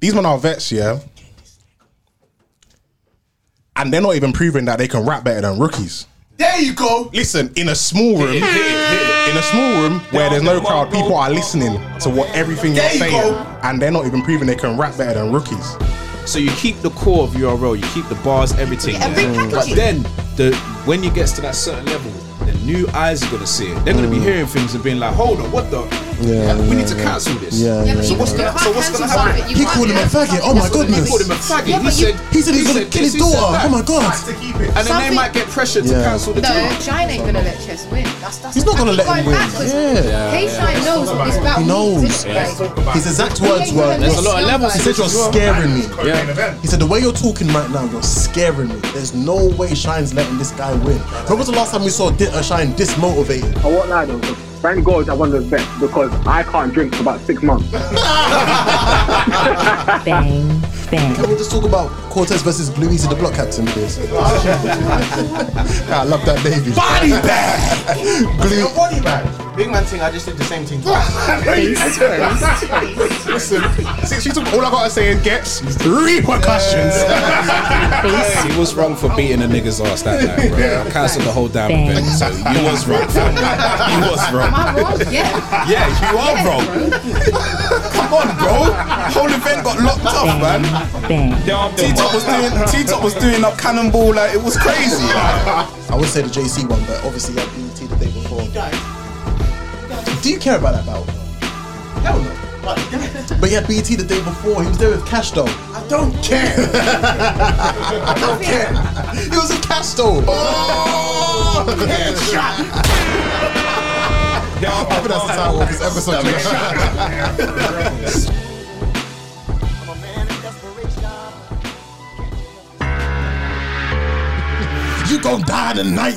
These men are vets, yeah. And they're not even proving that they can rap better than rookies. There you go. Listen, in a small room, Hit it, hit it, hit it. in a small room where there's no crowd, people are listening to what everything you're There you saying, go. and they're not even proving they can rap better than rookies. So you keep the core of URL, you keep the bars, everything. Every there. packaging. but then the when you gets to that certain level, the new eyes are gonna see it. They're gonna be hearing things and being like, hold on, what the? Yeah, we yeah, need to yeah. cancel this. Yeah, yeah, So what's gonna so what's gonna happen? He called him a faggot. Oh my He goodness. called him a faggot. Yeah, he, but you- said, He said he's gonna said kill this, he his said daughter. that. Oh my god. Back to keep it. And then they Something- might get pressured to Yeah. cancel the No, team. Shine ain't gonna let Chess win. That's, that's He's not gonna let him win. Yeah. Yeah. Hey, Shine knows what this battle He knows. means. innit? Let's Like, talk about His it. exact words he ain't were, gonna let There's a lot of nobody- levels. he said you're scaring me. Co-main event. He said, the way you're talking right now, you're scaring me. There's no way Shine's letting this guy win. When was the last time we saw Di- uh, Shine dismotivated? I won't lie though. but Thank God I won the bet because I can't drink for about six months. Bang, bang. Can we just talk about Cortez versus Blue Easy, the block captain, please? I love that baby. Body bag! Your body bag. Big man thing, I just did the same thing. Face first. Listen, since she took all I gotta say is gets repercussions. Face He was wrong for beating a nigga's ass that night, bro. I cancelled the whole damn Bang. event. So you was wrong, fam. You was wrong. Am I wrong? Yeah. Yeah, you are wrong. Come on, bro. Whole event got locked up, bang, man. bang. T Top was doing T Top was doing up cannonball like it was crazy. I would say the JC one, but obviously I BT the day before. Do you care about that battle? Hell no. But yeah, But he had BT the day before. He was there with Cash though. I don't care. He was with Cash though. I think that's the title of this episode. You gonna die tonight.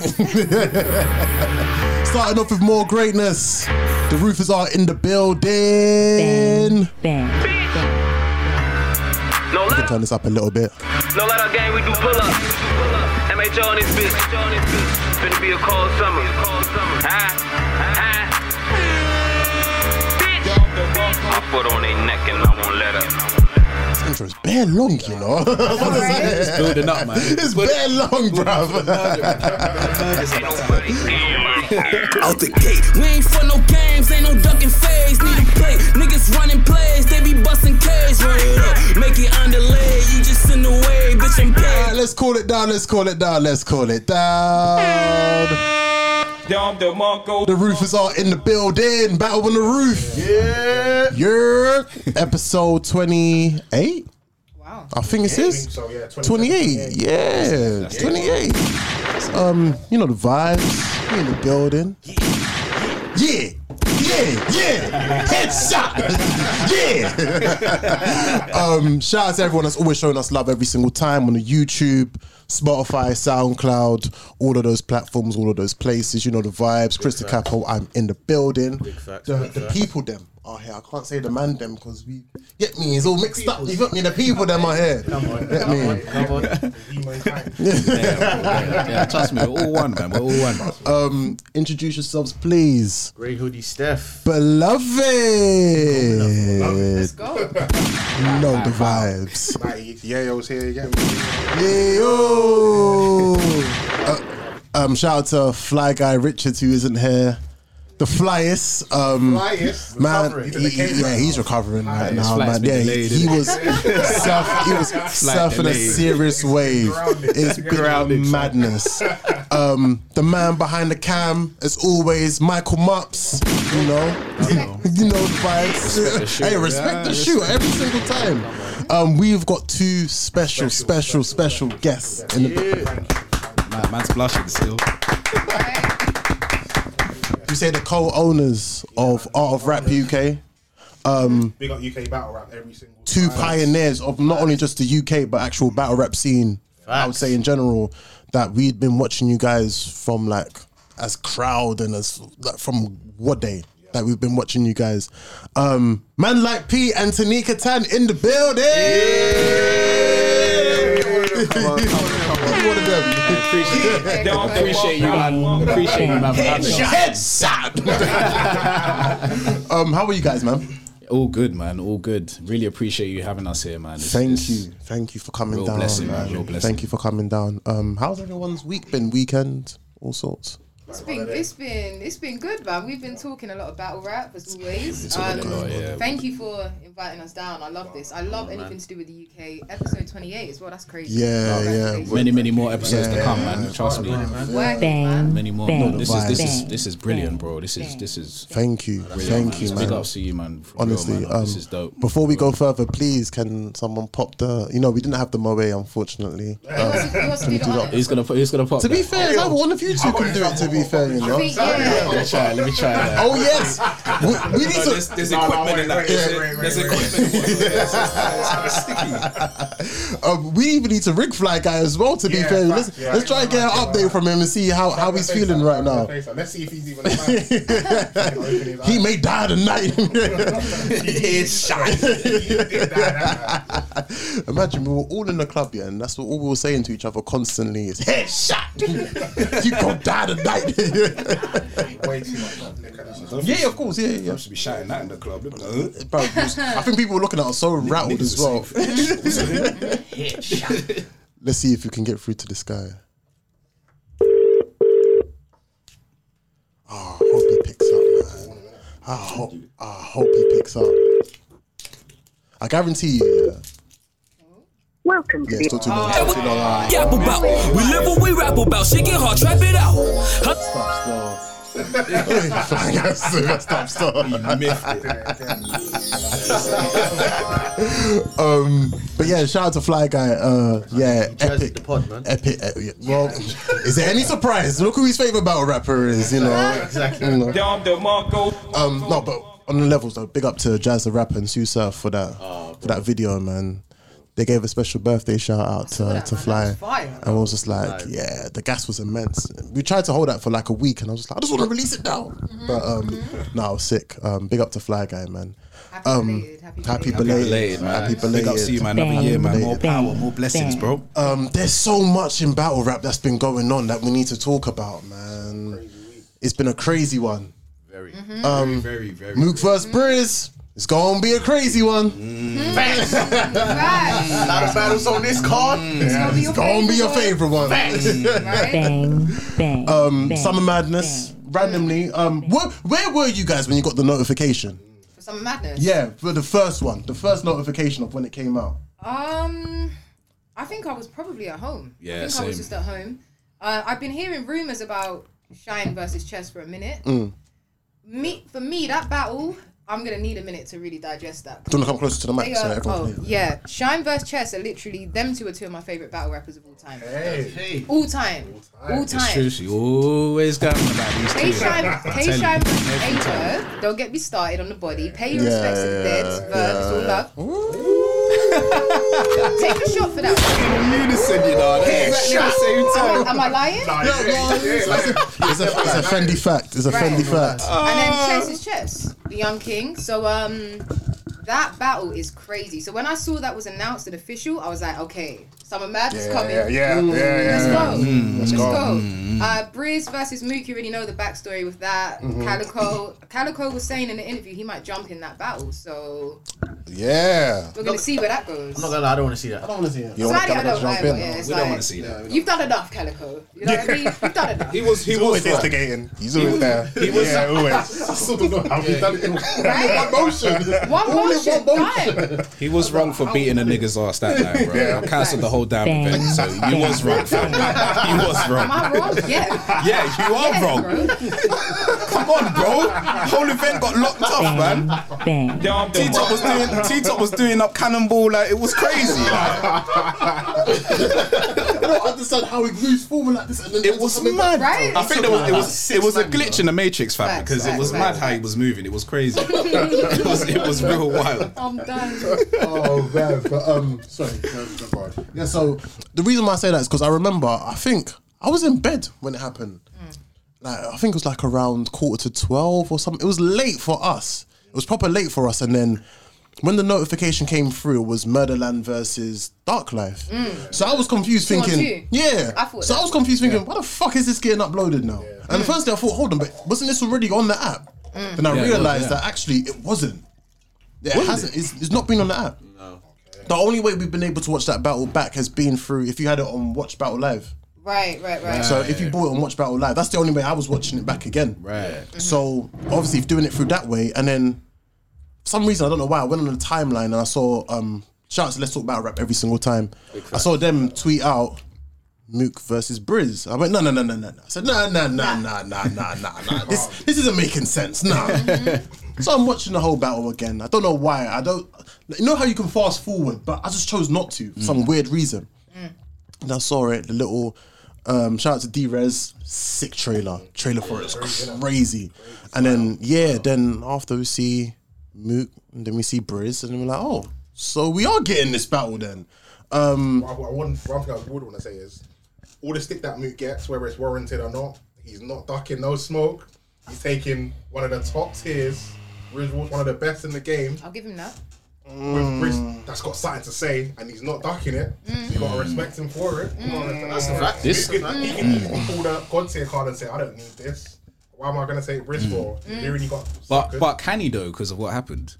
Starting off with more greatness. The roofers are in the building. Bang, bang. No let Turn this up a little bit. no let our gang, we do pull up. MHO on this bitch. Finna be a cold summer. Ah, ah. Bitch. I put on they neck and I won't let up. This intro is bare long, you know. It's building up, man. it's bare long, bruv. Ain't nobody. out the gate. We ain't for no games, ain't no ducking phase. Need a plate. Niggas running plays, they be busting K's. Roll it up, make it underlay. You just in the way, bitch. I'm paid. Alright, let's call it down, let's call it down, let's call it down. Dom DeMarco. The roofers are in the building. Battle on the roof. Yeah. You're episode 28. Wow. I think it think is. so, yeah, 28. 28. Yeah. 28. Um, you know the vibes. We in the building. Yeah. Yeah, yeah, headshot, yeah. um, shout out to everyone that's always showing us love every single time on the YouTube, Spotify, SoundCloud, all of those platforms, all of those places. You know the vibes. Chris the Capo, I'm in the building. the the people them are here. I can't say the man them because we get me. It's all mixed up. You got me. The people them are here. Get me. Um, Come on. Yeah, trust me, we're all one, man. We're all one. Um, introduce yourselves, please, Grey hoodie Steph. beloved. Let's go. No the vibes. Yeah, I was here again. Yo. Uh, um, shout out to Fly Guy Richards who isn't here. The flyest, um, Flyest? man, Recovering. he- he- yeah, he's recovering right now, Flight's man. been Yeah, delayed, he, he innit? was surf, he was surfing a delayed. serious wave. Grounded. It's been Grounded, son. madness. Um, the man behind the cam, as always, Michael Mupps. You know, you know the vibes. hey, respect Yeah, the shoe every single time. Um, we've got two special, special, special guests in the Man, man's blushing still. you say the co-owners of Art of Rap UK, Big up UK battle rap every single two time. pioneers of not only just the UK but actual battle rap scene. I would say in general that we'd been watching you guys from like as crowd and as like from what day that we've been watching you guys. Um, man like P and Tanika Tan in the building. One of them. Appreciate, appreciate you, man. Appreciate you, man. for having us. Headshot. um, how are you guys, man? All good, man. All good. Really appreciate you having us here, man. It's- Thank it's- you, thank you for coming Real down. blessing, man. Real blessing. Thank you for coming down. Um, how's everyone's week been? Weekend, all sorts. It's been, it's been, it's been good, man. We've been talking a lot of battle rap as always. talking a lot, yeah. Um, Thank you for inviting us down. I love this. I love anything to do with the UK. Episode twenty-eight as well. That's crazy. Yeah, Congratulations. yeah. Many, many more episodes to Yeah. come, man. Trust me. Working, Bang. man. Many more. Bang. No, this is this is Bang. this is brilliant, bro. This is this is Thank you, thank you, Big man. ups to you, man. For real, Honestly, man. um, this is dope. Before we go further, please can someone pop the? You know, we didn't have the moe, unfortunately. He wants to- he wants to do the honors. He's gonna put. He's gonna pop. To be that. fair, either one of you two can do it. To be fair, you I know. think, yeah. Let me try. Let me try. That. Oh yes, we, we need to. equipment in that. There's Um, we even need to rig fly guy as well. To be Yeah, fair, fact, let's yeah. let's try and get an update from him and see how, how he's feeling right now. Let's see if he's even. alive. He may die tonight. It's shot. Imagine we were all in the club, yeah, and that's what all we were saying to each other constantly is headshot. you gonna die tonight. Way too much liquor. That's just- yeah, of course, yeah, yeah. should be shouting that in the club. Look at that. Bro, it was- I think people were looking at us so rattled as well. Let's see if we can get through to this guy. Oh, I hope he picks up, man. I hope, I hope he picks up. I guarantee you, yeah. Welcome Yeah, it's not too long. It's not too long. Ah, Gap about. We live what we rap about. Shit get hard, trap it out. Huh? stop, stop. Flying out soon, stop, stop. Um, but yeah, shout out to Fly Guy. Uh, yeah, epic. the pod, man. Epic. eh, yeah. Well, is there any surprise? Look who his favorite battle rapper is. You know, Exactly. You know. Um, no, but on the levels though, big up to Jazz the rapper and Sue Surf for that for that video, man. They gave a special birthday shout out to, that, to man. Fly. Um, That was fire. And I was just like, yeah, the gas was immense. We tried to hold that for like a week and I was just like, I just want to release it now. But um no, I was sick. Um big up to Fly Guy, man. Happy belated, happy um, happy belated. belated. Belated, man. Happy Big ups to you, belated. man. Another year, man. More Belated. power, more blessings, bro. Um, there's so much in battle rap that's been going on that we need to talk about, man. It's been a crazy one. Very, Um, very, very. Mook versus Briz. It's gonna be a crazy one. Right. Mm. Not of battles on this card. It's Gonna be your favorite favorite one. one, right? Bang. Bang. Um, Summer Madness. Randomly, um, where, where were you guys when you got the notification? For some madness. Yeah, for the first one, the first notification of when it came out. Um, I think I was probably at home. Yeah, I think I same. was just at home. Uh, I've been hearing rumors about Shine versus Chess for a minute. Mm. Me, for me, that battle, I'm gonna need a minute to really digest that. Do you want to come closer to the mic They so are, that everyone oh can hear? yeah, Shine versus Chess are literally them two are two of my favorite battle rappers of all time. Hey. All time, all time. It's true. She always got me about these K two. Shine, K telling you, Shine versus A Don't get me started on the body. Pay your Yeah, respects to the yeah, dead. Verb, it's all yeah. love. Take a shot for that. Unison, you know. they're exactly the same Am I, time. am I lying? It's a, it's a friendly fact. It's a Right. friendly fact. And then Chess is Chess, the young king. So um, that battle is crazy. So when I saw that was announced and official, I was like, okay, Summer Madness coming. yeah, Let's yeah. Mm, go. Let's go. Uh, Briz versus Mook, you already know the backstory with that. Mm-hmm. Calico Calico was saying in the interview he might jump in that battle. So Yeah. we're going to see where that goes. I'm not gonna lie, I don't want to see that. I want to see it. You It's don't like, I want to don't jump mind, in. but yeah, it's We like, don't want to see that. You've done enough, Calico. You know what I mean? You've done enough. He was. He was. right. instigating. He's always there. He was. Yeah, always. I still don't know how he done it. in Right? One motion. One motion, He was wrong for beating a nigga's ass that night, bro. I cancelled the whole damn Bang. event. So you was wrong, fam. You was Am I wrong. wrong? Yeah. Yeah, you are Yeah, wrong. bro. Come on, bro. Whole event got locked off, man. Bang. T Top was doing T Top was doing up cannonball like it was crazy. like, I don't understand how he moves forward like this. And then it was mad. Right? I think there was it was it was a glitch in the Matrix fam Facts, because it was facts, mad facts. how he was moving. It was crazy. it was it was real wild. I'm done. Oh man, but um, sorry. no, don't worry. Yeah, so the reason why I say that is because I remember. I think I was in bed when it happened. Like I think it was like around quarter to twelve or something. It was late for us. It was proper late for us. And then when the notification came through, it was Murderland versus Dark Life. So I was confused, Two on thinking, two? yeah. I thought so I that. was confused, thinking, why the fuck is this getting uploaded now? And the Mm. first day I thought, hold on, but wasn't this already on the app? Then I Yeah, it was, realized yeah. that actually it wasn't. Yeah, it hasn't. It's, it's not been on the app. No. The only way we've been able to watch that battle back has been through if you had it on Watch Battle Live. Right, right, right. So if you bought it on Watch Battle Live, that's the only way I was watching it back again. Right. So obviously if doing it through that way, and then for some reason I don't know why I went on the timeline and I saw um shout out to Let's Talk Battle Rap every single time. I saw them tweet out Mook versus Briz. I went no no no no no no. I said no no no no no no no no. This this isn't making sense. No. so I'm watching the whole battle again. I don't know why. I don't. You know how you can fast forward, but I just chose not to for some weird reason. And I saw it. The little um, shout out to D-Rez, sick trailer. Trailer for it is crazy. And then yeah, then after we see Mook, and then we see Briz, and then we're like, oh, so we are getting this battle then. Um, One, one thing I would want to say is all the stick that Moot gets, whether it's warranted or not, he's not ducking no smoke. He's taking one of the top tiers. Rizwall's one of the best in the game. I'll give him that. With Mm. Riz, that's got something to say, and he's not ducking it. Mm. You gotta respect him for it. You gotta understand That's that. a fact. This- He can, he can Mm. easily pull the God tier card and say, "I don't need this. Why am I gonna take Riz for?" Mm. You really got. But but can he though? Because of what happened,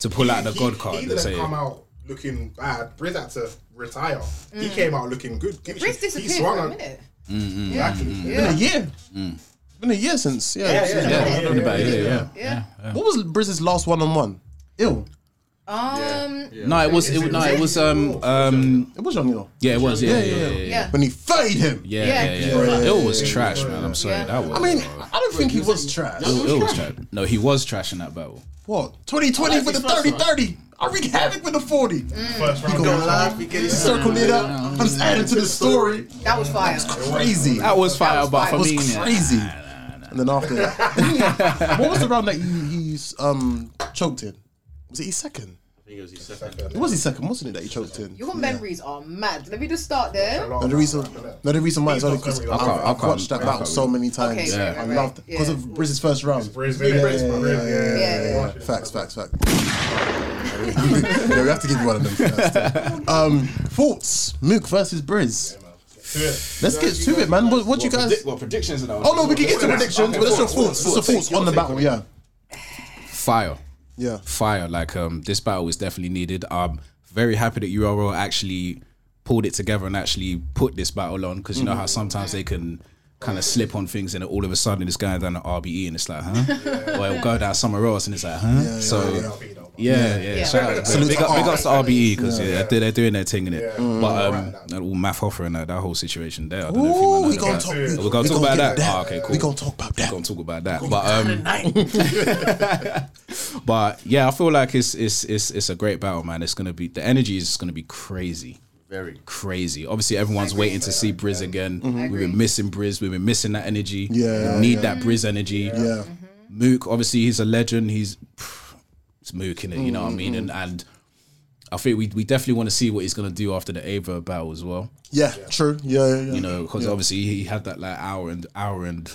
to pull out the He- God he- card He and didn't say, come out looking bad. Briz had to retire. He came out looking good. Give a Briz shit. He Mm. disappeared swung for a on- minute. Exactly. been a Yeah, year. Been a year since yeah. Yeah, yeah, yeah, yeah, about it, yeah, yeah. yeah. What was Briz's last one-on-one? Ill. Um, No, it was it, no, it was um um It was young Ill. yeah, it was yeah yeah yeah yeah yeah. When he faded him. yeah. Yeah. yeah, yeah. It was trash, man. I'm sorry, Yeah. that was. I mean, I don't think he was trash. Ill, Ill was trash. No, he was trash in that battle. What? 2020 for the 30 30. I wreak havoc with the 40. Mm. First round. He Don't got- laugh, you get it. Circle it up. I'm just adding to the story. that was fire. Crazy. That was fire, but for was me, nah. crazy. And then after that, what was the round that you he um, choked in? Was it his second? It was his second, wasn't it, that he choked in? Your memories are mad. Let me just start there. No, the reason, no, the reason why is only because I've, Please don't tell me. I've watched that I can't- battle so many times. Okay, I Yeah. right, right, loved it because yeah. of Briz's first round. Briz, Briz, Briz, Briz, yeah, yeah, yeah. Yeah, facts, facts, facts. yeah, we have to give you one of them first. Um, thoughts: Mook versus Briz. Let's get to it, man. What, what you guys? What predictions and Oh no, we can get to predictions, but that's your thoughts. That's your thoughts on the battle. Yeah, Fire. yeah. fire. Like um, this battle was definitely needed. I'm very happy that URL actually pulled it together and actually put this battle on because you know how Mm-hmm. sometimes they can kind of slip on things and all of a sudden it's going down to RBE and it's like, huh? Or it'll go down somewhere else and it's like, huh? so. Yeah. Yeah, Yeah. Shout out. Salute Big to E. up, big Ark. ups to RBE because yeah, they're, they're doing their thing in it. But um, Right. that all math offer and that, that whole situation there. I don't Mm. Ooh, know if we you gonna want talk. to We We're gonna talk about get that? into Ah, okay, cool. We gonna talk about that. gonna talk about that. But um, but yeah, I feel like it's it's it's it's a great battle, man. It's gonna be the energy is gonna be crazy. Very crazy. Obviously, everyone's waiting to see Briz again. We've agree. been missing Briz. We've been missing that energy. Yeah, we need that Briz energy. Yeah. Mook, obviously, he's a legend. He's it's Mook in it. You know what I mean? And and I think we, we definitely want to see what he's gonna do after the Ava battle as well Yeah, true. Yeah, yeah, yeah. you know, because obviously he had that like hour and hour and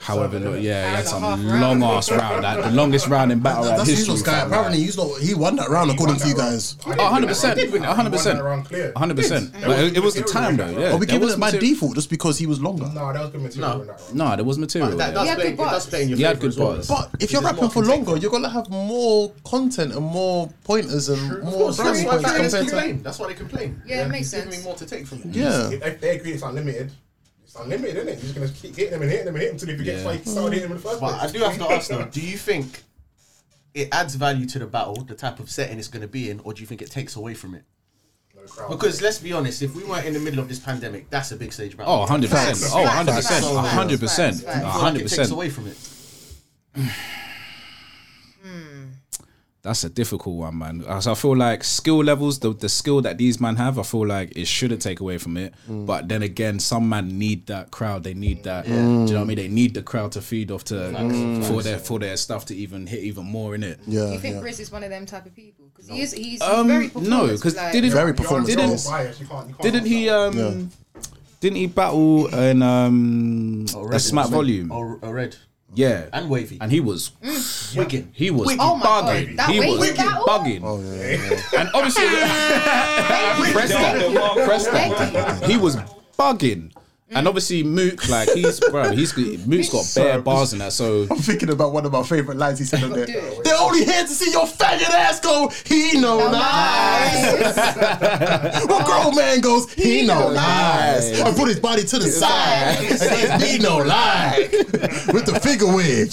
however long, yeah, he had Hour some and a half long round. ask round, like the longest round in battle rap that's history. Eagles guy. fam, like- Apparently, he's not. He won that round according to you guys. Oh, 100%, 100%, Around clear. 100%. Like, it, it was the time though, yeah. Are we there giving was it by material- default just because he was longer? No, that was good material. No. in that round. No, there was material. That there. does had play. good It does bars. play in your He had favor good as well. bars. But if you're rapping for longer, you're gonna have more content and more pointers and more That's brownie points why they compared to. complain. That's why they complain. Yeah, it makes Give me sense. more to take from it. Yeah, If- If they agree it's unlimited, it's unlimited, isn't it? You're just going to keep hitting him and hitting him and hitting him until he forgets Yeah. why he started hitting him in the first place. But I do have to ask though, do you think it adds value to the battle, the type of setting it's going to be in, or do you think it takes away from it? No crowd. Because let's be honest, if we weren't in the middle of this pandemic, that's a big stage battle. Oh, 100%. Facts, Oh, facts, 100%. facts, oh, 100%. facts, facts. I feel like It takes 100%. away from it. That's a difficult one, man. As I feel like skill levels, the, the skill that these men have, I feel like it shouldn't take away from it. Mm. But then again, some man need that crowd. They need that. Do you Mm. know what I mean? They need the crowd to feed off to for their for their stuff to even hit even more in it. yeah, You think yeah. Briz is one of them type of people? Because he is. He's Um, very no, because performance-like. didn't Very You're on performance. your own Didn't- bias, you can't- you can't didn't have he that. um Yeah. Oh, didn't he battle in um a smart volume? Or, or red. yeah, And wavy. and he was Wigan. he was Oh my God, bugging. that oh. he way was he battled? bugging. Oh, And obviously, Preston, Preston, he was bugging. And obviously Mook, like he's bro, he's Mook's got bare bars in that. So I'm thinking about one of my favorite lines he said on there. They're only here to see your faggot ass go. He Oh, know nice. well, grown man goes. He, know nice. I put his body to the side. And he know lie with the figure waves.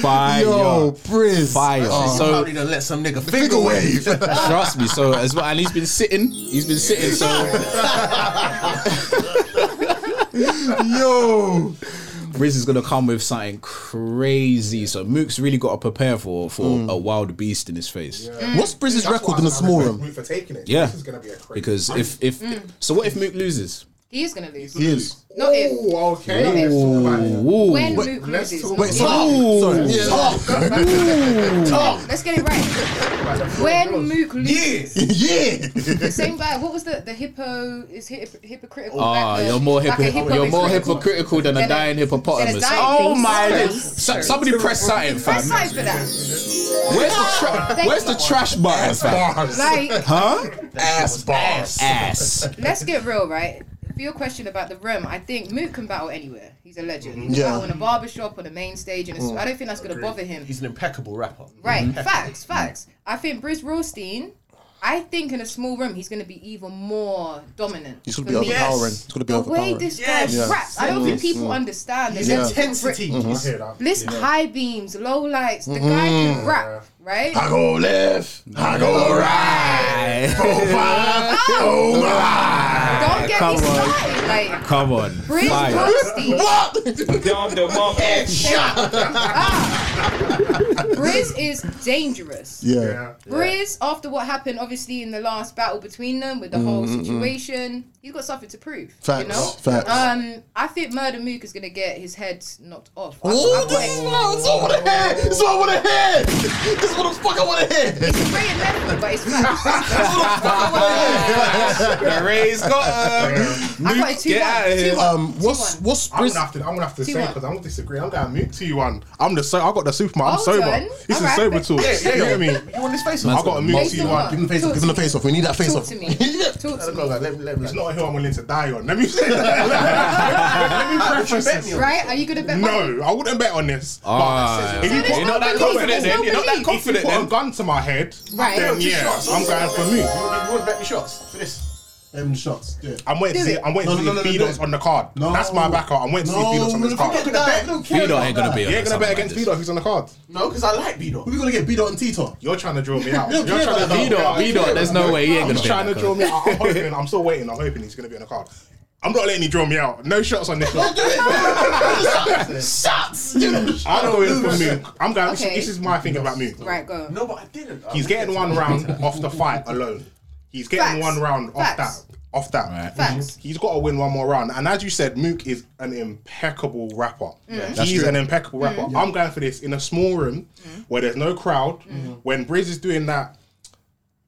fire, Yo, Briz. fire. Oh. So probably done let some nigga figure wave. Trust me. So as well, and he's been sitting. He's been sitting. So Yo. Riz is gonna come with something crazy. So Mook's really got to prepare for for a wild beast in his face. Mm. Mm. What's Briz's record in a small room? for taking it. Yeah. This is going to be a crazy. Mm. Because if if so, what if Mook loses? He is gonna lose. He is. Not if. Ooh, okay. Ooh. When Wait, Luke let's loses. talk- not Wait, if. so Oh, sorry. Yeah. oh, Let's get it right. when Mook loses, yeah. the same guy. What was the the hippo? Is hip, hypocritical? Ah, like the- you're more like a hypo- hippo you're is more critical. hypocritical than a Than a- dying than a hippopotamus. dying Oh thing. my! Sorry. So- somebody press something, Press fam. side for that. Where's the tra- Thank Where's you. the trash button, fam? Like, Huh? Ass boss. Ass. let's get real, right? For your question about the room, I think Mook can battle anywhere. He's a legend. He can Yeah. battle in a barbershop, on the main stage, and it's- Mm. I don't think that's going to bother him. He's an impeccable rapper. Right, Mm-hmm. facts, facts. I think Bruce Rothstein, I think in a small room, he's going to be even more dominant. It's for gonna be me. overpowering. It's gonna be The way overpowering. this Yes. guy raps, I don't think people understand. There's yeah. Intensity. Mm-hmm. I hear that. Listen, high beams, low lights, the guy can rap, right? Ah, I go left. I go right. Four, five. Oh my. Don't get come me on. started. Like, Come on. Bruce Fire. Rothstein. Briz Ah. is dangerous. Yeah. Yeah. Briz, after what happened, obviously in the last battle between them with the whole situation, he's got something to prove. Facts. You know? Facts. Um, I think Murder Mook is gonna get his head knocked off. I- Oh, I've got this is it. what I- this is what I want to hear. This is what I want to hear. This is what the fuck I want to hear. This It's great and left, but it's facts. is what the fuck I want to hear. The Rays got um, I got Mook, it two get out of one. here. Two one. Um, what's Two-one. what's I'm Briz? gonna have to. I'm gonna have to say T1. because I'm gonna disagree. I'm gonna mute to you one. I'm the so. I got the superman. I'm Hold sober. on. This is Alright. sober talk. Yeah, You know what I mean? You want this face I off? got to mute to Face you off. one. Give him the face off. Give him the face off. We need that face Talk off. to me. Talk to me. Let me- let me- It's not a hill I'm willing to die on. Let me say that. Let me preface this. Right? Are you gonna bet? money? No, I wouldn't bet on this. but Ah, if you So put, there's no belief, there's no belief. if you put a gun to my head, Right. then Yeah, yeah, I'm going for me. You would bet me shots for this. Them shots. Yeah. I'm waiting to Do see. it. I'm waiting No, to no, see no, if no, Beedot's no. on the card. No. That's my back card. I'm waiting to see if Beedot's on this card. You're gonna bet. Beedot ain't gonna be You're gonna on something bet like against this. Beedot. Who's on the card? No, because I like B-Dot. We're gonna get beat up and Tito. You're trying to draw me out. don't You're care trying to about that. draw Beedot, me out. Beedot, there's no way he ain't He's gonna be on trying to that draw card. me out. I'm hoping. I'm still waiting. I'm hoping he's gonna be on the card. I'm not letting you draw me out. No shots on this one. Shots. You know. I'm going for Mook. I'm going. Okay. This is my thing about Mook. Right, go. No, but I didn't. He's getting one round off the fight alone. He's getting Facts. one round off Facts. that. Off that. Facts. He's got to win one more round. And as you said, Mook is an impeccable rapper. Mm. He's an impeccable rapper. I'm going for this in a small room Mm. where there's no crowd. Mm. When Briz is doing that,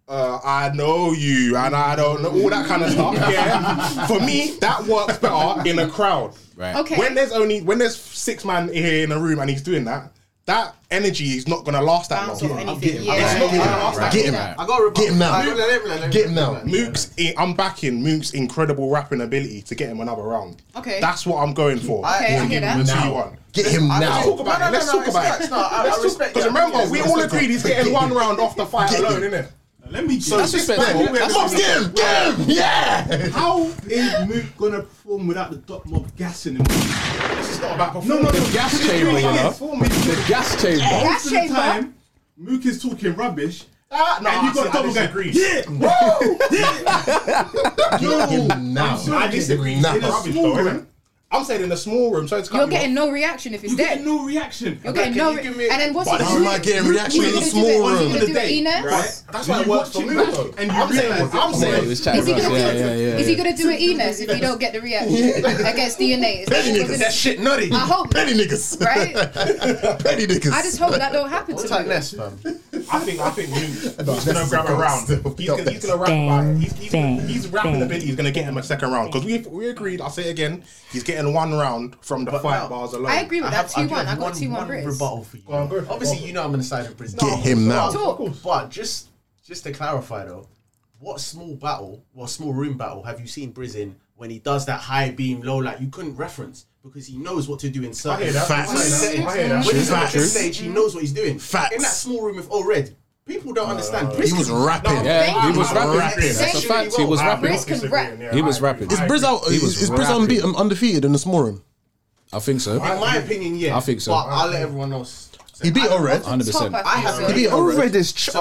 uh, I know you and I don't know, all that kind of stuff. Yeah. for me, that works better in a crowd. Right. Okay. When there's only when there's six man here in a room and he's doing that, that energy is not gonna last that Bounce long. off anything. I'm Yeah. getting it. Yeah. I'm Yeah. Get him. Yeah. I got to Get him now. now. Get him now. Mook's, I'm backing Mook's incredible rapping ability to get him another round. Okay. That's what I'm going for. Okay, I hear Two, that. one. Get him Let's talk now. about it. Let's talk about it. I respect Because remember, we all agreed he's getting one round off the fight alone, innit? Let me So get respectful. Mops, Get him. Get him. Yeah. How is Mook gonna perform without the Doc Mob gassing him? it's not about No, no, performance. no. gas chamber, you know. The gas chamber. Most Gas of the chamber. time, Mook is talking rubbish. Ah, no, and you got I double gang. disagree. Yeah, woo, yeah. Get him now. sorry, I disagree. Nah. In a Rubbish, small though, room. I'm saying in a small room, so it's You're getting no reaction if it's You're dead. getting no reaction. You're getting no. you Re- give and me a- then what's But the How am I getting reaction in a small You're room? gonna do it in Right? Enes? That's why it works for me. though. And you I'm saying realise I'm it. saying He was chatting Is he about gonna do yeah, it? yeah, yeah. Is he gonna do it Enes if you don't get the reaction against DNA? Is that Petty what we're niggas. gonna- Shit, nutty. I hope, Petty niggas. right? Petty niggas. I just hope that don't happen to Type me. less, fam. I think I think Mook No, he's that's gonna grab a a round. ghost. He's gonna, he's gonna rap Bang, about it. He's, he's, bang, he's rapping bang, ability is gonna get him a second round because we we agreed. I'll say it again. He's getting one round from the fight no, bars alone. I agree with that. have- Two one. do I have got two one. Brits. rebuttal for you. on, go for it, Obviously, go on. you know I'm going to side with Brizzy. Get him now. Talk. But just just to clarify though, what small battle, what small room battle have you seen Briz in when he does that high beam low, like you couldn't reference because he knows what to do in certain I hear that. Facts. When he's I hear that. I hear that. when he's True. at the True. stage, he knows what he's doing. Facts. In that small room with all red, people don't understand. He was rapping. Yeah, he was Thank you. rapping. That's a Thank fact. you. He was Well, rapping. Briz can rap. He was rapping. Is Briz out? He was Is, is Briz rapping. unbeaten, undefeated in the small room? I think so. In my opinion, yeah. I think so. But I'll let everyone else. He beat Ored. 100%. I have He Oh, beat Ored. Red is ch- Oh,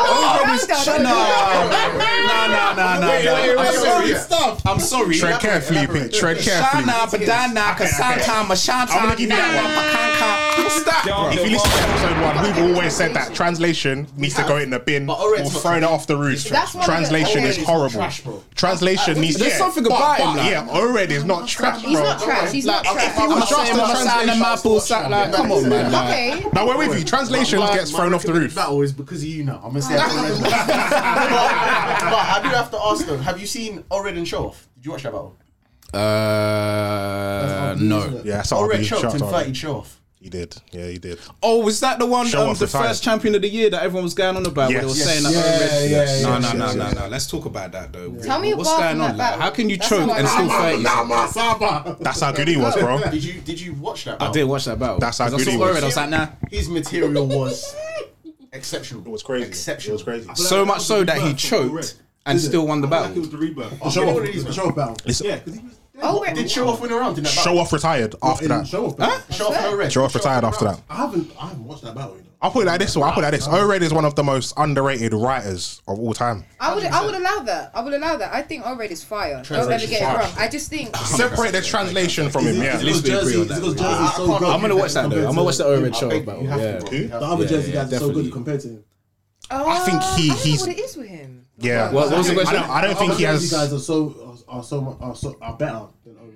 Oh, no, no, Wait, no. wait, wait, I'm wait, sorry. wait. Stop. I'm sorry. Tread carefully, Pete. Tread carefully. Shana, Badana, Kasanta, Mashanta. I'm gonna give you that one. Stop. If you listen to episode one, we've always said that translation needs to go in the bin or throw it off the roof. That's one of the- Translation Ored is is horrible. trash, bro. Translation Uh, needs. there's yeah, something but- about him, but, like- Yeah, Ored is not trash, bro. He's not trash. He's not trash. If you was just the translation- like, come on, man. Okay. Now we're with you. Translation My- gets my thrown off the roof. Battle is because of you now. I'm gonna say. that. but, but I do have to ask though. Have you seen Ored and Show Off? Did you watch that battle? Uh, no. Yeah, that's Ored RB. choked Shout and out. fighted Show Off. He did. Yeah, he did. Oh, was that the one, Show um, off the the time. first champion of the year that everyone was going on about? Where they were Yes. saying Yeah, that. yeah, yes, no, yes, no, yes, no, yes. no, no. Let's talk about that though. Tell me what's apart going from on? Like, that battle. how can you That's choke how I and feel. still Nah, fight? nah, yourself? That's how good he was, bro. Did you Did you watch that? I battle? did watch that battle. That's how 'Cause good I he saw was. Ored, I was like, nah. His material was exceptional. It was crazy. Exceptional. It was crazy. So much so that he choked and still won the battle. I'll give it one of these, man. Listen, Oh, wait. Did Show Off win a round in that Show off retired after that. Show off. Huh? Show Off no red. Show off retired after that. I haven't. I haven't watched that battle. You know. I'll put it like this. I'll put it like this. O-Red is one of the most underrated writers of all time. I would, I would allow that. I would allow that. I think Ored is fire. Don't ever Translation's get it fire. wrong. I just think. Separate the translation from him. Yeah, At least we agree on that. I'm gonna watch that though. I'm gonna watch the Ored show battle. Yeah. The other Yeah, Jersey yeah, guys are so definitely. good compared to him. Oh, I think he- I don't he's- know what it is with him. Yeah. What- what was the question? I don't, I don't The think other he Jersey has. guys are so are, are so mu- are so are better than Oren,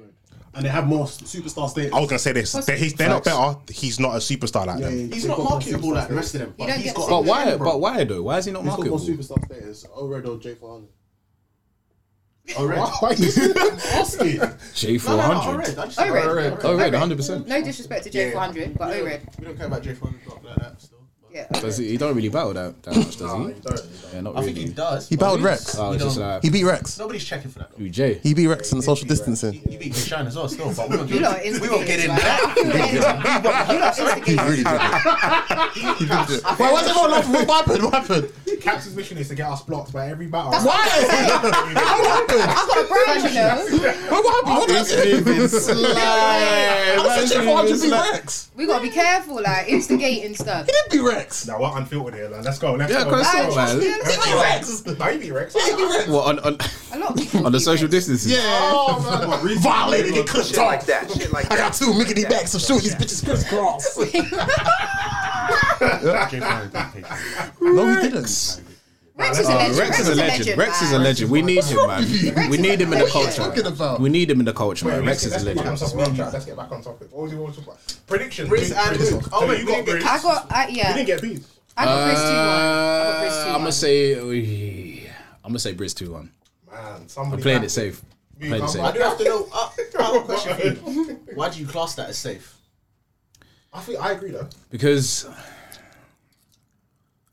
and they have more s- superstar status. I was gonna say this. They're, he's, they're not better. He's not a superstar like them. He's not marketable like the rest of them. But don't he's get got. to- But why? But why though? Why is he not He's got more marketable? superstar status. Ored or Jay Farhan. Ored. J No, four no, no, hundred. Ored. I just said Ored. Ored. Ored, hundred percent. No disrespect to J400, but We don't- Ored. We don't care about J Foreman drop like that still. Yeah. Does he, he don't really battle that, that much, does he? Yeah, not I really. think he does. He but battled we- Rex. Oh, we it's just don't- like He beat Rex. Nobody's checking for that. though. Ooh, Jay. He beat Rex in the social distancing. You beat Shine as well, still, but we don't You get lot are into we won't get instigators, in man. that. You lot are- you lot are instigators. Wait, what's everyone laughing? What happened? What happened? Captain's mission is to get us blocked by every battle. That's what I'm saying. I've got a brand, you know. Wait, what happened? What happened? I was saying, why did you beat Rex? We gotta be careful, like instigating stuff. He did beat Rex. Now we're unfiltered here, man. Let's go. Let's Oh, Yeah, go. cause Let's so Like, trust me, man. a He lot of beat people- Rex. go. Now you beat Rex. He beat Rex. What on on, A lot of people. on the do social that. distancing? Yeah. What, reason- Oh, Violated the cuss like talk. that. Shit like I that. got two mickety backs. I'm shooting these bitches crisscross. No, he didn't. Rex is a legend. Rex is a legend. Rex is a man. legend. We need him, man. We need him in the What are you talking about? culture. We need him in the culture, man. Rex Let's is a get back on legend. topic. Let's get back on topic. What was you what was you talking about? Prediction. Briz and Briz. who? Oh, So wait, you we got didn't get Briz. I got, I, You didn't yeah. get beat. I got Chris two one. I got Chris two Uh, one. I'm gonna Uh, say, I'm gonna say Briz two one. Man, somebody. I'm playing back it safe. I'm Me, playing it I'm- I safe. do have to know. Uh, I have a question for you. Why do you class that as safe? I think I agree though. because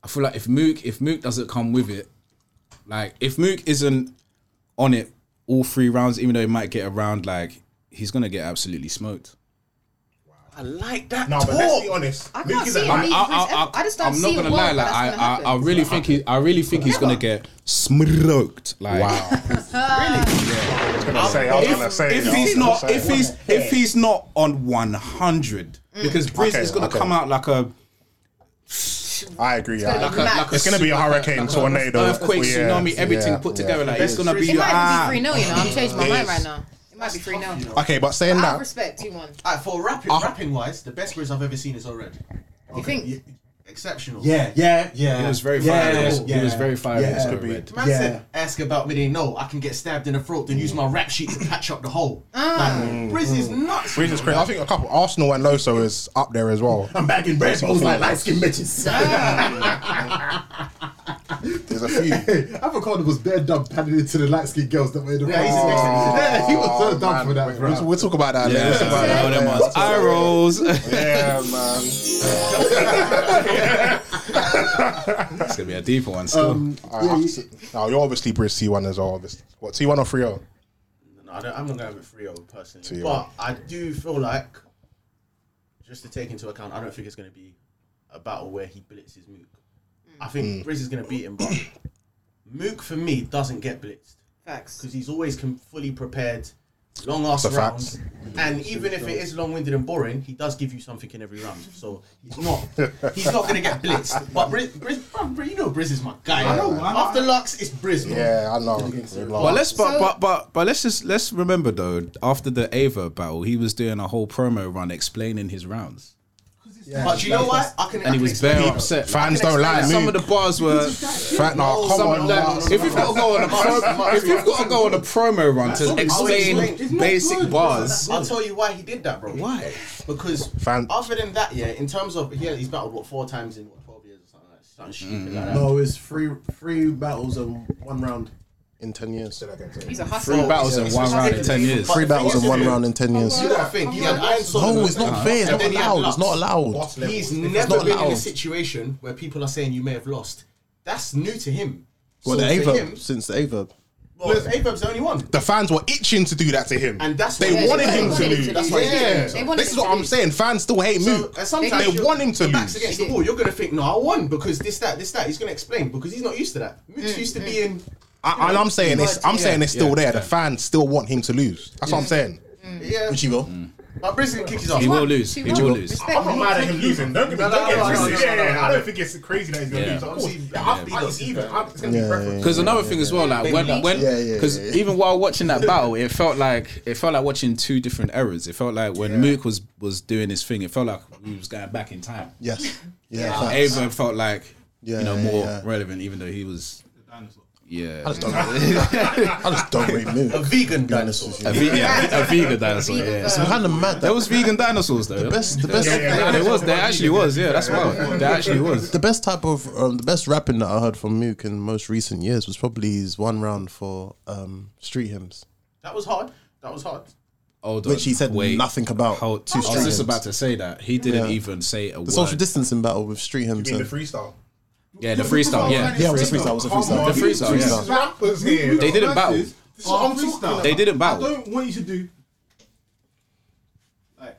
I feel like if Mook if Mook doesn't come with it, like if Mook isn't on it all three rounds, even though he might get around, like he's gonna get absolutely smoked. I like that No, but let's be honest. I Mookie can't is see a- it. I, mean, I, Chris, I, I, just don't am see not gonna lie, why like that's I, gonna I, I happen. really think he, I really think he's gonna get smoked. Like I was gonna say, I was gonna say. if I was he's gonna not say. if he's if he's not on 100 Mm. because Briz Okay, is gonna okay. come out like a I agree. yeah. Like a- like a It's gonna be a hurricane, tornado, earthquake yeah, tsunami everything yeah, put yeah. together like it's gonna be It your might ah. even be 3 0, you know. I'm changing my mind right now. It might be 3 0. Okay, but saying I that, respect 2 1. Alright, for rapping, rapping wise, the best Briz I've ever seen is already You think? exceptional. Yeah, yeah, yeah. He was very yeah, fiery. yeah, he was very fiery. yeah. so red. The man Yeah. said, "Ask about me, they know I can get stabbed in the throat, then use my rap sheet to patch up the hole." Ah. Like, Briz is nuts. Breeze is crazy. I think a couple Arsenal and Loso is up there as well. I'm back in red balls like light skinned bitches. Ah. There's a few. Avocado was bare dumb padded into the light skinned girls that were in the Yeah, he's the next room. Yeah, he was so dumb for that, We'll, bro. we'll talk about that. Yeah, later. We'll talk yeah, about them that ones. later. Eye rolls. Yeah, man. It's gonna be a deeper one still. Um, no, you're obviously Bridge C1 as well. Obviously. What, T1 or oh? 3 0? No, I don't, I'm not going with Rio personally, To you. but I do feel like just to take into account, I don't think it's going to be a battle where he blitzes Mook. I think Mm. Briz is going to beat him, but Mook for me doesn't get blitzed. Facts. Because he's always com- fully prepared, long ass That's a rounds, fact. and even if it is long winded and boring, he does give you something in every round. So he's not he's not going to get blitzed. But Briz, Briz, bruv, Briz- you know Briz is my guy. I know, I know. After Lux, it's Briz. man. Yeah, I know. But let's but, but but but let's just let's remember though. After the Ava battle, he was doing a whole promo run explaining his rounds, but you know what? I can. and he was very upset. Fans don't like Some Mook. of the bars were. Fat, nah, come Some on. of the- nah. if you've got to go on a pro, if you've got to go on a promo run I'll to explain basic bars, I'll tell you why he did that, bro. Why? Because other than that, yeah, in terms of yeah, he's battled what four times in what twelve years or something like that. Something stupid Mm. like that. No, it's three three battles and one round. In 10 years. He's a hustler. Three battles Yeah. in one round in 10 years. Three battles in one round in 10 years. You gotta think. He had Iron Solomon. No, it's not fair. It's and not then he had allowed. Lux. It's not allowed. It's He's never not been in a allowed. situation where people are saying you may have lost. That's new to him. Well, So the for Averb, him- since the Averb. Well, Averb's the only one. The fans were itching to do that to him. And that's they what- wanted Yeah, they him to wanted him lose. to lose. Yeah. yeah. They wanted This him is to what I'm lose. saying. Fans still hate So, Mook. uh, They sometimes want him to your back's lose. against the wall. You're gonna think, no, I won because this, that, this, that. He's gonna explain because he's not used to that. Mook's used to being. I, and I'm saying it's I'm saying it's still Yeah, there. yeah. The fans still want him to lose. That's what I'm saying. Mm. Yeah. he will. But Briz can kick his ass. He will lose. He will lose. I'm not mad at him losing. Don't get me No, no, don't get no, me no, twisted. no, no, Yeah, no, yeah, no, I no. don't think it's crazy that he's gonna Yeah. lose. Of course, Yeah, I think it's even. I- It's gonna be preference. Because another thing as well, like when when because even while watching that battle, it felt like it felt like watching two different eras. It felt like when Mook was was doing his thing, it felt like we was going back in time. Yes. Yeah. Yeah. facts. Ava felt like Yeah, you know yeah, more yeah. relevant, even though he was. Yeah, I just don't. I just don't rate Mook. A vegan dinosaur. A, ve- yeah, a vegan dinosaur. Yeah, It's kind of mad. There was vegan dinosaurs though. The best, the best. Yeah, there was. There actually was. Yeah, that's wild. There actually was. The best type of um, the best rapping that I heard from Mook in most recent years was probably his one round for um, street hymns, That was hard. That was hard. Hold which he said nothing about. I Two was street just hymns. about to say that he didn't Yeah. even say a the word. social distancing battle with street hymns. You mean the and- freestyle? yeah, the freestyle. Yeah, yeah, it was a freestyle. It was a Come freestyle. on, The freestyle, these yeah. rappers here. They didn't battle. This is what I'm talking about. They didn't battle. I don't want you to do. Like,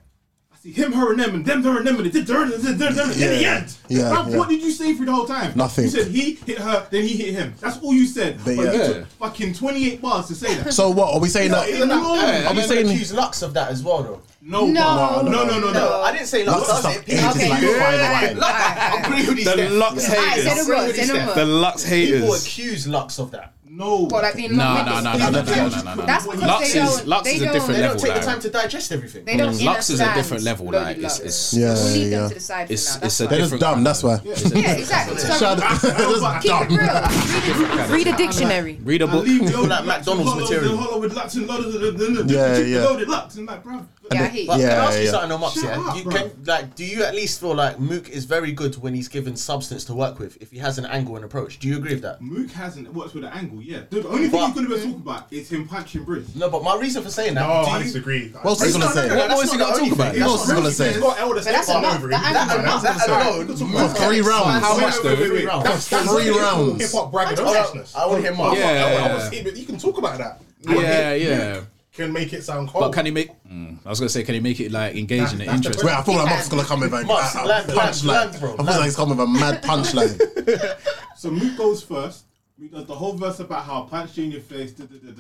I see him, her, and them, and them, her, and them, and them, her, and them, and them, and them, in the Yeah. end. Yeah, Bruv, yeah. What did you say through the whole time? Nothing. You said he hit her, then he hit him. That's all you said. But But, yeah. you Yeah. took fucking 28 bars to say that. So what are we saying? No, that it's not- Yeah, are and we then saying accuse Lux of that as well, though. No, No, no, no, no, no. I didn't say Lux. Lux I is said some ages, people- like, fine wine. Lux- I'm pretty with these The steps. Lux Yeah. haters. Alright, say the Say words, the say the words. words. The Lux People haters. accuse Lux of that. No. What, like being No, long no, winded? no, no, no, no, no, no, no. That's because Lux they is don't- Lux they is a don't- different They Don't level. take the like- time to digest everything. They don't Lux is a understand different level. loaded Like it's, it's Yeah, We'll leave yeah, them yeah. to the side for now. it's That's it's a They're just different. dumb. That's why. Yeah, exactly. Shout out- That's dumb. Read a dictionary. Read a book. like McDonald's material. with Lux and loaded, loaded, loaded, Yeah, loaded, yeah. loaded Lux. And like, bruv. Yeah, I hate But you. can I ask you yeah. something on Mops, yeah? up, you bro. can, like, do you at least feel like Mook is very good when he's given substance to work with, if he has an angle and approach? Do you agree with that? Mook hasn't worked with an angle, yeah. The only thing he's going to be talking about is him punching Briz. No, but my reason for saying that. No, do I you- disagree. What else is he No, gonna no, no, say? that's else he not gonna the talk only about? thing. What else is he gonna He's say? got elder that's stepfather enough. over him. That That's angle- That, that alone. For Mook- three rounds. How much Wait, wait, wait, though? wait, wait. That's- That's three not even rounds. Hip-hop braggadociousness. I want to hear I more. want- I want- I Yeah. want to see, but you can talk about that. I want to Yeah, hear- yeah. Can make it sound cold. But can he make? Mm, I was gonna say, can he make it like engaging and That- that's the interesting? Wait, I thought like Mark's gonna come with a a- Mark, a land, land, land, bro, punchline. I feel like he's coming with a mad punchline. So Mook goes first. Mook does the whole verse about how I punched you in your face. Da, da, da, da.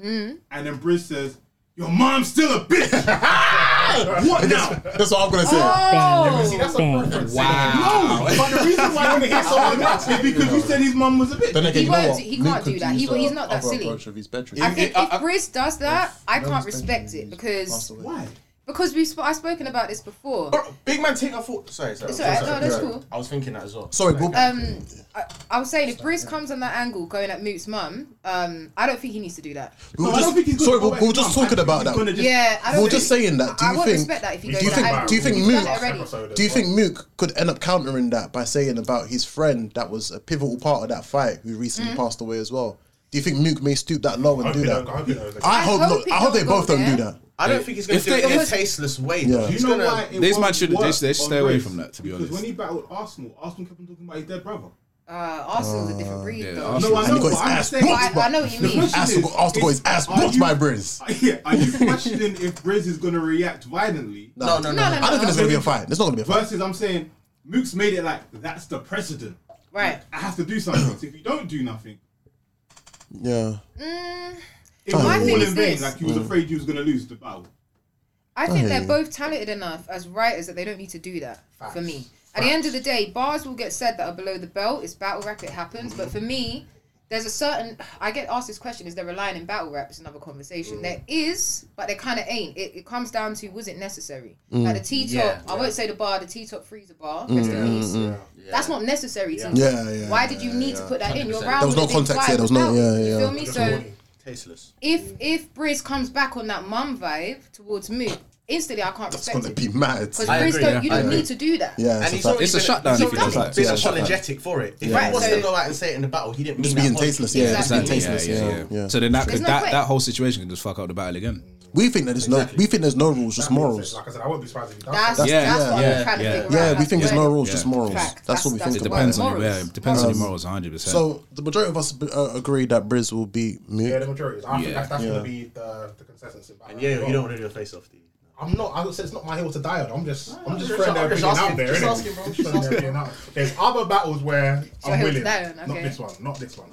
Yeah. And then Briz says, Your mom's still a bitch. what now? That's what I'm gonna say. See, Oh, that's a preference. Wow. But the reason why I want to hear someone else It's because you said his mum was a bitch. Then again, He you know won't- what? he Luke can't could do that. use He- the he's not that other silly. approach of his bedroom. I think I- if I- Briz does that, I can't his respect it Passed because away. Why? because we've sp- I've spoken about this before. Bro, Big man, take a thought. Sorry, sorry. It's sorry, alright, no, sorry. that's Sorry. cool. I was thinking that as well. Sorry, bro. Um, I, I was saying if Briz comes on that angle going at Moot's mum, um, I don't think he needs to do that. We were No, I don't think he's just, gonna sorry, go we back we were to just mum. I talking think about he's that. gonna just- Yeah, I We don't. were just saying that. Do I you won't think? respect that if he Do goes you that think? angle. Do you think He's done Mook? it already. Do you think Mook could end up countering that by saying about his friend that was a pivotal part of that fight who Mm. recently passed away as well? Do you think Mook may stoop that low I and hope do you don't- that? I hope you don't- I I hope hope not. it I hope they don't go both don't there. do that. I don't think he's going to do it in a tasteless way. though. He's You know gonna- why it These man should they should they should stay away from that. To be Because honest, when he battled Arsenal, Arsenal kept on talking about his dead brother. Uh, Arsenal's Oh. a different breed, yeah, though. No, I know, And he got but his I'm ass just saying. whooped by- I know what you The mean. question Arsenal is, got- Arsenal got his ass are whooped you- by Briz. Yeah, are you questioning if Briz is going to react violently? No, no, no, no, I don't no, think no. there's gonna be a fight. There's not gonna be a fight. Versus, I'm saying, Mook's made it like that's the precedent. Right. I have to do something. so if you don't do nothing, Yeah. Mm, it was my all thing in is vain. this. Like he was afraid he was going to lose the battle. I I think hear they're you. both talented enough as writers that they don't need to do that. For Facts. me, at the end of the day, bars will get said that are below the belt. It's battle rap. It happens. But for me, there's a certain. I get asked this question: Is there a line in battle rap? It's another conversation. Mm. There is, but there kind of ain't. It, it comes down to was it necessary? Mm. Like the T top. Yeah, I won't say the bar. The T top freezer bar. Mm, rest in yeah, peace. mm, That's not necessary. to Yeah. me. Yeah, yeah, Why did you need to put that in? You're around There was with no a big context here. vibe There was no. without- Yeah, yeah. You yeah. feel me? So tasteless. if if Briz comes back on that mum vibe towards Mook, instantly I can't respect Gonna him. be mad. Because Briz, don't, you don't need to do that. Yeah, and it's a he's fact. already It's a been- shutdown he's if he does already that. Yeah, been it's a shutdown. apologetic for it. If Yeah. he was So- to go out and say it in the battle, he didn't mean Just that being apology. tasteless, yeah, just being tasteless, yeah, yeah. So then that There's could, no that, point. that whole situation can just fuck up the battle again. We think that there's no. We think there's no rules, just morals. Like I said, I won't be surprised if he does. That's, That's- yeah, that's what yeah, I'm yeah, trying to yeah. figure Yeah, out. we think there's no rules, just morals. Fact. That's what we That's- think It that's depends the on word. your, yeah, it depends on your Um, morals, hundred percent. So the majority of us uh, agree that Briz will be Mook. Yeah, the majority. Is. I think Yeah. that's, that's Yeah. going to be the, the consensus. in battle And yeah, as you well. don't want to do a face off, do you? I'm not. I would say it's not my hill to die on. I'm just. I'm just just- throwing I'm everything just out asking- there. just innit? asking, bro. Just Just throwing asking. everything out. There's other battles where your I'm hill to willing. die on, okay. Not this one. Not this one.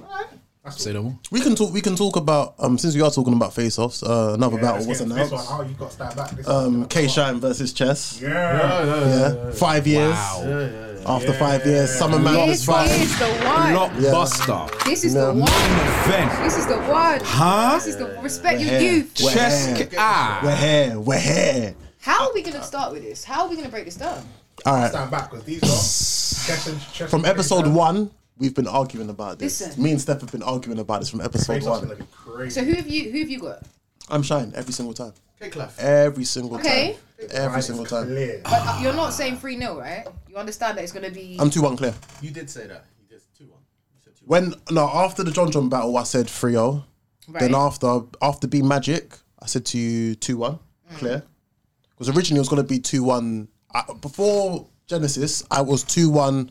Say no more. We can talk. We can talk about um since we are talking about face-offs. Uh, another Yeah, battle let's was get into announced. This one. Oh, you got to stand back. This Um, K Shine versus Chess. Yeah. Yeah, yeah, yeah, yeah. Five years. Wow. Yeah, yeah, yeah. After five years, Summer Man This is five. is the one. Blockbuster. This is the one. This is the one. Huh? This is the respect your We're here. youth. We're here. We're here. We're here. How are we gonna start with this? How are we gonna break this down? All right. Stand back because these are. Chess and chess From and episode one, we've been arguing about this. Listen. Me and Steph have been arguing about this from episode Face-off's one. So who have you who have you got? I'm shine every single time. Pick left. Every single Okay. time. Every single time. But uh, you're not saying 3 0, right? You understand that it's gonna be I'm two one clear. You did say that. You did two one. When no after the John John battle, I said oh. 3-0. Right. Then after after B Magic, I said to you two one clear. Because originally it was gonna be two one. Before Genesis, I was two one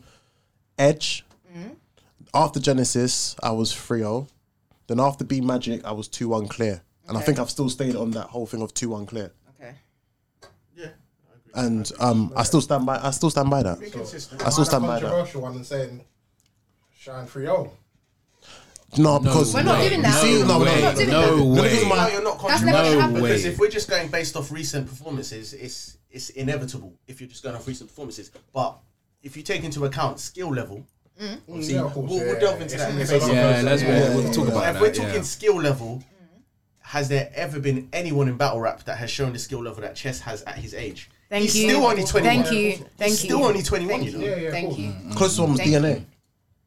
Edge. After Genesis, I was 3-0. Then after B Magic, I was two one clear. And I Okay. think I've still stayed on that whole thing of two one clear. Okay. And um, I still stand by. I still stand by that. Be consistent. I still stand by Find a that. Controversial one and saying, shine free oh. No, because We're not no, doing you that. see- We're not doing that. No the way. reason why- No, You're not That's never gonna controversial happen. because way. if we're just going based off recent performances, it's it's inevitable. If you're just going off recent performances, but if you take into account skill level, Mm. obviously, Yeah, of we'll, course, we'll yeah, delve into yeah. that. It's- in it's the a lot Yeah, of let's those- we'll- yeah, we'll yeah, talk yeah. about But that. if we're yeah. talking skill level, has there ever been anyone in battle rap that has shown the skill level that Chess has at his age? Thank He's you. still only 21. Thank you. He's Thank still you. only 21, Thank you know? you. Thank you. Close one was Thank you. DNA.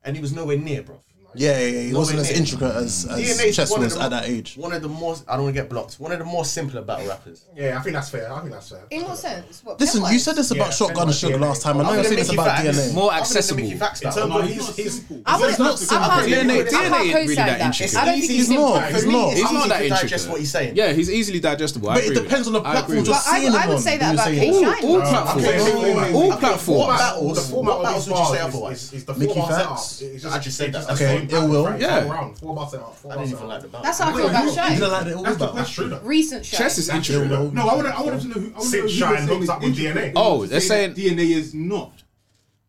And he was nowhere near, bro. Yeah, yeah, yeah. He Nowhere wasn't as near. intricate as, DNA as is Chess one of was the at mo- that age. One of the more, I don't want to get blocked, one of the more simpler battle rappers. Yeah, I think that's fair. I think that's fair. In what sense? What, Listen, you Pennywise? said this about Yeah, Shotgun Pennywise Sugar DNA. last time. I know I'm you gonna said this make you about facts. DNA. More I'm gonna accessible. make you facts It's now. not- No, he's- he's- he's- I it's not wouldn't- simple. I can't- DNA, I can't DNA ain't really that co-sign that. intricate. I don't think it's simple. For me, it's He's not easy that to intricate. digest what he's saying. Yeah, he's easily digestible. I But it agree with depends on that. the I platform agree you're with that. I, seeing I him on. would say that You're about saying- K-Shine. All, all platforms. okay, wait, wait, wait. all Okay, platforms. what Well, battles? The format what battles of would you bars say is- otherwise? is- is the Mickey four bar Facts. setup. It's I just said it's that. the Okay, same it pattern, will. right? Yeah. Same round, Four bar setup. I didn't even like the battle. That's how I feel about You Shine. didn't like it all about That's true. though. Recent Shine. Chess is intricate. though. No, I want to. I want to know who. I want to know Sit who Shine they're saying hooks is up with intricate. DNA. Oh, To they're say saying- that DNA is not.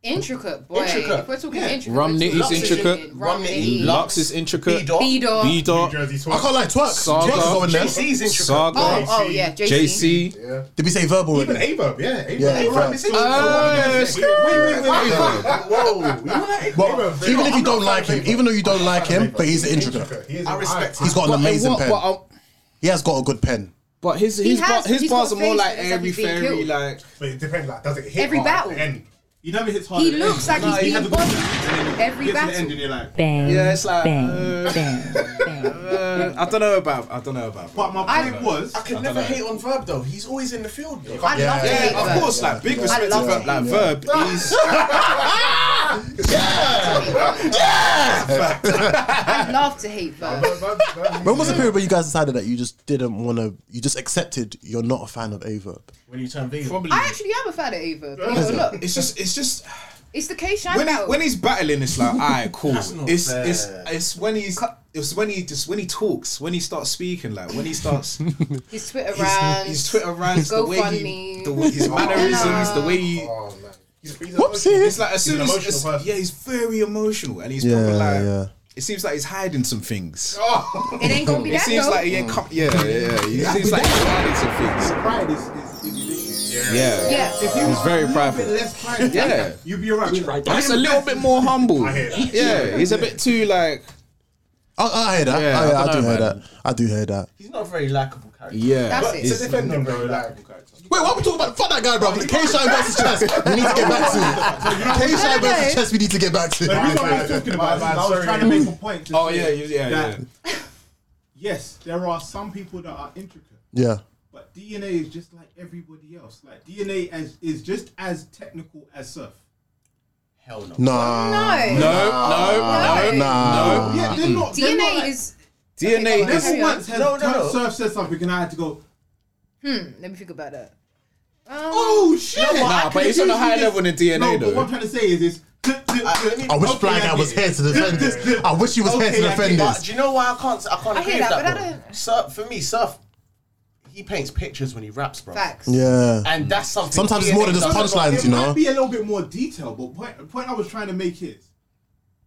Intricate, boy. Intricate. If we're talking intricate. Rum we're Nitty's talking intricate. Rum Nitty. Lux is intricate. B-Dot. B-Dot. B New dot. Jersey I twerk. can't lie, twerk. Saga. Twerk is going there. JC's intricate. Saga. Oh, oh, yeah. JC. JC. Yeah. Did we say verbal? Even already? Averb, yeah. Averb. Yeah, Averb Averb. is intricate. Hey, Wait, wait, wait, wait. Whoa. you know that? But Averb, Averb. I'm even if you not a don't fan like of him, Averb. even though you don't like him, Averb. but he's intricate. intricate. He is- I respect He's got an amazing pen. But, uh, um, He has got a good pen. but his his, has- bar- his he's got bars are more face like that looks like airy he's being fairy, killed. like But it depends. Like, does it hit Every hard at the battle. end? He never hits hard. He at the looks end. like he's he had being the good bodied shot, and then he every gets to the battle. end and you're like. Bang, Yeah, it's like, bang, uh, bang, bang. uh, I don't know about I don't know about. But my I- point was, I could never hate on Verb though. He's always in the field. Though. I'd love to Yeah, hate of her. course, like big respect to love Verb. it. Like Verb is Yeah. I'd love to hate Verve. When was the period where you guys decided that you just didn't want to, you just accepted you're not a fan of Averb? When you turn vegan, I actually am a fan of Ava. Believe it or not, It's just, it's just it's the K Shine when he, battle. when he's battling, it's like, alright, cool. That's not It's fair. it's it's when he's it's when he just when he talks, when he starts speaking, like when he starts his Twitter his- rants, his Twitter rants, the way he, GoFundMe. the, way- his Oh, mannerisms, no. the way he. It's like as He's soon an as emotional as- yeah, he's very emotional, and he's Yeah, probably like. yeah. It seems like he's hiding some things. Oh. It ain't gonna be It that seems though. like he ain't com- yeah, yeah, yeah. He Yeah, seems but like he's hiding some things. Pride is, is, is your issue. Yeah. Yeah. If you He's were very a little private. bit less private, Yeah. you'd be alright. with it. He's a little bit more humble. Yeah, he's a bit too like. I, I hear that. Yeah, I, I I, don't do know, hear man. that. I do hear that. he's not a very likable character. Yeah. That's But it. to defend him, bro, like, Wait, why are we talking about? Fuck that guy, bro. K Shine versus Chess. We need to get back to it. K Shine versus Chess. We need to get back to But the reason why I'm it. talking about bad, this is I was sorry. trying to make a point. to Oh, say yeah, you- yeah, that Yes, there are some people that are intricate, Yeah. but DNA is just like everybody else. Like DNA as is just as technical as surf. Hell no. Nah. No. No, no, no, Uh, Nah. no. Oh, Yeah, they're not. they're not DNA like- is. DNA Okay, is. Never Carry on. once has No, no, no. Surf said something, and I had to go. Hmm. Let me think about that. Um, Oh shit! Nah, but it's on a higher level than DNA No, but though. what I'm trying to say is, is I I wish Fly Guy was here to defend this. I wish he was here to defend But this. do you know why I can't? I can't I agree hear with that, that. but I bro. Surf for me, surf. He paints pictures when he raps, bro. Facts. Yeah. And that's something. Mm. Sometimes it's more than DNA just doesn't- punchlines, It you might know. be a little bit more detailed, but point the point I was trying to make is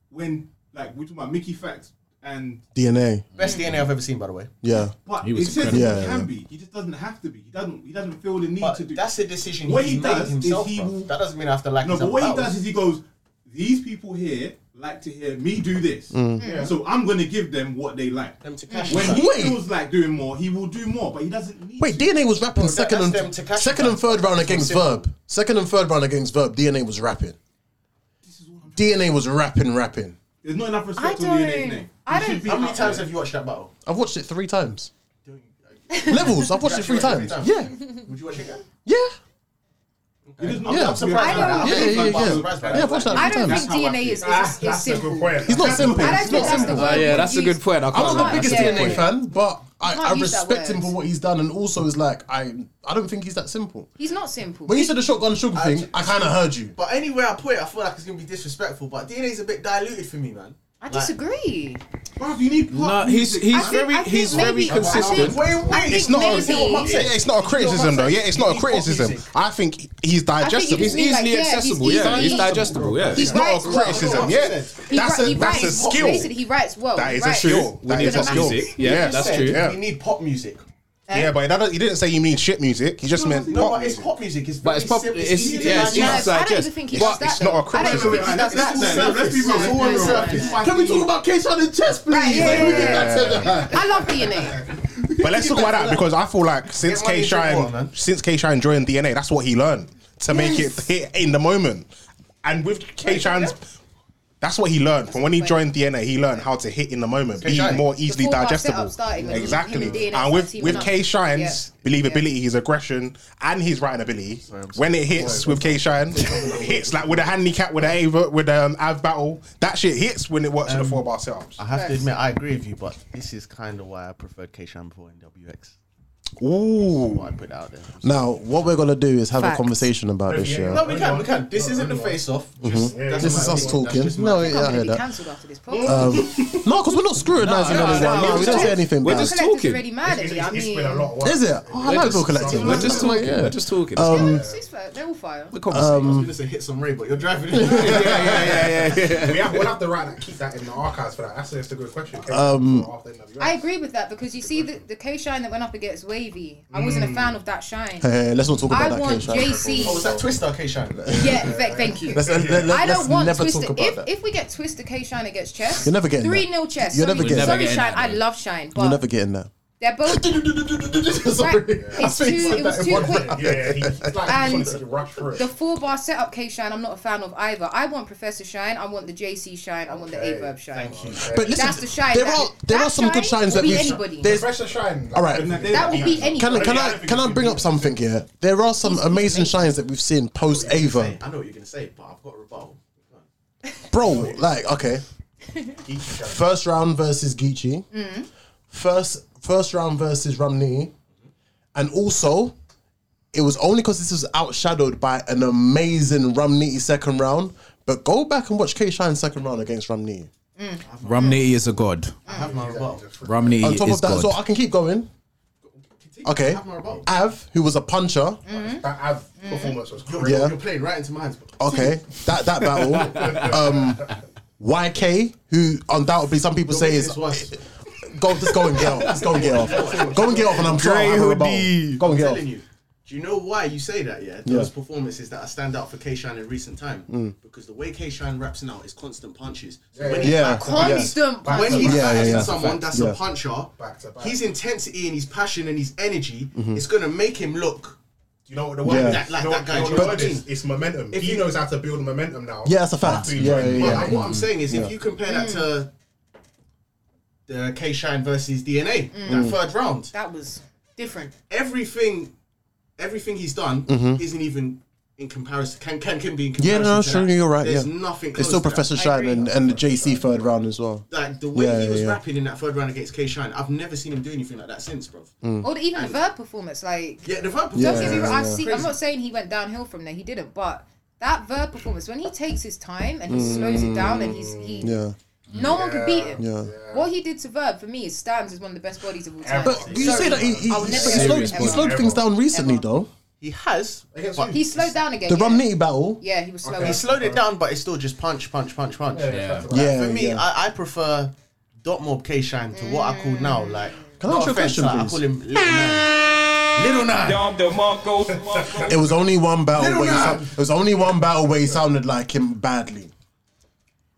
when like we're talking about Mickey Facts and DNA. Best DNA I've ever seen, by the way. Yeah. but He he was it says he incredible. Yeah, can yeah. be. He just doesn't have to be. He doesn't. He doesn't feel the need But to do. that's a decision What he, he made does is himself. he bro. will- That doesn't mean I have to like. No, his but what he battles. does is he goes, these people here like to hear me do this, Mm. so I'm going to give them what they like. Them Tekashi when he Wait. feels like doing more, he will do more, but he doesn't need. Wait, to. DNA was rapping Bro, that- second that's and them Tekashi second and battles. third round So against simple. Verb. Second and third round against Verb. DNA was rapping. DNA was rapping, rapping. There's not enough I respect on DNA's don't. name. I He should don't. be How many up times there. have you watched that battle? I've watched it three times. Levels. I've watched it three times. Yeah, Would you watch it again? yeah, He does not Yeah. have I'm to surprised. be up by that. there. yeah, I'm yeah, yeah, yeah. surprised by- I'm surprised by Yeah, that. I've watched that I three don't times. think DNA is, is, is simple. He's not I don't simple. He's think not that's the simple. word. yeah, that's a good point. I I'm can't. not the lie. biggest That's a good point. DNA fan, but You I, I can't use that respect him for word. what he's done, and also is like I I don't think he's that simple. He's not simple. When you said the shotgun sugar thing, I kind of heard you. But anywhere I put it, I feel like it's gonna be disrespectful. But DNA's a bit diluted for me, man. I disagree. Bruv, you need No, pop he's music. he's I think- very I think he's very maybe- I consistent. think- Wait, wait, think it's not. maybe- it's not what I'm Yeah, saying. it's not a criticism though. Yeah, it's not a criticism. I think he's digestible. He's He's like, easily yeah, he's accessible. Yeah, he's easily- digestible. Yeah. He's It's not writes a well. criticism. Yeah, He wri- that's a he that's a writes- Basically, skill. he writes well. That He is a writes- skill. We That need is a pop skill. music. Yeah, that's Said true. Yeah. We need pop music. Yeah, but that, he didn't say you mean shit music. He just meant No, pop but it's music. pop music. It's But very it's pop. simple, It's easy to yeah. It's digest. easy No, to I don't digest. even think he But does that. it's not though. a I don't even criticism. think he does that. That's though. all surface. That's all No, no, surface. no, no. Can we talk about K Shine and Chess, please? Right, yeah, Like, we yeah, can get back to that. I love DNA. But let's talk about that because I feel like since money K is your war, Shine man. since K Shine joined DNA, that's what he learned to make it hit in the moment. And with K Shine's that's what he learned from when he joined DNA. He learned how to hit in the moment, be K-Shine. more easily Before our digestible. setup started, when he- him exactly. and DNA and with started with teaming K up. Shine's believability, his aggression, and his writing ability, when it hits with K Shine, it hits like with a handicap, with a Ava, with um Av battle. That shit hits when it works Um, in the four bar setups. I have to admit, I agree with you, but this is kind of why I preferred K before NWX. Ooh. What I put out there. Now, what we're gonna do is have Facts. a conversation about this. Yeah, No, we can, we can. This isn't the face off. this is us talking. No, yeah, I I'm heard going to be that. cancelled after this podcast. No, because we're not scrutinizing No, no, anyone. no, No, we're we didn't just- say anything we're bad. just- Collective's talking. already mad at me. I mean, Is it? Oh, I like Bill Collective. We're just talking. Yeah. We're just talking. Um, they're all six foot, they're all fire. We're conversating. I was gonna say hit some ray, but you're driving. Yeah, yeah, yeah, yeah, yeah. we have, we'll have to write that, keep that in the archives for that. That's, that's a good question. Um, I agree with that because you see the, the K shine that went up against Wavy. I wasn't a fan of that shine. Hey, hey, let's not talk about I that. want K-Shine. JC. Oh, was that Twister, K Shine? Yeah, th- thank you. Let's, uh, let, let, I let's don't want never Twister. talk about If, that. if we get Twister K Shine against Chess, You're never getting that. 3 0 Chess. You're sorry, never getting sorry that. Shine. You're I love Shine, but You're never getting that. they're both. Sorry. Right, it's I think too- said it was that in too one quick. breath. yeah, he, it's like he And wanted to rush through it. The four bar setup K Shine, I'm not a fan of either. I want Professor Shine, I want the JC Shine, I want the A Verb Shine. Thank you. But listen, That's the shine. there that- are there that are some good shine shines will that be we've. anybody. There's Fresh or shine. all right. That will be anyone. Can, I- can I can I bring up something here? There are some amazing shines that we've seen post Ava, I know what you're gonna say, but I've got a rebuttal. bro. Like okay, First round versus Geechee. Mm. First first round versus Romney. And also, it was only because this was outshadowed by an amazing Romney second round. But go back and watch K Shine's second round against Romney. Romney is a god. I have my rebuttal. Romney um, On top is of that, god. so I can keep going. Okay. Av, who was a puncher. That Av performance was You're, crazy. Yeah. you're playing right into my hands. bro. Okay, that that battle. Um, YK, who undoubtedly some people say is go, just go and get off. Just go and get off. Go and get off, and I'm sorry. I have a rebuttal. Go I'm and get telling off. you. Do you know why you say that? Yeah, Yeah. those performances that are stand out for K Shine in recent time Mm. because the way K Shine raps now is constant punches. So Yeah, when yeah, yeah. he's back, Constant when he's punches. Yeah, yeah, backing yeah. someone that's Yeah. a puncher, his intensity and his passion and his energy Mhm. is gonna make him look. You know what the word Yeah. is? That, like You know that what- guy. you know what do you the know what I word is? mean? It's momentum. If he you- knows how to build momentum now. Yeah, that's a fact. After he's Yeah, right. yeah, But yeah. what I'm saying is, Yeah. if you compare that to the K Shine versus DNA, Mm. that third round, that was different. Everything, everything he's done Mhm. isn't even in comparison. Can can can be in Yeah, comparison. no, no, to sure, that. you're right. There's yeah, nothing. It's still close to Professor that. Shine and, and the JC third round as well. Like the way Yeah, he was yeah, yeah. rapping in that third round against K Shine, I've never seen him do anything like that since, bro. Mm. Or the, even the verb performance, like Yeah, the verb Don't performance get me is wrong, I've crazy. seen, I'm not saying he went downhill from there. He didn't, but that verb performance when he takes his time and he slows it down and he's he Mm. Yeah, no one could beat him. yeah. What he did to Verb for me is stands as one of the best bodies of all time. But you Sorry. say that he, he, I'll he never slowed, forget he Emma. slowed things down recently, though. He has. But He slowed down again. The yeah. Romney battle. Yeah, he was slow. He slowed it down, but it's still just punch, punch, punch, punch. Yeah, yeah. Like, Yeah, for me, yeah. I, I prefer Dot Mob K Shine to what I call now like. Can I no ask you a offense, question, like, I please? call him Little Nine. Little Nine. It was only one battle. Little Where he man. sound, it was only one battle where he sounded like him badly.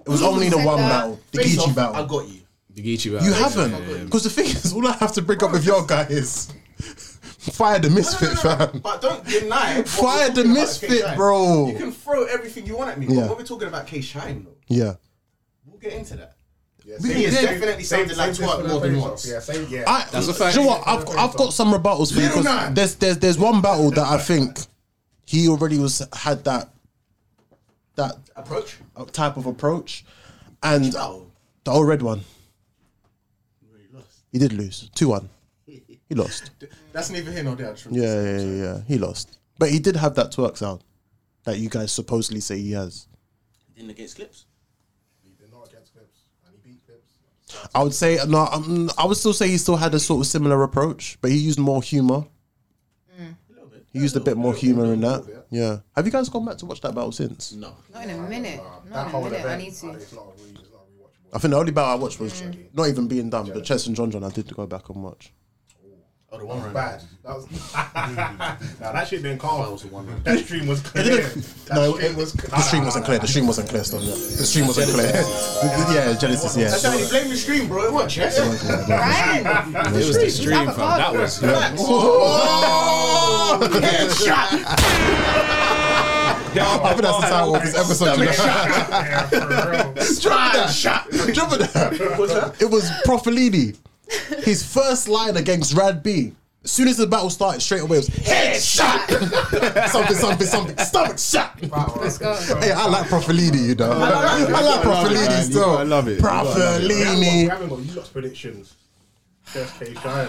It was only the Said one that. battle, the Face Geechee off, battle. I got you. The Geechee You battle. haven't, because the thing is, all I have to bring up with your guy is fire the misfit, fam. But don't deny. what Fire we're the talking about misfit, K-Shine. bro. You can throw everything you want at me, but Yeah. when we're talking about K Shine, though, Yeah, we'll get into that. same- he has same- definitely sounded like same twerk for more the than face-off. once. Yeah, same- yeah. I, That's a do fact. you know what? I've, I've got some rebuttals for you because there's there's there's one battle that I think he already was had that that approach type of approach, and the old red one. He did lose two one. He lost. That's neither here nor there. True. Yeah, yeah, yeah, yeah. He lost, but he did have that twerk sound that you guys supposedly say he has. Didn't against clips. I would say no. Um, I would still say he still had a sort of similar approach, but he used more humor. He used a bit more humor in that. Yeah. Have you guys gone back to watch that battle since? No. Not in a minute. That Not in a whole minute. I event, need to. I think the only battle I watched was not even being done, but Chess and John John. I did go back and watch. Oh, the one one was round. bad. That was nah, that shit didn't call. That, stream was clear. That No, stream was The stream wasn't clear. The stream wasn't clear. Still, yeah. The stream wasn't clear. yeah, Genesis. Yeah. That's how you blame the stream, bro. It wasn't chess. It was the stream, fam. That was. Oh, headshot. I think that's the title of this episode. You know? Drop that. Drop that. It was Profilini. His first line against Rad B. As soon as the battle started, straight away it was headshot. something, something, something. Stomach shot. Let's go. Hey, I like Profilini, you know. I like Profilini still. I love it. We haven't got- Profilini. We haven't got you lot's predictions. Just K Shine.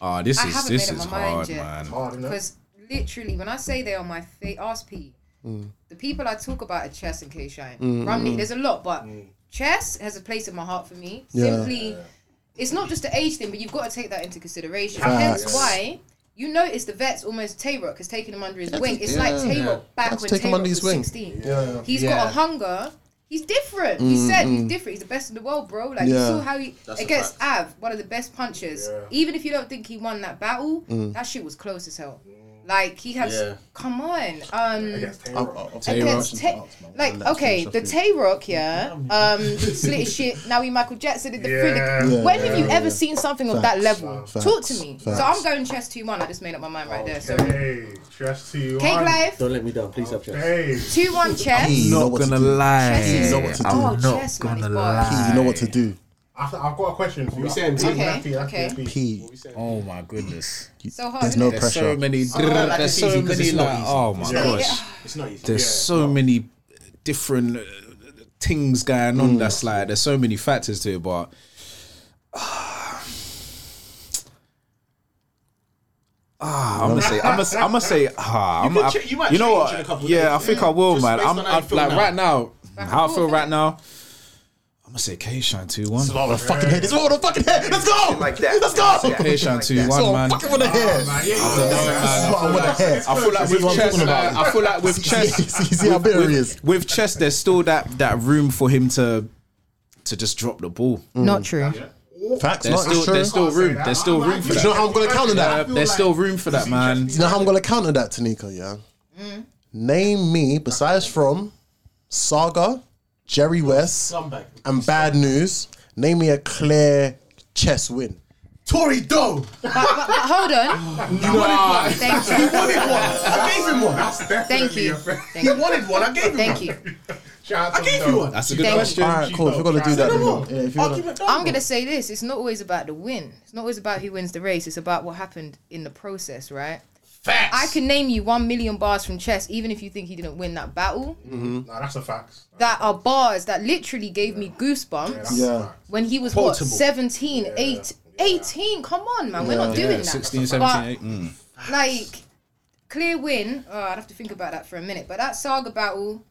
Ah, this I is haven't this made is up my mind hard, yet. man. Because literally, when I say they are my fa ask P. The people I talk about are Chess and K Shine. Mm, Romney, mm. there's a lot, but Chess has a place in my heart for me. Yeah. Simply, it's not just the age thing, but you've got to take that into consideration. Facts. Hence why you notice the vets almost Tay Rock has taken him under his wing. It's yeah. like Tay Rock back That's when take him Tay Rock under his was wing. 16. Yeah. He's Yeah. got a hunger. He's different. he Mm, said he's mm. different. He's the best in the world, bro. Like you Yeah. saw how he That's a against Av, one of the best punchers. Even if you don't think he won that battle, Mm. that shit was close as hell. Like he has Yeah. come on. Um against Tay Rock. Ta- like okay, the Tay Rock, yeah. Um slit his shit. Now he Michael Jackson in the Yeah. freak. When Yeah. have you ever Yeah. seen something of Facts. that level? Facts. Talk to me. Facts. So I'm going chess two one. I just made up my mind right there. So Hey, trust to you. Cake on. Life. Don't let me down, please. Up, chess. Hey. two one chess. Hey, you know what to do. lie. You know what to do. Oh, chess, man, he's bad. P, you know what to do. I've I've got a question for you. we saying? Happy, Okay, happy, happy, okay. happy. P. Oh my goodness. So hard. There's no There's pressure. so many. I don't like there's it's so easy 'cause many. it's not Like, easy. oh my It's not gosh. easy. It's not easy. There's so many different uh, things going Mm. on. That's like there's so many factors to it, but ah, I'm gonna say, I'm gonna, I'm gonna say, ah, You I'm could gonna- ch- you might know change what? in a couple of yeah, days. I think I will, Just man. based I'm, on I'm how you like feel now. right now, Back how I and feel forth, eh? right now. I'm gonna say K Shine two one. It's a lot of fucking head. It's a lot of fucking head. Let's go. Like that. Let's go. K Shine two one, man. Fucking with the head. That's what I want to hear. I feel like This is with what I'm chess, talking like, about. I feel like with chess, You see how bitter he is. with chess, there's still that that room for him to to just drop the ball. Not true. There's Facts, Mm. not still, true. there's still room. There's still room for Do that. Uh, you know how I'm going to counter that? There's still room for that, man. Do you know how I'm going to counter that, Tanika? Yeah. Name me besides from Saga, Jerry West, Scumbag. and Bad News. Name me a clear chess win. Tory Doe. But, but, but hold on. You wanted one. Thank He you. wanted one. I gave him one. Thank you. He wanted one. I gave him Thank one. you. I gave you one. That's a good Thank question. you. Alright, cool. If you're gonna do that, then- yeah, if you're gonna- I'm gonna say this: it's not always about the win. It's not always about who wins the race. It's about what happened in the process, right? Facts. I can name you one million bars from chess, even if you think he didn't win that battle. Nah, that's a fact. That are bars that literally gave me goosebumps. Yeah. When he was what Quotable. 17, eight, 18. Come on, man, we're not doing that. 16, But 17, 8. Mm. like clear win. Oh, I'd have to think about that for a minute. But that saga battle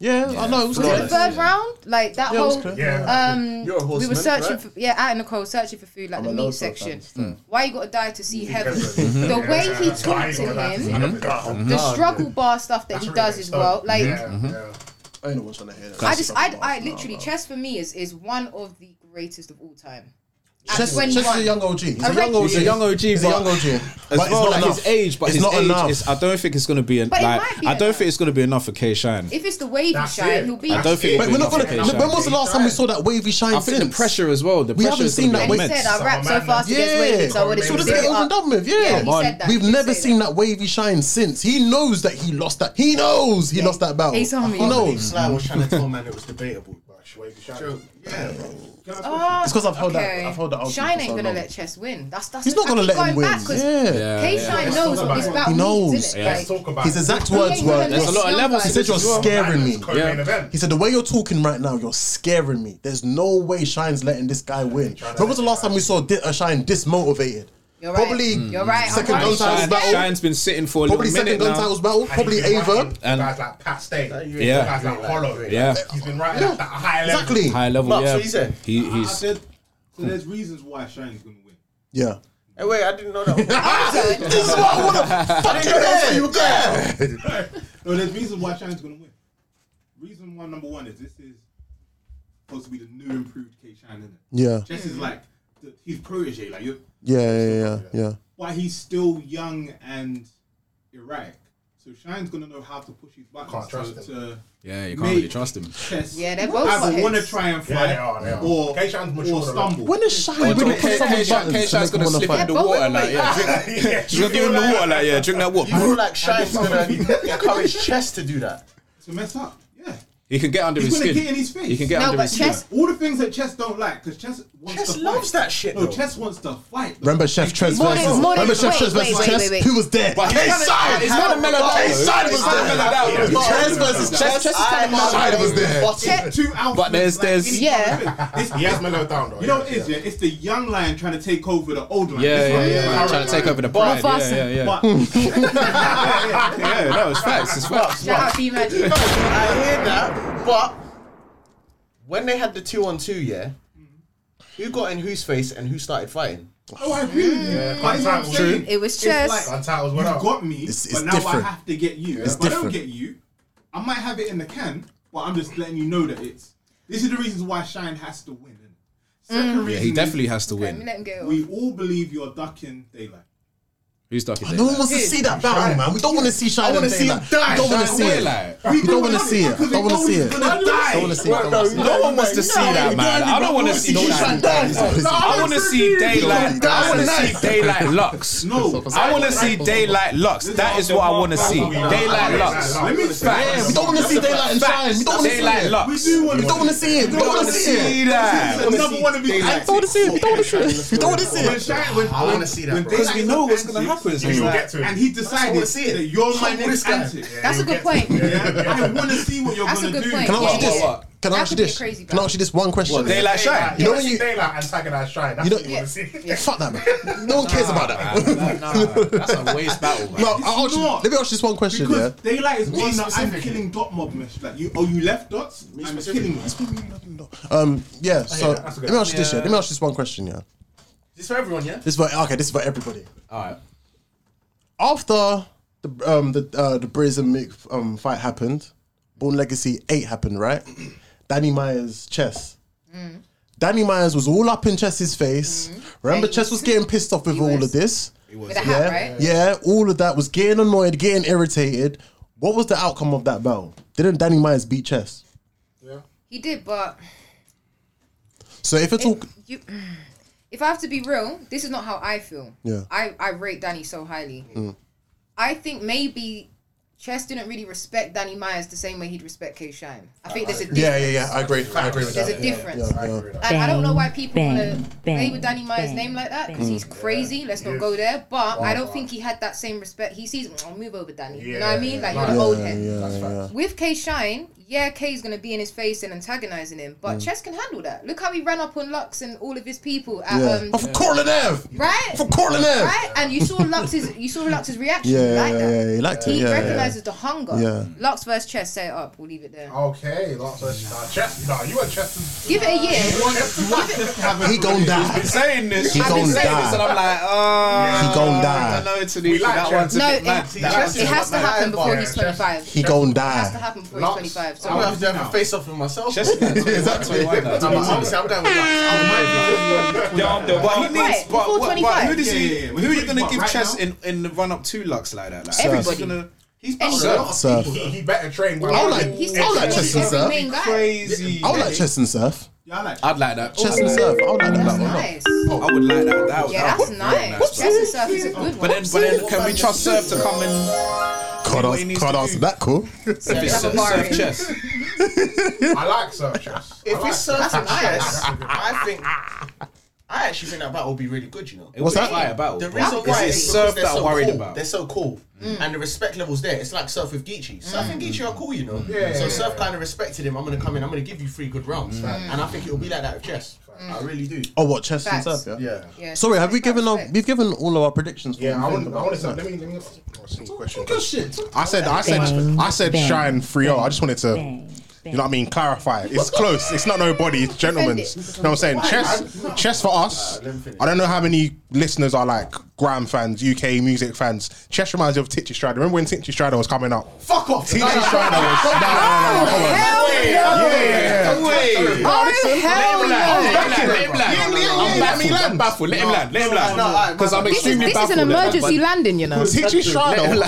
Yeah, I know. It was was it the clear. third round? Like that Yeah, it was whole clear. Yeah. um You're a we were horseman, searching right? for yeah, out in the cold searching for food like I'm the a meat local section. fan. Why you gotta die to see heaven? Mhm. the way he Yeah. Why talked you to gotta die to see him, heaven? Mhm. Mm-hmm. the Mhm. struggle bar stuff that he does as well. Like I ain't what's on the head. I just I, I literally chess for me is is one of the greatest of all time. At Chess, 21. Chess is a young OG. He's a young reckon- OG. He's a young OG, He's a but- young OG. As But well, it's not like enough. his age, but it's his not age enough. is. I don't think it's gonna be. An, But it like, might be I don't think it's gonna be enough for K Shine. If it's the wavy That's shine, it. he'll be I don't think. But we're not gonna. When was the last time we saw that wavy shine? I think the since? pressure as well. The We um, pressure haven't is gonna seen be that And he wave. said I rap so fast against wavy, so I wouldn't So let's do get it it over up. and done with. Yeah, Yeah, he said that. we've He never said seen that wavy shine since. He knows that he lost that. He knows he lost that battle. He's on He me. oh. knows. Sly was trying to tell man it was debatable. True. Yeah. Oh, It's 'cause I've held that- okay. I've held that argument Shine for ain't so gonna long. let Chess win. That's that's. He's not I gonna keep let him going win. back 'cause Yeah. Yeah, K yeah. Shine knows Let's talk what about this it. battle He knows. means. Yeah. Let's talk His exact words were, He said, You're scaring me. He said, The way you're talking right now, you're scaring me. There's no way Shine's letting this guy win. When was the last time we saw Di- uh, Shine dismotivated? You're right. Probably Mm. You're right. I'm second right. gun titles Shine- battle. Shine's been sitting for a Probably little minute second gun now. titles battle. Probably he's been Ava. And- guys like Pat Stay, Yeah. guys like Hollow, Yeah. he's been right at a high level. Exactly. High level. Mark, yeah. so he said- He, I he's. said, so there's reasons why Shine's gonna win. Yeah. Hey, wait, I didn't know that. This is what I want to fucking hear. you go. No, there's reasons why Shine's gonna win. Reason one, number one, is this is supposed to be the new improved K Shine, isn't it? Yeah. Chess is like the, his protege. Like you're Yeah, yeah, yeah, yeah. why he's still young and erratic. So Shine's gonna know how to push his buttons Can't trust to, him. to Yeah, you can't Mate. really trust him. chess. Yeah, they're both either hotheads. want to try and fight Yeah, they are, they are. or, K-Shine's mature or enough. stumble. When is Shine going to put someone's buttons to K-Shine's make him gonna want to slip in fight? the Yeah, water, both like, yeah. drink- She's gonna give him the water, like, yeah, drink that You feel water. like Shine's gonna encourage Chess to do that. to mess up. Yeah. He can get under He's his gonna skin. get in his face. He can get No, under but his skin. Chess- All the things that Chess don't like, because Chess wants Chess to loves fight. that shit, No, though. Chess wants to fight. Remember Chef Trez More than- versus more than- Remember Chef wait, Trez wait, versus wait, wait, Chess? wait. Who was there? But he's kinda- K-Side! he's kinda mellowed out, though. K-Side He's was kinda mellowed out, there! though. Trez versus Chess- Chess? Chess is kinda mellowed Shine out. was there. Button. Two alphas, But there's- like, there's- in each Yeah. other. It's- He has mellowed down though. You know what it is, yeah? It's the young lion trying to take over the old lion. Yeah, That's yeah, what it is. yeah. Alright, Trying to take right. over the pride. Yeah, Barfasa. yeah, yeah. But Yeah, no, it's facts. It's facts. Shout out B Magic. No, I hear that, but when they had the two on two, yeah, who got in whose face and who started fighting? oh, I agree. with you. But you know what I'm True. saying? It was It's chess. like, titles you went up. got me, It's- it's but now different. I have to get you. It's if I don't different. get you, I might have it in the can, but I'm just letting you know that it's. This is the reasons why Shine has to win. innit? Second Yeah, reason he is definitely has to Let me win. let him get it off. We all believe you're ducking daylight. Who's ducking No one daylight? wants to see that battle, man. We don't want to see Shine wanna and see him Daylight. We don't want to Shine see Daylight. it. We don't want to see it. Because Don't they want know to see he's it. gonna die. Don't want to see it. Don't want to see it. No one wants to see that, man. I don't want to see Shine that. die. I want to see daylight. I want to see daylight lux. No, I want to see daylight lux. That is what I want to see. Daylight lux. Let me Yeah, we don't want to see Daylight and Shine. We don't want to see Daylight it. lux. We do want We don't want to see it. We don't want to see it. that. Number one of these. We don't want to see it. We don't want to see it. We don't want to see it. When Shine, when, I wanna see that, when bro. Daylight Because we know is what's offensive, gonna happens. It's You'll like- get to it. And he decided that you're my next antic. That's a good point. I want to see what you're That's a going to good do. point. Can I ask Yeah, you this? yeah, yeah. Can I That ask could you be a this? crazy Can I ask you this one question? What, daylight shine? You know when you daylight antagonize shine. That's You know- what you want to see. Fuck that, man. No one cares about that. That's a waste battle, man. No, I'll ask you, not. let me ask you this one question, yeah? Because daylight is one that I'm killing dot mob mesh. Like you, oh, you left dots. I'm killing you. Um, yeah, hear so that. That's a let good me ask you this, yeah? one. Let me ask you this one question, yeah? This for everyone, yeah. This is for, okay, this is for everybody. All right. After the um the uh, the Briz and Mick um fight happened, Born Legacy 8 happened, right? Danny Myers chess. Danny Myers was all up in Chess's face. Remember, Chess was getting pissed off with all of this. With a hat, yeah, right? yeah, all of that was getting annoyed, getting irritated. What was the outcome of that battle? Didn't Danny Myers beat Chess? He did, but So if it's all you, if I have to be real, this is not how I feel. Yeah. I, I rate Danny so highly. Mm. I think maybe Chess didn't really respect Danny Myers the same way he'd respect K Shine. I think there's a difference. yeah, yeah, yeah, I agree. I agree with There's that. a difference. Yeah, yeah, yeah. Like, I don't know why people Bang, want to bang, play with Danny Myers' name like that because Mm. he's crazy. Let's not Yes. go there. But I Wow. don't think he had that same respect. He sees, oh, move over, Danny. you know what I mean? Like, yeah, you're an old yeah, head. yeah, With K Shine, yeah, K's gonna be in his face and antagonizing him, but Mm. Chess can handle that. Look how he ran up on Lux and all of his people at Yeah. um, Oh, for Cortland Ave! right? For Cortland Ave! right? And you saw Lux's, you saw Lux's reaction. Yeah, you like yeah, that. yeah, he liked it, He yeah, yeah. recognizes the hunger. Yeah. Lux versus Chess, set it up. We'll leave it there. Oh, Okay, lots of nah, chest. Nah, you a chest. Give it a year. You want Chess to win? He gonna die. He's been saying this. He I've been gonna saying die. this, and I'm like, oh, He gonna die. I know it's an We issue. like that Chess. one's a No, bit it, mad. it has, it has to happen before he's 25. He gonna It has to die. happen before Lux, he's 25. So I'm gonna have to have a face off with myself. exactly. I'm obviously, I'm going with that. Yeah, but he needs. But, before what- but who 25. does he? Yeah, yeah, yeah. Who are you gonna But give right chess now- in in the run up to Lux like that? Like, Everybody. he's gonna- He's Any- better. Sir. He, he better train. I would Oh, like, I would like chess and surf. Crazy. I would like chess and surf. I'd like that. Chess and surf. I would like that. one. nice. I would like that. That would. Yeah, that would that's be nice. nice. Chess and surf is a good But one. then, but then, can we trust Surf to come and Can't he answer, needs can't to answer that, cool. if it's Have a surf, bar surf in. chess? I like surf chess. If I it's like surf and chess, I think I actually think that battle will be really good. You know, It What's would be that? a fire battle. The Yeah. reason It's why the is surf surf they're that I'm so worried cool. about. They're so cool, Mm. and the respect levels there. It's like surf with Geechee. Surf and Geechee are cool, you know. Yeah, so yeah, surf kind of respected him. I'm gonna come in. I'm gonna give you three good rounds, and I think it'll be like that with chess. I really do. Oh, what chess and Facts. surf? Yeah. Yeah. Yeah. Sorry, have we given our, we've given all of our predictions? Yeah, I want. I want to. say. Let me. Let me. Ask you a question. I said, I said, Bang, I said, bang, shine 3 0. Oh, I just wanted to, you know what I mean, clarify. It's close. It's not nobody, it's gentlemen's. You know what I'm saying? Chess, chess for us. I don't know how many listeners are like Graham fans, UK music fans. Chess reminds you of Titchy Strider. Remember when Titchy Strider was coming up? Fuck off. Titchy Strider was. Nah, nah, nah, come on. Yeah, yeah, yeah. Oh, hell Let him no. land. Let him land. I'm baffled. I'm baffled. Let him land. Let him land. Because I'm This is, extremely this is an baffled at that, emergency but- landing, you know. Titchy Strider.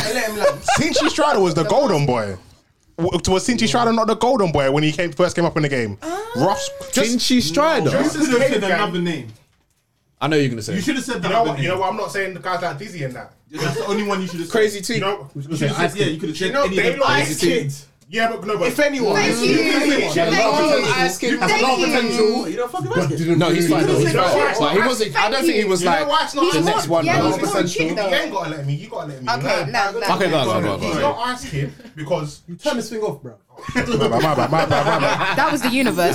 Sinchi Strider was the golden boy. W- Was Sinchi Strider not the golden boy when he came first came up in the game? Ruff's Sinchi You Strider. Just, could have said another name. I know you're gonna say. You should have said You that. know other what? name. You know what? I'm not saying the guys like Dizzy in that. That's the only one you should have said. Crazy too. You know, you should have said, yeah, you could have You said know, any they of them. look Crazy ice too. kids. Yeah, but no, but If anyone, Thank you you. can say Thank anyone. you. Love potential. Ice Kid. You can Thank say you. potential. You don't fucking like it. No, he's fine. though. He's fine. But he wasn't. I don't think he was like the next one. yeah, though. he's more a chick, You ain't gotta let me. You gotta let me. Okay, Nah. no, no. Okay, go, go, go, He's go. not ice kid because you turn this thing off, bro. my bad, my bad, my bad, my bad. That was the universe.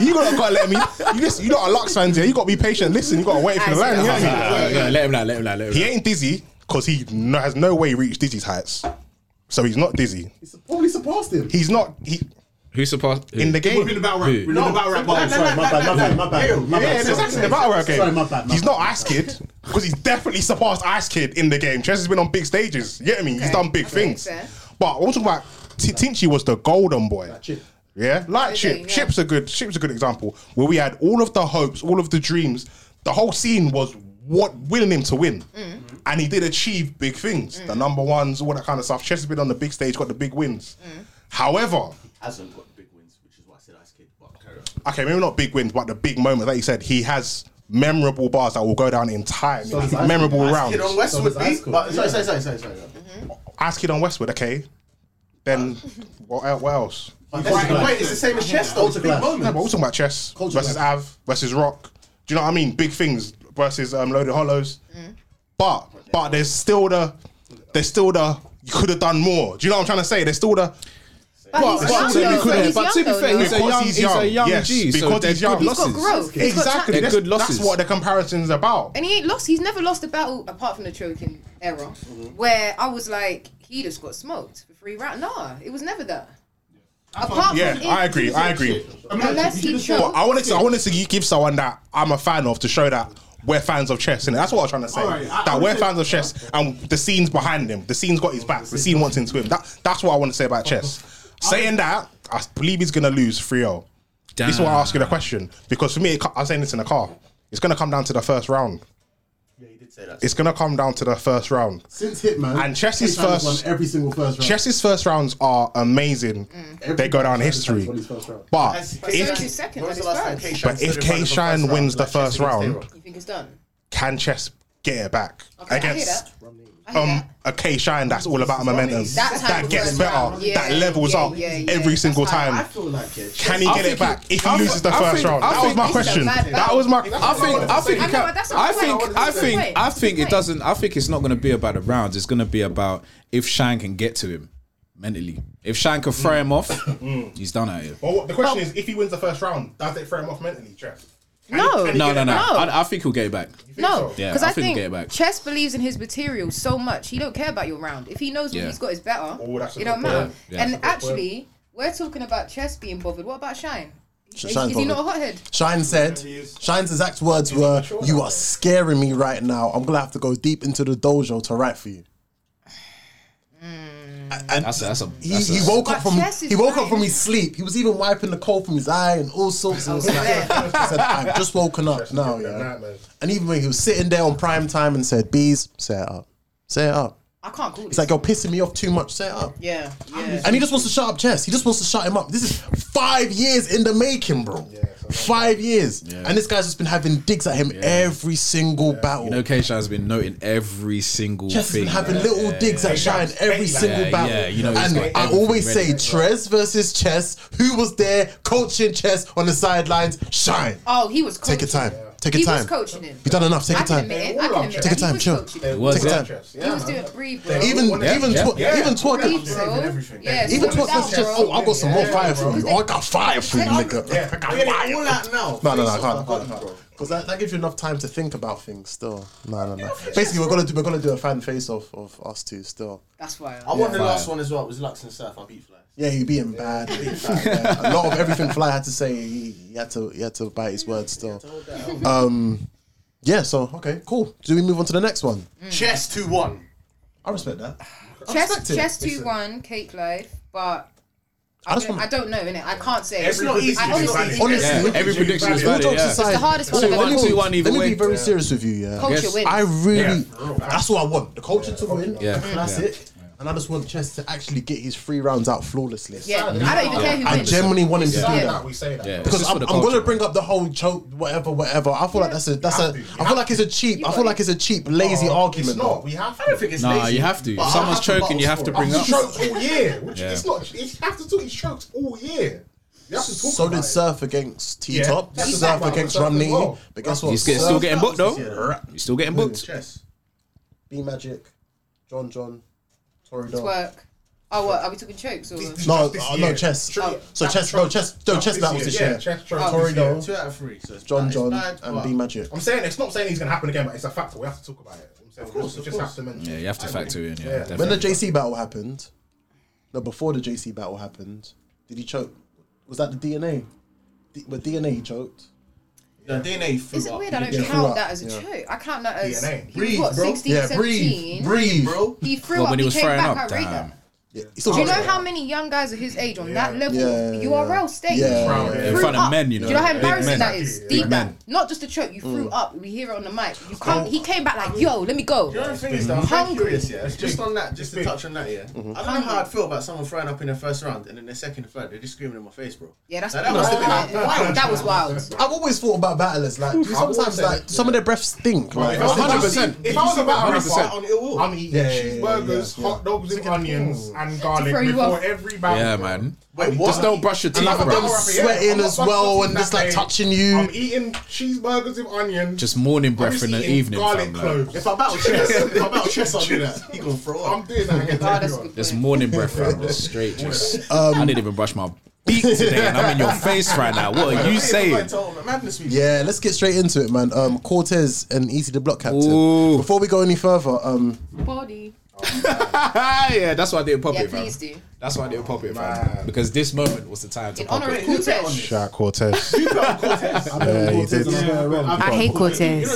You gotta, gotta let me. You listen, you lot are Lux fans here. You gotta be patient. Listen, you gotta wait for the line. You Alright, hear alright, me? yeah, Let him land. Let him land. Let him He land. ain't dizzy because he no, has no way he reached dizzy's heights, so he's not dizzy. Probably surpassed him. He's not. He Who surpassed? who? in the We're game. in the battle rap. We're in the No, battle rap. no, no, battle. no, Sorry, no, my bad, no, my bad, no. my bad, my Yeah, bad. that's Sorry, actually the sorry, battle rap game. sorry, Sorry, my bad. my He's bad. not Ice Kid because he's definitely surpassed Ice Kid in the game. Chess has been on big stages. You get me? He's Okay. done big Okay, things. fair. But we're talking about T- Tinchy was the golden boy. Chip. Yeah, like Chip. yeah. Chip's a good Chip's a good example where we had all of the hopes, all of the dreams. The whole scene was what willing him to win, and he did achieve big things. The number ones, all that kind of stuff. Chess has been on the big stage, got the big wins. However, Hasn't got big wins, which is why I said Ice Kid. But carry on. okay, maybe not big wins, but the big moments. Like you said, he has memorable bars that will go down in time. Like, memorable rounds. Kid on Westwood, B. But sorry, sorry, sorry, sorry, sorry. Ice Kid on Westwood, okay. Then what, el- what else? But that's the point. It's the same as chess, though. It's a big No, but we're moment. talking about chess versus Av versus Rock. Do you know what I mean? Big things versus um, Loaded Hollows. But but there's still the there's still the you could have done more. Do you know what I'm trying to say? There's still the But he's there's young still the though, you could so have- he's but to be young fair, though, he's no? a Because young, he's he's young, young yes, G, so because they're he's young. good He's got losses. growth, he's got Exactly, talent. that's, They're good that's losses. what the comparison's about. And he ain't lost. He's never lost a battle apart from the choking era, Mm-hmm. where I was like, he just got smoked for three rounds. Nah, it was never that. Apart Yeah, from I if- agree. I agree. Unless he But choked. I wanted to, I wanted to give someone that I'm a fan of to show that we're fans of chess, and that's what I'm trying to say. Alright, I- I that we're would say- fans of chess, and the scene's behind him. The scene's got his back. The scene wants into him. That that's what I want to say about chess. Saying that, I believe he's gonna lose 3-0. This is why I ask you the question because for me, it co- I was saying this in the car. It's gonna come down to the first round. It's gonna come down to the first round. Since Hitman And Chess's Hitman has first- won every single first round. Chess's first rounds are amazing. They go down in history. Every first round. But That's- if He's only second, When was but the it's last time first. K-Shine But if stood in front K of a Shine first wins the round, like, first Chess against round, Zero? You think it's done? can Chess get it back Okay, I hear against that. I hear um a K Shine that's all about momentum That type that of gets first better, round. Yeah, that levels yeah, up yeah, yeah. every single I time? feel like it. Can he I get it think back he- if he I thi- loses the I first think- round? I That was think- my It's a question. bad That was my. I think. I think. I it know, can- but that's a I good think. point. I That's a good think. point. I That's a think good it point. doesn't. I think it's not going to be about the rounds. It's going to be about if Shang can get to him mentally. If Shang can throw him off, he's done out here. Well, what- Oh, the question is, if he wins the first round, does it throw him off mentally, Jeff? No, No, no, no. I, I think he'll get it back. No, because Yeah, I, I think think, we'll get it back. Chess believes in his material so much. He don't care about your round. If he knows what Yeah. he's got is better, that's a it don't good matter. point. Yeah. And That's a good actually, we're talking about Chess being bothered. What about Shine? Sh- is, Shine's is he not a bothered. hothead? Shine said, Shine's exact words were, You are scaring me right now. I'm going to have to go deep into the dojo to write for you. And That's a, that's a, He, that's a- he woke up But from chess is he woke up right. from his sleep. He was even wiping the cold from his eye and all sorts. Of stuff. He said, "I've just woken up now." Yeah. And even when he was sitting there on prime time and said, "Bees, set it up, set it up." I can't call It's this. like you're pissing me off too much. Set it up. yeah, yeah. And he just wants to shut up Chess. He just wants to shut him up. This is five years in the making, bro. five years. And this guy's just been having digs at him every single battle. You know, K Shine's been noting every single Chess thing. been having little digs at Shine every single Yeah, battle. yeah, you know, he's and got I everything always ready. say Trez versus Chess. Who was there coaching Chess on the sidelines? Shine. Oh, he was coaching. Take your time. Take your he time. was coaching him. You've done enough. Take I your can time. admit it. I can admit Take your it. time. He Chill. was coaching. Take your time. He was doing breathe, bro. Even even yeah. tw- even Breathe, twerk. bro. Yeah, Even sort it twerk out, is just. bro. Oh, I got some more fire for you. Oh, I got fire for you, Yeah, nigga. I got get it fire. all out now. No, no, no, Face I off, can't. I've got you, bro. Because that, that gives you enough time to think about things still. No, no, no. Basically, we're gonna do we're gonna do a fan face off of us two still. That's why. I won the last one as well. It was Lux and Surf. I beat Fly. Yeah, he beat him bad. He beat him bad, man. A lot of everything Fly had to say, he, he had to he had to bite his words still. Um, yeah. So okay, cool. Do we move on to the next one? Chess two one. I respect that. I Chess, respect it. chess two one, cake life, but. I I just don't, want- I don't know, innit? I can't say. It's not easy. I It's not honestly, easy. Honestly, Yeah, every prediction is all valid. jokes Yeah. aside, It's the hardest so one I've let ever me, called. let me Either be way. very serious with you. Yeah, Culture Yes. wins. I really, Yeah, that's what I want. The coaching to win, Yeah. the classic, and I just want Chess to actually get his three rounds out flawlessly. yeah, I don't even care who I wins. genuinely want him to do Yeah. that. We say that. Yeah, it's Because just for I'm, the I'm culture. gonna bring up the whole choke, whatever, whatever. I feel like that's a that's a. I feel like it's a cheap. I feel like it's a cheap, lazy argument. though. We have I don't think it's Nah, lazy, you have to. but If I someone's have to choking, you have battle to for it. bring up. choked all year. Which Yeah. it's not. It's after two. He's choked all year. You have to talk So about did it. Surf against T Yeah. Top, That's Surf right. against Surf as Romney. well. But guess what? He's get, still Surf, getting booked though. Yeah. He's still getting booked. Chess. B Magic, John John, Tory Dog. Twerk. Oh, what? Are we talking chokes or? No, This uh, year. no chess. True. So That's chess, true. no chess, no That's chess. this That was year. this Yeah, year. chess, tress. Tory Dog, Two out of three. So it's John bad, John, it's bad, and but- B Magic. I'm saying it's not saying he's gonna happen again, but it's a fact. We have to talk about it. I'm saying we course, just of have to mention. Yeah, it. you have to factor in. Yeah, When definitely. the JC battle happened, no, before the JC battle happened, did he choke? Was that the DNA? D- with DNA, he choked. The DNA threw Is it up. weird? I don't Yeah. count Yeah. that as a Yeah. choke. I count that as DNA. he was Breathe, what bro. 16, 17. breathe, breathe, bro. He threw Well, up. when he was came throwing back. up, I read damn. that. Yeah, he still Do you know choked. how many young guys of his age on that level Yeah, yeah, URL stage Yeah, threw yeah. In front of up? men, you Do you know know, how big embarrassing men. that is? Deep down, not just a choke. You threw up. We hear it on the mic. You can't. He came back like, yo, let me go. The other thing is that I'm very Hungry. Mm-hmm. curious, yeah. Just on that, just to touch on that, yeah. I don't know how I'd feel about someone throwing up in their first round and in their second and third, they're just screaming in my face, bro. Yeah, that's Like, that must have been like, wild. That was wild. I've always thought about battlers. Like sometimes, said like it, some of their breaths stink. Like, If I was a 100%. battle- If I was a battle rapper, on ill will. I'm eating Yeah, yeah, yeah, cheeseburgers, yeah, yeah. hot dogs, and onions, and garlic throw you before off. every battle. Yeah, bro. man. Like, Just don't brush your And teeth, I'm bro. done with it, yeah. Sweating I'm not as brushing well teeth and that just, like, day. touching you. I'm eating cheeseburgers with onion. Just morning I'm breath just in the eating evening, Garlic fam. like. cloves. If I battle chess, if I battle chess, I'll do that. He gonna throw up. I'm doing that against everyone. Just morning breath, fam. Just straight. Just. I Um, didn't even brush my beak today, and I'm in your face right now. What are you saying? Madness, we Yeah, let's get straight into it, man. Um, Cortez and Easy the Block Captain. Before we go any further, um, Body. yeah, that's why I didn't pop Yeah, it, fam. please do. That's why I didn't pop it, fam. Because this moment was the time to In pop honor of it. Kutesh. Shout out Cortez. yeah, he did. I hate Cortez.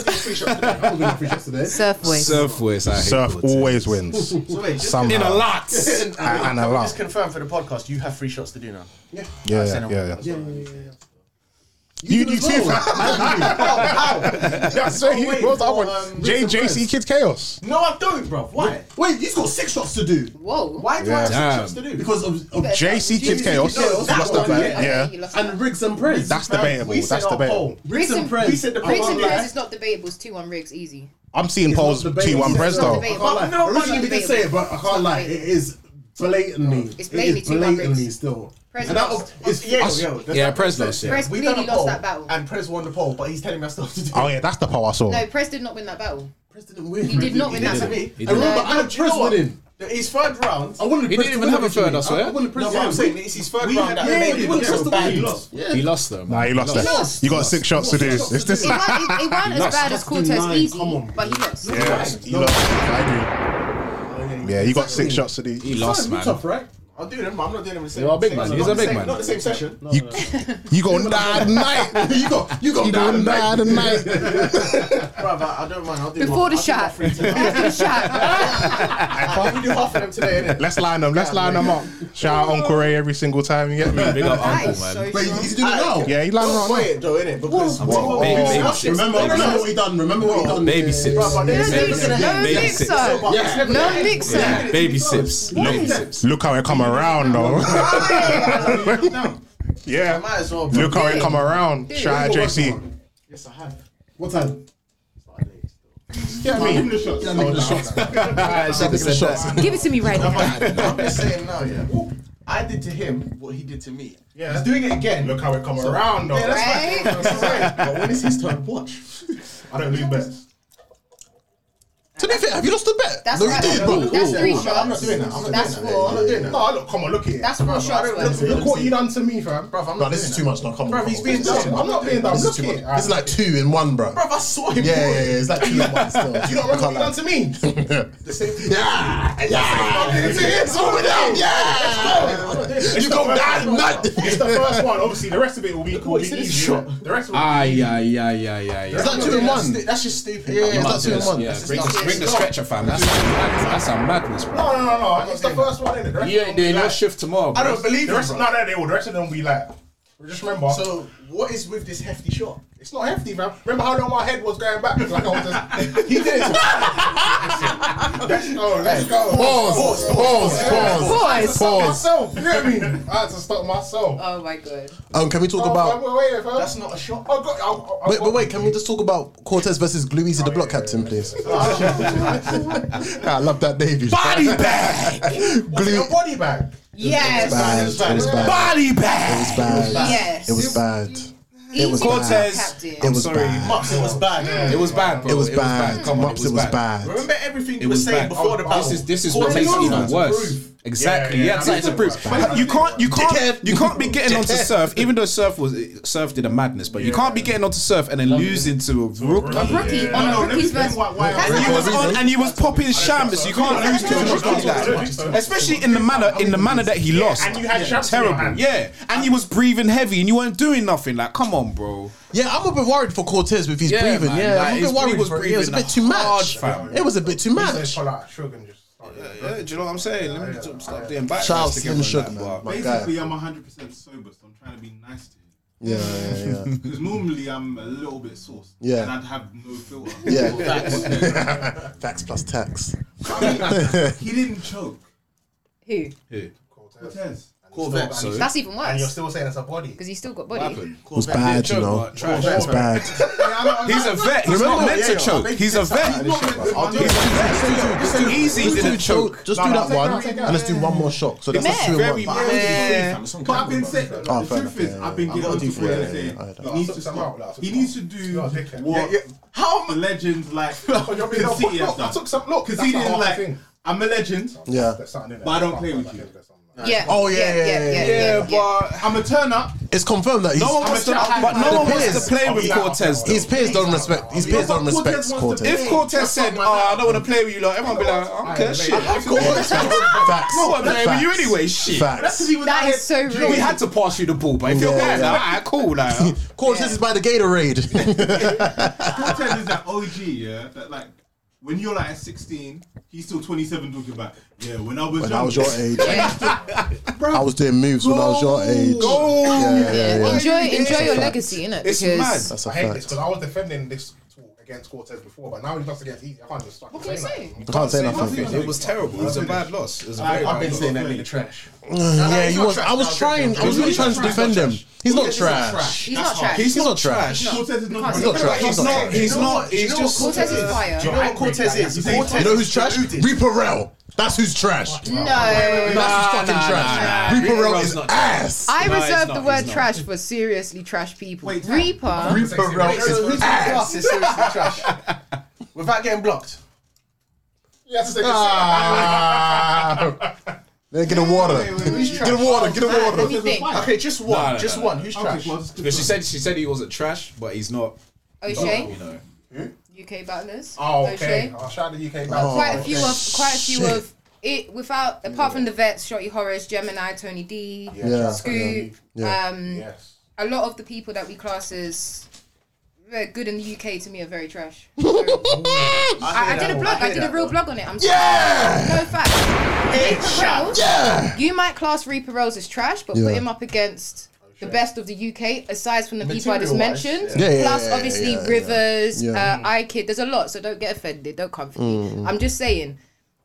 Surf voice. Surf voice, I hate Surf Cortez. always wins. So wait, just Somehow. In a lot. And, And a lot. Just confirm for the podcast, you have three shots to do now. Yeah. Yeah, yeah, yeah. yeah. You, you too. I swear, you, wait, what was the other one? for, um, J- Richard JC Kid Chaos. No, I don't, bro. Why? Wait, you've got six shots to do. Whoa. Why do I have Yeah. six shots to do? Because of, of JC Kid Chaos. Chaos, That's that the one, bad. Yeah, Yeah. you lost. and Riggs and Prez. That's debatable. We said That's our debatable. poll. Riggs and Prez. Prez. We said the Riggs poll. and Prez is not debatable. It's two on Riggs. Easy. I'm seeing polls It's not debatable. T1 Prez It's not though. debatable. I I can't can't lie. lie. Originally we did say it, but I can't lie. It is blatantly. It's blatantly It is two hundreds. blatantly still. Prez And that lost. was, it's, yeah, Us- yo, that's Yeah, that- Prez lost. Yeah. Prez We've clearly done a lost poll, that battle. and Prez won the poll, but he's telling me I still have to do. Oh yeah, that's the poll I saw. No, Prez did not win that battle. Prez didn't win. He did not win that To battle. me, He I didn't. remember, No, I had do you Prez know what? winning. His third round. I wanted He Prez didn't to even win have a third, originally. I swear. I wanted Prez No, to but I'm win. saying it's his third We round. had- that yeah, made we it would've so lost the way he bad. lost. Yeah. He lost though. man. Nah, he lost He that. lost. You got six shots to do. It's this It weren't, it, it weren't as bad as Cortez Nine, Easy, come on. but he lost. Yeah, he lost. I agree. Yeah, you got six shots to do. He lost, You're man. tough, right? I'll do them, but I'm not doing them in the same. You're a big same- man. not He's the a big same- man. Not the same session. You, you gonna die tonight. you got, you got You gonna die tonight. Brother, I don't mind. I'll do Before the one- I'll do my shot. three tonight. After the Oh, shot. We do half of them today, innit? Let's line them. Let's line them up. Shout out Uncle Ray every single time. You get me? Big up That Uncle, is so man. Wait, strong. he's doing it now. Yeah, he lined them Don't up. swear now. it though, innit? Because Whoa, Baby, baby, baby. baby. Remember, remember what he done. Remember what he done. Baby sips. Brother, No, this no, is- no, no Baby mixer. sips. but it's never No gonna end. mixer. Yeah, baby sips. Baby sips. Look how it come around though. No, I yeah. might as well. bro. Look how it come around. Shout out JC. Yes, I have. What time? Yeah, I mean, Yeah, I'm making the shots. Taking the shots. Give it to me right now. I'm just saying now, yeah. I did to him what he did to me. Yeah. He's doing it again. Look how it come around though. yeah, Right? that's fine. That's fine. But when is his turn? Watch. I don't lose bets. to be fair, have you lost a bet? That's no, right. you did, bro. That's three No, I'm not shots. doing that. I'm not That's doing that. Yeah, I'm not four. doing that. No, Oh, look, come on, look at it. That's four shots. Look, man. look what you done to me, fam. Bruv, I'm Bro, not this doing is that. too much. Now, come on. Bruv, come he's on. being dumb. I'm not being dumb. This is Look too at much. it. This is like two in one, bro. Bruv, I saw him. Yeah, yeah, do it. yeah. It's like two in one still. You don't remember what you done to me? The same thing. Yeah, yeah. It's over now. Yeah. You gonna die tonight. It's the first one. Obviously, the rest of it will be, will What, be he said it's easy. shot. innit? The rest will be Aye, aye, aye, aye, aye, aye. that two in one? That's just stupid. Yeah, Might it's like as two well. in one. Yeah, That's bring just- the, bring the stretcher, fam. That's, that's a madness, bro. No, no, no, no. It's the first one, innit? The rest You of ain't them will be doing your like- shift tomorrow, bro. I don't believe The you, rest, bro. no, no, they will. The rest of them will be like, just remember. So what is with this hefty shot? it's not hefty, fam. Remember how long my head was going back? Like I was just, he did it. to me. let's go, let's go. Pause, pause, pause. Boys. Stop Pause. myself. You know what I mean? I had to stop myself. Oh my god. Um, can we talk about? fam, wait, wait, fam. That's not a shot. Oh, God, I- I- I- Wait, but wait, can we just talk about Cortez versus Luis the block captain, please? Ah, I love that Davies. Body bag! Was it a body bag? Yes. Bad. It was bad. Body bag! It was bad. Yes. It was bad. It was Cortez. Captain. It was sorry. bad. It was bad. It was bad, bro. It was bad. Come on, Mops, it was bad. Remember everything It you were was saying bad. Oh, before the battle. This is this is what Cortez makes it had even to worse. prove. Exactly. Yeah, Yeah, yeah, yeah, yeah. something to prove. But you can't, you can't, you can't be getting onto surf. Even though surf was surf did a madness, but you can't be getting onto surf and then losing to a rook. A rookie Oh, on a rookie's versus. That's You not- was on and you was popping shambas. You can't lose to a rookie like that, especially in the manner in the manner that he lost. And you had yeah. Terrible. Yeah, and you was breathing heavy and you weren't doing nothing. Like, come on, bro. Yeah, I'm a bit worried for Cortez with his Yeah, breathing. man, yeah, like, I'm a his- bit he worried was for it. Yeah, it was a breathing bit too hard, much. fam. It was a bit too much. Pull out sugar and just start it. Yeah, do you know what I'm saying? Let me just stop doing back. Shout out Slim Sugar, man. My guy. Basically, I'm 100% sober, so I'm trying to be nice to him. Yeah, yeah, yeah. Because normally I'm a little bit sauced. Yeah. And I'd have no filter. Yeah. Facts plus tax. he didn't choke. Who? Cortez. Corvette. So- That's even worse. And you're still saying it's a body. because he's still got body. It was bad, you know. Corvette. It was bad. He's a vet. He's not Remember- meant yeah, to yeah, choke. I think He's a it's vet. that. I'll do it. I'll do it. Just do- Easy just do- didn't just choke. do- Just No, do no, that take one, out, take and let's do one more shot. So that's Meh. two Very in one. meh. But I've been saying, Oh, the fair truth enough, is, yeah, I've been yeah. getting I'll on to do it, Twitter yeah, saying yeah, he needs to stop. He needs to do what how the legends like you're being- conceded no, has I done. took some- look, that's Conceded the is whole like thing. I'm a legend, Yeah. but I don't play with you. Yeah. Oh, yeah, yeah, yeah, yeah, yeah, but I'm a turn up. It's confirmed that he's. No one wants to- I'm a- but no the one wants peers- to play with Cortez, though. His peers don't respect. His peers don't respect Cortez. If Cortez said, "Oh, I don't want to play with you," like everyone be like, "I don't care, shit." Of course, Facts. No, I'm playing with you Facts. anyway. Shit. Facts. That is so rude. We had to pass you the ball, but if you're Yeah, bad, yeah. like, alright, cool. Like, Cortez is by the Gatorade. Cortez is that OG, yeah. That like when you're like at 16, he's still 27 talking about. Yeah, when I was When young, I was your age. Bro. I was doing moves when I was your age. Go. Yeah, yeah, yeah. Enjoy, That's a enjoy your fact. legacy, innit? It's because mad. That's a I hate this fact. because I was defending this talk against Cortez before, but now he does against Easy. I can't just fucking What can you say say? that. I can't say nothing. It was terrible. It was a bad loss. It was a very I've bad been loss. saying that nigga trash. Yeah, he was. I was trying. I was really trying to defend him. He's not trash. He's not trash. He's not trash. Cortez is not. He's He's not trash. He's He's not. not trash. Do you He's know just. what Cortez is fire. Do you know what Cortez is? Cortez You know who's is trash? deluded. Reaper Rell. That's who's trash. No. That's who's fucking trash. Reaper Rell is ass. I No, he's reserve not, the he's word not. trash for seriously trash people. Reaper. Reaper Rell is Ah. ass. Class is seriously trash. Without getting blocked. Yes, it's Ah. Then get a water. Get a water. Get a Let water. me think. Okay, just one. No, no, no, just no. one. Who's Okay, trash? well, it's good. Because she said she said he wasn't trash, but he's not. You Oh, O'Shea, know. UK battlers. Oh, O'Shea. okay. I'll shout the UK back. Oh, quite a few of quite a few of it without apart from the vets, Shotty Horace, Gemini, Tony D, Yeah. Scoop, Yeah. um, Yes. a lot of the people that we class as very good in the UK to me are very trash. I, I did a blog, I, did a real blog on it. I'm sorry. Yeah. No fact. Reaper Rose, Yeah. you might class Reaper Rose as trash, but Yeah. put him up against Oh, the best of the UK, aside from the people I just Material-wise, mentioned. yeah. Yeah, yeah, Plus, yeah, yeah, obviously, yeah, yeah. Rivers, Yeah. Mm. Uh, iKid. There's a lot, so don't get offended. Don't come for me. I'm just saying,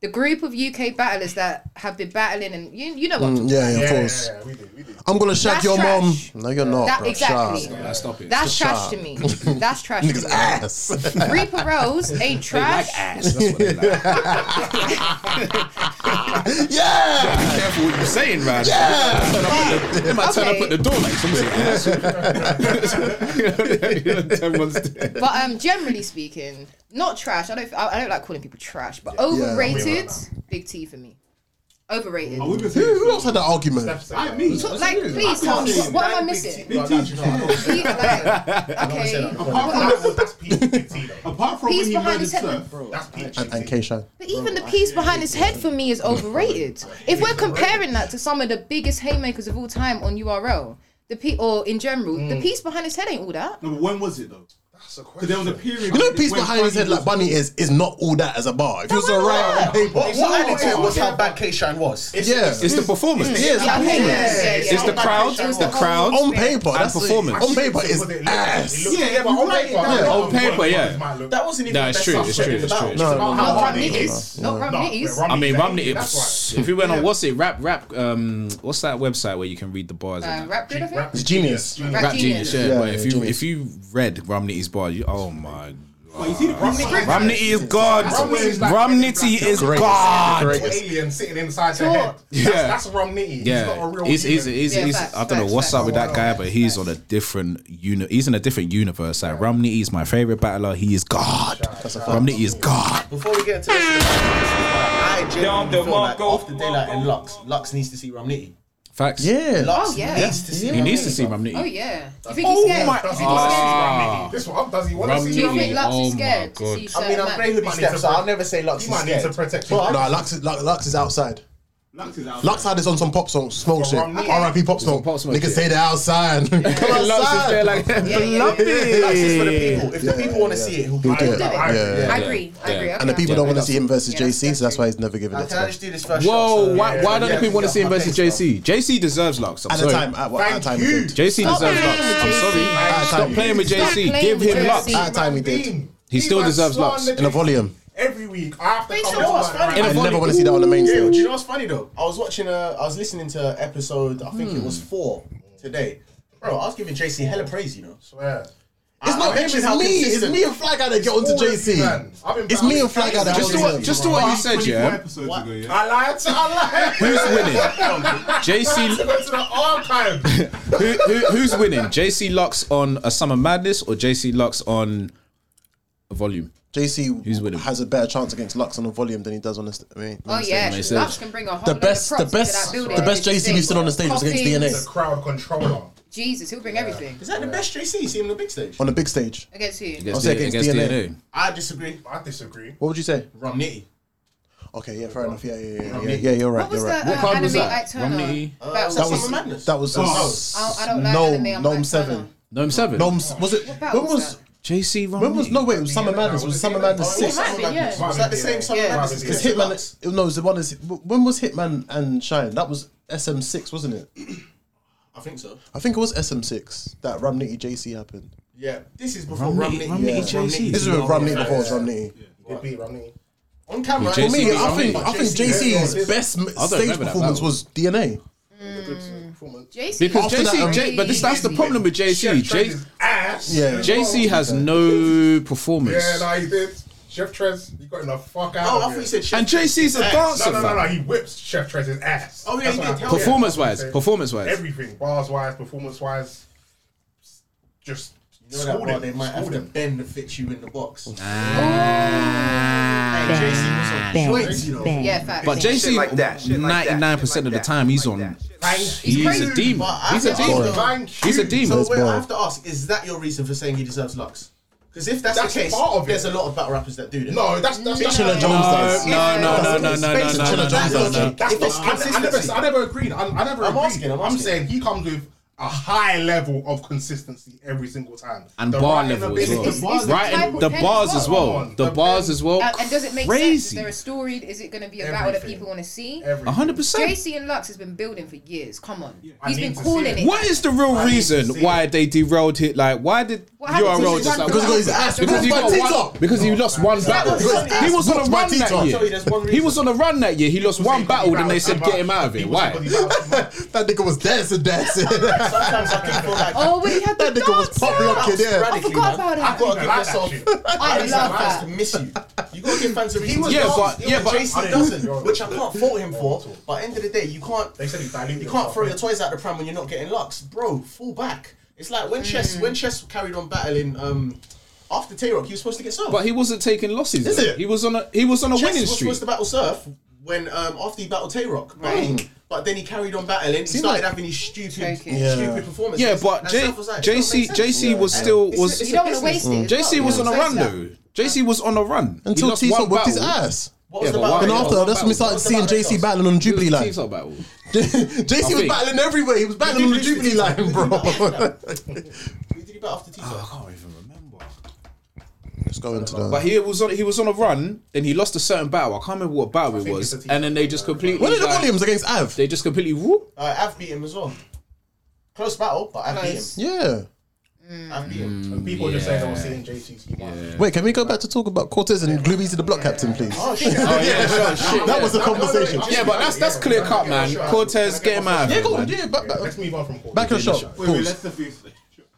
the group of UK battlers that have been battling, and you, you know what I'm talking Mm, Yeah, yeah, of Yeah, course. yeah, we do, we do. I'm gonna shag That's your mom. trash. No, you're not. That- bro. exactly. Shut up. Like, stop it. That's trash Shut to me. That's trash to Niggas me. ass. Reaper Rose ain't They like trash. ass. That's what they like. yeah. Be careful what you're saying, man. Yeah. They might turn up at the door like something. ass. Everyone's- But um, generally speaking, not trash. I don't. I, I don't like calling people trash, but overrated. Big T for me. Overrated. We've been Who, saying who else had that argument? I me. Like, please tell me, what, what am I missing? Big T. He- like, okay. Apart from that's Pete Pete Tino. Apart from He's when he behind murdered his head. Surf, That's Pete And, and Tino. K-Shine. But even the piece behind his head for me is overrated. If we're comparing that to some of the biggest haymakers of all time on URL, the pe- or in general, the piece behind his head ain't all that. no, but when was it though? That's a Because there was a question. period. You know, when- piece when behind his head Bunny like Bunny is is not all that as a bar. If it was a right on paper, What, what added to it was how bad K-Shine was. yeah, It's the performance. Yeah, it's Yeah, the okay, performance. yeah, yeah, yeah. It's the crowd. It was The the crowd. whole on paper experience. that's performance. On paper is Because it looked- it ass. looked- Yeah, yeah, but on but paper, on paper, on paper, yeah. might look- That wasn't even Nah, the it's best true, subject it's true, in the it's true, battle. it's No, true. How Not bad Rum it Nitties. is. Not Rum Nah, Nitties. Rum I mean, Nitties, Romney. It that's was, right. if we went on what's it? Rap, rap. Um, what's that website where you can read the bars? Uh, and that? rap grid, I think? It's genius. Rap Rap Genius. Yeah, Yeah, but yeah, if you Genius. if you read Romney's bar, you oh my. But you see the problem. Romney is God. Romney is like- Romney is Greatest. God. Little alien sitting inside your head. Yeah. That's, that's Rum Nitty. He's not a Yeah, real he's he's, human. he's, Yeah, he's facts, I don't facts, know what's facts. up with that guy, but he's on a different uni. He's in a different universe. Like Romney is my favorite battler. He is God. Romney is God. Before we get into this, I genuinely feel like after Daylight and Lux, Lux needs to see Ramniti. Facts. Yeah. Lux Oh, yeah. needs to see He Ram needs to Nitty. see Romney. Ah, Oh yeah. You think he's scared? You Does he want to see think Rum Nitty? This one, does he want to Rum see he's scared? Rum You think Nitty? Lux Oh is my scared to God. see I certain mean, I'm man? grey hoodie Might need steps, to so I'll protect- never say Lux He is might need scared. to protect No, you. Lux is Lux, Lux is outside. Lux is out. Lux had this on some pop song, smoke shit. Rum Nitty. R.I.P. Pop smoke. Pop Smoke, Niggas yeah. say they're outside. Come Lux is there outside. like Lux is for the beloved. people. If the people want to see it, who He'll do can it. Yeah. Yeah. I agree. I agree. And the Okay. people don't want to see him versus Yeah, JC, so that's that's why he's never given Now, it Can I to him. just do this first? Whoa, shot, so- why, why don't Yeah, the people want to yeah, see him my versus JC? face, JC deserves Lux. I'm At the sorry. time, at what at the time he did. JC Stop deserves playing Lux. with I'm JC. sorry. Stop Stop playing with Stop JC. playing Give with him JC. Lux. At the time he did. He still deserves Lux. In a volume. every week. I have to Wait, come so what's work, funny? right? I never want to see that on the main Yeah, do stage. you know what's funny though? I was watching uh, I was listening to episode I think it was four today. Bro, I was giving JC hella praise, you know. Swear. It's not him, it's me. It's me and Fly Guy that get onto JC. It's me and Fly Guy that Just get do onto what- just do what you said, yeah. What? I lied to I lied. Who's winning? I JC had to go to the archive. who, who, who's winning? JC Lux on a Summer Madness or JC Lux on a Volume? JC Who's winning? has a better chance against Lux on the volume than he does on the. St- I mean, Oh yeah, Lux can bring a whole The load best- of props the best- into that building. the best JC we've seen on the stage was against Coffins. DNA. He's a crowd controller. Jesus, he'll bring everything. Is that the best JC you see him on the big stage? on the big stage. Against who? I'll say against, against DNA. DNA. I disagree. I disagree. What would you say? Romney. Okay, yeah, fair enough. Yeah, yeah, yeah, yeah, Romney. yeah. You're right. What was You're the right. uh, anime Ike Turner? That battle? was that was Oh, I uh, don't like anime, Gnome I'm Gnome Seven. Gnome Seven. Gnome was it? What battle When was was JC? When was no wait? It was Summer Madness. It was Summer Madness Oh, it Six? might be, yeah. Was that the same Summer Yeah. Madness? Because Hitman, no, it was the one is when was Hitman and Shine? That was SM6, wasn't it? I think so. I think it was SM6 that Ramnitty JC happened. Yeah. This is before Romney. Yeah. This is when Ramnitty before it was Ramnitty. They beat Romney. On camera. For me, I think I think JC's best m- don't stage remember that performance battle. was DNA. JC. Because After JC, that, J- but this, that's the problem with JC. J- Ass. Yeah. JC has no performance. Yeah, no, he did. Chef Trez, you got him the fuck out. Oh, of I thought here. you said Chef And JC's a Ass. dancer, No, no, no, no. fam. He whips Chef Trez's ass. Oh, yeah, That's he what did. I- Hell yeah. Performance-wise, That's what I'm saying. performance-wise. everything, bars wise, performance wise, just You know that schooled one, him, they might have schooled to him. bend to fit you in the box. Ah. Hey, JC was on joints, you know. Yeah, fact. But JC, Shit like ninety nine percent of the time, he's on. He's a demon. But I He's a have to ask demon. though- He's a demon. So wait, I have to ask: Is that your reason for saying he deserves Lux? Because if that's, That's the case, part of it. there's a lot of battle rappers that do that. No, that's that's Chilla that's Jones does. No, no, no, no, no, no, Space no, Chilla no, no, Jones no, does. no. That's If it's not, I, I, never, consistency. I never agreed. I, I never I'm agreed. asking, I'm asking. saying he comes with a high level of consistency every single time. And The bar writing level as ability- well. the bar Right, level- and the bars as well. The bars as well. And, and does it make sense? Is Crazy. there a story? Is it going to be a battle that people want to see? A hundred percent. JC and Lux has been building for years. Come on, I he's need been to see calling it. it. What is the real reason why they derailed it? Like, why did What happened to URL his just run like, Because he got his ass because he whooped by got Tito. one, because he lost one battle. He got his He was on whooped a by run that Tito. Sorry, there's one year. He reason. was on a run that year. He lost one battle, then they said get him out of it. Why? That nigga was dancing, dancing. Sometimes I can feel like Oh, we had the That nigga was dancer. pop rocking, yeah. I forgot man. about it. I've got to like give that myself. shit. I I love love that. to miss you. You got to give fans a reason. was Yeah, to but- dance. yeah, but- I JC didn't- doesn't, which I can't fault him for. But end of the day, you can't. They said he diluted You can't throw your himself, toys out the pram when you're not getting lux, bro. Fall back. It's like when Chess Mm. when Chess carried on battling um after Tay Rock, he was supposed to get served. But he wasn't taking losses. Is though. it? He was on a he was on a Chess winning was streak. Mm. supposed to battle Surf when um after he battled Tay Rock, right? But then he carried on battling. He Seemed started like- having these stupid, Yeah. stupid performances. Yeah, but And J- Surf was like, it don't JC make sense. JC was still It's a- was it's You don't want to waste it. as JC well. was You on a know, run so- though. JC was on a run. He Until lost Tito one whipped his battle. ass. What was Yeah, the but battle? why- And Yeah, after what that, that's when we started was the seeing battle JC that battling on It was Jubilee a Line. Tito battle. JC was think- battling everywhere. He was battling on the Jubilee Line, bro. Oh, Who did he battle after Tito? I can't even remember. Let's go into But that. he was on he was on a run, then he lost a certain battle. I can't remember what battle it was. And then they just completely When did the like, volumes against Av? they just completely whoop. Uh, Av beat him as well. Close battle, but Av beat Yeah. him. Av beat him. And people just saying, "Oh, seeing JC's Mm, yeah. Wait, can we go back to talk about Cortez and Gloomy to the block captain, please? Oh shit! Oh yeah, sure, shit. That was the conversation. Yeah, but that's that's clear cut, man. Cortez, get him out of Yeah, here. go on. man. Oh, Yeah, back, back, Let's move on from court. back your shot. Wait, wait, Pause. let's defuse it.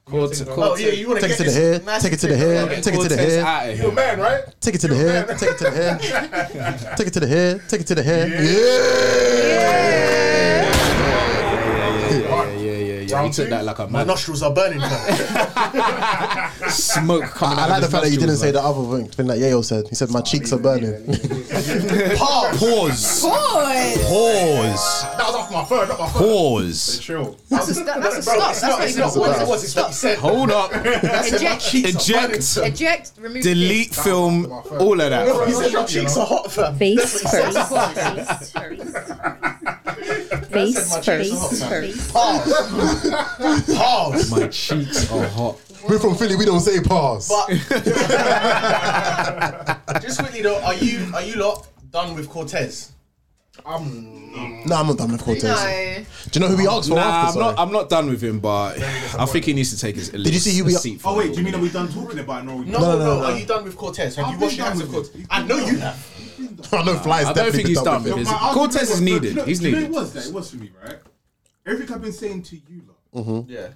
Cortez, Oh yeah, you want to Take it get to the this head. nasty Take it to the trick, head. right? Take it to the Cortez head. out of You're a here. man, right? Take it to the head. Take it to the head. Take it to the head. Take it to the head. Yeah. Yeah, yeah, yeah, yeah. He Round took two. that like a My man. nostrils are burning. fam. Smoke coming I out. like the of his fact that you didn't nostrils, say man. the other thing, thing that Yayo said. He said, My cheeks are burning. Oh. Pause. Boys, Pause. That was off my phone, not my phone. Pause. Chill. that's a stop. That's a stop. That's not It's even a not what it word. was. It's what he said. Hold up. Eject. Eject. Eject. Remove. Delete film. All of He that. said your cheeks are hot, fam. Face first. Said my Face cheeks are hot, first. fam. Face Pause. Pause. My cheeks are hot. We're from Philly, we don't say pause. Just quickly though, are you are you lot done with Cortez? Um, No, I'm not done with Cortez. Do you know who we asked for Nah, after? I'm sorry? not, I'm not done with him, but I think he needs to take his. Did you see who we- Oh wait, do you mean are we done talking about Norwich? No, no, Are you done with Cortez? Have you washed your hands of Cortez? I know you have. I know Fly's I don't think definitely been he's done done with with his. it. My argument Cortez is was- no, do you needed. know- He's do you know needed. It was that. It was for me, right? Everything I've been saying to you, lot. Mm-hmm. Yeah.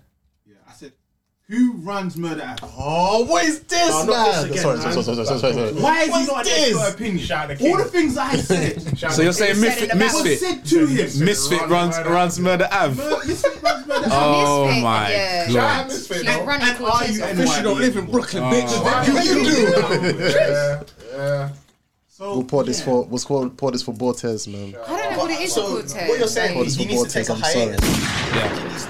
Yeah. I said, who runs Murder Apple? Oh, what is this, No, not this man? again, Sorry, man. sorry, sorry, sorry, sorry, sorry. Why is What he is not an this? expert opinion? the All the things I said. So you're saying It was said Misfit, in the back. Misfit, Was said to him. Misfit runs runs murder Ave. Mur- Misfit runs Murder Oh Apple. my Yeah. god! Misfit, Like no? running And are you Cortez. NYB? Because you don't live in Brooklyn, bitch. Oh. What do you do? Yeah, yeah. We'll pour this for we'll pour, pour this for Bortez, man. I don't know what it is So, called. what you're saying Pour this is he for needs to take Bortez. I'm a sorry. hiatus.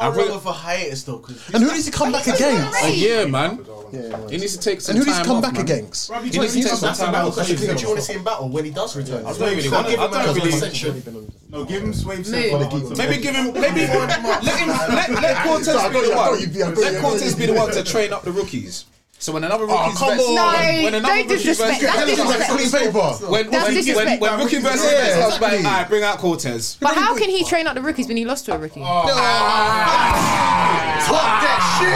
How long of a hiatus though? 'Cause And who needs to come back again? A year, man. Yeah. He needs to take some And who needs to time come off, back man. against? He needs to take some That's a time battle out. question. Do you want to see him battle when he does return? I don't really Give want to- him I a don't cause of really- ascension. No, give him sway. Maybe give him. Maybe let him. Let, let Cortez Sorry, I be the one. got you, I got you, I got you. Let Cortez be the one to train up the rookies. So when another rookie come vets- on. No, when another don't rookie vets- disrespect- that's disrespect. Clean paper. When That's when when, disrespect. when rookie versus Yeah, vets, I was like, exactly. alright, bring out Cortez. But how can he train up the rookies when he lost to a rookie? that shit.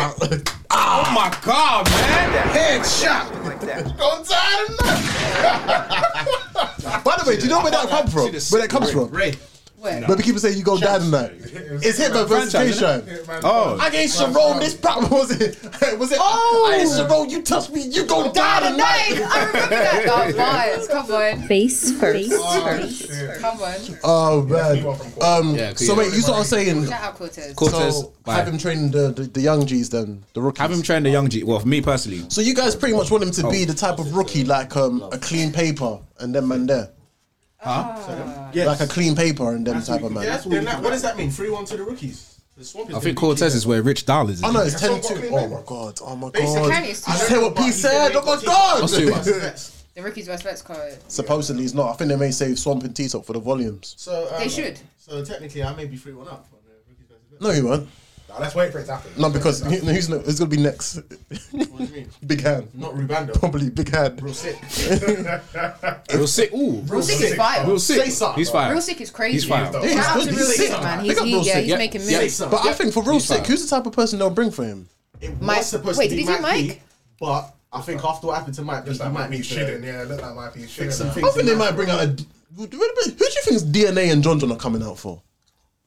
Oh my god, man! Headshot. Gone tired By the way, do you know where that come from? Where that comes from? Ray. Where? Where people say you go down in that. It's Hitman versus Franchise, isn't K-Shine. Oh. I gave Sharon this problem. Was it? Was it? Oh. I gave Sharon, you touch me, you go down in that. I remember that. That was come on, Face first. come on. Oh man. Um. Yeah, cool, so yeah. wait, you sort of saying Shout out Cortez. Cortez, so bye. have him training the, the the young G's then the rookies. Have him train the young G. Well, for me personally, so you guys pretty much want him to Oh. be the type of rookie like um a clean paper and then man there. Like a clean paper and them type of man. Yeah, then that- Ah. what does that mean? Three one to the rookies. The Swamp is I think gonna be Cortez is where Rich Dahl is. Oh no, it's isn't 10 2. Oh my god, oh my Basically, god. Kanye is I just heard what P said, oh my I'll see what- god. The rookies versus vets code. Supposedly he's not. I think they may save Swamp and T Top for the volumes. So um, They should. So technically, I may be three one up. on the rookies versus vets. No, he won't. Nah, let's wait for it to happen. No, because he- no, who's, no, who's going to be next? What do you mean? Big Hand. Not Rubando. Probably Big Hand. Real sick. Real sick. Ooh, Real sick is fire. Real sick. Say something. He's fire. Real sick is crazy. He's fire. Shout out to good. real He's sick sick. man. Pick He's up he, Real yeah, Sick. he's Yeah. making Yeah. moves. But I think for real He's sick, fine. who's the type of person they'll bring for him? It was Mike- supposed wait, to did be he do Mike? Mike? B, but I think after what happened to Mike, Just he like might might be need shitting, to yeah. Look like might be shitting. fix some man. things. I think they might bring out a. Who do you think's DNA and John John are coming out for?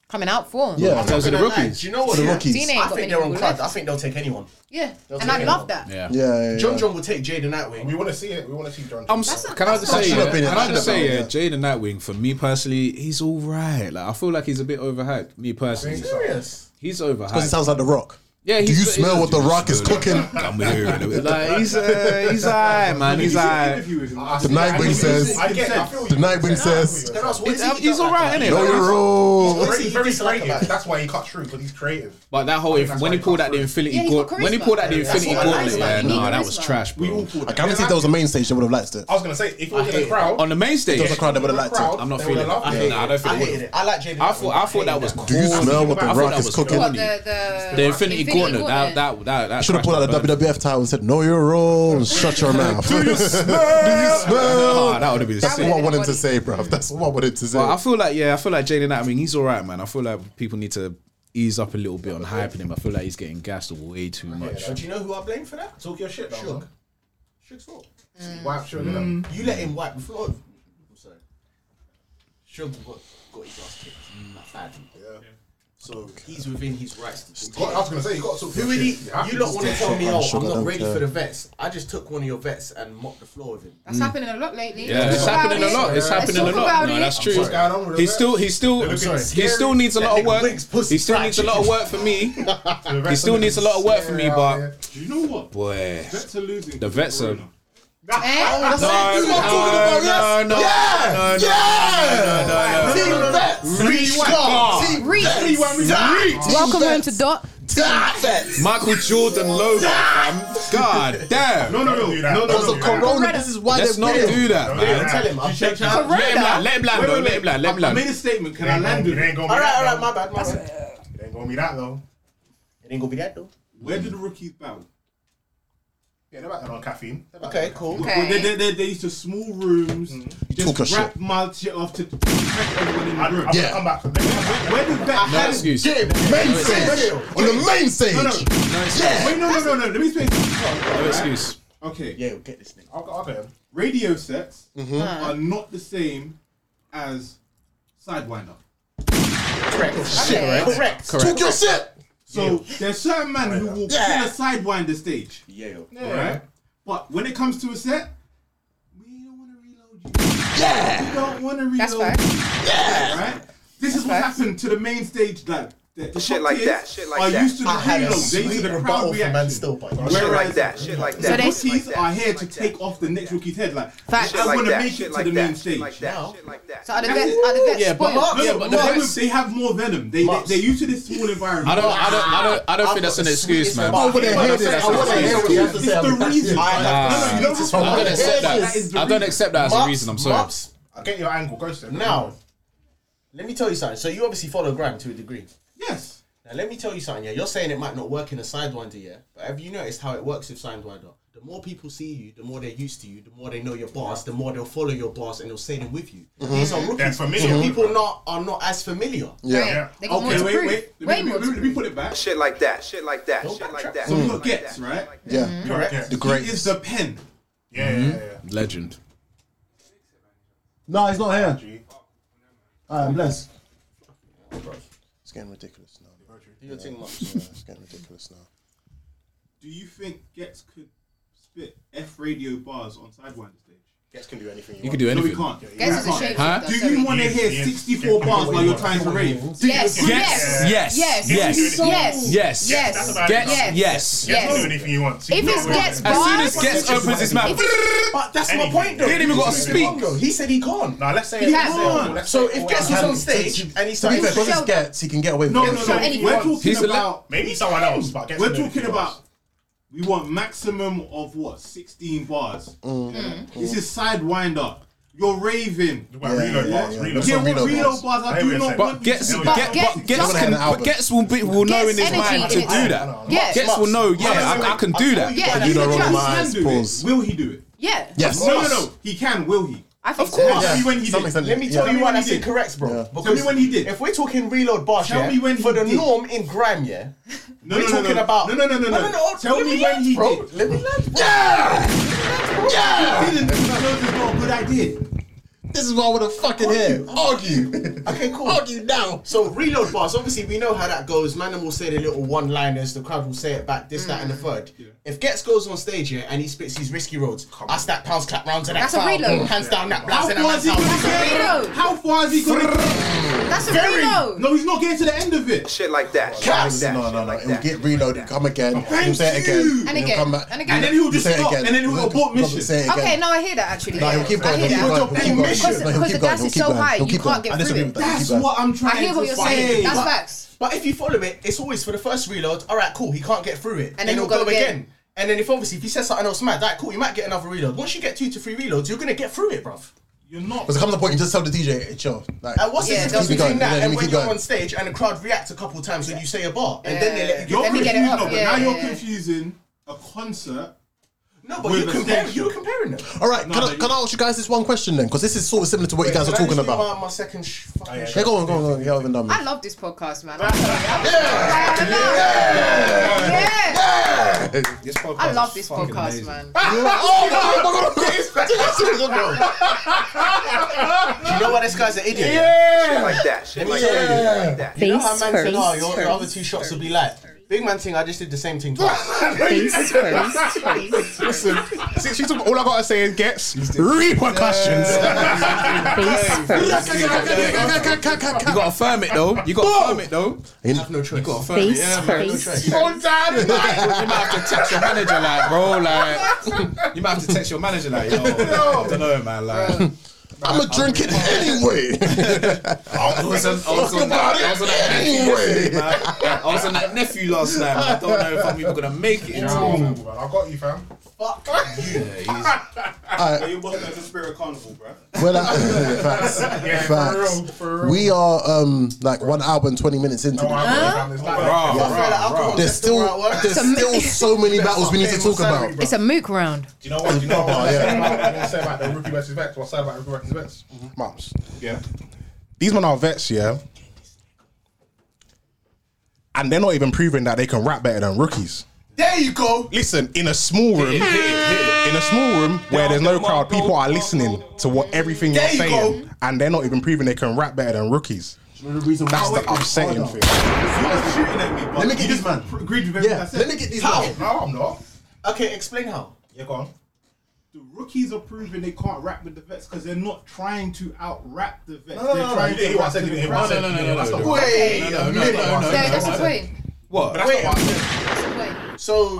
Coming out for him. Yeah. Those are the Gonna lie, rookies. Do you know what? The yeah? rookies. Dine ain't I got think many they're on people card. I left. think they'll take anyone. Yeah. They'll And take I anyone. love that. Yeah. Yeah, yeah, yeah. John John will take Jaden Atwing. We want to see it. We want to see John. I'm, That's s- not- can I that's just not say, true. yeah, Should've been can I just in say, yeah, that Jaden Nightwing for me personally, he's all right. Like I feel like he's a bit overhyped. Me personally, Serious. he's Because it overhyped. sounds like The Rock. Yeah, Do he's, you he's- smell what The Rock is he's- cooking? I'm here. Like he's uh, he's alright, man. He's alright. The Nightwing says. I get. I feel you. The Nightwing says. Then I was, what He's, is he done he's like alright, that? isn't Know your role. What is he He's very dislike about creative. that? That's why he cut through because he's creative. But that whole if, that's when he why he pulled got out the Infinity Yeah, he's got Gauntlet, when he charisma. pulled out the That's Infinity what I like Gauntlet, about yeah, him. He nah, needs that was charisma. trash, We all bro. thought I that. guarantee if there was a main stage, they would have liked it. I was gonna say if it was in hate the it. crowd. On the main stage, There was a crowd that would have liked it. I'm not They feeling. it. would've loved I, it. nah, I don't feel I it hated would. it. I like Jaden. I thought I thought that was Do you corny. smell what I The thought Rock that is was cooking? What corny. the the The Infinity Gauntlet, that Gauntlet. that that that Should have crashed pulled out my the WWF title and said, "Know your role and shut your mouth." Do you smell? Ah, that would have been That's sick. what I would've wanted been to funny. say, bruv. That's what I wanted to say. But I feel like yeah, I feel like Jaden. I mean, he's all right, man. I feel like people need to ease up a little bit on hyping him. I feel like he's getting gassed way too much. Do you know who I blame for that? Talk your shit, though. Suge. man. Suge's fault. Wipe Suge them. You let him wipe the floor. with- I'm sorry. Suge got, got his ass kicked. Not badly. Yeah. So he's within his rights. To You got- I was gonna say you got to talk Who your really? shit. have You to lot talk want to your tell shit. me, oh, Suge, I'm I not don't ready care. for the vets. I just took one of your vets and mopped the floor with him. Mm. That's happening a lot lately. Yeah, it's happening a lot. It's Let's happening a talk lot. about No, it. that's true. What's going on with He the still, he still, They're looking he still needs a That lot of nigga work. Winks pussy He still fried needs a lot of chicken. work for me. The He rest still of needs a them lot of work for scary me, out but there. Do you know what? boy, Vets are losing. the vets are. Eh? No, no, no, no, no, no, no, no, no, Team vets. God. Reach. Welcome home to Dot. Michael Jordan logo, fam. God damn. No, no, no, Do no, that. no, Because no. of Corona, this is why Let's they're not do that, man. Tell him. I'm Check begging. out. Let him land, let him land, Wait, though, wait, let wait. him land, let him I made a land. statement. Can It I ain't gonna land be- with it it? ain't gonna be All right, all that, right. though. My bad. My bad. It ain't gonna be that though. It ain't gonna be that though. Where did the rookies battle? Yeah, they're back on caffeine. They're back Okay, on cool. caffeine. They, they, they, they used to small rooms. Mm-hmm. Talk Just a wrap my shit off to protect everyone in the room. Yeah. Come back from Where did that No how did- excuse. Yeah, Main wait, wait, stage. On the main stage. No, no. Yeah. Wait, no, no, no, no. Let me explain. No excuse. Okay. Yeah, Mm-hmm. we'll get this nigga. I'll, I'll go. Radio sets Mhm. are not the same as Sidewinder. Correct. Shit, right? Correct. Correct. Talk your shit. So there's certain man who will kill Yeah. a Sidewinder stage. Yeah. Right? But when it comes to a set, Yeah. we don't want to reload. That's fair. Yeah. Right? This is what happened to the main stage. Like, the, the Shit top like tiers that, shit like are that. used to the I had a reload. They used sweet to the rebuttal crowd from man reaction. still, but Shit like that, shit like The that. they- bookies are here to take off the next rookie's head. Like, Facts. I Shit like want to that, make shit it to like the that, main shit stage. like that, No. shit like that. So are the vets, are the vets Yeah, but spoiled? No, Yeah, no, but the no, they best- would- they have more venom. They, they Must. they're used to this small environment. I don't, I don't, I don't, I don't think that's an excuse, man. Over the head. is- I want to hear what you have to say. It's the That's reason. it. I have to- no, no, I you don't don't respond. accept That that. is the I don't reason. accept that as a Mops, reason. I'm sorry. Mops, I get your angle. Go to Now, let me tell you something. So you obviously follow Graham to a degree. Yes. Now let me tell you something. Yeah, you're saying it might not work in a sidewinder, yeah. But have you noticed how it works with sidewinder? The more people see you, the more they're used to you, the more they know your bars, the more they'll follow your bars and they'll say them with you. These are They're rookies. familiar So with people you. not are not as familiar. Right. Yeah. They got Okay, more to wait, prove. wait. Let Way me, more let to me, let me prove. put it back. Shit like that, shit like that, shit like that. So we got shit like that, Gets, shit right? like that. Mm-hmm. Yeah. Correct. The great. He is the pen. Yeah, yeah, yeah. Legend. No, he's not here. Alright, I'm blessed. It's getting ridiculous now. Do your thing, man. Yeah, it's getting ridiculous now. Do you think Gets could spit F radio bars on Sidewinder stage? Guests can do anything you, You can want. do No, we anything. can't. Guess it's a We shame. can't. Huh? she's Do done you want to Yes, hear yes. 64 Yeah, bars we while you're want. trying to rave? Yes. Yes. Yes. Yes. Yes. Yes. Yes. Yes. Yes. That's about it. Gets. Yes. Yes. Guests can Yes. do anything you If want. it's No, gets no, As soon as bars- Gets opens his mouth, But that's Anything. my point, though. He ain't even gotta He's speak. wrong, though. He said he can't. no, let's say He let's has say- one. let's So say- if Guess was on stage and he To be started fair, because it's Sheldon. gets, he can get away with No, it. no, So no. anything. We're talking He's the le- about. maybe someone else, but Gets We're can do talking anything he about wants. we want maximum of what sixteen bars. This is sidewinder. You're raving. Well, reload yeah, bars, yeah. reload That's Yeah, what what reload reload bars. bars? I I do hear not what you're want saying. But gets, But get, Gets- but gets, Gets can, an album. but gets will be, will know in Gets his mind energy to in it. do that. Yes. Gets will know. Yeah, I, I can do that. Yeah, You he's know, a roll judge. my He eyes, can do pause. it. Will he do it? Yeah. Yes. No, no, no. He can. Will he? I think Of so. course. Tell me when he Something- did. something- Let me yeah. tell you why when that's he did. incorrect, bro. Yeah. Because Tell me when he did. If we're talking reload bars, Tell yeah, me when he for the did. norm in Grime, yeah, No, we're no, no, talking no. about No, no, no, no, no. Tell let me when land, he bro. did. Let me land, bro. He didn't. He knows it's not a good idea. This is what I want to fucking hear. Argue. Okay, cool. Argue now. So reload bars. Obviously, we know how that goes. Manham will say the little one-liners. The crowd will say it back. This, that, and the Mm. third. If Getz goes on stage here and he spits his risky roads, that's that pounds clap round to that. That's a crowd, reload. Hands down that How blast. and that far is he man's gonna out. get? reload. How far is he gonna? That's a reload. No, he's not getting to the end of it. Shit like that, shit like Caps. that, No, shit no, no. like It will that. get reloaded. Come again. Thank He'll say it you. again. And he'll again. Come back. And again. And then he'll just Say it stop, again. and then he'll abort mission. Say it again. Okay, no, I hear that actually. No, yeah. he'll keep I going. hear He'll keep that. going. He'll keep going. Because, No, he'll because the keep going. gas He'll is keep so going. high, He'll you keep can't going. get I disagree through with it. that. That's Keep going. what I'm trying I hear to what you're fight. saying. That's But- facts. But if you follow it, it's always for the first reload. All right, cool. He can't get through it. And then he'll go, again. again. And then if obviously if he says something else mad, that cool, you might get another reload. Once you get two to three reloads, you're gonna get through it, bruv. You're not. Because it comes to a point, you just tell the DJ, hey, chill. Like, And Uh, what's Yeah, don't the difference keep between going. Yeah, that let and me when keep you're going. on stage and the crowd reacts a couple times when you say a bar, and then they let you You're get Let me get it confused, up, no, but yeah, now you're yeah, yeah. confusing a concert. No, but With you a compare, stage you were show. comparing them. all right, No, can, no, I, you- can I ask you guys this one question then? Because this is sort of similar to what you Wait, guys are can I talking just do about. My, my second sh- fucking sh- Yeah, go on, go on, go on. You haven't done I it. love this podcast, man. I'm sorry. I'm sorry. I love- Yeah. I love this podcast, man. Oh my god! Do you know why this guy's an idiot? Shit like that, shit like Yeah. that, shit like that. You know how Face man said, oh, first, your, your other two shots will be like, big man thing, I just did the same thing twice. face first, face, Listen, since you talk, all I gotta say is Gets repercussions. face first, You gotta firm it though. You gotta firm it though. have no choice. Gotta firm it. face Yeah, man. first, You might have to text your manager, like, bro, like, you might have to text your manager, like, yo, I don't know, man, like. I'm gonna drink it anyway. I was on, I was Talk on about that, it I was on that nephew anyway. yesterday, man. I was on that nephew last night. Man. I don't know if I'm even gonna make it. I got you, fam. Fuck you. Yeah, he's, Alright. Are you watching the Spirit Carnival, bro? Well, that, facts, Yeah, for facts. real, for real. We are um like one hour and twenty minutes into. this. There's still there's It's a mo- still so many battles we need to talk about. It's a mook round. Do you know what? Do you know what? I'm yeah. gonna say about the rookie versus vets. What's that about rookie versus vets? Mums. Yeah. These men are vets, yeah. And they're not even proving that they can rap better than rookies. There you go. Listen, in a small room, in a small room where there's no crowd, people are listening to what everything you're There you saying, and they're not even proving they can rap better than rookies. That's the upsetting thing. Let me get this man. Agreed with Yeah, let me get these. How? man. No, I'm not. Okay, explain how. Yeah, go on. The rookies are proving they can't rap with the vets because they're not trying to out rap the vets. No, no, they're no, no, trying you didn't to hear what I rap said, to you the didn't hear crowd. what I said, you didn't hear what I said. Wait a No, no, no, minute. no, no, No, that's the point. What? That's not what I said. So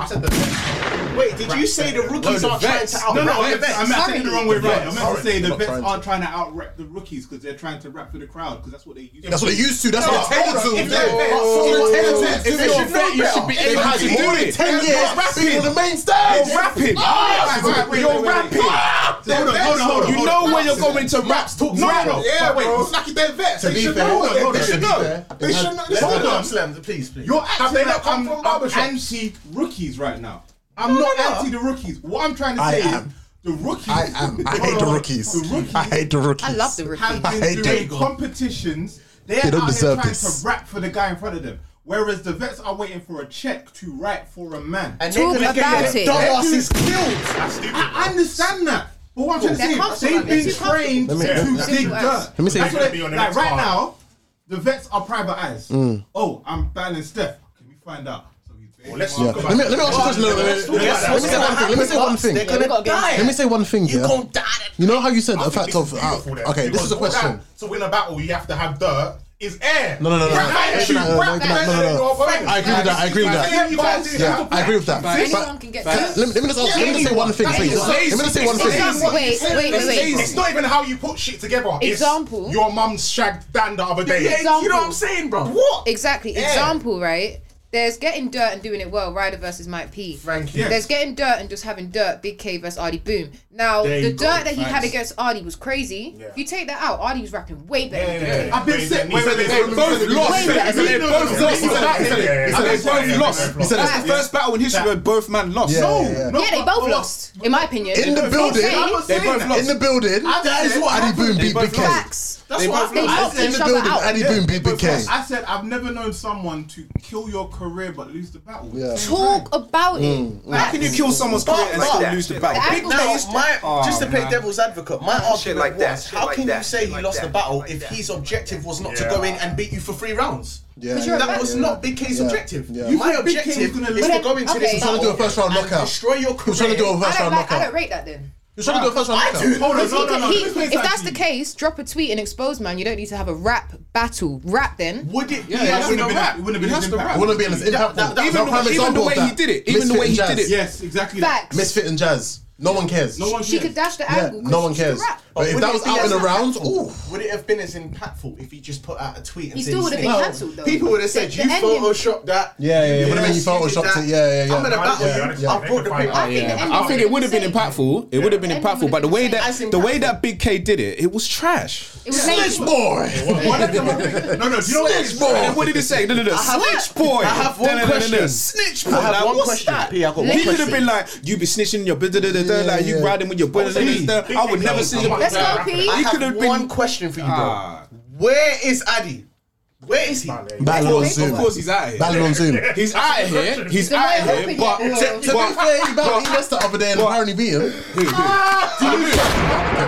wait, did you say the rookies the aren't trying to vets. out No, no, rap I the meant, vets? I meant to say it the wrong way The around. I vets. meant to say the Not vets trying to. aren't trying to out rap the rookies because they're trying to rap for the crowd because that's what they used to. That's what they used to. That's what they tended to. If they're Yeah. vets, So if they're they tended vets, to. if you're a vet, you should be able They've to had do more than it. Ten years rapping on the main stage. rapping. Ah, You're rapping. You're rapping. Ah! Hold on, hold on, hold on. You know when you're going to raps. Talk No, no. Yeah, wait. Snacky dead vets. To They be should fair, know. hold on, They hold should on. To be know. fair, They it should has- know. let's Hold go on. Slam, please, please. You're Have they acting not like come I'm, from I'm barbershops? anti rookies right now. I'm not anti the rookies. What I'm trying to I say is am. the rookies. I am. I Hold hate the on. rookies. The rookies I hate the rookies. I love the have rookies. I hate been doing them. competitions. They're They don't out here deserve trying this. to rap for the guy in front of them. Whereas the vets are waiting for a check to write for a man. And Talk they're gonna about get their it. dumb Their asses dudes- killed. That's stupid. I understand that. But what I'm They're trying to say, comfortable. they've They're been too comfortable. trained Let me- to let- dig dirt. let- let me say- That's what Be they, on the like next right card. now, the vets are private eyes. Mm. Oh, I'm battling Steph. Can we find out? So he's Well, let's Yeah. talk Let about me let me ask you a question. No, no, no, no. Guess what's Let me say gonna one thing. Let me say one happen? thing. They're gonna die. Let me say one thing. You Yeah. gonna die. You know how you said the I think fact this of is uh, beautiful then, okay. This because is a all that- question. To win a battle, you have to have dirt. Is air. No, no, no, no, no. Rap at you, No, no, no, rap no, no, at no, no, your no. opponent. I agree with that. I agree with that. You can't do Yeah, that. I agree with that. But anyone But- can get Let me, let me just ask, let me just say one thing, please. Let me just say one It's thing. lazy. Wait, wait, wait, wait. It's not even how you put shit together. It's Example. Your mum shagged Dan the other day. Yeah, you know what Example. I'm saying, bro? What? Exactly. Example, right? There's getting dirt and doing it well, Ryder versus Mike P. Thank you. There's getting dirt and just having dirt, Big K versus Artie Boom. Now, There the you dirt go, that he had thanks. against Artie was crazy. Yeah. If you take that out, Artie was rapping way better. than Big K. I've been sick. Wait, wait, wait, wait. Both lost. Wait, wait, They both lost. He said that, he said that, They he said that, both yeah, yeah, lost. yeah, yeah. He That's the first battle in history where both man lost. Yeah, No. yeah, yeah. No, Yeah, they but- both but- lost, in my opinion. In the building, They both lost. in the building, That is what Addy Boom happened. They beat Big both K. lost. Facts. That's They what both I They feel. I locked said- In each the other building, out. Addy Boom beat Big K. I said I've never known someone to kill your career but lose the battle. Yeah. Talk about Mm. it. How can you kill someone's career and still lose the battle? That- Big that- Now, days. my, Oh, just to play man. devil's advocate, my argument like that, was, shit how like can that, you say shit he like lost that, the battle like if that, his objective was not Yeah. to go in and beat you for three rounds? Yeah, Because you're yeah, a That was yeah. not Big K's Yeah. objective. Yeah. My You think Big K's objective gonna is lose? to go into Okay. He's this trying battle to do a first round and knockout. destroy your He career. was trying to do a first I don't, like, round I knockout. don't rate that then. He was trying to do a first round I do. knockout. Hold on, Because no, he no, could- no. he- Let's if play that's the Sanji. case, drop a tweet and expose man. You don't need to have a rap battle. Rap then. Would it be Yeah, it as wouldn't a have been. rap? It wouldn't It have has been his to It impact. wouldn't be as That- that- impactful. that- Even Even the, even the way he did it, even the way he did it. Yes, exactly. that. Facts. Misfit and jazz. No one cares. No one She cares. could dash the Yeah, angle. 'cause no one she could cares. rap. But if would that it was be out as and around, ooh. impactful? Would it have been as impactful if he just put out a tweet He and said still his would've name? been cancelled, though. People would have The- said, the you ending- photoshopped that. Yeah, yeah, yeah. Would've been Yes, you photoshopped did it. Yeah, yeah, yeah. I'm going to battle Yeah, you. I yeah. brought the Yeah. paper. think the Yeah, end I think it would have been same. impactful. It would have been End would've impactful, but the been way the that same. the way that Big K did it, it was trash. It was late. boy. No, no. Do you know what? Snitch boy. And what did he say? No, no, no. Snitch boy. I have one No, no, no, no, no. question. Snitch boy. I have Like, one what's question. that? P, I got one He could have question. been like, you be snitching your blah, blah, blah, blah, like you yeah. riding with your brother. I would never see him. Let's go, I P. He have could've been- one question for you, bro. Ah. Where is Addy? Where is he? Battle on Zoom. Of course, he's out here. Battle on Zoom. He's out here. He's The way out I'm here. hoping But it will. to- To be but- fair, he battled he lost the other day and apparently beat him.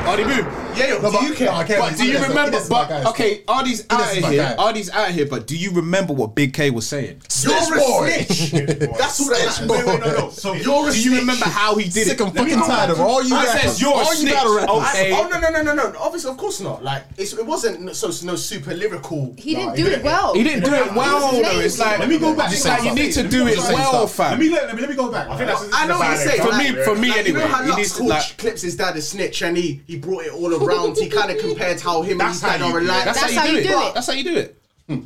Ardy Boo. Yeah, yo, No, do but- you care? no, I care. But do you Listen, remember? listen, my guy But is- okay, Ardy's out is my guy. here. Ardy's out here. But do you remember what Big K was saying? You're Snitch boy. a snitch. That's all that matters. boy. Wait, wait, no, no. So You're a Do you snitch. remember how he did Sick it? and fucking tired of all you I rappers. says you're a all you snitch. battle rappers. Okay. I, oh no no no no no! Obviously, of course not. Like it's, it wasn't so no super lyrical. He didn't do it well. He didn't do it well Let though. me- It's like Let me go back. It's like you need to do it Let me well, fam. Let me let me let me go back. I think that's. I know what you're saying. For like, me, for me like, You anyway. know how He Lux needs to Coach like. clips his dad a snitch, and he he brought it all around. He kind of compared how him and his That's dad how are you. alike. That's how you do it. That's how you do it.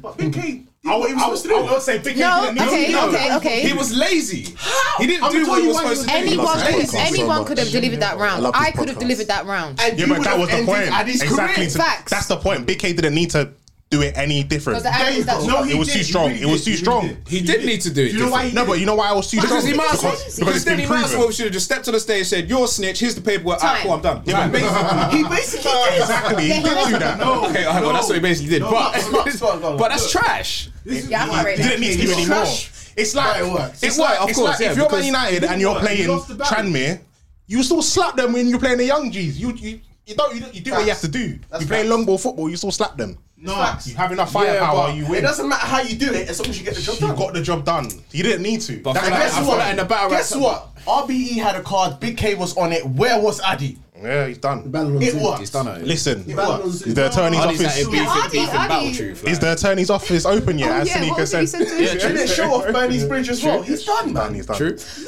But Big K. I would, I would, I would say Big No, K didn't okay, need- okay, okay. He was lazy. How? He didn't I'm do gonna what tell he you was why he supposed to do. was lazy. Anyone I love could, this podcast anyone so could have much. delivered that round. I love this I could have podcast. delivered that round. Yeah, but that was the point. Exactly. to- Facts. That's the point. Big K didn't need to do it any different. Because the There you go. average- No, No, he it was did. too He strong. really It was did. too He strong. He did need to do it. Do you know why? differently. No, but you know why I was too Because he strong? might as well, Because- because because it's then been he might as proven. well should have just stepped on the stage and said, "You're a snitch. Here's the paperwork. Ah, cool, I'm done." Yeah, but Right. basically- he basically did. Exactly, he did do that. No, okay, alright, well, that's what he basically did. no, but it's not- but that's trash. Yeah, I'm It alright. didn't need to do It's anymore. trash. It's like But it worked. It's It worked, like, of it's course, like yeah, if you're Man because- United and you're It worked. playing You lost the battle. Tranmere, you still slap them when you're playing the young G's. You you you don't you, don't- you do what you have to do. you play long ball football, you still slap them. No. you have enough firepower. but you win. It doesn't matter how you do it, as long as you get the job You done. got the job done. You didn't need to. But guess what? guess what? RBE had a card. Big K was on it. Where was Addy? Yeah, he's done. It worked. Listen, It worked. is the attorney's Arnie's office at a beef- Yeah, beef and Arnie- battle Arnie- truth, Is the attorney's office open yet? Oh, As yeah, Sneaker what was it he said to him? Yeah, true. Show off Bernie's bridge as well. He's done, man. He's done.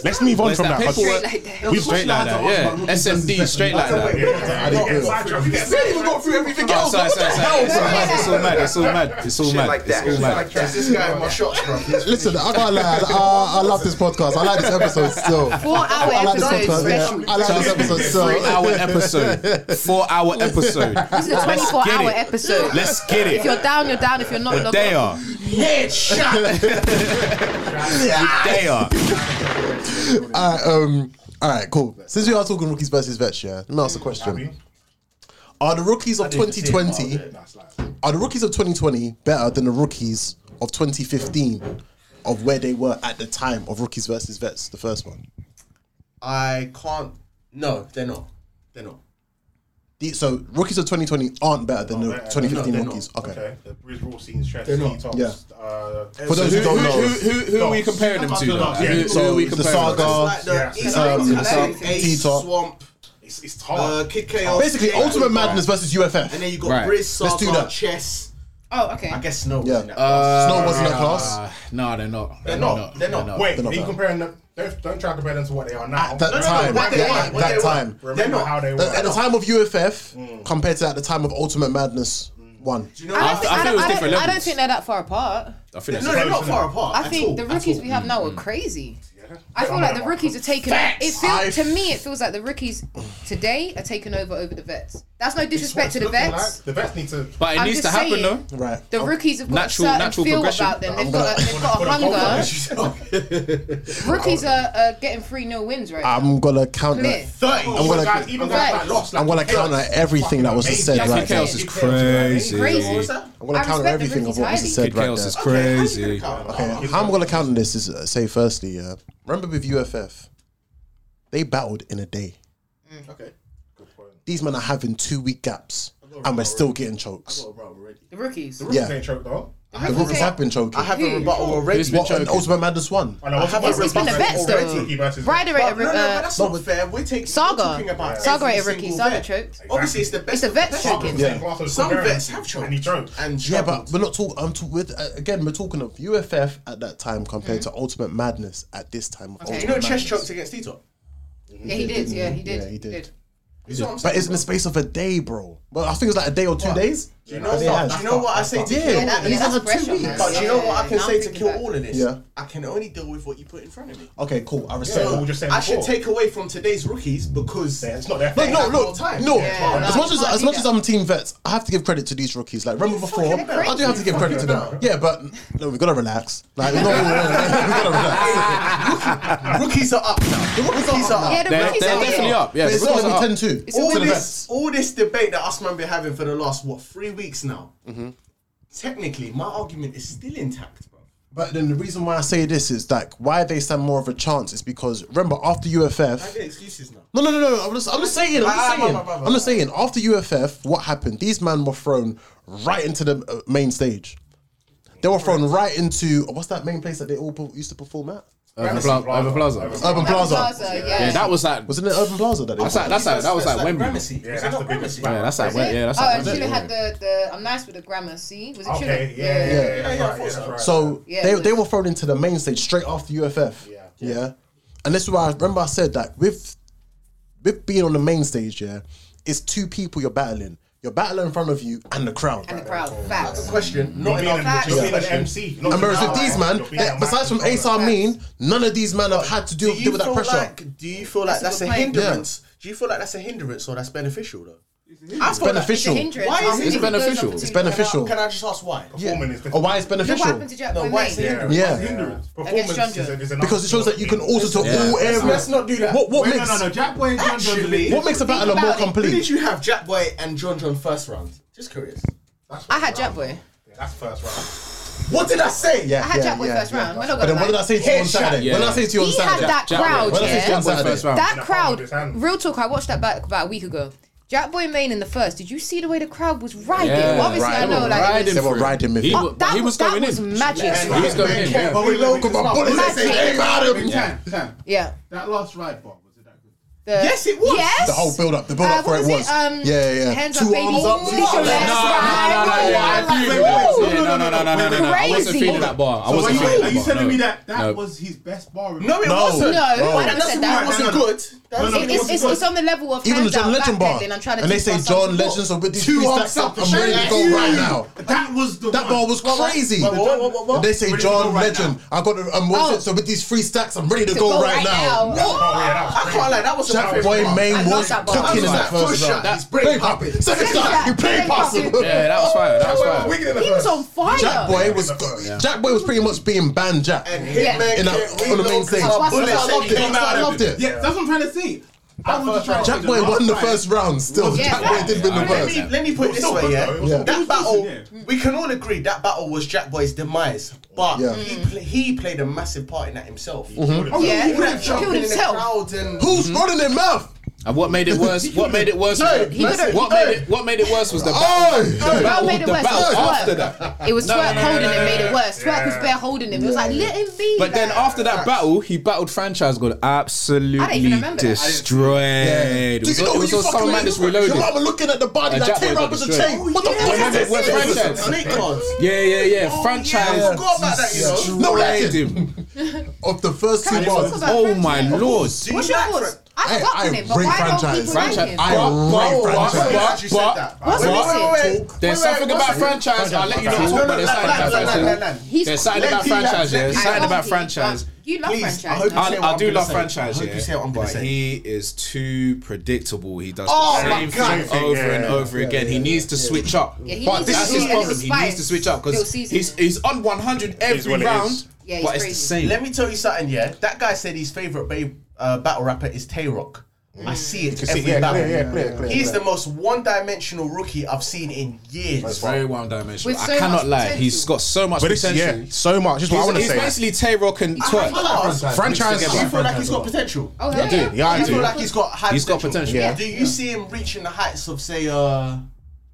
Let's move on But it's from that that. paperwork- We've Straight like that, yeah. SMD, straight like that. We still even got through everything Oh, else. sorry, What the sorry, sorry. hell, It's all mad, it's all mad, it's all mad, it's all mad, it's all mad. It's this guy in my shots, bro. Listen, I gotta lie. I, I love this podcast. I like this episode still. Four-hour I like this episode podcast. yeah. special. I like this episode still. Three hour episode, four hour episode. This is a Let's 24 get hour it. episode. Let's get it. If you're down, you're down. If you're not, But you're they not. are. They are. Alright, um, all right, cool. Since we are talking rookies versus vets, yeah, let me ask a question. Are the rookies of 2020 are the rookies of 2020 better than the rookies of 2015 of where they were at the time of rookies versus vets, the first one? I can't. No, they're not. They're not. The- so rookies of 2020 aren't better than the 2015 No, Oh, they're rookies. not. Okay. The Bruce Raw scenes, Stress, They're not. Tops. Yeah. Uh, For those who don't know- Who, who, who are we comparing them to? though? Who, who are So we the comparing them to? saga, um, the Saga, T-Top. Swamp. It's, hard. Uh, Kid Chaos. Basically, Yeah, Ultimate Kid Madness versus UFF. And then you got Right. Briz, Let's do Saga, that. Chess. Oh, okay. I guess Snow Yeah. was in that. Uh, Snow was in that class. Uh, no, they're not. They're not. They're not. Wait, They're not are you bad. comparing them? Don't, don't try to compare them to what they are now. At that time, what they yeah, were, at what that they were. time. They're Remember not. how they At- were. at the time of UFF compared to at the time of Ultimate Madness one. Do you know? I don't, think, I, think don't, it was I, don't, different I don't levels. think they're that far apart. I think No, they're not far apart. I at think all, the at rookies all. we have now are crazy. I feel like the rookies are taking. Facts. It feels to me, it feels like the rookies today are taking over over the vets. That's no disrespect to the looking vets. like. The vets need to. But it I'm needs to just happen saying, though. Right. The rookies have got Natural- a certain natural feel progression. about them. They've I'm got, a, they've got a hunger. Rookies are uh, getting three nil wins right now. I'm gonna count Clear. that. Thirty. I'm gonna- guys, even Right. guys that lost. Like, I'm gonna counter everything that was just said That's right Kid there. Chaos is crazy. Crazy. I'm gonna I counter respect everything the of what was rookies said Kid right Chaos there. is crazy. Okay, how I'm gonna count this is uh, say firstly, uh, remember with UFF, they battled in a day. Okay. These men are having two week gaps, and we're still getting chokes. The rookies. The rookies Yeah. ain't choked though. The rookies have been choking. I have a rebuttal already. It's what an Ultimate Madness one. I know. I have a It's- it's been the rebuttal vets, though. already. Rookie versus Ryder rate But of no, no, but uh, that's not fair. We're taking Saga. we're talking about Saga every at rookie. single Saga vet. choked. Obviously, it's the best. It's the vet choking. Yeah. Some vets have choked. And he choked. And Yeah, but we're not talking. I'm talk- with uh, again. We're talking of UFF at that time compared to Ultimate Madness at this time. Of Do Ultimate Mm-hmm. you know Chess Madness. choked against T-Top? Yeah, he did. Yeah, he did. Yeah, he did. This is what I'm saying. But it's in the space of a day, bro. Well, I think it was like a day or two days. Do you know, But they what, had- do you know what I say to kill all Yeah, of and he's this? had that's two pressure, man. weeks. But do you know what I Yeah, can now say I'm to thinking kill back. all of this? Yeah. I can only deal with what you put in front of me. Okay, cool. I respect So that. just saying I should before. take away from today's rookies because It's not their No, fault. no, all no, the time. no. Yeah, as no, much you as can't as do much that. as I'm team vets, I have to give credit to these rookies. Like remember before, fucking I do have to give credit to them. Yeah, but no, we gotta relax. Like no, no, no, no, we gotta relax. rookies are up now. The rookies are Yeah, up. the They're, rookies they're are definitely here. up. Yeah, but the it's not rookies like are we up. tend to. a All to the this, vets. all this debate that us man been having for the last what three weeks now. Technically, my argument is still intact, bro. But then the reason why I say this is like why they stand more of a chance is because remember after I UFF. get excuses now. No, no, no, no. I'm just, I'm just saying. I'm Ah, just ah, saying. ah, ah, ah, I'm just saying. After UFF, what happened? These men were thrown right into the uh, main stage. They were thrown right into what's that main place that they all per- used to perform at? Urban Plaza. Urban Plaza. Urban Plaza. Plaza, yeah. Yeah, that was like. Wasn't it Urban Plaza that they? That's like, that's like, that was like Wembley. Yeah, Gramercy. Was it not Gramercy? that's like, yeah, that's oh, like. and Wembley. Chile had the, the I'm nice with the grammar. See, was it Okay. Chile? Yeah. Yeah. Yeah. Yeah. that's Yeah, right, yeah, that's right. So Yeah, they, it they was- were thrown into the main stage straight after UFF. Yeah. Yeah. And this is why I remember I said that with with being on the main stage, yeah, it's two people you're battling. Your battler in front of you and the crowd. And the crowd, facts. question. Mm-hmm. Not being an- not being an MC, not and whereas being with an these outlier, man, not being eh, a besides from Ace Armin, none of these men have had to deal, Do you deal with that feel pressure. Like, do you feel like that's, That's a a good point. hindrance? Do you feel like that's a hindrance or that's beneficial though? It's beneficial. Why is it It's beneficial. It's beneficial. Can I, can I just ask why? Yeah. Or why it's beneficial? No, why is it Yeah. hindrance? Yeah. Against John Joe. Because it shows that you can alter to Yeah. all Let's- areas. let's not do that. What, what Wait, no, makes no, no, Jack Boy and John John Actually, lead. What makes a Think battler about more it. complete? Who did you have, Jack Boy and John John, first round? Just curious. I had Jetboy. That's first round. What did I say? I had Jack Boy first round. We're not But then what gonna did I say to you on lie. Saturday? Yeah. What did I say to you on he Saturday? had that crowd, What did I say to you yeah. on Saturday? That crowd, real talk. I watched that back about a week ago. Jack Boy Main in the first. Did you see the way the crowd was riding? Yeah, Well, obviously, right. I They know were like it riding was- They were for it. riding with it. He Uh, wa- that he was that going in. was magic. He was going in, yeah. But we local, my bullets, they Magic. say, "Hey, Adam." Big Tan, Tan, Yeah. That last ride bomb. yes, it was. Yes. The whole build up, the build Uh, up for what it was it? was. Um, yeah, yeah. hands Two up, baby. arms up. Lift your legs. No, no, no, no, no, no, no. I wasn't feeling that bar. I So are wasn't you, feeling are that you bar. telling No. me that that No. was his best bar? No, it No. wasn't. No, I never said that. Wasn't good. It's, it's, it's, it's on the level of Even the hands John out, Legend back bar. then, I'm trying to And they teach say myself to John walk. Legend, so with these Two three arms stacks up up, for I'm ready to shame. go Yes. right now. That was the That ball was crazy. What, what, what, what, what? And they say Ready to John go right Legend. I got to, um, what's Oh. it? So with these three stacks, I'm ready to go right now. No, I can't lie. That was Jack a Boy Main was cooking in that first round. That's brain popping. Second shot, you played possible. Yeah, that was fire. That was fire. He was on fire. Jack Boy was Jack Boy was pretty much being banned Jack and Hitman can't in that, on the reload main stage. because my That's why bullets I loved it. came That's why I out of loved it. it. Yeah, that's what I'm trying to see. I was just trying to Jack say Boy last won the fight- first round. Still, Yeah. Jack Boy did win the Let me, first. let me put it this way, yeah. That battle, we can all agree that battle was Jack Boy's demise, but Yeah. he, pla he played a massive part in that himself. Mhm. Oh, Yeah, he would he have jumped killed in the himself. crowd and Who's running their mouth? And what made it worse? What made it worse? No, was- he would've- what hey. made it? What made it worse was the Oh, battle. the What battle- made it the worse battle was after twerk. that. It was No, twerk no, no, holding no, it made no, it worse. no. Twerk was bare holding him. It was like let him be. But then after that battle, he battled franchise, got I didn't even absolutely remember that. destroyed. It Do was you know it who was you on fucking some man that's look like? reloaded. You're rather looking at the body And like Jack Boy tear got up as a destroyed. chain. What Oh, the fuck Yeah, is this? West franchise. Yeah, yeah, yeah. Franchise. forgot about that, you know. No legend. Of the first two Can I talk bars. about Oh my franchise? lord. What's your thoughts? I I, fuck I with him, but rate why don't franchise. people like him? I rate franchise. But, but, but, but, there's something about franchise. I'll let you know. No, no, But there's no, no, no, something no, about no, no. franchise. There's something Let about me laugh, franchise. Yeah, let there's me something laugh. about franchise. You love Please, I franchise. hope you say I, what I I'm do gonna love say. franchise, I hope you say what yeah, I'm gonna but say. he is too predictable. He does Oh the my same God. thing over Yeah, and over yeah, again. yeah, he needs to switch up. Yeah, he but needs to this do is his a little problem. He needs to spice, switch up little because season. he's, he's on 100 Is what every it round, is. Yeah, he's but it's the crazy. same. Let me tell you something, yeah. That guy said his favorite ba- uh, battle rapper is Tay Rock. I see it can see- every yeah, battle. clear, yeah, clear, clear, He's clear. the most one-dimensional rookie I've seen in years. It's very one dimensional. With I so much cannot lie. potential. He's got so much But it's- potential. yeah, so much. This is what I He's- wanna say. He's basically Tay Rock and Twerk. Franchise. Mixed Do you together. feel like he's got potential? Oh, Yeah, I do. Do Yeah, I you do. feel like he's got high He's got potential. Yeah. Do you see him reaching the heights of, say, uh,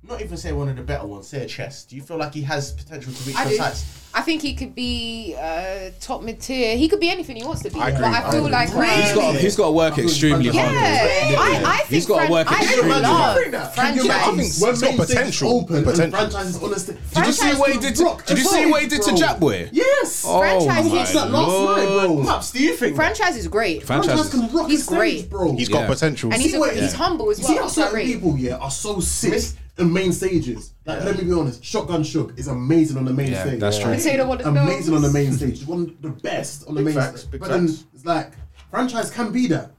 not even say one of the better ones, say a chess? Do you feel like he has potential to reach I those do. heights? I think he could be uh, top mid tier. He could be anything he wants to be. I agree, But I I feel agree. like He's got he's got to work extremely Yeah, hard. I- I think he's got Fran- to work I extremely love hard. franchise. I think It's got potential. Potential. Did you see what he did? To, did you see what he did to Jack Boy? Yes. Oh franchise my is lord. do you think? Franchise is great. Franchise Franchise can rock He's great, bro. He's got Yeah. potential. and he's, a, he's humble as You well. see how He's not certain great. people yeah are so sick in main stages. Like let me be honest, Shotgun Shook is amazing on the main Yeah, stage. that's true. Potato Wallet amazing Knows. on the main stage. He's One of the best on the main facts, stage. big But then facts. it's like franchise can be that.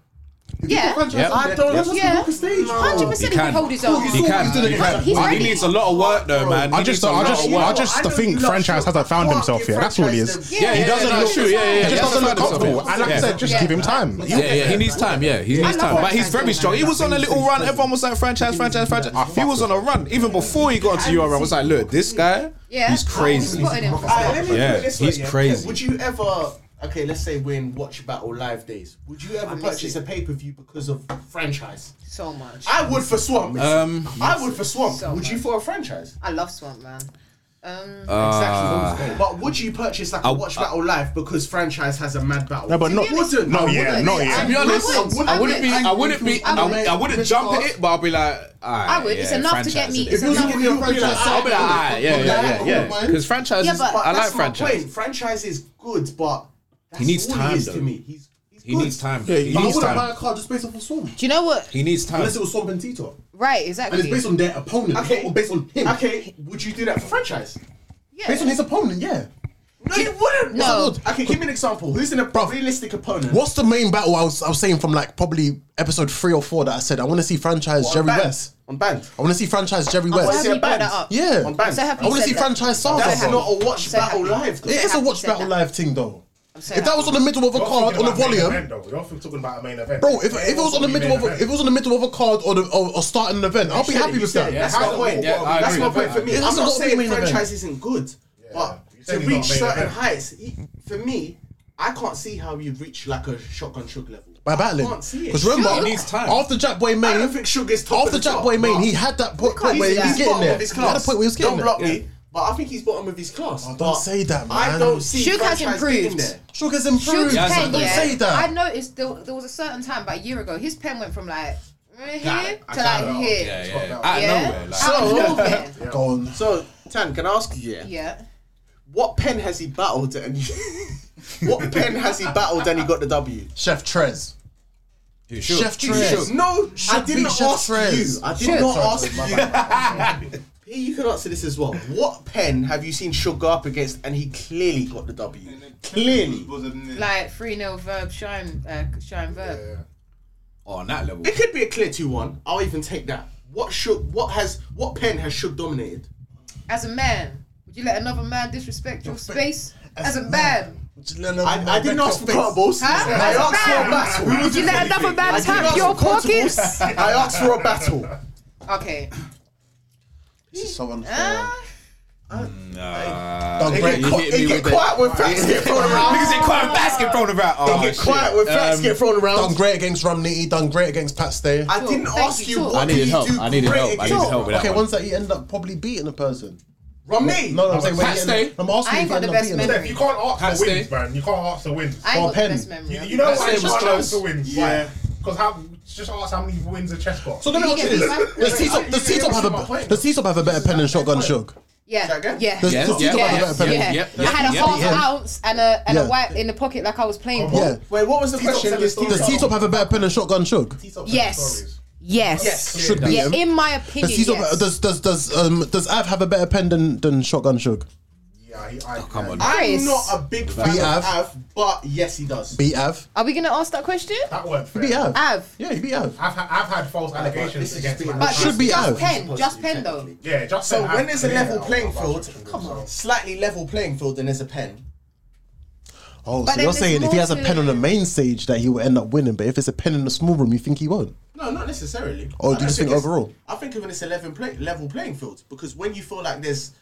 If you Yeah. put franchise Yep. on I there, don't- franchise can yeah. rock a stage. bro. 100% he can hold his own. He can. He's doing it. He, can. He's But he ready. needs a lot of work though, man. He I just, needs a I lot just, of work. I just think franchise hasn't found himself yet. That's all he is. Yeah, yeah, he doesn't yeah, look, true. Yeah, yeah, yeah. he just doesn't look comfortable. And like I Yeah. said, just give him time. Yeah, yeah, he needs time. Yeah, he I needs love time. But franchise he's very strong. He was on a little run. Everyone was like franchise, franchise, franchise. He was on a run even before he got into URL. I was like, look, this guy, Yeah. Oh, he's crazy. Alright, let me put it Yeah, this way, he's yeah. crazy. Would you ever, okay, let's say we're in Watch Battle Live days, would you ever purchase a pay per view because of franchise? So much. I would for Swamp. Um, I would for Swamp. would you for a franchise? I love Swamp Man. Um, Uh, but would you purchase like a I- Watch Battle Live because franchise has a mad battle? No, but not- Wouldn't. no, I yeah, wouldn't. not yeah. To be honest, I wouldn't. I wouldn't be. I wouldn't be. I wouldn't, I wouldn't jump at it, but I'll be like, alright, I would. Yeah, It's enough to franchise get me- it. it's enough to get me I'll be like, franchise. alright, yeah, yeah, yeah, Yeah, yeah. Because franchise, is- but I like that's my franchise. point. Franchise is good, but He needs all time is to though. me. He's He needs time. Yeah, he but I needs wouldn't buy time. a card just based off of Swamp. Do you know what? He needs time. Unless it was Swamp and Tito. Right, And exactly. it's based on their opponent. Okay. based on him. Okay, would you do that for franchise? Yeah. Based on his opponent, yeah. No, you wouldn't. No. Okay, give me an example. Who's in a realistic opponent? What's the main battle I was I was saying from like probably episode three or four that I said I want to see franchise What, Jerry banned? West. On band. I want to see franchise Jerry I'm so West. happy you brought that up. Yeah. On band. I'm so happy I you want to said see that. franchise saga. That's not a watch battle live. It is a watch battle live thing though. if that was on the middle of a You're card thinking on a about main volume, event, though. You're talking about a main event. bro, if, if it was on the middle of a, if it was on the middle of a card or, the, or, or starting an event, I'll be happy with that. That's my point. That's my point for me. It I'm doesn't not gotta be a saying main event. franchise isn't good, but to said it's not a reach main certain event. heights, e- for me, I can't see how you reach like a shotgun shook level. By battling, I can't see it. because remember, Sure, it needs time. after Jack Boy Main, after At the Jack top, Boy Main, but he had that point, point he's- where he he's was getting bottom there. of his He had a class. point where he was getting Don't there. Oh, block me, but I think he's bottom of his class. Don't But say that, man. I don't see Sugar franchise getting there. Sugar's improved. Sugar's pen, don't yeah. say that. I noticed there, there was a certain time, about a year ago, his pen went from like eh, Nah, here I to can't like know. here. Yeah, It's yeah, got yeah. that. Yeah? Out of nowhere, like- Out of So- nowhere. Gone. So, Tan, can I ask you? Yeah. Yeah. What pen has he battled and what pen has he battled and he got the W? Chef Trez. Shook. Chef He Trez. shook. No, I Should did be not Chef ask Trez. you. I did Shook. not Sorry, ask sorry, you. Here you can answer this as well. What pen have you seen Sugar up against and he clearly got the W? Clearly. Like 3 0 verb, shine, uh, shine verb. Oh, on that level. It could be a clear 2 1. I'll even take that. What should what has what pen has Shug dominated? As a man, would you let another man disrespect your space? As, a man. I, I didn't ask for curveballs. Huh? I As a asked for a man. battle. Would you let another man I didn't tap ask your for curveballs. pockets? I asked for a battle. Okay. This is so unfair. Nah. Don't break- it get quiet when facts get thrown around. Niggas get quiet when facts get thrown around. They Oh, get shit. quiet when facts Um, get thrown around. Done great against Romney, done great against Pat Stay. Uh, I didn't Thank ask you, you Talk. Um, what I needed help. I needed help. I needed help with that Okay, one. ones that you end up probably beating a person. Romney? No, no, I'm saying when Pat you Stay? end up, I'm asking I you ain't if you got end the up best beating memory. them. You can't ask for wins, man. You can't ask for wins. I ain't got the best memory. You, you know Pat why you Stay was can't close. ask for wins? Yeah. Because how? Just ask how many wins a chess got. So let me ask you this: Does T-Top, does T-Top have a does T-Top have a better pen than Shotgun Shug? Yeah. Yeah. Does- does he yeah. talk about the better yeah. penalty? Yep, I yep, had a yep, half yep. ounce and a and Yeah. a wipe in the pocket like I was playing. ball. Yeah. Wait, what was the T-Top question? said it's Does T-Top have a better pen than Shotgun Shug? Yes. Yes. Yes. Should be Yeah, him. in my opinion. Does T-Top yes. does does does um does Av have a better pen than than Shotgun Shug? come on. Ice. I'm not a big fan Beat of Av. Av. but yes, he does. Beat Av. Are we gonna ask that question? That went fair. Beat Av. Av. Yeah, you beat Av. I've, ha- I've had false allegations against my But Should be just Av. pen, just pen though. Yeah, just So saying, I've when there's a cleared level out playing a bunch of field, come on, slightly level playing field, then there's a pen. Oh, But so you're then there's saying if he more has a to pen on the main stage that he will end up winning, but if it's a pen in the small room, you think he won't? No, not necessarily. Oh, do I you don't just think it's- overall? I think when it's a level play, level playing field because when you feel like there's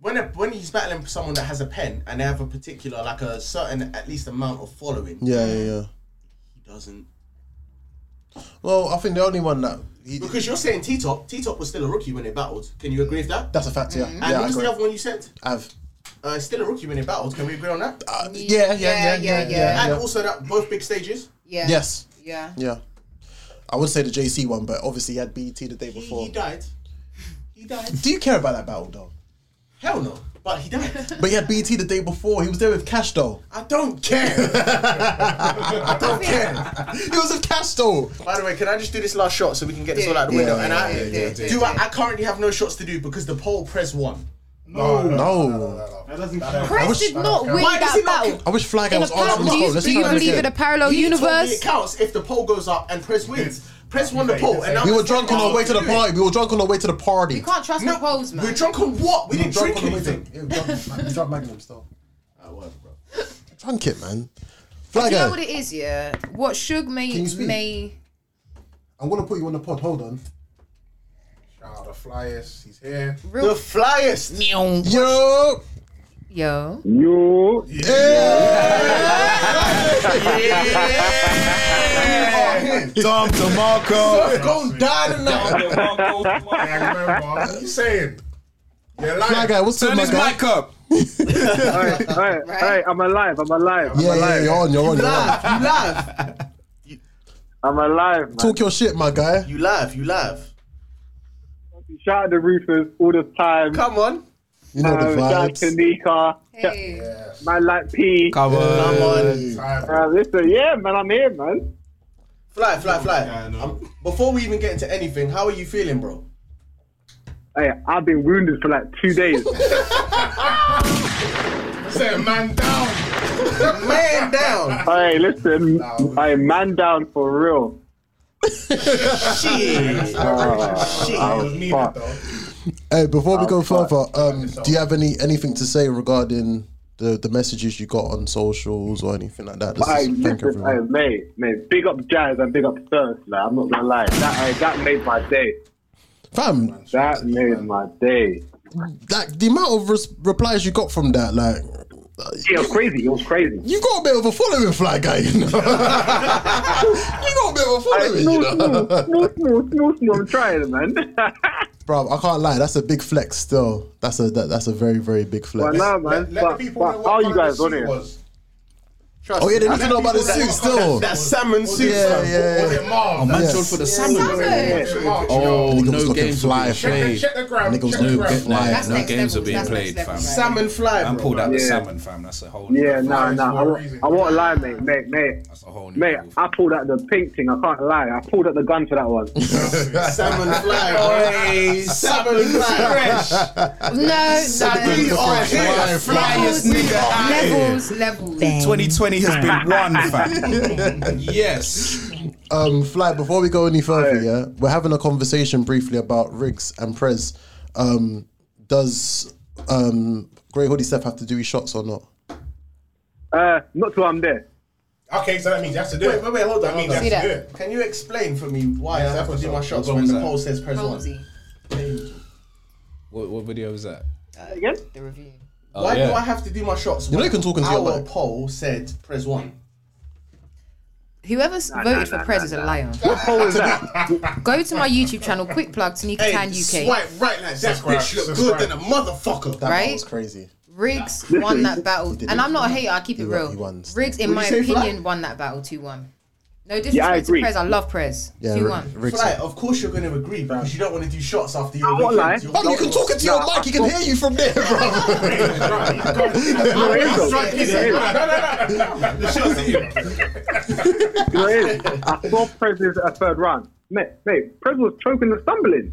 when a, when he's battling someone that has a pen and they have a particular like a certain at least amount of following, Yeah, yeah, yeah. he doesn't. Well, I think the only one that Because you're saying T Top, T Top was still a rookie when they battled. Can you agree with that? that's a fact, yeah. And Yeah, what I was agree. the other one you said? Av. Uh, Uh, still a rookie when they battled. Can we agree on that? yeah, yeah, yeah, Yeah, yeah, yeah, yeah. And yeah. also that both big stages. Yeah. Yes. Yeah. Yeah. I would say the JC one, but obviously he had BT the day before. He died. He died. Do you care about that battle though? Hell no. But he died. But he had BT the day before. He was there with Cash though. I don't care. I don't care. It was a cash though. By the way, can I just do this last shot so we can get this all out the Yeah, window? yeah, and I yeah, yeah, yeah, do. I, I currently have no shots to do because the poll press won. No, no. Press did not win Why does that it not battle. I wish Flag In was a answering parallel- this do poll. you- Let's do you try that believe in again. a parallel He told me universe? It counts if the poll goes up and press wins. Press won the poll, and now We were Prez drunk on won. our way to the Do it. party. We were drunk on our way to the You party. can't trust the polls, man. We're drunk on what? We didn't drink on the way to- anything. Yeah, we drunk Magnum still. Ah, whatever, bro. Drunk it, man. Do you know Flagger, what it is, yeah? What Suge may Can you speak? may I'm gonna put you on the pod. Hold on. Shout out to Flyers. He's here. The flyest. Yo. Yo. Yo. Tom DeMarco. Go die tonight. What are you saying? Yeah, like, Fly guy, what's Turn good, my his guy? mic up. Alright, alright, alright, I'm alive, I'm alive. I'm Yeah, yeah, alive. you're on, you're on, you're on. Laugh, you laugh, I'm alive, man. Talk your shit, my guy. you laugh, you laugh. Shout out to Roofers all the time. Come on. You know Um, the vibes. Tanika. Man like P. Come on. Come on. Uh, listen, yeah, man, I'm here, man. Fly, fly, fly. Um, before we even get into anything, how are you feeling, bro? Hey, I've been wounded for like two days. Say man down. man down. hey, listen, hey, man down for real. Shit. Oh, Shit. oh, fuck. Hey, before we Oh, go further, um, do you have any anything to say regarding the, the messages you got on socials or anything like that? This Hey, is- thank listen, hey, everyone. mate, mate, big up Jazz and big up Thirst, like, I'm not gonna lie. That, hey, that made my day. Fam, That made my day. like the amount of res- replies you got from that, like Yeah, it was crazy. It was crazy. you got a bit of a following, fly guy. You know? you got a bit of a following, you know? Smooth, smooth, smooth, smooth. I'm trying, man. bro. I can't lie, that's a big flex. Still, that's a that, that's a very very big But flex. no, man. but, but how you guys on it? Oh yeah, they need to know about the suit still. That salmon suit. Yeah, yeah. Was it Marv? Oh, man, Yes. told for the salmon. Marv, Oh, Nigga was no looking games fly, will be Check the- played. check the gram. Niggas Check the do gram. get like- That's No next games level, are being that's played, next level, fam. right? Salmon fly, Man bro. pulled out the Yeah. salmon, fam. That's a whole. Yeah, new- nah, nah. I, won't- I won't lie, mate, mate, mate. That's a whole new. Mate, level, I fam. pulled out the pink thing. I can't lie. I pulled out the gun for that one. Salmon fly, boy. Salmon fly. No, no. We are here. Flyest nigga. Levels, levels. 2020 has been one, fam. yes. Um, Fly, before we go any further, yeah, we're having a conversation briefly about Riggs and Prez. Um, does um, Grey Hoodie Steph have to do his shots or not? Uh, not till I'm there. Okay, so that means you have to do Wait, it. wait, wait, hold on. That means Hold you on. have to See do that? it. Can you explain for me why I have to do my shots What when was the that? poll says press one? Rosie, What, what video was that? Again? the review. Oh, Why yeah. do I have to do my shots? You know when you can talk into your Our mic. poll said press one. Whoever s voted for Prez is a liar. What poll is that? Go to my YouTube channel, quick plug, Tanika Tan UK. swipe right like that Subscribe, bitch look subscribe. good than a motherfucker. That Right? was crazy. Riggs won that battle, did and it. I'm not a hater. I keep it He real. won- he won. Riggs, in my you say, Fly? opinion, won that battle two one. No disrespect Yeah, I to agree. Prez, I love Prez. Yeah, two Ri- one. Riggs. Fly, of course you're going to agree, bro, because you don't want to do shots after your I won't weekend. lie. You're- Fam, you can talk into your mic. He can hear you from there, bro. You know it is, though. You know it is. You know it is. I saw Prez's uh, third round. Mate, mate, Prez was choking and stumbling.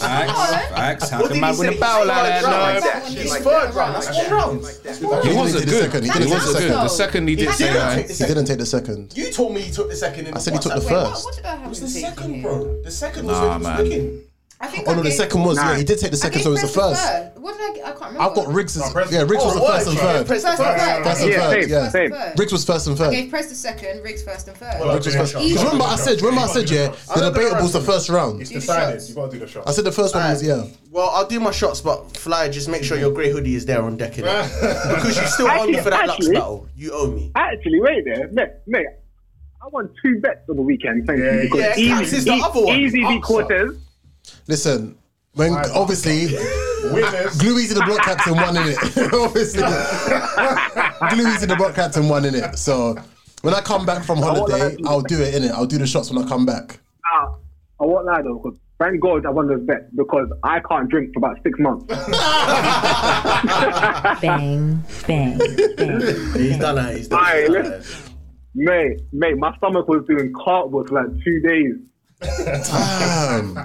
Facts, facts. How What can did man he win say? a battle He's like third that? round. Like He's that, like that, third round. like That's that. one round. No? He He was did a the good. second, he He did the was a second. good. The second he did He say did that. take the He second. didn't take the second. You told me he took the second. In I said he took the WhatsApp. Wait, what, First. what did I It have was to the say second, here? bro. The second Nah, was man. when he was looking. I think Oh I no, the gave- second was yeah. He did take the I second, gave so it was the Prez first. third. What did I? get? I can't remember. I've got Riggs as yeah. Riggs was the Oh, first and word, bro. third. Press First the and first. third. First and Yeah, third. same, Yeah, same. First. Riggs was first and I third. gave Prez the second, Riggs first and third. Well, Which was first. 'Cause remember, I said, remember, I said, yeah, I the don't know debatable's the the first round. It's decided. You gotta do the shot. I said the first one was yeah. Well, I'll do my shots, but Fly, just make sure your grey hoodie is there on deck in it. because you still owe me for that Lux Actually- battle. You owe me. Actually, wait there, mate, mate. I won two bets on the weekend. Thank you. Because yeah, Caps is the easy, other one. easy Upset. v Cortez. Listen, when obviously Winners. Gluey's in the block captain one in it. obviously, Gluey's in the block captain one in it. So when I come back from holiday, I'll do it in it. I'll do the shots when I come back. Ah, I won't lie though, because thank God I won those bets because I can't drink for about six months. Bang, bang, bang. He's done that. He's done Aye, that. listen. mate, mate, my stomach was doing cartwheels for like two days. Fam,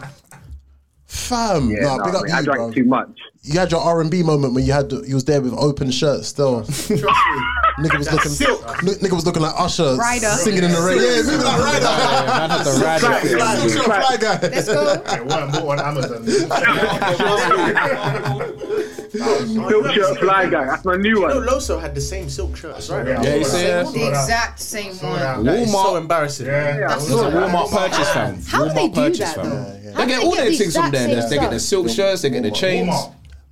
fam, Yeah, nah, nah, big up mate, I you, drank bro. too much. You had your R and B moment when you had you was there with open shirt still. nigga was looking, n- nigga was looking like Usher Ryder. singing in the rain. Yeah, moving like Ryder. Man had to ride Fly, it. fly, fly guy. Let's go. Hey, one more on Amazon. That Silk shirt fly guy, that's my new No, one. Loso had the same silk shirt. That's right. Yeah. Yeah, you see Yeah. yeah. The exact same one. That is Walmart. so embarrassing. It was a Walmart purchase, fam. How do Walmart they do purchase, that, fam. though? How They do get all their things from exact there. same They get the stuff? silk shirts, they get the chains.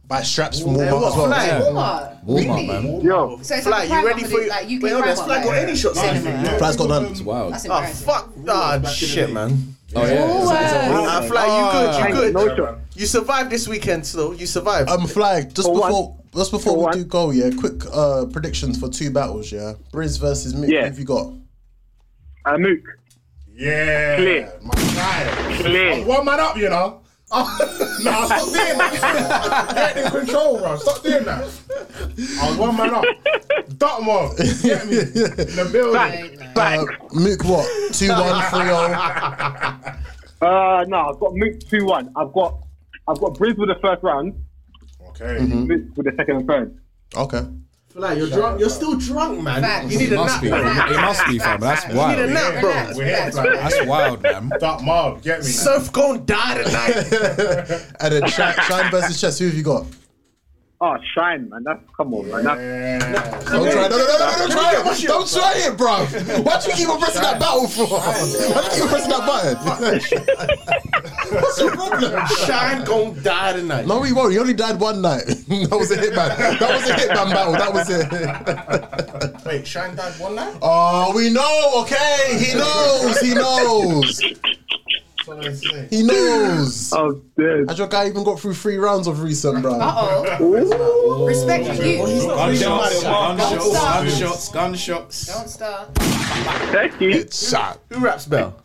Buy straps from Walmart as well. Fly, Yeah. Walmart. Walmart, Really? man. Yo, So it's Fly, like, a you ready Primark, for like UK Wait, hold on, Primark, Fly got like- any shots? Cinema. Fly's got none. Wow. That's Oh, embarrassing. fuck. Ah, shit, man. Oh, yeah. Nah, Fly, you good, you no good. shirt. You survived this weekend, slow. You survived. Um, Fly, just one. before just before For we one. do go, yeah, quick uh predictions for two battles, yeah. Briz versus Mick, Yeah. who have you got? Uh, Mook, Yeah. Clear. My guy. clear. One man up, you know. Nah, stop doing that. Get in control, bro. Stop doing that. I was one man up. Dartmoor. Get me. In the building. Uh, Mook, what? 2 1 3 0. Uh, no, I've got Mook two one. I've got I've got Briz with the first round. Okay. Mook with the second and third. Mm-hmm. Okay. Like you're drunk, you're still drunk, man. Facts. You need a It must nap. be, bro. fam. It must be, fam. That's You wild. need a nap, bro. That's wild, man. Dark mob, get me. Surf gonna die tonight. And then Shine, Shine versus Chess, who have you got? Oh, Shine, man. That's come on, man. That's, Don't try it. No, no, no, no, no, don't try it. Don't try it, bro. Why do you keep on pressing that button for? Why do you keep on pressing that button? What's your problem? Uh, Shine gonna die tonight. No, he won't. He only died one night. that was a hitman. That was a hitman battle. That was it. Wait, Shine died one night? Oh, we know. Okay, he knows. He knows. He knows. Oh, dead. Has your guy even got through three rounds of recent, bro? Uh oh. Respect your youth. Gunshots, gunshots, stop. gunshots, gunshots. Don't start. Thank you. Shot. Who raps Bell?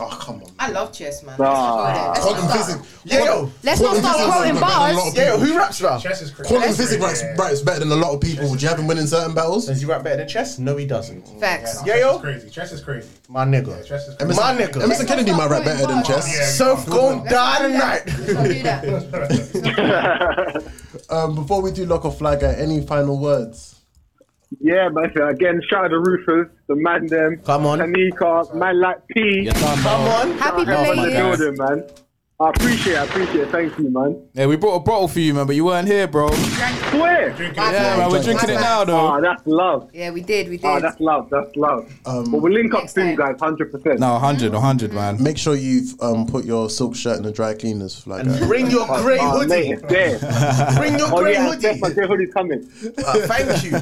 Oh, come on. I love chess, man. Nah. Let's not start. Yo, Let's not start quoting bars. yeah, who raps Bell? Chess is crazy. Quantum physics writes, writes better than a lot of people. Do you have him winning certain battles? Does he rap better than Chess? No, he doesn't. Facts. Yeah, Chess is yo, crazy. Chess is crazy. my nigga. Chess is crazy. My And nigga. Mr. Kennedy might rap better than chess. Surf gonna die tonight. Let's not do that. Um, before we do lock off flag, guy, any final words? Yeah, but again, shout out to Roofers, the man them. Come on. Tanika, man like P. Come on. Happy Happy playing. building, man. I appreciate it, I appreciate it. Thank you, man. Yeah, we brought a bottle for you, man, but you weren't here, bro. Swear. Yeah, man, we're drinking it now, Ah, though. that's love. Yeah, we did. We did. Ah, that's love. That's love. Um, but we'll link up Next soon, time. guys. 100%. No, 100, 100, man. Make sure you've um, put your silk shirt in the dry cleaners, flag. guy. Bring your grey Ah, mate, hoodie. it's there. Bring your oh, grey yeah, Steph, hoodie. my grey hoodie's coming. Thank you.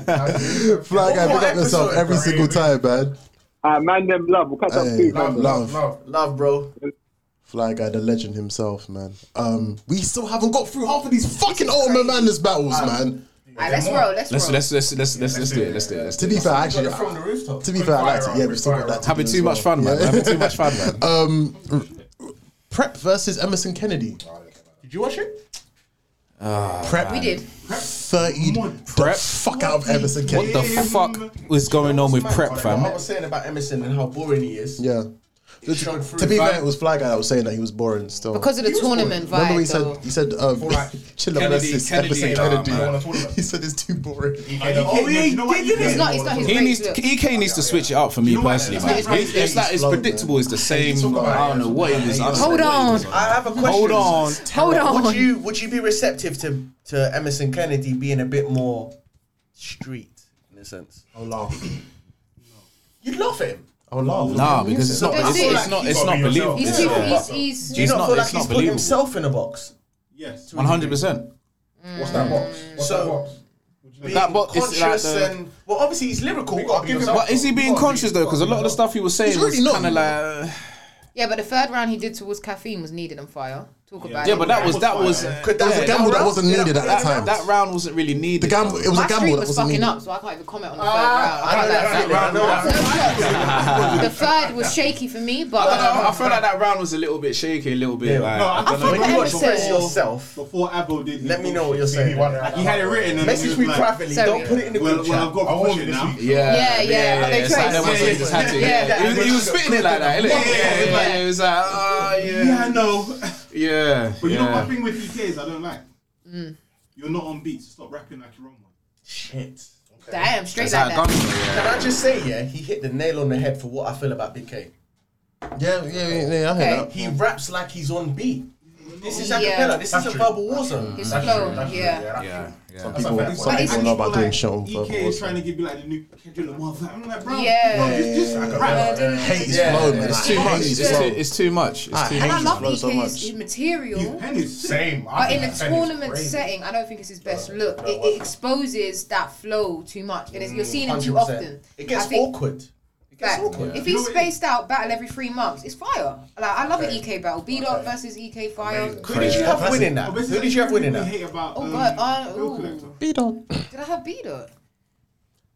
Flag guy, pick What up yourself episode, every bro? single time, man. Ah, man them love. We'll catch up Hey. soon, Love, man. love. Love, bro. Fly guy, the legend himself, man. Um, we still haven't got through half of these fucking Ultimate Madness battles, man. Alright, let's roll. Let's Let's, roll. let's, let's, let's, let's, let's do it. Let's do it. Let's To do it. be fair, actually, From the rooftop. to be fair, I liked it. Yeah, Fire we've still got up, that. To Having do too as much well. fun, man. Having too much fun, man. Um, r- Prep versus Emerson Kennedy. Did you watch it? Prep We did. 30 Prep? the fuck out of Emerson What Kennedy. the fuck was going on with prep, I fam? was saying about Emerson and how boring he is. Yeah. It showed through. To be Fam, fair, it was Fly Guy that was saying that he was boring still. Because of the tournament Remember vibe, he said though. he said um, Chilla Kennedy- versus Kennedy, Emerson nah, Kennedy. man. he said it's too boring. Oh, yeah, he did It's it. not. It's not his He needs, race. look. EK needs to switch it up for me personally, man. It's not his It's, it's like it's flow, predictable. It's the same. I don't know what it is. I don't know what Hold it on. is. I have a question. Hold on. Hold on. Would you would you be receptive to to Emerson Kennedy being a bit more street in a sense? I'll laugh. You'd love him. I'll laugh. Nah, because it's not. Don't It's, do it. it's not. It's not believable. He's too. He's. he's Do you It's not, not- feel it's not like he's put believable. himself in a box? Yes. One hundred percent. What's that box? What's So- that box? Being That box is like conscious the- and well, obviously he's lyrical. gotta I'll be give him. yourself. that. But is he being conscious though? Because a lot of the stuff he was saying He's was really not. kind of like. Yeah, but the third round he did towards caffeine was needed on fire. Talk about it. Yeah, but that was that was. Could That was a gamble that round- wasn't needed at that time. That round wasn't really needed. The gamble. It was my a gamble street that was wasn't fucking needed. up, so I can't even comment on the Ah. I third don't round. I like don't like that. round. that. the third was shaky for me, but I, don't know, I um, felt like that round was a little bit shaky, a little bit like. No, I don't I know. fuck When with you watch Press Emerson. yourself, Before Abo did, let me know what you're saying. He had it written. And Message me private. privately. Sorry. Don't put it in the Well, group well, I've chat. got a question now. Yeah, yeah. yeah. They It's like played- that one, so he just had to. Yeah, Yeah, yeah. He was- he was spitting it like that. innit? Yeah, it Yeah, was like- yeah. it was like, oh Yeah, I yeah, know. yeah. But you know yeah. one thing with EK is I don't like. Mm. You're not on beat. So stop rapping like you're on one. Shit. Damn, straight It's like like that. gunshot, yeah. Can I just say, yeah, he hit the nail on the head for what I feel about Big K. Yeah, yeah, yeah, yeah. I hear Okay. that. He raps like he's on beat. This is Yeah. acapella. This is a verbal war zone. His flow, yeah. Yeah, yeah. People, some I people just know feel about doing like shit on EK purpose. is trying to give you like the new Kendrick Lamar vibe. I'm like, bro, Yeah. Uh, bro, just, just like a rap. Hate his flow, man. It's too much. It's too, it's too much. It's too And I much. love flow so EK's much. his material, Pen is sick. Same. I but in think a that pen is tournament crazy. setting, I don't think it's his best look. It, it exposes that flow too much, and it's, you're seeing it too 100%. often. I It gets think- awkward. It gets Fact. awkward. If You he's know what spaced out battle every three months, it's fire. Like I love an EK battle. B dot versus EK fire. Who did you have winning that? But Who basically, did you have winning people um, that? hate about, Oh um, god, uh, Bill ooh. Collector. Beat on. Did I have B dot?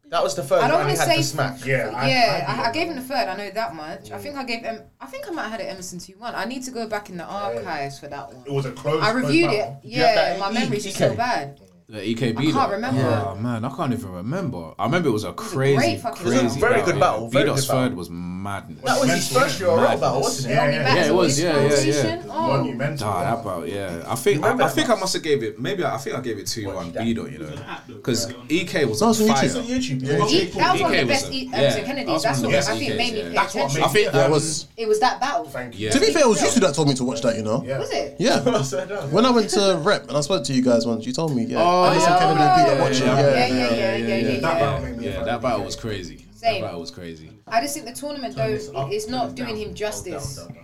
That was the third I don't one want he to had say to smack. Yeah, I, I, gave him the third. I know that much. I think I gave em- I think I might have had it Emerson two one. I need to go back in the archives for that one. It was a close. I close reviewed it. battle. Yeah, that my E- memory's EK? so bad. The EKB. I can't though. remember. Oh man, I can't even remember. I remember it was a great crazy, fucking crazy, It was a very good battle, Yeah. very Vidot's good battle. third was madness. That was his first year overall battle, wasn't it? Yeah, Running yeah, back yeah, to it was. his Yeah, yeah, yeah. foundation. Oh. Monumental. Nah, that battle. Yeah, I think I, I think I must have gave it. Maybe I, I think I gave it two one Vidot. You know, because EK was on fire. It's on YouTube. Yeah. E- that was one of EK the was best a- e- yeah. Emerson Kennedys. That's That what was I one of think the made best me EKs, pay yeah. attention. I think That um, was- It was that battle. Thank To be fair, it was you two that told me to watch that, you know? Was it? Yeah. Yeah. When I went to rep, and I spoke to you guys once, you told me, yeah. Oh, Alice yeah, and Kennedy yeah, beat yeah, that watch it, yeah, yeah. yeah, yeah, yeah, yeah, yeah, That battle yeah. Yeah, that battle was crazy. Same. That battle was crazy. I just think the tournament though it- it's not doing him justice. Certain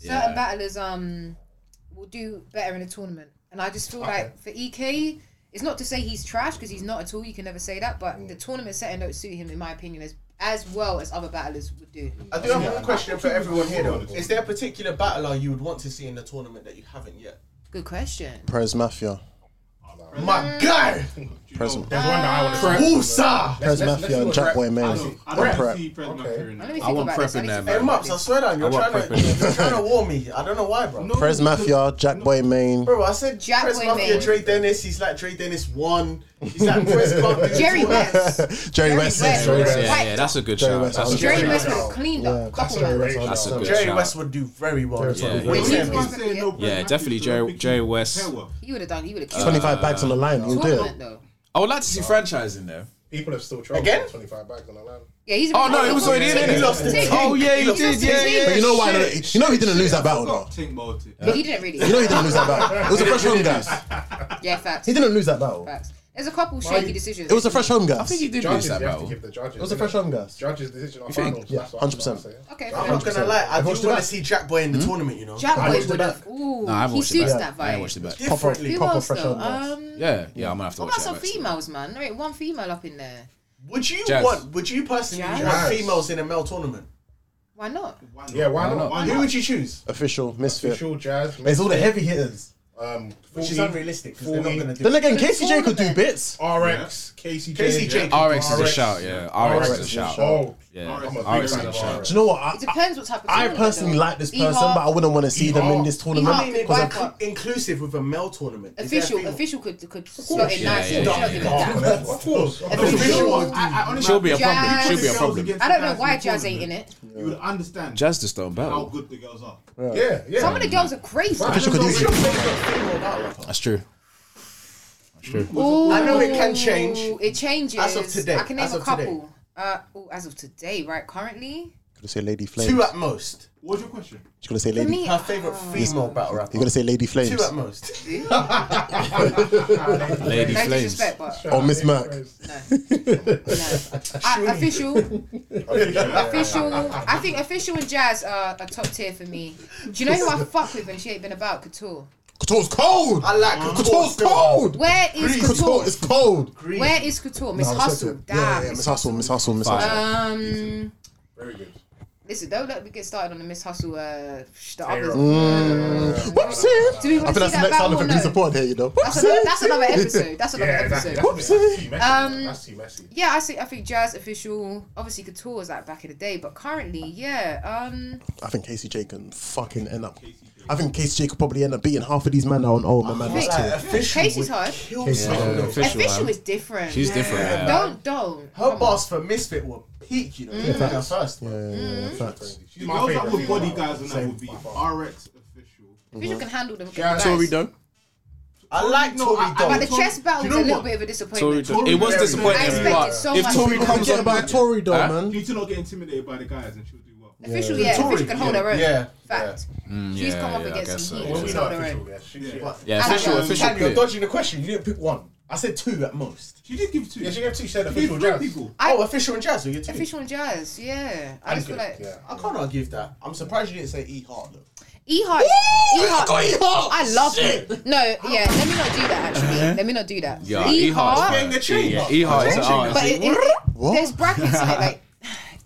Yeah. battlers um will do better in a tournament, and I just feel like for Ek, it's not to say he's trash because he's not at all. You can never say that, but Mm. the tournament setting don't suit him in my opinion as as well as other battlers would do. Uh, I do have one question for everyone here though. Is there a particular battler you would want to see in the tournament that you haven't yet? Good question. Perez Mafia. My guy! Perez There's one that I want to Prep. Usa! Perez Mafia and Jackboy Maze. I'm prep. I want prep in there, Hey, man. Mops, I swear down, you're I want trying to you're trying to warn me. I don't know why, bro. Perez Mafia, Jackboy Main. Bro, I said Jack Press Boy Mafia, Maine. Dre Dennis. He's like Dre Dennis one. He's like Press Mafia. Jerry West. Jerry West. Jerry Yeah, West. yeah, that's a good Jerry shout. West. That's a Jerry good West shout. would have cleaned up. Couple Jerry rounds. West. That's a good Jerry shout. West would do very well. Jerry Yeah. West. Wait, Yeah. wait, wait. Yeah, definitely Jerry, Jerry West. He would have done. He would have killed. 25 bags on the line, he'll do it. Tournament though. I would like to see franchise in there. People have still tried Again? Twenty five bags on the line. Yeah, he's. Oh no, it was already in He it. lost it. Oh yeah, He he lost did. it. Yeah, yeah. But you know why? shit. You know he didn't lose that battle, though. But he didn't really. You know he didn't lose that battle. It was a fresh home guy. Yeah, facts. He didn't lose that battle. Facts. There's a couple shaky decisions. It was a fresh home guy. I think he did lose Judges, that you have battle. to give the judges. It was a innit? fresh home guy. Judges' decision on You think? finals. Yeah, that's what I'm 100%. saying. Okay. I'm not gonna lie. I do want Everyone's to back. see Jack Boy in Hmm? the tournament. You know, Jack I Boy watched would it have. Ooh, No, I haven't he watched it suits back. that I haven't watched it vibe. back. Proper, differently. Who proper else fresh though? home guy. Um, Yeah, yeah, I'm gonna have to what watch about that some back. still. females, man? There ain't one female up in there. Would you Jazz. want? Would you personally Jazz. want females in a male tournament? Why not? Yeah, why not? Who would you choose? Official, misfit. Official jazz. It's all the heavy hitters. Um, Which is 40, unrealistic because they're not 40. gonna do. Then it. again, KCJ could do bits. RX, KCJ. KCJ. RX is a shout. Yeah, RX is a shout. Oh, Yeah, I'm a big RX is fan a of shout. Do you know what? It I, depends what type of. I tournament, personally though. like this person, E-Hop, but I wouldn't want to see them in this I I tournament. mean, mean, it- because why I'm- it's not? inclusive with a male tournament. Is there a Official, female- official could could slot in Yeah, nicely. yeah, She'll yeah. get Oh, that. Of course. Official. She'll be a problem. Jazz. She'll be a problem. I don't know why Jazz ain't in it. You would understand Jazz just don't how battle. good the girls are. Yeah, yeah. Some of the girls are crazy. Official could Who's do your it. favourite female battler? That's true. That's true. Ooh, I know it can change. It changes. As of today, I can name as a of today. couple. Uh, ooh, as of today, right? Currently, Could have said Lady Flames. Two You at most. What's your question? could have said for Lady. me, You Her favourite Ah. female battle rapper. could have said Lady Two Flames at most. Lady no Flames. disrespect, but or Oh, Miss Mac. no. I, official, official. I think official and Jazz are, are top tier for me. Do you know who I fuck with and she ain't been about Couture? Couture's cold. I like Couture's cold. Where is Couture Couture? is cold. Where is Couture? Miss No, Hustle. respect it. Damn. Yeah, yeah, Miss Hustle, Miss Hustle, Miss Fire. Hustle. Um, Very good. listen, don't let me get started on the Miss Hustle. Uh, sh- the others. Do Whoopsie. we I want to think see that's the that next time battle we or could do no? support here, you know. That's, another, that's another episode. That's another Yeah, episode. that, that's, that's too messy. Um, that's too messy. Yeah, I see. I think Jazz official, obviously Couture was like back in the day, but currently, yeah, um, I think KCJ can fucking end up. I think KCJ could probably end up beating half of these men out on old. My man was Like, too. official Casey's would hard. kill Casey. me. Yeah, official. official man. is different. She's different. man. Don't don't. Her bars for Misfit were peak, you know. Yeah, first. Yeah, yeah, facts. The girls that would body guys and that would be RX official. Official can handle them. Jazz- guys. Tory Doe. I like No, Tory I- I Dog. But the Tory- chess battle Do you was a know little what? bit of a Tory disappointment. Doe. It was I disappointing, expected but so if much Tory from comes Forget on, about Tory though, Huh? man. You two not get intimidated by the guys and she'll do well. Official, yeah, official can hold her own. yeah, Fact. She's yeah, come up yeah, I guess against some so, heat. yeah. She's Not held her own. official, yeah. She, she, yeah. Yeah, official, Adam, official. Sam, you're clear. dodging the question. You didn't pick one. I said two at most. She did give two. she gave two. She said She gave official three jazz. people. I- oh, official and jazz. We get two. Official and Jazz, yeah. I I'm just feel good, like yeah. I can't argue with that. I'm surprised you didn't say E Heart though. E Heart. E Heart. I love it. No, yeah. Let me not do that. Actually, Uh-huh. let me not do that. Yeah, E E-Heart's Heart. bad. Getting the chain. Yeah, E Heart is Changing ours. But it, it, it, there's brackets in it, like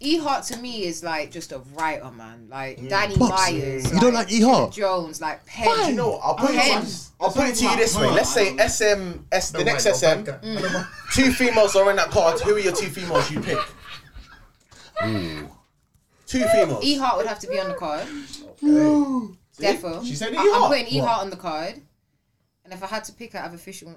E Hart to me is like just a writer, man. Like Danny Box. Myers. You don't like E Hart? Jones, like Penn. No, I'll put it Penn. to you, I'll put it to you this way. Let's say SM, S, the next SM, two females are in that card. Who are your two females you pick? Two females. E Hart would have to be on the card. No. Defo. She I- said E-Hart. I'm putting E What? Hart on the card. And if I had to pick out of official, mm.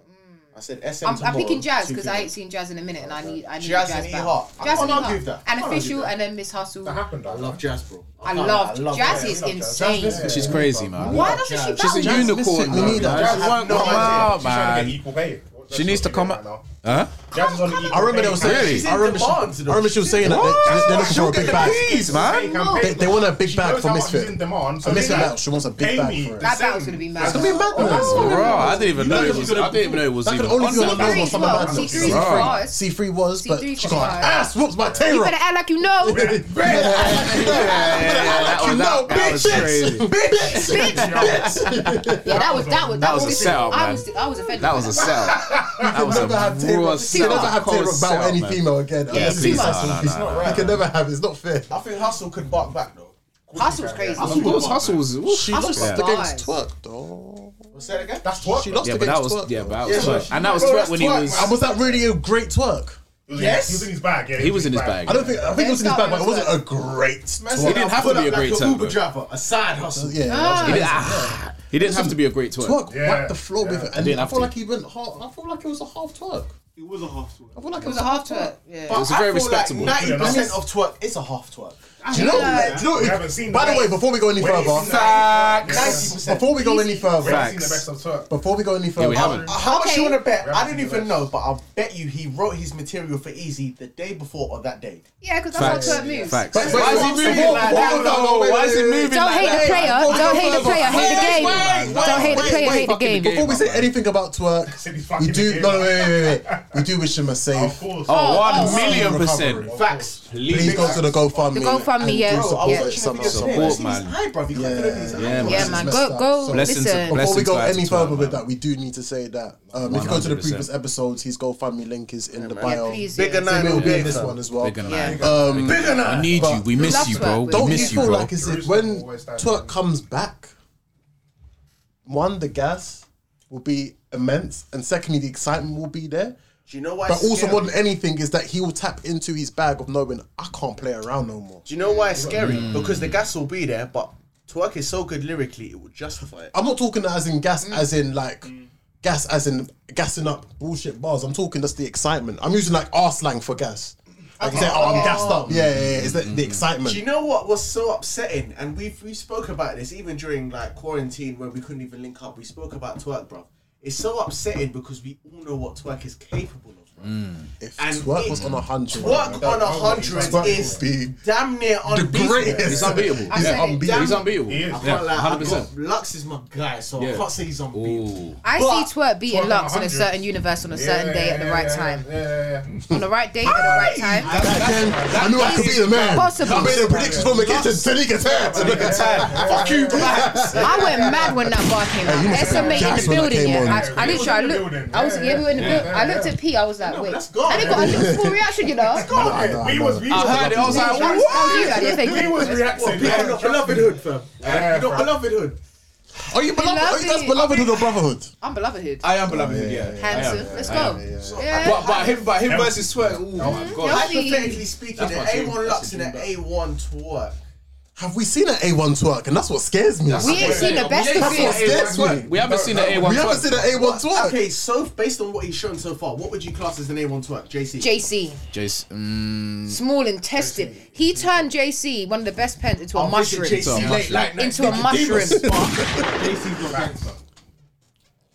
I said SM. I'm, I'm tomorrow, picking Jazz two because I ain't females. seen Jazz in a minute, and I need I need Jazz Jazz and back. E-Hart. I Jazz can't and argue E-Hart. with that. I And can't official, argue with and then Miss Hustle. That happened. I love Jazz, bro. I can't- love I love Jazz. Jazz. Is I love Jazz. insane. Jazz is- She's crazy, man. Why doesn't she She's a bounce? unicorn, Listen, we man. need her. Jazz, Jazz won't come has no out, idea. She's trying to man. get equal pay. She needs to come out. Huh? Jazz is on I remember they were saying. Really? I remember, she, I remember she was saying that What? they, they're looking for a She'll big get bag. the keys, man. They, they want a big She bag knows for how much is Misfit. in demand, so a Misfit they know. bag. She wants a Pay big bag me for it. That battle's gonna be mad. It's gonna be mad. Bro, Oh, I didn't even know it was. I didn't even know it was That could even. only be on the on Billboard the Summer Billboard. Madness. C3 C3 was. C3 was, but C3 she got her was. ass whooped by You Taylor. better act like you know. That was that- that was crazy. Yeah, that was that was That was a obviously- sell, I man. was I was offended. That by was a sell. That was a never have Tay raw Rock- She can sell. never have Tay Cold Rock sell, battle any man. female again. Yeah, Unless it's please, nice no, one. no, It's no, not no, right. You can never have it. It's not fair. I think Hustle could bark back though. Hustle's crazy. Hustle was- Hustle was. oof. She Yeah. lost against Twerk, though. What's that again? That's Twerk. She lost Yeah, but against that was Twerk. yeah, but that Yeah, was but twerk. and that was bro, twerk that's when he twerk, was. man. was that really a great twerk? Yes. He was in his bag. Yeah, He was in his bag. I don't think I think it was in his Stop, bag, but it wasn't a stop. great. Man twerk. said, He didn't "I'll have to pull be up a great like twerk, Uber though. driver, a side hustle. Yeah, Ah. that was crazy. He didn't have to be a great twerk. Twerk Yeah. whacked the floor with it, and Didn't I have feel to. like he went half. I feel like it was a half twerk. It was a half to it. I feel like It was a half to it. Yeah. It was a very respectable. Ninety percent of twerk is a half twerk. Do you know? Yeah. Do you know? We if- haven't seen by the the way, best. before we go any We haven't further, seen the best. Ninety percent. before we go any We haven't further, seen the best of Turk. before we go any Yeah, further, we haven't. How much you Okay. want to bet? We haven't I don't seen the rest. even know, but I bet you he wrote his material for Easy the day before or that day. Yeah, because that's how Twerk moves. Facts. But- but- Why is he moving like that? though? Why is he moving Don't like hate the that? player. Don't hate the player. Hate the game. Don't hate the player. Hate the game. Before we say anything about Said twerk, he's we fucking do the no, no, game. wait, wait, wait, wait. We do wish him a Of safe. course. Oh, one million Recovery. percent. Facts. Please go to the GoFundMe. The GoFundMe, and do yeah. some- Bro, I was Yeah. watching a video some- today, and I Support, seen his man. eye, bruv. He couldn't Yeah. open his eye. Yeah, man. Yeah, It's man. messed Go, up. go. So- Blessings to- Listen. Before we Blessings go to Ayrton any further Twerk, with man. that, we do need to say that um, if you go to the 100%. previous episodes, his GoFundMe link is in the bio. Yeah, please. Bigger yeah. nine It will all be day. in this one as well. Bigger Yeah. than Um, I need you. We miss you, bro. Don't Don't We you miss you, feel bro. like it's it, Jerusalem when always stands Twerk ready. comes back? One, the gas will be immense, and secondly, the excitement will be there. Do you know why? But it's also, scary? more than anything, is that he will tap into his bag of knowing I can't play around no more. Do you know Mm. why it's scary? Because the gas will be there, but twerk is so good lyrically, it would justify it. I'm not talking as in gas, as in like gas, as in gassing up bullshit bars. I'm talking just the excitement. I'm using like R slang for gas. Like you say, oh, I'm gassed up. Yeah, yeah, yeah. It's the, the excitement. Do you know what was so upsetting? And we've we spoke about this even during like quarantine when we couldn't even link up. We spoke about twerk, bro. It's so upsetting because we all know what twerk is capable of. Bro. if and twerk it- was on a hundred, Twerk on a hundred Twerk is would be damn near unbeatable. He's unbeatable. I said it. He's unbeatable. He is. I Yeah, can't lie, I've 100%. got- Lux is my guy, so I Yeah. can't say he's unbeatable. Ooh. I But- see twerk beating Twerk Lux in a 100. certain universe on a certain Yeah, day at the yeah, right yeah, time. Yeah, yeah, yeah. On the right day at the right time. I knew I could be the man. Possible. I made the predictions from the kitchen. Tanika Tan. Tanika Tan. Fuck you, blacks. I went mad when that bar came you out. must have Estimate in gassed the when that building, came on. yeah. I, I We were literally, I in the looked, building. I was, Yeah, yeah, we were in the yeah, building. yeah, I looked yeah. at P, I was like, wait. that's gone. And it got a little full reaction, you know. Go on, no, we no. was, we was, I heard it. I was like, That was you, I didn't think we you. was What, reacting. people Yeah, not trust me. beloved hood, fam. Yeah, you not fam. beloved hood. Are you beloved? Are you guys Beloved. beloved or the brotherhood? I'm belovedhood. I am beloved. Yeah. Handsome. Let's go. But Yeah. but him but him versus twerk. Oh my god. Hypothetically speaking, That's an my dream. A1 That's Lux the and an dream, A1 twerk. Have we seen an A1 twerk? And that's what scares me. We ain't seen the best ain't of seen it. it. scares me. We haven't seen an A1 We haven't seen an twerk. A1 twerk. Okay, so based on what he's shown so far, what would you class as an A1 twerk, JC? JC. Jace. mm, Small intestine. He turned JC, one of the best pens, into a I'll visit mushroom. JC Into a late, like, like, Into a Nicky mushroom. Davis. JC's not gangster.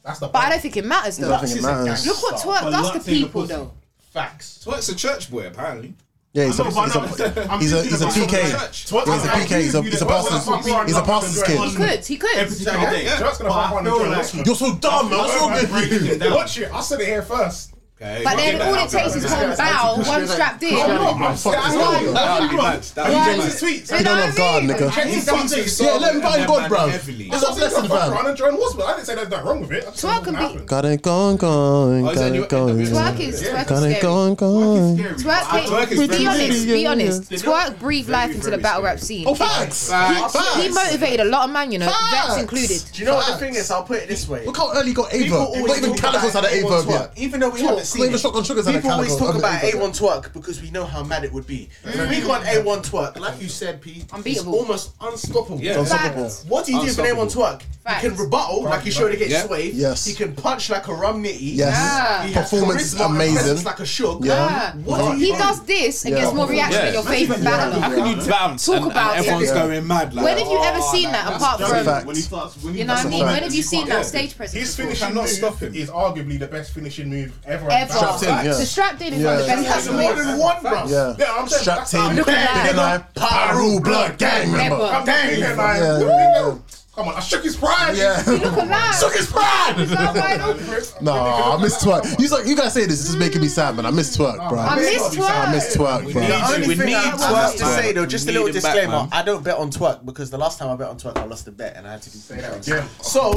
That's the But I don't think it matters, though. I don't think it matters. Look what twerk But does Lux to ain't a people, pussy. though. Facts. Twerk's a church boy apparently. Yeah, he's a, I know, but I he's, know a, I'm he's a thinking about it. he's a PK. Church. Yeah, he's a PK. He's a he's a pastor's he's a pastor's He kid. could. He could. Every single day. Turk's gonna But I hop on the feel drill. like- Watch me. You're so dumb, man. What's wrong Watch with you? it. I said it here first. Okay, But we'll then get all that it out, takes bro. is This one guy's actually bow, pushing one it, like, strapped in. no, I'm not, One- man. Fuck this one- guy. That would be mad. That would be mad. one- You You know don't what I have God, mean? nigga. Like, He it's something- fucks his Yeah, let him find God, bro. It's a blessing, fam. and Joan Wasman. I didn't say there's nothing wrong with it. I just Twerk can be Got it going, going, Oh, is got that it your- going. Twerk is- twerk is Got it scary. going, going. Twerk, Ah, twerk is be very honest, scary. be Yeah, honest. yeah. Twerk breathed life into the battle rap scene. Oh, facts. Facts. He- He Facts. motivated a lot of man, you know, Facts. vets included. Do you know what the thing is? I'll put it this way. Look how early got Ava. People always Not even talk Calico's about had an A1 Ava twerk. yet. Even though we Sure, haven't seen not even it. Shotgun Sugar's had a People always Calico. talk Haven't about Ava. A1 twerk because we know how mad it would be. Mm. If we got A1 twerk, like you said, P, it's almost unstoppable. Yeah. Unstoppable. Facts. What do you do with an A1 twerk? Facts. He can rebuttal, like he showed against Yeah. Sway. Yes. He can punch like a rum nitty. Yes. Yeah. He has Performance is charisma and amazing. presence like a shug. Yeah. What do he you do? does this and gets Yeah. more reaction than your Yeah. favorite battler. How can you bounce Talk and, about and everyone's it. going mad? Like, When have you ever oh, seen like, that that's apart just from- fact. When he starts You know what I mean? When have you seen that stage presence? His before? finishing move is arguably the best finishing move ever. Ever. Strapped in, yeah. The strapped in is one of the best He has finishing more moves. than one, bro. Yeah. I'm saying Strapped that's in, how- big and I, Paru blood gang member. I'm Gang big and member. I, Yeah, woo, yeah, woo. Come on, I shook his pride. Yeah. He look alive. Shook his pride. He's not wide open. Nah, I miss twerk. You, like, you guys say this, it's just making me sad, man. I miss twerk, bro. I miss twerk. I miss twerk, bro. The only thing I twerk, have to bro. say though, just a We little need him back, disclaimer. man. I don't bet on twerk because the last time I bet on twerk, I lost the bet and I had to do say that again. So,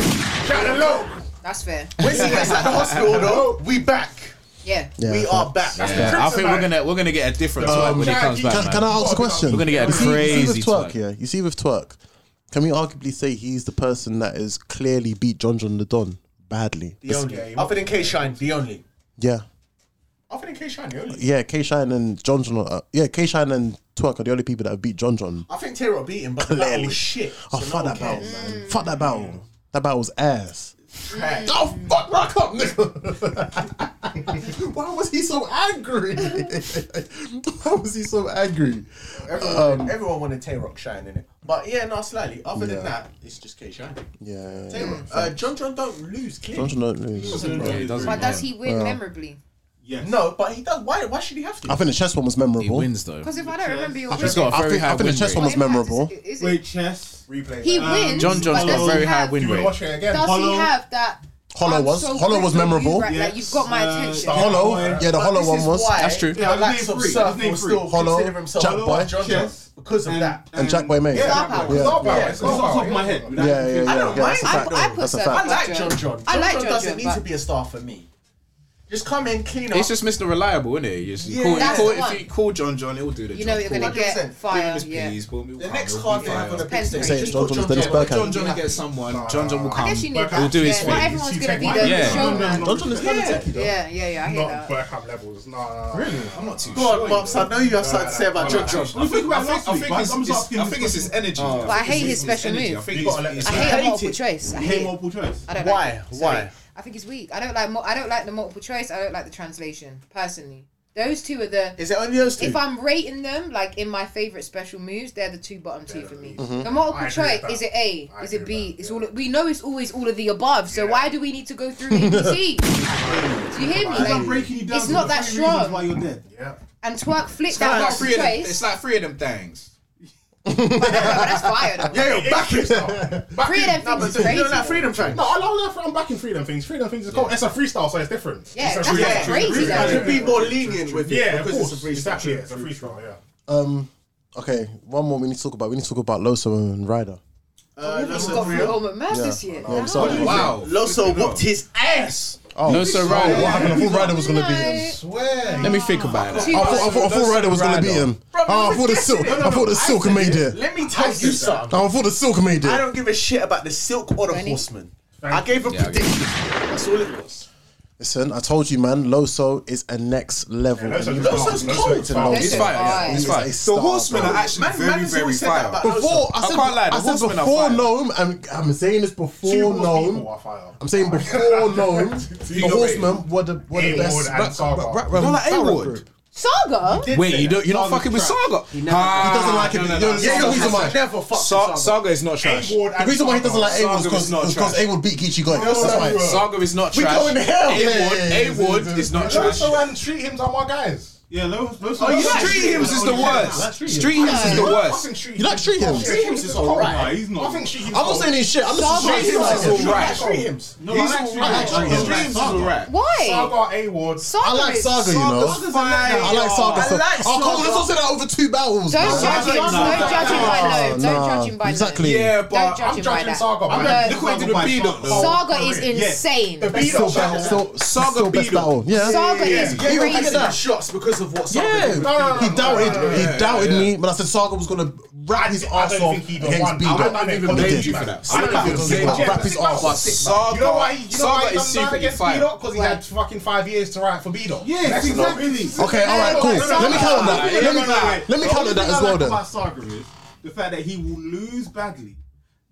That's fair. when she gets out the hospital though, we back. Yeah. we are back. Yeah, I think we're gonna we're gonna get a different twerk when he comes back. can, man. can I ask a question? We're gonna get a You see- you see crazy with twerk, twerk. yeah. You see with twerk, can we arguably say he's the person that has clearly beat John John the Don badly? The only. Other than K Shine, the only. Yeah, Other than K Shine, the only. yeah. K Shine and John John. Are, yeah, K Shine and twerk are the only people that have beat John John. I think Tyrell beat him, but the Clearly. battle was shit. Oh fuck that battle, man! Fuck that Mm. battle. That battle's ass. Oh fuck, rock up, nigga. Why was he so angry? Why was he so angry? Everyone, Um, everyone wanted Tay Rock Shine in it, but yeah, no, slightly. Other Yeah. than that, it's just K Shine. Yeah. Tay Rock, uh, John John don't lose. Clearly. John John don't lose. Doesn't Yeah, he doesn't, But does he win Yeah. memorably? Yes. No, but he does. Why? Why should he have to? I think the chess one was memorable. He wins though. Because if I don't remember your I win, think, I think- I think the chess one was memorable. is it? Wait, chess. Replay. He wins. Um, John John's but got does very he high have- win Do you rate. watch it again? Does Hollow- he have that? Hollow I'm was- so Hollow good was with you, memorable. right? Like you've got my attention. Hollow, yeah, the But hollow this one is was. why That's true. the Yeah, likes of free. Surf His name will free. still Hollow, consider himself Jack above Boy. John John Chess. because of that. and Jack Boy May. Yeah, Star power. Yeah. Star power. Yeah. It's off the top of my head. Yeah, yeah, yeah. I don't yeah, mind. that's a I, fact. I, That's a I, fact. like John John. I John like John John doesn't John, need to but- be a star for me. Just come in, clean up. It's just Mr. Reliable, isn't it? You just- you Yeah. call- you That's call- the if one. you call John John, it will do the You job. know you're gonna Cool. get 100%. fire, Build this, yeah. please, build me The fire, next build card me they have fire. on the big stage. Say just it's John put John's Dennis John. Bergkamp. John John will get someone. John John will come. guess you need He'll that, do his yeah. thing. Not everyone's gonna be the Yeah. showman. John John is kind of Yeah. techie though. Yeah, yeah, yeah. I hear Not that. Burkham levels. Nah. Really? I'm not too Go sure. on, Mops. I know you have something to say about John John. I think I think- I think but it's- I'm just it's- asking I this think it's his question. energy. Oh. But I hate his special energy. I move. think it's- I hate a multiple choice. I You hate hate multiple choice? I don't Why? Like it. Why? Sorry. I think it's weak. I don't like. Mo- I don't like the multiple choice. I don't like the translation personally. Those two are the. Is it only those two? If I'm rating them, like in my favorite special moves, they're the two bottom two for me. Mhm. The I multiple agree with choice that. is it A? is it B? It's all. We know it's always all of the above. So why do we need to go through A B C? do you hear me? Because I'm Like, breaking you down it's to not the that three reasons strong. Why you're dead? And twerk flipped It's that like multiple three of them- choice. It's like three of them things. that's fire though. Yeah, yo, back it. Freedom things is crazy. You know that freedom thing. No, I love that. I'm backing freedom things. Freedom things is cool. It's a freestyle, so it's different. Yeah, it's a that's what's crazy, Freestyle. though. Should be more lenient with it Yeah, of because course. it's a freestyle. Exactly, it's a freestyle. Yeah. Um, okay, one more we need to talk about. We need to talk about Loso and Ryder. Uh, He's Loso got Rio. through Olmert Merz this year. No, I'm sorry. Wow. Loso whooped his ass. Oh, No, sir, Ryder. What happened? I thought Ryder was going to beat him. Swear. Let me think about I it. Oh, thought, I thought, I thought Ryder was going to beat him. Oh, I thought the silk. I thought the silk made it. Let me tell you something. Oh, I thought the silk made I it. don't give a shit about the silk or the horseman. I gave a prediction. That's all it was. Listen, I told you, man. Loso is a next level. Loso's And you cold. can't Loso's expect to know. cold. He's fire, yeah, He he's is fire. a The star, horsemen bro. are actually Man- very, Madison very always said that fire. about Loso. Before I I said, can't lie, the I said horsemen are before fire. Gnome, and I'm saying this before Gnome. I'm saying before Gnome, the know Horsemen were the were the A-Ward best. and Saga. rap- You're like rap A-Ward. group. Saga? Wait, you don't, you're not fucking with Saga. Ah, He, doesn't like him. You know, there's no reason why. Never fucked Saga. Saga is not trash. The reason why he doesn't like A Saga was is because not because trash. A would beat Geechee Gotti. That's why. Saga is not We trash. going to hell. A Ward, Yeah, yeah, A yeah, Ward is not trash. Loso and treat him like my guys. Yeah, low. low Oh, you like street hymns is the worst. Street hymns is the worst. You like street hymns? Street hymns is alright. Nah, he's not. I think I'm not saying he's shit. I'm just Street hymns is alright. Street hymns. No, He's I like street hymns. alright. I Street hymns is alright. Why? Saga A Ward. I like Saga, you know. Saga's I like Saga. I like Oh, come Saga. on, let's not say that over two battles. Don't man. judge him. Don't judge him by low. Don't Nah, judge him by low. Exactly. Yeah, but Don't judge I'm him by judging that. Saga, man. Because Look what he did with B Dot, though. Saga is Yeah. insane. The B Still Dot. best, still, Saga still best beat him. battle. Yeah. Saga is Yeah, you're crazy. taking the shots because of what Saga Yeah, did. he doubted. he doubted me, but I said Saga was gonna rat his ass off think he even against won. B. I Dot. don't even He blame did. you for that. Saga I don't even was blame gonna you. Rap his But ass off. Saga- you know why he, you know why Saga he is done that secretly against fire. B Dot because he had fucking five years to write for B Dot. Yes, exactly. Okay, all right, cool. Let me count that. Let me- let me count that as well then. About Saga is the fact that he will lose badly,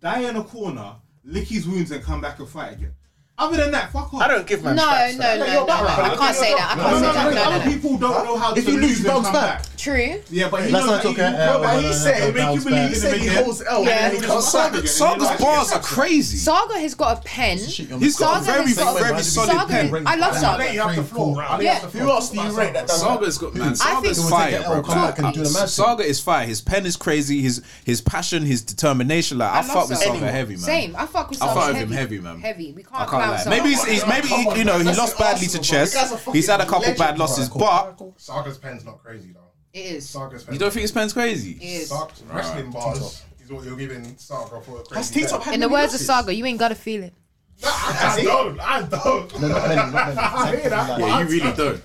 die in a corner, lick his wounds, and come back and fight again. Other than that, fuck off. I don't give No, no, no, no, no. I can't say that. I can't say that. No, no, Other no. people don't know how to If you lose, lose and bounce come back. back. True. Yeah, but he That's knows not okay. No, but he said, make you believe. He in said him he again. holds Oh, L, Yeah. and then he comes back again. Saga- Saga's bars are crazy. Saga has got a pen. He's got a Saga very, has got a- very solid Saga- pen. I love Saga. Yeah. Who else do you rate that? does that? Saga's got man. I think- Saga's He will take fire, an bro. L, come back and do the Uh, magic. Saga is fire. His pen is crazy. His his passion, his determination. Like I, love fuck with Saga. Saga heavy, man. Same. I fuck with I Saga. fuck with him heavy, man. Heavy. I We can't can't clown lie. Saga. Maybe he's, he's maybe he, you know he That's lost the badly to Arsenal, chess. bro. You guys are fucking He's had a couple legend, bad bro. losses, Cool, but Saga's pen's not crazy though. It is. Saga's pen. you don't think his pen's crazy? is. Saga- wrestling bars is what you're giving Saga for a crazy. Has T-Top bet. had In the words of Saga, you ain't gotta feel it. I don't. I don't. I hear that. Yeah, you really don't.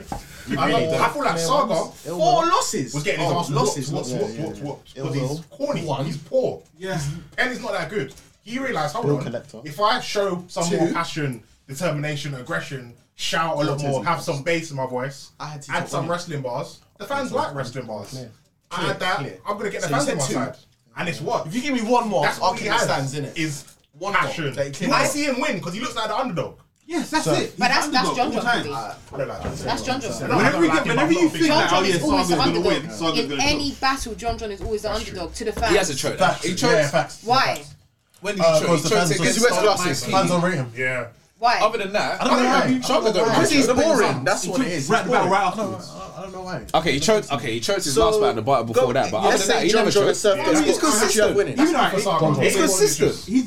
You I, really know, I don't. feel like Saga Four losses. was getting his Oh, ass losses. losses, whooped, yeah, whooped, whooped, yeah, yeah. whooped, Ill because will. he's corny, he's poor, Yeah. and he's not that good. He realised, hold Bill on, collector. if I show some more Two. passion, determination, aggression, shout a lot more, have some bass in my voice, I had to add top some one. wrestling bars, the fans like wrestling bars. I had Clear. that, I'm going to get the So you fans on my said two. side. And it's what? If you give me one more, That's I'll what he keep the has, stands in it. is One passion. more. They clear I it. see him win, because he looks like the underdog. Yes, that's So- it. He's But that's that's underdog John all the John. time. Covey. I don't like him. That's John John. No, I Whenever, you don't like get, him, whenever I'm you think not big. that, John oh John yeah, is Saga's always the gonna win, underdog. Saga's In gonna any battle, John John is always the underdog to the He has fans. a choke. He Yeah, chokes. facts. Why? When did Uh, he choke? He because the chokes fans it don't- because he wears glasses. Fans don't rate him. Yeah. Why? Other than that, I don't know why. Saga's got Because he's Saga's got- boring. That's what it is. Right, He's right, boring. right afterwards. I don't know why. Okay, he choked. Okay, he choked his last So, battle in the battle go- before that, but other let's than say that, he John never John choked. is surf Yeah, does He's what you have consistent. winning. Even though I hate He's Saga, consistent. he's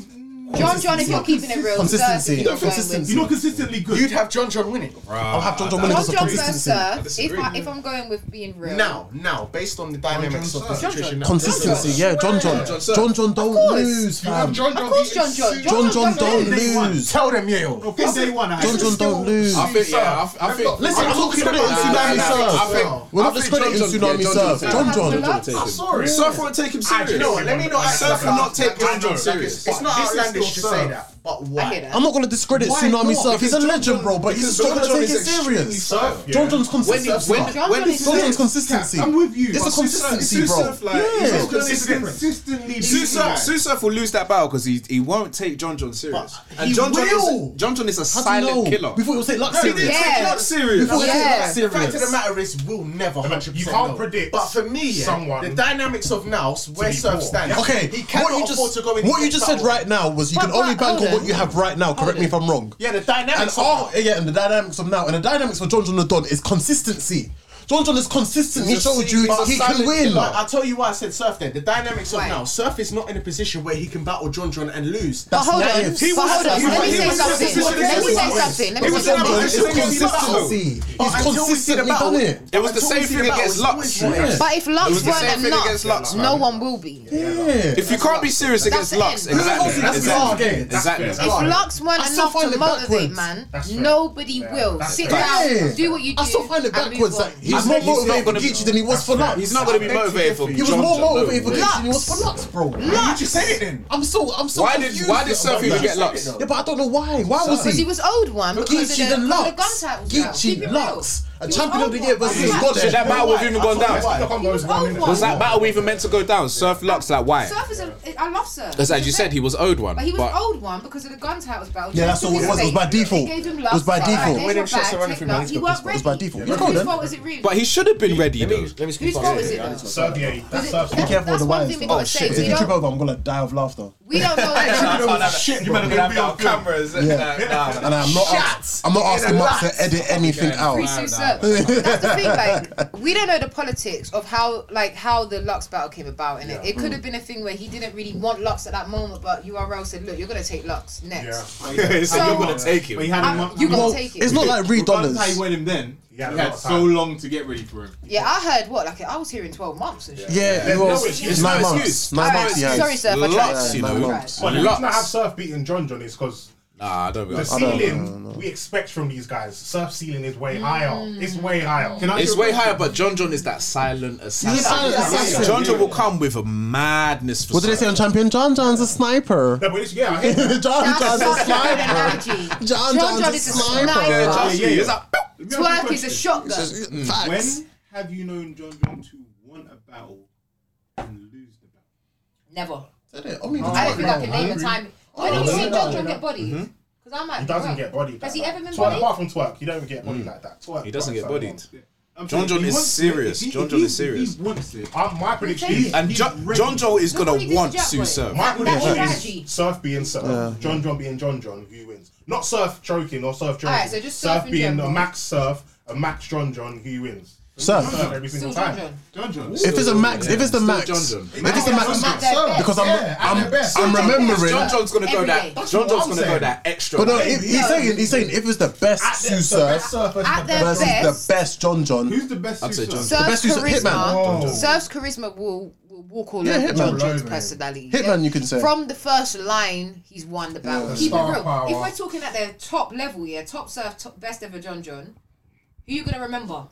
John John, if you're keeping it real, Surf, Consistency. you're going with. Consistency. you're not consistently good. You'd have John John winning. I'll have John John Williams John for John versus consistency. Surf. If I, if I'm going with being real, Now, now, based on the dynamics of the John John. situation now. Consistency, yeah. John John. John John don't lose, You have John fam. John of course John beating John. John John don't doesn't lose. lose. Tell them, yeah. From day one, I John had- John don't lose. I think. Yeah, I, I think. Listen, we're not discrediting Tsunami Surf. We're not discrediting Tsunami Surf. John John. I'm sorry. Surf won't take him serious. You know what? Let me not act Surf like will I- not take I John know, John like, serious. It's not This is outlandish to still say Surf. that, but I hear why? that. I'm not gonna discredit Tsunami not? Surf. He's a Because legend, bro, but he's because still John gonna John take it is extremely serious. surf, yeah. John John's When he, consistency. when, John when John he is John John's surf- consistency. I'm with you. It's a But consistency, Sue bro. Surf, like, he's Yeah. just gonna- consistently Sue losing, Surf- like- Sue Surf will lose that battle because he, he won't take John John serious. he And John John, will. is, John John is a How do you silent know? killer. We thought it was like luck he serious. didn't take Yeah. John serious. Before Yeah. yeah. The fact of the matter is, we'll never 100% You can't know. predict But for me, yeah, someone the dynamics of now, where be Surf poor. stands, Okay, he cannot what you afford to go in just what the you just said battle. right now was you can But- only but bank on hold what on. you have right now. Correct me if I'm wrong. Yeah, the And dynamics all of yeah, and the dynamics of now and the dynamics for John John the Don is consistency. John John is consistent. He He's a showed you silent he can win. Like, I'll tell you why I said Surf then. The dynamics of Why? now, Surf is not in a position where he can battle John John and lose. But hold on, naive. He but was- hold on. he Let me was- he say was- something. he was- Let me say he was- something. Let he me say was- he John John was- It's a something. is consistency. consistency. He's consistently done it. It was the same thing against Lux. Yeah. But It was if Lux the same weren't thing against Lux, enough, no man. one will be. If Yeah. If you can't be serious against the Lux, end. exactly. That's exactly. fair. That's exactly. fair. Right. Lux weren't I still enough find to it motivate, backwards. man, That's fair. nobody Yeah. will. That's Sit fair. Yeah. down, do what you do. I still find it and move backwards. on. Like, he's more motivated for Geechee than he was for Lux. He's not going to be motivated for He was John more John, no motivated for way. Geechee than he was for Lux, bro. Did you say it then? I'm so I'm so. Why did- confused why did about Surf even that. get Lux? Yeah, but I don't know why. Why was he? Because he was old one because of Geechee the, the the gun Lux. titles. Geechee Lux. A champion of the year versus Yeah. God. Should that battle have even gone down? He was old one. Was that battle even meant to go down? Surf Lux, like why? Surf is a, I love Surf. Because as you said, he was owed one. But he was but old one because of the gun titles battle. Yeah, that's Just all it was. It was by because default. They gave him It love. was by It's like, default. alright, Winning there's your shots bag, around take everything, that. he's He got weren't this one. It ready. was by default. Yeah, go on Whose then. fault is it really? but he should have been ready though. Let me speak Whose first. fault is Yeah, it yeah, I though? need to- Sergey, that's Because it- Sergey. that's one thing we Oh gotta say. shit! We If you don't- trip over, I'm gonna die of laughter. We don't know. Hey, that. you know, shit, you better have our cameras. Yeah. and I'm not. Shots. I'm not asking In a Mark to lot. edit anything out. Free Sue Sir. That's the thing, like we don't know the politics of how like how the Lux battle came about in it. Yeah. It could have Mm. been a thing where he didn't really want Lux at that moment, but URL said, Look, you're gonna take Lux next. But he had a I'm- month- you a gotta month- take it. It's not like Reed Regardless dollars. How he went him then? He had had, a lot of so time. long to get ready for him. Yeah, I heard what? Like I was hearing twelve months and shit. Yeah, it was nine months. Nine Alright, months. he had. Sorry, sir, if I tried. Yeah, you nine know. months. But the reason I have Surf beating John John is because Nah, I don't. the ceiling we expect from these guys, Surf ceiling is way Mm. higher. It's way higher. it's way higher, but John John is that silent assassin. silent assassin. John John will come with a madness for What did they say on Champion? John John's a sniper. No, but it's- yeah, I hear John that. John's a That's not an sniper. analogy. John John John John's is a a sniper. sniper. Yeah, John Yeah, yeah. It's like, Let me ask you Twerk is a question. shotgun. Mm. When have you known John John to want a battle and lose the Never. battle? I don't think I can name a time. When did you see John John get bodied? Mhm. Because I might. He be doesn't wrong. get bodied. Has like he that. ever been Twerk, bodied? Apart from twerk, you don't get bodied Mm. like that. Twerk, He doesn't twerk, get twerk, bodied. twerk. I'm John saying John he is wants it. serious. He- John he- John he- is serious. He wants it. I'm, my prediction He's- is And he's John ready. John John is Look what he gonna did to want Jack Sue Boy. Surf. My That- that's prediction strategy. is Surf being Surf, John John being John John, who wins? Not Surf choking or Surf choking. Alright, so just Surf in being general. a Max Surf, a Max John John, who wins? Surf. every single Still time. John John John. If it's a max, if it's the Still max, John John. if it's the max, Max at their best. because I'm, Yeah, at I'm, their best. I'm Still John John. remembering. John John's gonna go Every that- day. That's John what John's I'm gonna go saying. that extra But no, mile. he- he's saying he's saying if it's the best Sue Surf At their versus best. the best John John. Who's the best? I'd say John. The Surf's best Sue Surf charisma, Hitman. Surf's charisma will, will walk all Yeah, over Hitman. John John's Hitman. personality. Hitman, you can say. From the first line, he's won the battle. Yeah. Keep it Star real. power. If we're talking at their top level, yeah, top surf, top, best ever John John, who you gonna remember?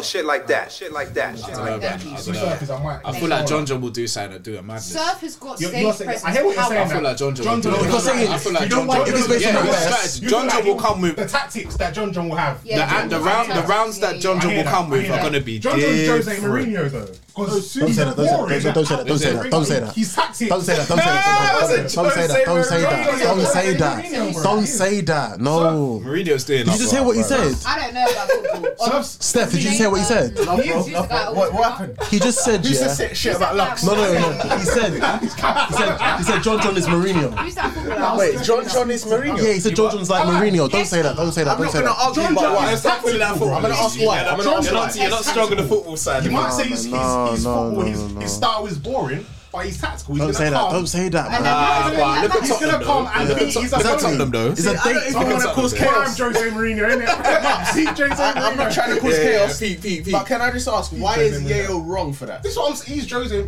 Shit like that. Shit like that. Shit I don't like know, that. man. I, don't know. I feel like John John will do something and do a madness. Surf has got You're- stage you're saying- presence. I hear what you're power. saying. I feel like John John. John John. will do Because it. saying I feel like you don't John like- John. if it's based yeah, on his that- strategy. you John don't John will come with the tactics that John John will have. Yeah, the, the round, the rounds that John John will come with are gonna be John John's Jose different. Mourinho though. Don't say that. Don't say that. Don't say that. Don't say that. Don't say that. He's tactics. Don't say that. Don't say that. Don't say that. Don't say that. Don't say that. Don't say that. Don't say that. No. Mourinho's doing. Did you just hear what he said? I don't know about football. Honestly, Steph, did you just hear what he said? What- happened? He just said. Who said yeah. that shit about Lux? No, no, no. He said. He said. He said. John John is Mourinho. Who's that footballer? Wait, John John is Mourinho. Yeah, he said John John's like Mourinho. Don't say that. Don't say that. I'm Don't not say going to that. argue about why. I'm going to ask why. I'm going to ask why. You're not strong on the football side. You might No, say his his- no, his no, football, no, his no. his style is boring, but he's tactical. He's Don't gonna say that. come. Don't say that. man. He's gonna come and beat his opponent. It's a date. I don't want to cause chaos. I'm Jose Mourinho, innit? No, see Jose Mourinho. I'm not trying to cause Yeah, yeah, chaos. yeah. Pete, Pete, Pete. But can I just ask, why Jose is Mourinho. Yale wrong for that? This is what I'm saying. He's Jose. I'm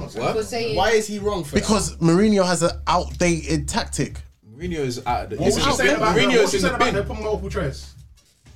not What? saying. Why is he wrong for Because Mourinho has an outdated tactic. Mourinho is out of the. What was he's in you the saying bin. about Mourinho is Mourinho's in the bin. Put multiple choice.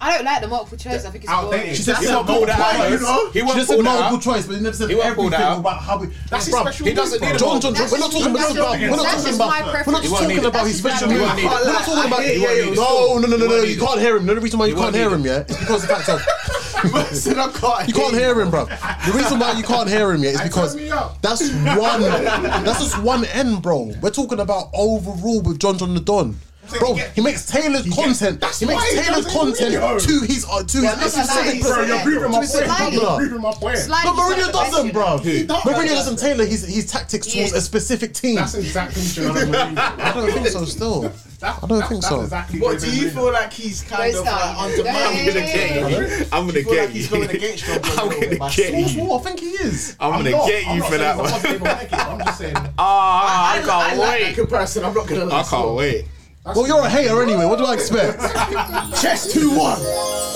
I don't like the multiple choice. I think it's boring. Outdated. She said That's he won't a pull bold that choice. out. You know? He She won't just pull said that multiple out. choice, but he never said He won't pull everything that out. about how we. That's his Bruv, special He move, doesn't need bro. a John, John, John. That's We're not his- talking about. that's John, his- We're not that's talking his about. my We're not preference. talking about his special move. He We're won't need it. not talking about. I hear you. No, no, no, no, no. He You can't hear him. No, the reason why you can't hear him, yeah, is because the fact that. You can't hear him, bro. The reason why you can't hear him yet is because me up. that's one. That's just one end, bro. We're talking about overall with John John the Don. Bro, he makes tailored content. He makes why he tailored doesn't content video. to his uh, to Yeah, his that's what I'm saying. specific. Bro, you're proving my point. You're proving my point. Slightly But Mourinho different doesn't, bro. He does. Mourinho doesn't tailor his, his tactics He towards a is. specific team. That's exactly Jose Mourinho. I don't think so. Still, I don't think so. What do you feel like he's kind Don't of start. like undermining? Don't start. I'm gonna feel like get he's you. going against John John I'm gonna get you. Oh, I think he is. I'm gonna not- get I'm you not for that one. I'm just saying. Ah, I like can't wait. that comparison. I'm not going to lie. I can't wait. Well, you're a hater anyway. What do I expect? Chess two one.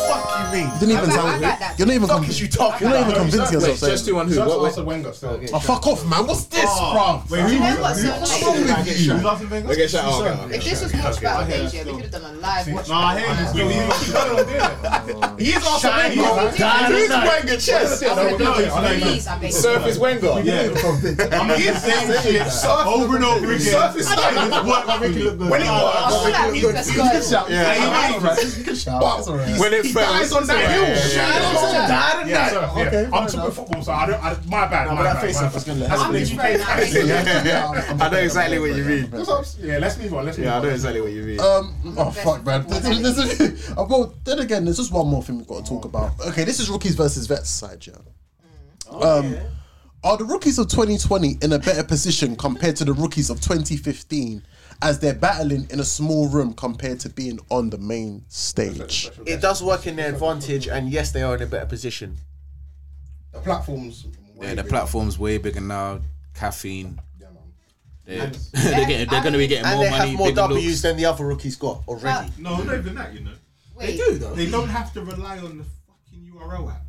Fuck you mean? Didn't even I sound. like that. You're not even. Fuck conv- is you talking You're not even about? convincing Wait, yourself. chess saying- two one who? Just What- what- answer Wenger still. Oh, fuck off, man. What's this, Oh, bruv? wait, who- You know what's so who- nice? who- Wenger. who- who- who- who- who- who- Okay, shut who- up, who- okay, who- okay. If this was watch battle Asia, we could have done a live watch. No, I hear you. You keep going on doing it. He's also Shine, Wenger. bro. Shine He's tonight. Wenger chess. I don't know, I don't know. Please, I beg you. Surf is Wenger. Yeah. I'm He's saying shit over and over again. Surf is starting to work like making look good. When it I feel like works, we just go. When it he fails, dies on it's all that right. hill. Yeah, yeah, yeah. Yeah, yeah, sir, yeah. Okay, I'm talking football, so I don't. I, my bad. No, my but that bad, face my up bad. is gonna That's happen. what Just you very nice. I know exactly what you mean. That's what I'm- Yeah, let's move on. Let's move Yeah, I on. know exactly what you mean. Um, oh fuck, man. This- this is- uh, well, then again, there's Oh. Mm. Oh, just one more thing we've got to talk about. Okay, this is rookies versus vets side, yeah. Um, Are the rookies of 2020 in a better position compared to the rookies of 2015 as they're battling in a small room compared to being on the main stage? It does work in their advantage, and yes, they are in a better position. The platforms. Yeah, the platform's way bigger now. Caffeine. They're, And- they're, getting, they're going to be getting and more they money. have more bigger W's looks. than the other rookies got already. No, not even that. You know, They do though. they don't have to rely on the fucking URL app.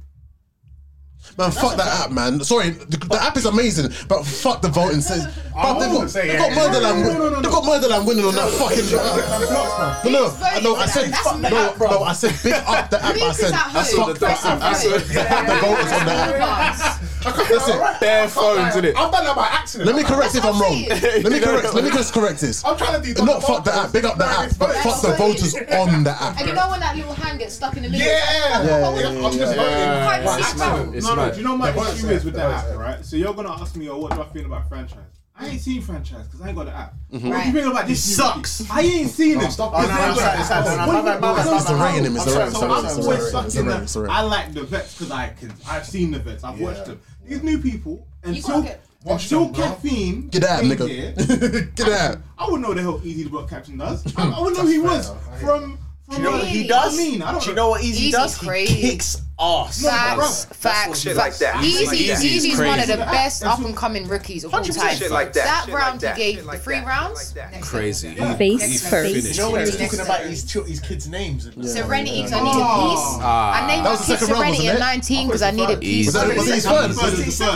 Man, fuck that app, man. Sorry, the, the app is amazing, but fuck the voting says. I Bruv, they've got, wouldn't say they've it. got Murderland. No, no, no, no, They've got Murderland winning on that fucking. No, no, I know. I said That's fuck- not- no, no. I said big up the app. I said fuck the app. I said the voters on the app. That's it. Bare phones, innit? I've done that by accident. Let me correct if I'm wrong. Let me You know correct. what? Let me just correct this. I'm trying to do Not fuck the app. Big up the app, but fuck the voters on the app. And you know when that little hand gets stuck in the middle? Yeah. Yeah, yeah, yeah, yeah. Quite Yeah. sick, bro. It's no, no, mad. do you know what They my won't issue say is it, with they that won't say app, it. right? So you're gonna ask me, oh, what do I feel about franchise? I ain't seen franchise because I ain't got the app. Mhm. What do you Right. think about It this? new sucks. rookie? I ain't seen No, it. stop. Because No, I no, ain't no, got it's the app. not, it's What do you not, it's not, think it's about not, that? it's not, it's I'm not, sorry, it's so not, I'm it's not, always it's not, sucked it's in not, that it's not. I like the vets because I can. I've seen the vets. I've watched them. These new people until can't get- until caffeine. Get out, came nigga. here, Get out. I wouldn't know the hell Easy the Rock Captain does. I, I wouldn't know who he was from. Do you know what he does? I mean, I don't Do you know what Easy Easy's does? crazy. He kicks ass. No, Facts, bro. facts, shit facts. Easy, Easy is one of the best up and coming rookies of all 100% time. shit like that, shit like round that, he gave the three rounds. Crazy. Yeah. Face first. You know when he's Next talking level. about his, chil- his kids' names? and- Serenity, because I Oh. needed peace. Ah. I named my That was the kid second round, Serenity wasn't at it? 19 because I needed peace. Was that- was it his third?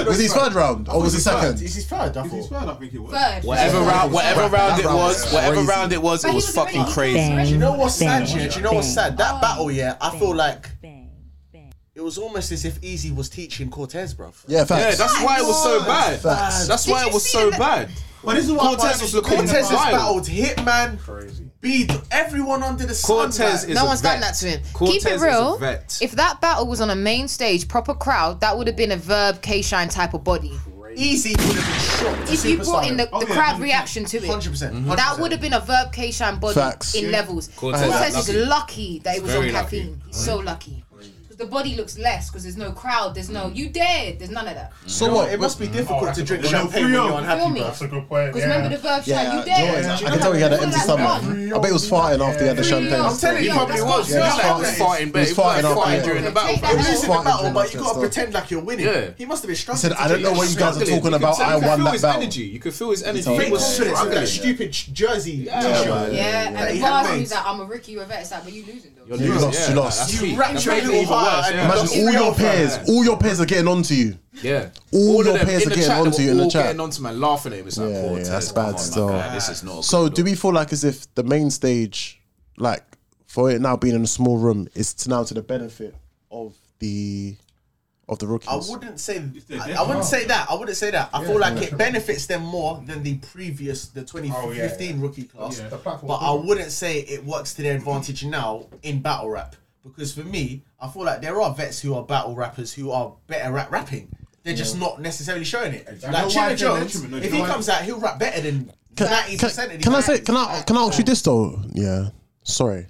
Was it his third round? Or was it second? Is his third? I thought. third, I think it was. Third. Whatever Yeah. round, whatever That round it round was, was whatever crazy. round it was, it was fucking Do crazy. you know what's sad, Bang. yeah? Do you know what's sad? Oh. That battle, yeah, I feel like it was almost as if Easy was teaching Cortez, bruv. Yeah, facts. Yeah, that's why it was so bad. Facts. That's why Did it you was see so the- bad. But this is what Cortez I- was looking Cortez has wild. battled Hitman, crazy. beat everyone under the sun. Cortez like- is no a one's done vet. that to him. Cortez Keep it is real. a vet. If that battle was on a main stage, proper crowd, that would have been a verb K Shine type of body. Easy would have been shot. If you brought in the, the crowd reaction to it, 100%, that would have been a verb K Shine body Facts. in Yeah. levels. Cortez Cortez, is is lucky that it was on Very lucky. caffeine. He's so lucky. 'Cause The body looks less because there's no crowd, there's no you dead, there's none of that. So what? It must be difficult to drink champagne when you're Feel unhappy, me? bro. That's a good point. Because remember the verb shine, you yeah, dead. Joy, Do you know I can tell he had how an empty that stomach. one? I bet he was farting after he had the champagne. I'm telling you, Yeah, probably was. Yeah, he Yeah, was that's farting. what- He was farting after. yeah. He was losing the farting during battle, but you that gotta stuff. pretend like you're winning. Yeah. He must have been He struggling. said, to "I don't take know it. what you guys are Struggling. talking about. You I can won feel that his battle." Energy. You could feel his energy. Fake He was confidence with that struggling. stupid ch- jersey Yeah, t-shirt. man. Yeah, that and he the had bars, made. he's like, I'm a rookie, you're a vet. It's like, but you losing though. You lost, you lost. You wrapped your little heart. and Imagine lost all it. your peers, all your peers are getting onto you. Yeah. All, your of them peers in the are getting chat, they onto were you in the all chat. Getting onto man, laughing at him. It's like, yeah, Cortez, yeah, that's come on, bad like, still. ah, this is not. so, do we feel like as if the main stage, like for it now being in a small room, is to now to the benefit of the of the rookies? I wouldn't say. I, I wouldn't say that. I wouldn't say that. I Yeah, feel like yeah. it benefits them more than the previous, the 2015 rookie class. But I wouldn't say it works to their advantage now in battle rap because for me, I feel like there are vets who are battle rappers who are better at rapping. They're just not necessarily showing it. Exactly. Like I know why it's Chima an Jones, instrument, no, you if know he why- comes out, he'll rap better than Can- ninety percent of the Can I say? Can I? Can I ask you this though? Yeah. Sorry.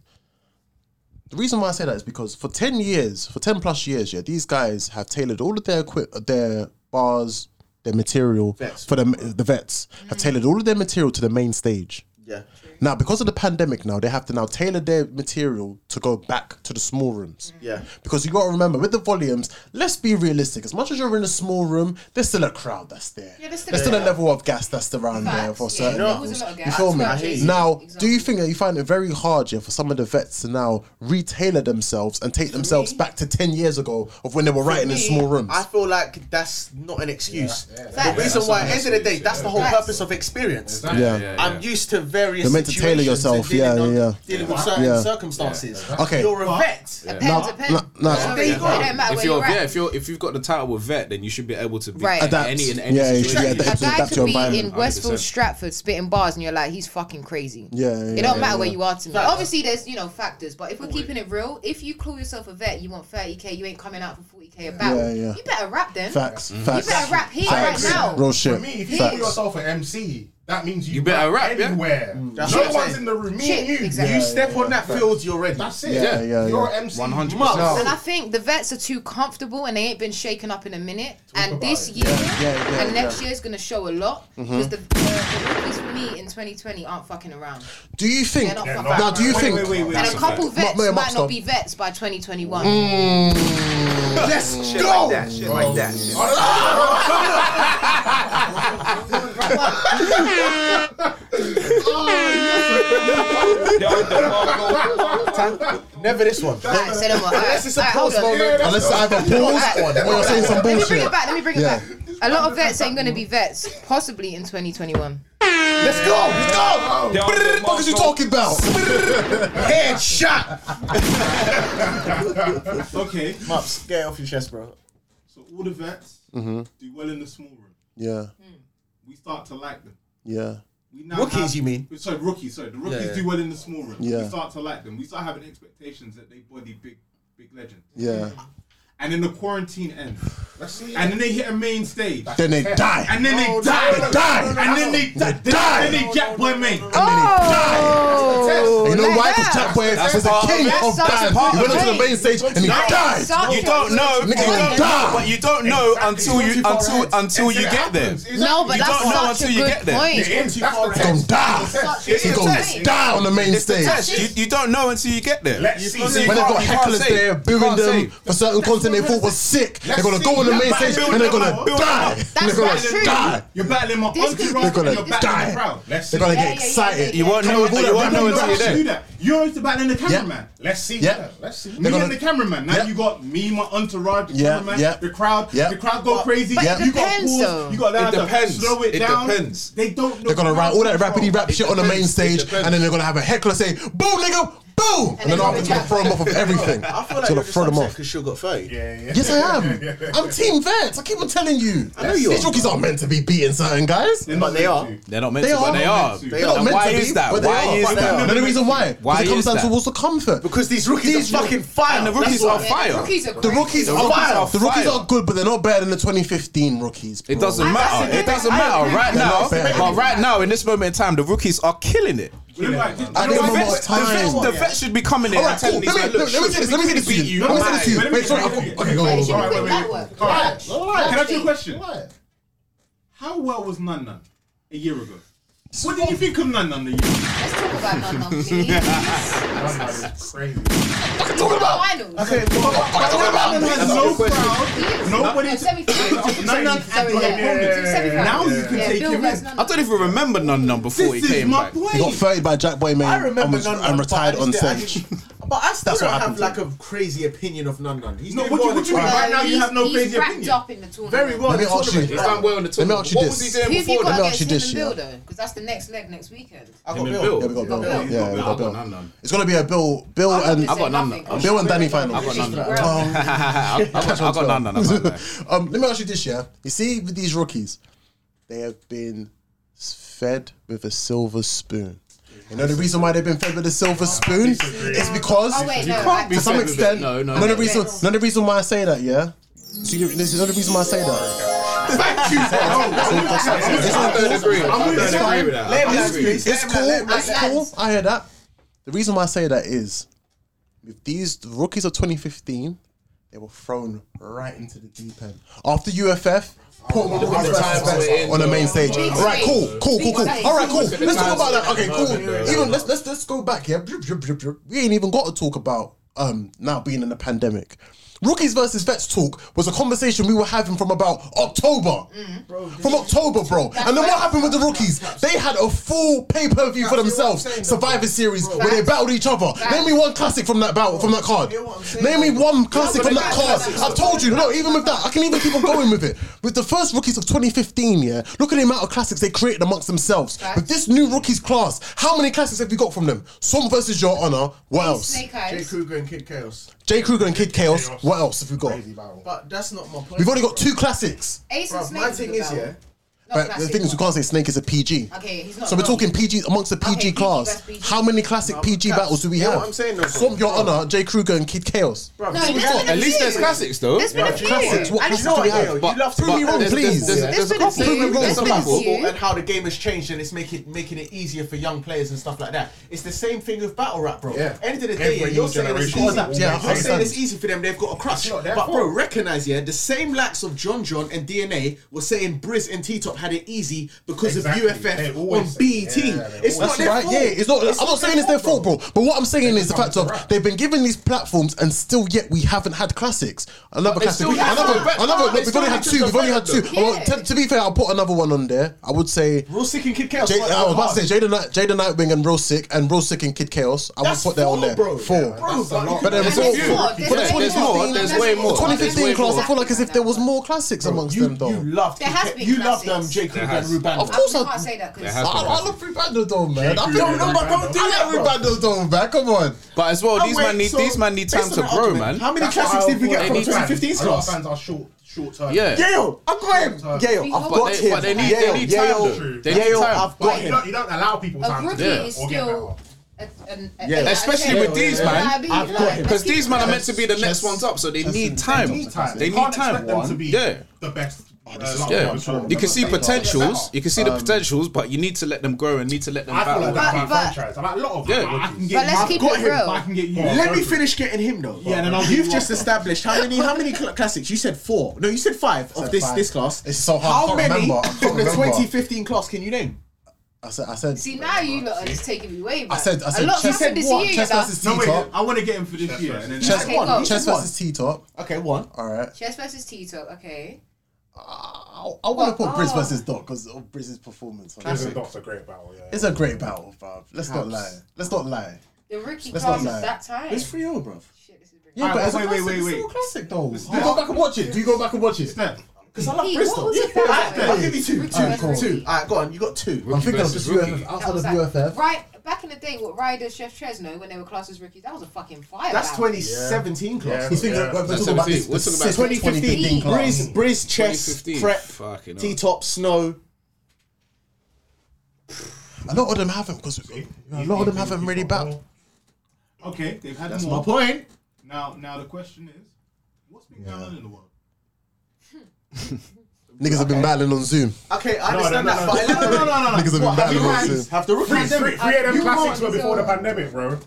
The reason why I say that is because for ten years, for ten plus years, yeah, these guys have tailored all of their equip, their bars, their material for the the vets have tailored all of their material to the main stage. Mm. Yeah. Now, because of the pandemic, now they have to now tailor their material to go back to the small rooms. Yeah. Because you got to remember with the volumes, let's be realistic. As much as you're in a small room, there's still a crowd that's there. Yeah, there's still there's a still a crowd. level of gas that's around there Facts, for yeah. certain No, levels. there's a lot of You gas. feel me? I hear you. Now, do you think that you find it very hard yeah, for some of the vets to now retailor themselves and take themselves back to ten years ago of when they were For writing in me, small rooms? I feel like that's not an excuse. yeah, the reason that's not why, at an the end of the day, excuse, that's yeah. the whole Facts. purpose of experience. Exactly, yeah, yeah, I'm used to various. You're meant to tailor situations yourself, and dealing yeah, on- yeah. Dealing Yeah. with certain Yeah. circumstances. Okay. You're a vet. Yeah. No, no, no. There you go. It don't If matter where you're you're at. yeah, if you're if you've got the title with vet, then you should be able to be Right. in Adapt. any in any Yeah, you should situation. be adaptable to a guy adapt could your be in environment. Westfield 100%. Stratford spitting bars, and you're like, he's fucking crazy. Yeah, yeah, it don't yeah, matter where yeah. you are to me. Facts. Obviously, there's you know factors, but if we're keeping it real, if you call yourself a vet, you want 30k, you ain't coming out for 40k a battle. Yeah, yeah. You better rap then. Facts, You facts. better rap here Facts. right now. Real shit. For me, if you Facts. call yourself an MC, That means you, You better rap, yeah? anywhere. Mm. No That's what one's I'm saying. in the room. Me Shit, and you. exactly. You Yeah, step yeah, on that yeah. field, you're ready. That's it. Yeah, yeah, you're yeah. an MC. 100%. must. And I think the vets are too comfortable and they ain't been shaken up in a minute. and this year Yeah, yeah, and next yeah. year is going to show a lot because Mhm. the, the rookies for me in 2020 aren't fucking around. Do you think? They're not fucking Now, around. do you think? and a couple Ma- vets ma- Mm. might Maxton. not be vets by 2021. Let's Shit like that, shit like that. shit like Never this one. Alright, say no more. Unless it's a Alright, pause hold on. moment. Unless I have a pause or you're saying some Let me bring bullshit. it back. Let me bring it Yeah. back. A lot of vets ain't going to be vets, possibly in 2021. Let's go. Let's go. What the fuck is you talking about? Headshot. okay. Mops, get it off your chest, bro. So all the vets Mm-hmm. do well in the small room. Yeah, We start to like them. yeah. We now Rookies, have- you mean? Sorry, rookies. Sorry, the rookies Yeah, yeah. do well in the small room. Yeah. We start to like them. We start having expectations that they body big, big legends. Yeah. And then the quarantine ends. see. And then they hit a main stage. Then they die. And then No, they die. no, no, no, no, no, no, And then no. they die. They die. Then they jack boy main. Oh! And you know why? Because Jack Boy That's was the part of king it. of That's dance. part He of went onto it. the main stage and he No, died. You don't know, you Nigga, don't know, died. but you don't know until you until until you get there. No, but you that's don't know such a until you good get there. point. It's Gonna die. It's He's a gonna test. die on the main It's the stage. test. You, you don't know until you get there. Let's You see. can't- When you they've got can't- you can't hecklers say. there booing You can't them say. for certain content they thought was sick, they're gonna go on the main stage and they're gonna die. And they're gonna die. You're battling my This auntie could- rather They're than gonna you're battling die. the crowd. Let's They're see. gonna get excited. You won't Come know. on, You that won't women know know until how you're to do there. that. You're always battling the cameraman. Let's see. Yeah. that. Let's see. They're Me gonna- and the cameraman. Now you got me, my entourage, the Yeah, cameraman, yeah. the crowd. Yeah. The crowd go crazy. But it You got depends, pause. though. You got It that. depends. Slow it It down. depends. They don't know. They're gonna write all that rapidy rap It shit on the main depends. It stage, depends. and then they're gonna have a heckler say, "Boo, nigga, boo," and then afterwards gonna throw them off of everything. It's I feel like gonna you're throw them off. because she got 30. Yeah, yeah. Yes, I am. I'm Team Vets. I keep on telling you. I know you These are. rookies aren't meant to be beating certain guys. But they are. They're not meant to, but they are. They're not And meant Why to be, is that? but they Why are. is But they are. that? Another reason why. Why Because it comes is down to that? also comfort. Because these rookies are fucking fire. And the rookies That's are why. fire. The rookies The are rookies fire. are The rookies fire. are good, but they're not better than the 2015 rookies. It bro. doesn't matter. It doesn't matter right They're now. not better. But right now, in this moment in time, the rookies are killing it. At The this vets- the moment of vets- time. The vets should be coming in All and right, cool. telling Let me these guys, let look, me- let me say this. Let me say this to you. Let me say this to you. Wait, sorry. I- Okay, go, go, go, go. Wait, wait, wait. All right. Can I ask you a question? How well was Nun Nun a year ago? What did you think of Nun Nun a year ago? Let's talk about Nun Nun, please. crazy. talking about? Okay, Nun Nun has no crowd. Nobody. Nun Nun had no opponent. Now you can take him in. I don't even remember none none before he came back. He got 30 by Jack Boy, man. I remember and, was- Nun Nun, and but I retired just on didn't- I stage. But I still That's don't what have happened like a crazy opinion of Nun Nun. He's No, doing what well you- in what the you mean? tournament. Right now you have no he's crazy wrapped opinion. up in the tournament. Very well Let me in ask you. the tournament. He's done well in the Let me tournament. ask you What was he this. doing Who have you before? got Let me ask against you him this, and yeah. Bill though? Because that's the next leg next weekend. I Yeah, got we got Bill. Bill. Bill. Yeah, we got I've got Bill. It's gonna be a Bill, Bill and I've got none. nothing. Bill and Danny final. I've got none. Um, I've got- I've got none, none, I've got none. um, let me ask you this, yeah. You see, with these rookies, they have been s- fed with a silver spoon. You know the reason why they've been fed with a silver spoon is because Oh, wait, you no, can't I- to some I- extent. No, no, Another no. reason. Another reason why I say that, yeah. See, this is another reason why I say that. Thank you. I don't agree. I don't agree with that. Let him It's, have his it's piece. cool. Let him have It's his cool. piece. I hear that. The reason why I say that is, if these the rookies of 2015, they were thrown right into the deep end after UFF. Put them on the time fence on the main stage. Big All right, cool, screen. cool, cool, cool. Big All right, cool. screen. Let's talk about that. Okay, cool. Yeah. Even let's let's let's go back here. Drip, drip, drip, drip. We ain't even got to talk about um now being in the pandemic. Rookies versus vets talk was a conversation we were having from about October from October, bro. And then what happened with the rookies? They had a full pay per view for themselves, Survivor Series, where they battled each other. Name me one classic from that battle, from that card. Name me one classic from that card. I've told you, no, even with that, I can even keep on going with it. With the first rookies of 2015, yeah, look at the amount of classics they created amongst themselves. With this new rookies class, how many classics have you got from them? Some versus Your Honor. What else? Snake Eyes. Jay Kruger and Kid Chaos. Jay Kruger and Kid Chaos. What else have we got? But that's not my point. We've only got two classics. Ace and Bruv, Snake My is thing the is, bell. yeah. But classic the thing is, we can't say Snake is a PG. Okay, he's not So we're wrong. talking PG amongst the PG Okay, PG class. versus PG. How many classic PG battles do we you know have? what I'm saying, though, Swamp Your Honor, Jay Kruger, and Kid Chaos. No, there's been a At least there's few. classics, though. There's been a Right. few. Classics. What I classics just do we know it, yo. have? You love to- Prove me but wrong, there's- please. there's- there's- there's a couple. Prove me wrong, There's some been a people. few. and how the game has changed and it's making making it easier for young players and stuff like that. It's the same thing with battle rap, bro. Yeah. End of the day, yeah, Every you're saying it's generation easy. will adapt, yeah, you're I saying understand. it's easy for them. They've got a crush. It's not But their bro, fault. recognize yeah, the same lacks of John John and DNA were saying Briz and T Top had it easy because Exactly. of UFF on always BET. it's not That's their right, fault. yeah. It's not, I'm not saying it's their fault, bro. But what I'm saying is the fact of they've been given these platforms and still yet we haven't had classics. Another But they classic. still have another, them. another, They we've still only had have to two. We've only had develop two. them. Well, to, to be fair, I'll put another one on there. I would say. Real Sick and Kid Chaos. Jay, worked I was about hard. to say Jada, Night, Jada Nightwing and Real Sick and Real Sick and Kid Chaos. I That's would put that on four, there. bro. Four. Bro, so you but there can- was there's all more. four. There's But the way 2015 more. There's way more. the 2015 There's way class, I more. feel like as if there was more classics amongst them, though. You loved There has been you loved um, classics. J. Kruger There and has. Ruban. Of course I can't say that I, because I love Free Bando though, man. I Jake feel Kruger, no, but don't do that, Free Bando though, man. Come on. But as well, No, Oh, these wait, man need so these man need time based to on that grow, argument, man. how many That's classics did we get They from need time. 2015 's A lot of class? fans are short, short term. Yeah. Yale, I've got him. Yale, I'ale, But I've got they- him. but they need- they Yale, need time, though. Yale, They need Yale, time. I've But got you him. don't- you don't allow people a time to rookie do is or get better. still. a- an- a- Yeah, a- especially a- with these You know what I man, mean? because Like, let's keep- these man are meant to be the next ones up, so they need time. They need time. They need time. yeah. Oh, The best. uh, This is- like, yeah, sure. you can see Remember, potentials. You can see the Um, potentials, but you need to let them grow and need to let them I feel battle. like that's my franchise. I'm like, a lot of them. Yeah. I- I can But get. let's I've keep got it him, real. but I can get you. Let me finish getting him though. Yeah, and then I'll you've do just established how many how many cl- classics you said four. No, you said five of said this five. this class. It's so hard, I How can't many remember, I from can't the remember. 2015 class can you name? I said, I said, See now you lot are just taking me way back. I said, I said, a lot chess- happened this what? year. you Chess know. versus No, wait, T-top. I want to get him for this year. And then Chess, Okay, go. chess One. versus T top. Okay, one. All right. Chess versus Tito. Okay. I want to put Oh. Briz versus Doc because of Briz's performance. Classic. Doc's a great battle. Yeah. It's a great battle, bruv. Let's not Perhaps. lie. Let's not lie. The rookie Let's class not lie. is that time. It's 3-0, bruv. Yeah, Alright, but it's a wait, wait, classic. wait, wait. It's still a classic though. It's Do you go back and watch it? Do you go back and watch it? Because I love Pete, Bristol. what was it about? I'll give you two. Rookie Two. versus Two. All right, go on. You got two. I'm thinking of just UFF That was outside like- of UFF. Right back in the day, what Ryder, Chef Chesno, when they were classed as rookies, that was a fucking fire. That's battle. 2017 class. He's thinking about- we're talking about this. We're talking about 2015 2015. class. Briz, Briz, Chess, 2015. Fucking Prep, hell. T Top, Snow. A lot of them haven't because a lot of them haven't really battled. Okay, they've had That's more. my point. Now, now the question is, what's been going on in the world? Niggas have been battling on Zoom. Okay, I No, understand no, that. no, but- no, no, no, no, Niggas have been What, battling on have you Zoom. Have the Three, rookies. three, three of them You classics were might- before the pandemic, bro.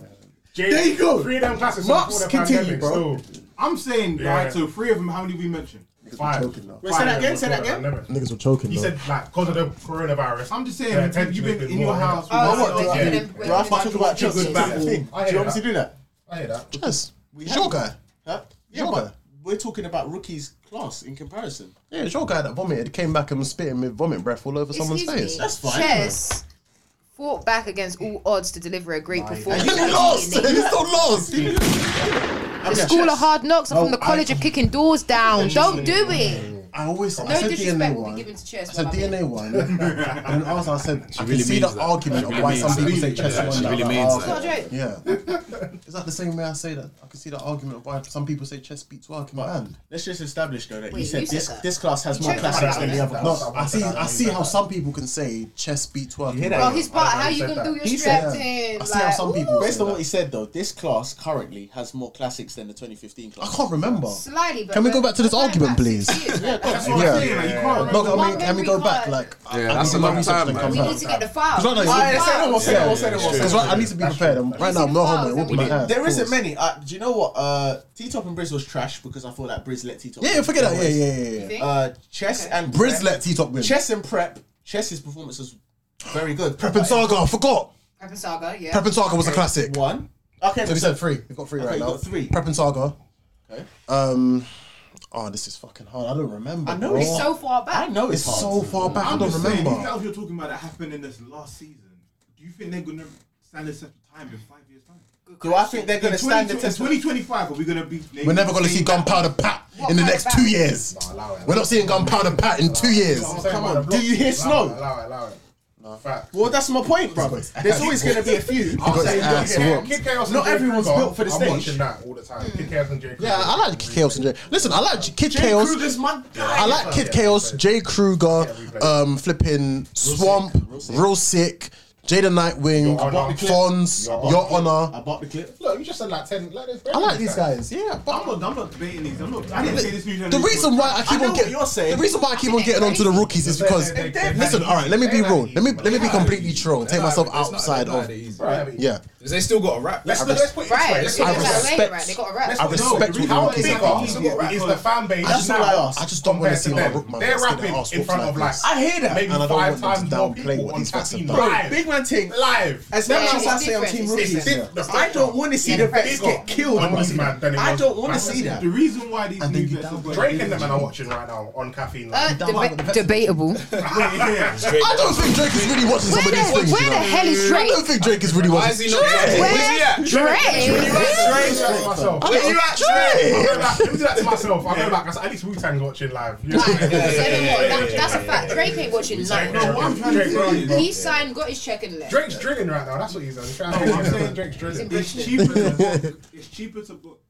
There you go. Three of them classics were Marks, before the continue, pandemic, bro. still. I'm saying, Yeah. right, so three of them, how many we mentioned? Five. Wait, say that again, say that again. Niggas were choking. He though. said, like, because of the coronavirus. I'm just saying, their you've been- you've attention has been been in your more- house, Yeah. Oh, Oh, what, what? yeah. Yeah. Yeah. Bro, I can't talk about Good chess. Do you battle. I hear obviously that. do that? I hear that. Chess. We It's have- your guy. Huh? Yeah, but we're talking about rookies class in comparison. Yeah, it's your guy that vomited, came back and was spitting with vomit breath all over someone's Excuse face. me, Chess fought back against all odds to deliver a great performance. And you lost. You still lost. The school of hard knocks are No, from the I- college of kicking doors down. Don't do it. I always No I said DNA disrespect will one. be given to I Chess. said while I'm here. DNA one, and then also I said I really can see the means that. argument She of really why some means people say that. chess Yeah, one. she that really other means argument. that. Yeah. Is that the same way I say that? I can see the argument of why some people say chess beats working man. Let's just establish though that Wait, you said you said this that? this class has You more chose that classics one. than the other No, class. I see. I see how some people can say chess beats working hear man. that? Bro, his part, how you said gonna do that. your He said straps that. in? I see how some like, people Based say on what that. he said though, this class currently has more classics than the 2015 class. I can't remember. Slightly, but Can we go we're- back to this we're going argument, back please? six years. That's what I'm saying, like, you can't No, remember. I mean, can we go back? Like, I- Yeah, I that's need to a do my long research time, and man. come We back. need to get the files. Because We need I- the I say no more, say no more, say no more. Because right, I need to be prepared, and right now I'm not holding it. Whooping my hand. There isn't many. Uh, do you know what? Uh, T Top and Briz was trash because I thought that Briz let T Top. Yeah, yeah, forget that. Yeah, yeah, yeah, yeah. Uh, chess and Briz Prep- let T-Top win. Chess and prep. Chess's performance was very good. Prep and Saga, I forgot. Prep and Saga, yeah. Prep and Saga was a classic. One. Okay. So we said three. We've got three Okay, right you now. got three. Prep and Saga. Okay. Um. Oh, this is fucking hard. I don't remember. I know bro. it's So far back. I know It's it's, hard. so far back. I I'm don't just saying, these remember. battles you're talking about that happened in this last season, do you think they're going to stand the test of time in five years' time? Do I think they're going In to stand the 20 test? in 2025, are we going to be... We're never gonna see gunpowder pat in the next two years. We're not seeing gunpowder pat in two years. Come on. Do you hear Snow? Allow it, allow it. Well, that's my point, bro. There's always going to be a few. I'll say Kid Chaos- Kid Chaos and Not Jay everyone's Kruger, built for the I'm watching stage. that all the time. Kid Chaos and Jay Kruger. Yeah, I like Kid Chaos and Jay. Listen, I like Kid Jay Chaos. Kruger's my guy. I like Kid Chaos, Jay Kruger, um, flipping Swamp, Real Sick, Jada Nightwing, Your Honor. Fonz, Your Your Honor. I bought the clip. Look, you just said like 10. Like, there's I like these guys. Yeah, but I'm not, I'm not debating these. I'm not. I didn't say this new The reason why I keep on getting the reason why I keep on getting onto the rookies is because listen, all right, let me be real. Let me let me be completely true. and Take myself outside of yeah. They still got a rap. Let's- let's put it this way. Right. Let's I put it that way, respect- right? They got a rap. I respect what how they big do. are- is the fan base I just now don't like- I just don't want compared to see to our them? rook man They're get their rapping arse in whooped front of this. like- I hear that. and I don't five want them times to more downplay what these facts have Bro, done. big man ting. Live. As much Yeah, as I it's say I'm different. Team It's Rookies, different. The I stats don't are want to see bigger the vets on get killed. this man than it I was don't want to back see then. that. The reason why these new vets are Drake and them and I'm watching right now on caffeine. Uh, Like. deba- debatable. I don't think Drake is really watching Where some of these the- things. where you the know? hell is I Drake? don't think Drake is really watching. Why is he not Drake? Where's he at? Drake? Where you at, Drake? Drake? Where you at, Drake? Drake? I go back- Let me do that to myself. I go back. I said, At least Wu Tang's watching live. You know? That- that's a fact. Drake ain't watching nothing. No, what I'm trying to say is- He signed, got his check and left. Drake's drilling right now. That's what he's on. He's trying to- I'm saying Drake's drilling. It's cheaper to book. It's cheaper to book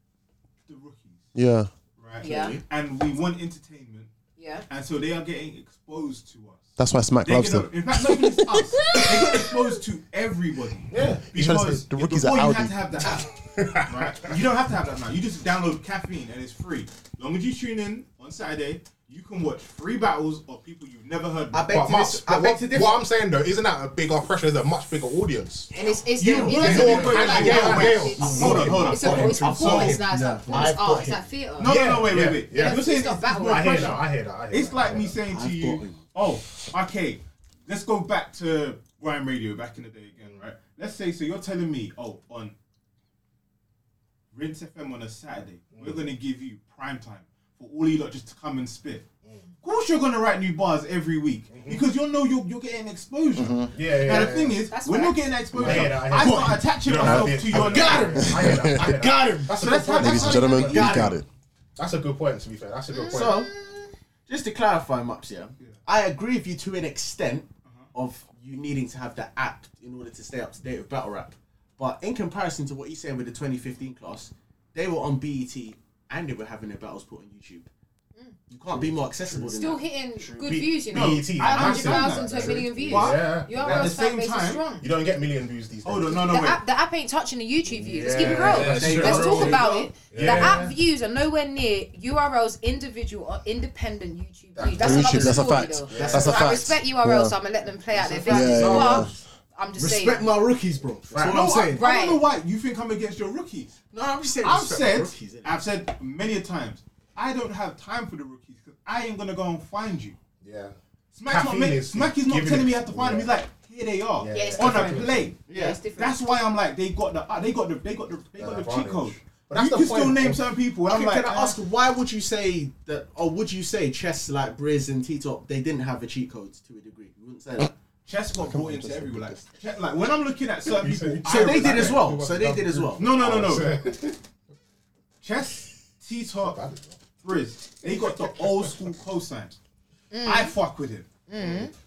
the rookies, Yeah. right? Yeah. And we want entertainment. Yeah. And so they are getting exposed to us. That's why Smack They loves get- them. In fact, not just us. they get exposed to everybody. Yeah. You trying to say Because the rookies before you are Audi. had to have the app, right? You don't have to have that now. You just download caffeine and it's free. long as you tune in on Saturday, you can watch free battles of people you've never heard. I bet before. But to dis- Mark, I but bet what- to what What I'm saying though, isn't that a bigger pressure? There's a much bigger audience. And it's it's You the- would it's go a- for it like Yale, Yale. Hold on, hold on. It's a it's I've got performance him. now. It's Yeah, like performance I've got art. It's him. like theater. No, no, no, wait, wait, wait. Yeah. You're saying It's not it's, it's battle more rap. I hear pressure. that, I hear that, I hear it's that, like I me hear saying that. to I've got you, oh, okay, let's go back to Grime Radio back in the day again, right? Let's say, so you're telling me, oh, on Rinse FM on a Saturday, we're going to give you prime time for all you lot just to come and spit. Of course, you're going to write new bars every week because you know you're, you're getting exposure. Mm-hmm. Yeah, yeah, And yeah, the thing yeah. is, That's when you're right. getting that exposure, I I, hear that, I hear that. start attaching You don't myself have to it. your I got name. him. I hear that, I hear that. That's a good point. Ladies and gentlemen, Got we him. got it. That's a good point. To be fair, that's a good point. So, just to clarify, Maps, yeah, I agree with you to an extent of you needing to have the app in order to stay up to date with battle rap. But in comparison to what you saying with the 2015 class, they were on BET and they were having their battles put on YouTube. Mm. You can't be more accessible than Still that. hitting good B- views, you know. BET, A I'm hundred saying thousand to that, a million views. But Your at the ass fan same base is time, strong. you don't get million views these days. Hold on, no, the, app, the app ain't touching the YouTube views. Let's keep it Yeah, real. that's Let's true. talk Yeah. about it. Yeah. The app views are nowhere near URL's individual or independent YouTube views. That's, YouTube, another that's a story, fact. Though. That's a I fact. respect URL, Yeah. so I'm gonna let them play out their fact. business. Yeah, yeah, But I'm just Respect saying. my rookies, bro. That's Right. what No, I'm saying. I, don't know why you think I'm against your rookies. No, I'm just saying I've respect said, the rookies, innit? I've said many a times, I don't have time for the rookies because I ain't gonna go and find you. Yeah. Smack's not, Caffeine make, is Smack is not giving telling it- me I have to find them. He's like, here they are Yeah, yeah, it's on different. a plate. Yeah, it's different. that's why I'm like, they got the, uh, they got the, they got the, they got The the cheat advantage. code. But you that's the can point. still name certain people, and Okay, I'm like, "Ah, can I ask, why would you say that, or would you say chess like Briz and T Top, they didn't have a cheat code to a degree? You wouldn't say that. Chess got brought into everyone. Like, che- like when I'm looking at certain You said- people, So I they was did like- as well. So they did as well. No, no, no, Oh, no. Chess, T Top, Briz, they got the old school cosign. Mm. I fuck with him.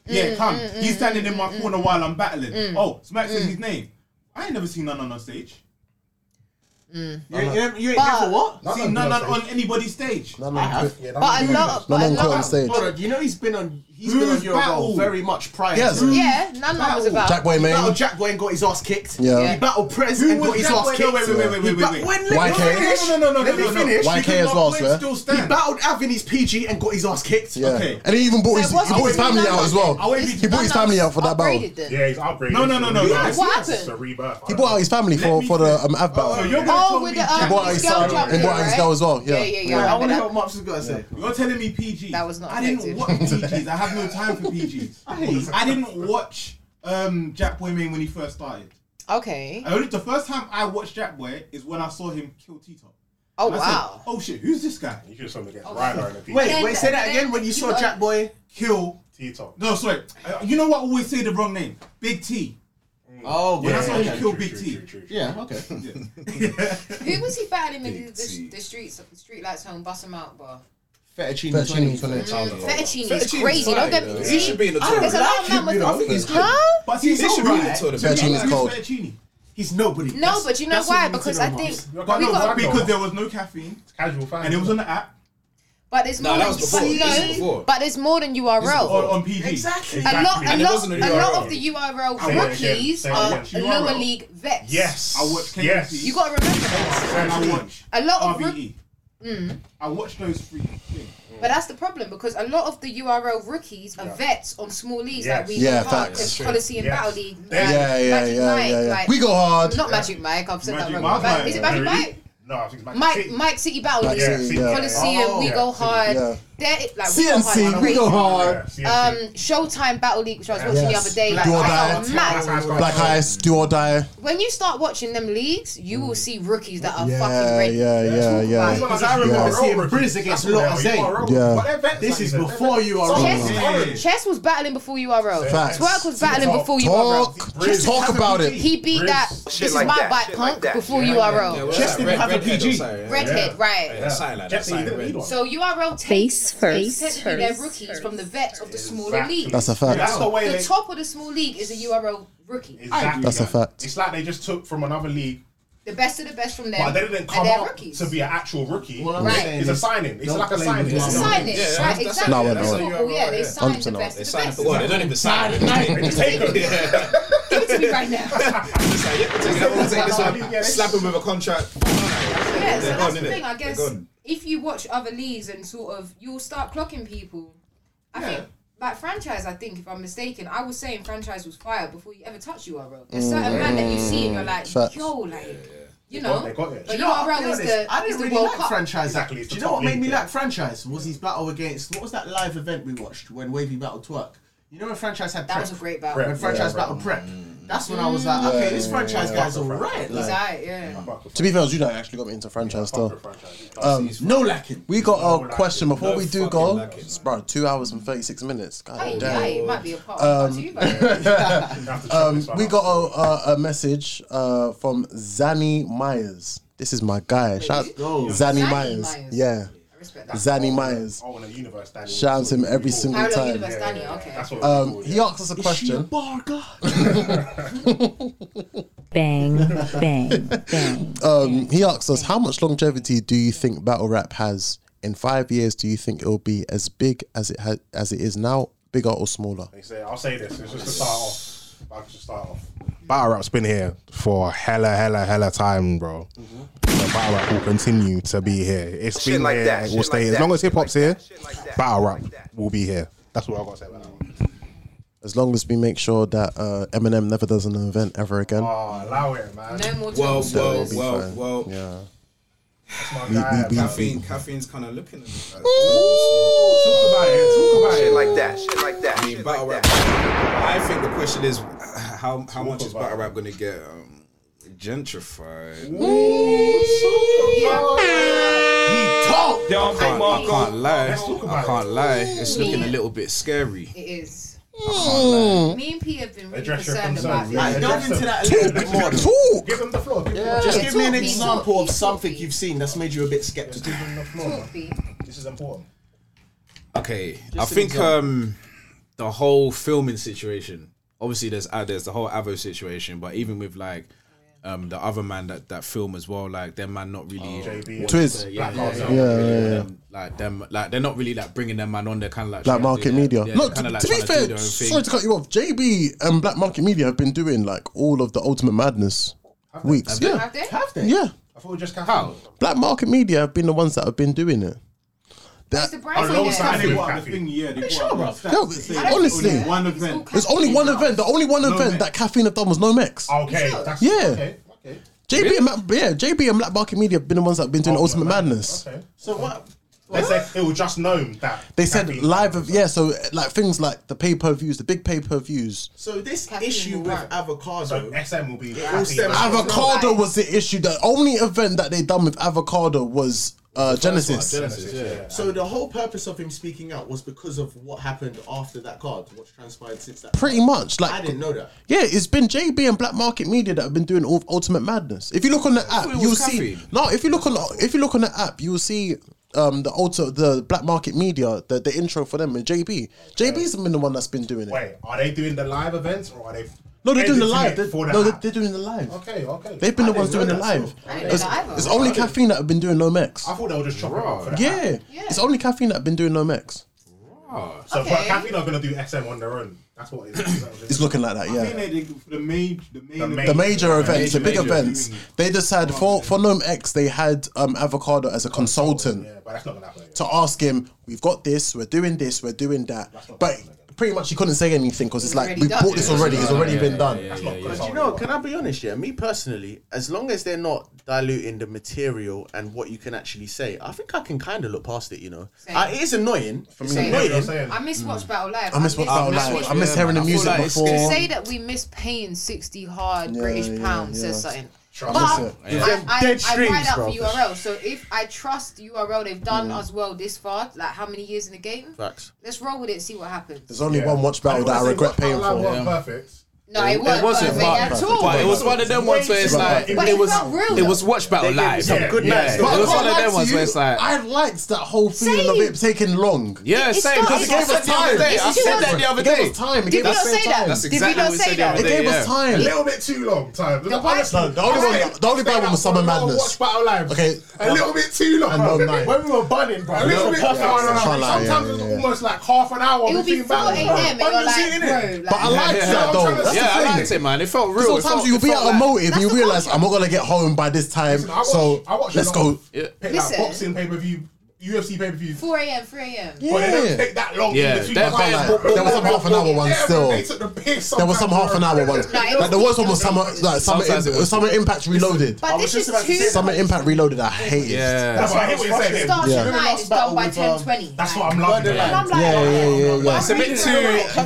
Yeah, come. He's standing in my mm. corner while I'm battling. Oh, Smack says his name. I ain't never seen none on a stage. You, you, ain't- you ain't But- never what? None seen on none the on, stage. on anybody's stage. None I have. But a lot, but a lot. Hold on, you know he's been on. He's been Who's on your role battled? very much prior. Yes. To Yeah, none of that was about. Jack Wayne, He man. battled Jack Wayne got his ass kicked. Yeah. He battled Prez Who and was got his Jack ass Wayne? kicked. No, wait, wait, wait, He wait, wait, bat- wait. When, let YK? me finish. No, no, no, no, let no, me no. finish. YK Because as my well, point sir. still stands. He battled Avenis PG and got his ass kicked. Yeah. And he even bought his, he bought his family out as well. I won't be- He bought his family out for that battle. Upgraded them. Yeah, he's upgraded. No, no, no, no, no. It's- What it's happened? a rebirth. He bought out his family for, for the um, Av battle. So you're gonna Oh, tell with me the Jack- um, bought his girl son, jump he in, bought his right? girl as well, yeah. yeah, yeah. yeah, Yeah, I I remember want to that. hear what Mops has got to say. You're telling me PG. That was not I didn't effective. watch PGs. I have no time for PGs. I didn't watch um, Jack Boy Main when he first started. Okay. I only, the first time I watched Jack Boy is when I saw him kill T Top. Oh, I said, wow. oh shit, who's this guy? You should have against Ryder in the Wait, wait, say that again. When you You saw got- Jack Boy, Kill. T-top. No, sorry. Uh, you know what? I always say the wrong name. Big T. oh, When I saw yeah, him yeah, kill Big T. yeah, okay. Yeah. Who was he battling in the, the, the streets, the streetlights home, bust him out, bar? Fettuccine, Fettuccine Tony. Tony. Mm, fettuccine is Fettuccine's crazy, fine, don't get me- though. He should be in the I don't tournament. like him, you know, I think he's good. Huh? But he's He should be in the alright. tournament. Do you know Fettuccine's who's cold. Fettucine? He's nobody. No, but you know that's why? what we need Because to know I think about. we No, got- because there was no caffeine. casual fan. And it was on the app. But there's Nah, more. that than, was but before. This is no, before. but there's more than URL. Or on PG. A lot, a lot, a lot of the URL Say it again, rookies say it are again. lower URL. league vets. Yes. I watch KFC. Yes. You gotta remember that. And I watch A lot of RBE. rook- Mm. E. I watch those three things. But that's the problem because a lot of the URL rookies are Yeah. vets on small leagues Yes. like we Yeah, go hard, facts. That's true. Policy and Yes. Battle League. like Yeah, yeah, Magic yeah, Mike, yeah, yeah. like- We go hard. Not Magic Mike. I've said Magic that Mike, wrong. But Mike, Is it Magic really? Mike? No, I think it's Mike. Mike, Mike City Battle League, Mike City, yeah. Coliseum, Oh, We yeah. Go Hard. Yeah. They're, like, CNC, we go hard. Um, Showtime Battle League, which I was watching Yes. the other day. Like, do or I die. got mad. Black Ice, do or die. When you start watching them leagues, you will see rookies that are fucking Mm. Yeah, ready. yeah, yeah, yeah. Because I remember Yeah. seeing Briz against Lotazay. Yeah. This is before you are Chess, on. Chess was battling before URL. Oh, Facts. Twerk was battling Talk. before Talk. URL. Chess Talk hasn't about beat- it. He beat that. Shit This like is my that, bike shit punk like that. before Yeah, yeah, URL. yeah. Chess didn't have a PG. Redhead, right? So URL Face takes first. essentially their rookies from the vets of the smaller Exactly. league. That's a fact. That's the way The they- top of the small league is a URL rookie. Exactly. That's a fact. It's like they just took from another league, The best of the best from them. but they didn't and come they're up rookies. to be an actual rookie. I'm Right. saying It's a is signing. It's don't like a blame signing. them. It's a signing. Yeah, Right, that's- exactly. No, no, That's no. football, yeah, they signed the best 100% no. of the sign best. up for what? They don't even sign it. Take it. Give it to me right now. It's like, yeah, take that one, take this one. Slap him with a contract. Yeah, so They're that's gone, the innit? thing. I They're guess gone. if you watch other leagues and sort of you'll start clocking people. I think like franchise. I think if I'm mistaken, I was saying franchise was fire before you ever touched URL. There's certain man that you see and you're like, Mm. Facts. yo, like. You They know, got- they got it. but Do you know, I'll be URL is honest, the I is didn't the really World like Cup. franchise. Exactly, it's the Do you know top what made league, me yeah. like franchise? Was his battle against what was that live event we watched when Wavy battled Twerk? You know when franchise had That prep? was a great battle. When Prep, franchise yeah, battled prep. That's when I was like, Mm. okay, Yeah, this yeah, franchise yeah, guy's yeah. alright. He's Like, alright, yeah. To be fair, it was you that actually got me into franchise stuff. Um, no lacking. We got a question before we do go. It's bro, two hours and thirty six minutes. God Hey, damn. yeah, it might be a part Um, of you, but um, we got a, a, a message uh, from Zanny Myers. This is my guy. Shout out Zanny, Zanny Myers. Myers. Yeah. Zanny Myers. Oh, in the universe, Danny. Shout out to him every single Parallel time. Universe, Danny, okay. That's what we Um, call it. he asked us a question. Bang, bang, bang. Um, he asked us, how much longevity do you think battle rap has? In five years, do you think it'll be as big as it has as it is now, bigger or smaller? They say, I'll say this. It's just to start off. I'll just start off. Battle rap's been here for hella, hella, hella time, bro. The battle rap will continue to be here. It's Shit been like here. that, It shit will stay like as that, long as shit hip hop's here. battle rap will be here. That's what I got to say about that. one. As long as we make sure that uh, Eminem never does an event ever again. Oh, allow it, man. No more Well, So well, it'll be well, fine. well. Yeah. That's We- my guy. we- we- Caffeine, caffeine's kind of looking at me. Like, Talk about it. Talk about it. Shit like that. Shit like that. I mean, battle rap. I think the question is, how how much is battle rap gonna get um, gentrified? Talk. I can't, I can't lie. Let's talk I can't lie. It's looking a little bit scary. it is. Mm. can't Me and P have been really Address your concerned about concerns, this. yeah. Address Delve into that a little bit more. Talk. Give him the floor. Give him the Yeah. Just Yeah, give me an talk, please, example of something you've seen that's made you a bit skeptical. Talk, B. This is important. Okay, I Just an think example. um the whole filming situation. Obviously, there's uh, there's the whole Avo situation, but even with like um the other man that that film as well, like their man not Oh, really JB. Yeah, Twiz. yeah, yeah, Yeah, yeah, yeah, yeah. Um, like them, like they're not really like bringing their man on. They're kind of like Black trying to do market their- media. yeah, Look, they're kinda, like, to be trying do fair, their own thing. sorry to cut you off. JB and Black Market Media have been doing like all of the Ultimate Madness weeks. Yeah, Have they? Have they? yeah. I thought we just how Black Market Media have been the ones that have been doing it. That the brand from Alongside there. they brought out the thing, yeah, they Sure, brought out the bruv. stats No, to say it's- honestly. only one event. it's only one event. The only one event that caffeine have done was No Mex. Oh, Okay, that's Yeah. Okay, okay. JB and Ma- yeah, JB and Black Market Media have been the ones that have been doing Ultimate Madness. Oh, Okay. So what? They said it was just known that They said live of yeah, so uh, like things like the pay per views, the big pay per views. So this issue with avocado. SM will be It all stems from- Avocado was the issue. The only event that they done with Avocado was uh, Genesis. So the whole purpose of him speaking out was because of what happened after that card, what's transpired since that. Pretty much, like I didn't know that. Yeah, it's been JB and Black Market Media that have been doing all of Ultimate Madness. If you look on the app, thought it you'll was see. caffeine. No, if you look on the, if you look on the app, you'll see um the alter the black market media the, the intro for them and JB. JB's been the one that's been doing it. Wait, are they doing the live events or are they? No, they're doing the live. editing it for They're- the no, app? they're doing the live. Okay, okay. They've been I the ones doing didn't the know that live. still. I didn't know It's, that either. it's only I didn't- caffeine that have been doing no max. I thought they were just chopping it up for the app. Yeah. it's only caffeine that have been doing no max. Oh. So, Okay. but Caffeine are gonna do SM on their own. That's what it is. It's looking like that, I yeah. think they did for the main, the main, The major events, the big major events, they just had for for Gnome X. They had um, Avocado as a consultant to ask him, "We've got this. We're doing this. We're doing that." But pretty much, he couldn't say anything because it's like we already bought done. this already. It's already been done. But you know, can I be honest? Yeah, me personally, as long as they're not diluting the material and what you can actually say, I think I can kind of look past it. You know, Same. I, it is annoying. It's Same. annoying. I miss Watch Battle Live. I miss Watch Battle miss- Live. miss- I miss hearing the feel music like it's- before. To say that we miss paying 60 hard Yeah, British yeah, pounds yeah. says something. Trust but it. Yeah. I, I, I Dead ride streams, out bro. for URL. So if I trust URL, they've done Mm. us well this far. Like how many years in the game? Facts. Let's roll with it. See what happens. There's only one watch battle that I regret paying for. Perfect. No, it, wasn't, perfect but, at all. but it was one of them ones where it's like But it was felt real, it though. was watch battle live. Yeah, yeah. But it was I one of can't lie them to ones where you, it's like I liked that whole feeling of it taking long. Yeah, It- it same, 'cause it started- gave us time. It's two I said that hours. the other It gave day. us time. It Did gave we us not same say that? time. That's Did we exactly not what we say said the that? other It day, gave us yeah. time. A little bit too long time. The only, the only, one, the only bad one was Summer Madness. Watch Battle Live. Okay. A little bit too long. And one night. When we were bunning, bro. A little bit. Yeah. No, no, no. Can't lie, yeah, Sometimes yeah, it's yeah. almost like half an hour. It would be between battles, 4 bro. a.m. and Are you you're like, seeing it? But I liked yeah, that yeah. though. That's yeah, the I thing. liked it, man. It felt real. It Because felt- Sometimes you'll it be felt at a like- motive and you realize I'm not gonna get home by this time. I watch- So I watch a let's lot of go. Pick that boxing pay per view, UFC pay per view. 4 a.m., 3 a.m. But it doesn't take that long. in Yeah, between. that- I can't that- lie. there was some half an hour one Yeah, still. They took the piss. There was some half an hour ones. No, it Like there was one was summer, like summer, Sometimes it was- summer impact reloaded. But this is two. Summer impact reloaded. I hated. Yeah, That's what I hate what you're saying. Start Yeah. tonight is done by 10:20. That's what I'm loving. And I'm like, "Oh, yeah, yeah, yeah, yeah. It's a bit too. Yeah, yeah,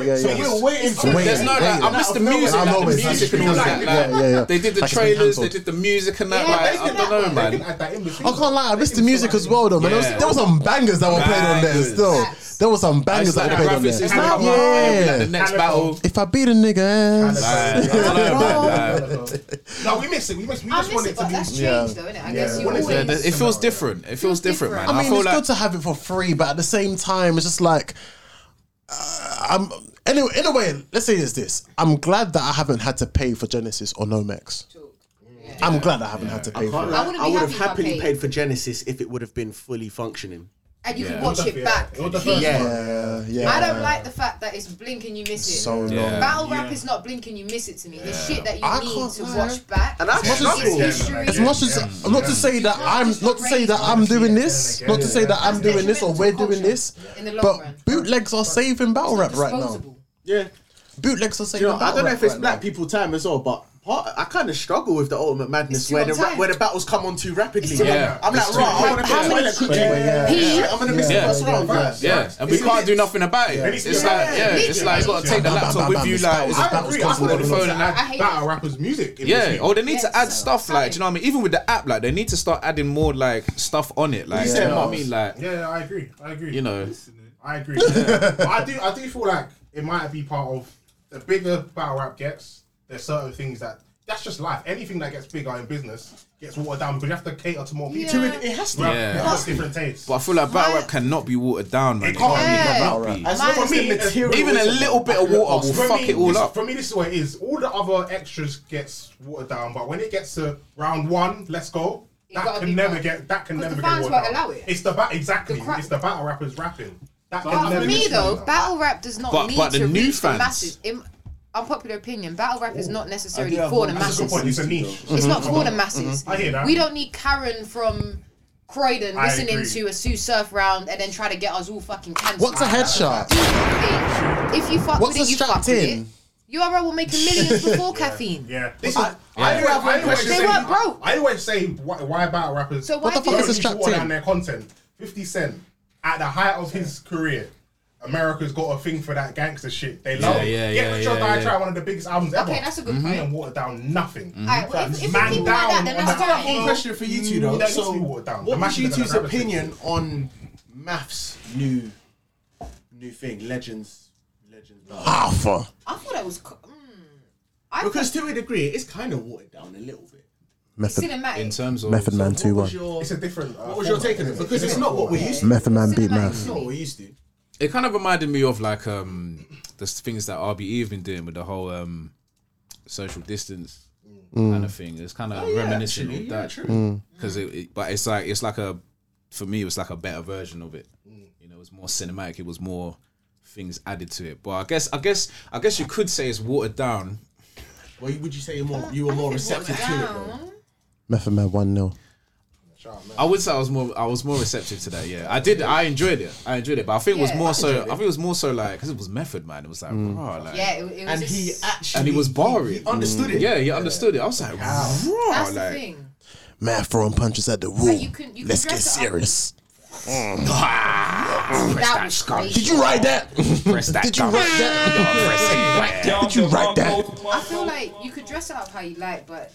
yeah. There's no like, I miss the music, like, I'm the always music and all that. Like, Yeah, yeah, yeah. They did the Like, it's been trailers, they cancelled. did the music and that. Yeah, like, they I did don't know, man. I can't lie, I missed the music as well though, man. There, Yeah. was, there were some bangers that were played on there still. There were some bangers I that used were to played have on graphics there. used to come up, it'd be like the next battle. If I beat a nigga ass. Like, I don't know, man, like- No, we miss it. We miss. We just want it to be. That's Yeah. changed though, innit? I guess you Yeah, always. it feels different. It feels different, man. I mean, feel it's like good to have it for free, but at the same time, it's just like uh, I'm. Anyway, in a way, let's say it's this: I'm glad that I haven't had to pay for Genesis or Nomex. I'm glad I haven't had to pay I, for can't it. lie, I, would happy have if I happily paid. paid. for Genesis if it would have been fully functioning. And you Yeah. can watch it back. Yeah, yeah, yeah. I don't like the fact that it's blink and you miss it. So Yeah. long. Battle Yeah. rap is not blink and you miss it to me. The shit that you I need can't to lie. watch back. And I is struggle. history. As much as not to say that I'm not to say that I'm doing this, not to say that I'm doing this or we're doing this, In the long but run. bootlegs are saving battle rap right now. disposable. Yeah. Bootlegs are saving You know, I battle don't know rap if it's right black people time as well, but part, I kind of struggle with the Ultimate Madness too where the much ra- time. where the battles come on too rapidly. It's too Yeah. much. I'm like, It's too right, I quick. want to How many- quickly. Yeah. Yeah, I'm gonna miss Yeah. the first round. Yeah. Yeah. and we can't do nothing about it. Yeah. It's like, yeah, it's like you got to take the Bam, bam, laptop bam, with bam, you, it's like, battles, it's battles, on battles, the phone and battles. that. I hate Battle rappers' music. in Yeah, between. or they need to add stuff like, do you know what I mean? Even with the app, like they need to start adding more like stuff on it, like, do you know what I mean? Like, yeah, yeah, I agree. I agree. you know, I agree. but I do, I do feel like it might be part of the bigger battle rap gets. There's certain things that that's just life. Anything that gets bigger in business gets watered down because you have to cater to more people. Yeah. It has to. Rap- Yeah. rap has different tastes. But I feel like battle rap cannot be watered down, man. It can't be. Yeah. be. As long as the material even a is- little bit of water will For fuck me, it all this- up. For me, this is what it is. All the other extras gets watered down, but when it gets to round one, let's go. That gotta can be never right. get. That can 'Cause never the get fans watered won't down. allow it. It's the bat exactly. it's the battle rappers rapping. That can But never for me get though, watered down. battle rap does not But- need but to the new reach the fans- masses. In, unpopular opinion: battle rap is not necessarily I do have for one- the that's a good masses. point, it's a niche. It's not Mhm. for the Mhm. masses. I hear that. We don't need Karen from Croydon I listening agree. to a Sue Surf round and then try to get us all fucking cancelled. What's a headshot? If you fuck What's a with it, you fuck strapped with it. in? URL will make millions before caffeine. Yeah, this is. I I, do have one I, always question. say, They weren't broke. I always say why, why battle rappers. So why What the do fuck you- is a strapped water in? down their content? Fifty Cent at the height of his career. America's got a thing for that gangster shit. They love Yeah, it. yeah, Get yeah, Rich or yeah, Die yeah. Try, one of the biggest albums ever. Okay, that's a good They point. ain't watered down nothing. Mm-hmm. Alright, well, if- if Mm-hmm. Man people like that, down then on that's the fine. album. One question for you two That though. needs to be So, watered down. The what was masses you are gonna two's grab it. opinion on Maths new new thing, Legends? Legends. Alpha. I thought that was. co- Mm, I because to a degree, it's kind of watered down a little bit. Method, Cinematic. In terms of Method Man 2 1. It's a different. Uh, What was your take on it? Because it's not what we used to. Method Man beat It's math. not what we used to. It kind of reminded me of like um the s- things that RBE have been doing with the whole um social distance Mm. kind of thing. It's kind of Oh, yeah, reminiscent actually, of yeah, that Hmm. true. Mm. because it, it- but it's like it's like a for me it was like a better version of it. You know, it was more cinematic. It was more things added to it. But I guess I guess I guess you could say it's watered down. Well, would you say you're more you were more receptive to it? Bro? Method Man 1 0. I would say I was more I was more receptive to that. Yeah, I did. I enjoyed it. I enjoyed it, but I think it was Yeah. more so. I think it was more so like because it was Method Man. It was like, Mm. rah, like Yeah, it, it was And just, he actually and he was barring. understood it. Yeah, he understood it. I was like, rah, Oh, That's like, the thing. Man throwing punches at the wall. you can- you can Let's get dress it up. serious. That was crazy. Did you write that? Press that Did you write that? Did you write that? I feel like you could dress it up how you like, but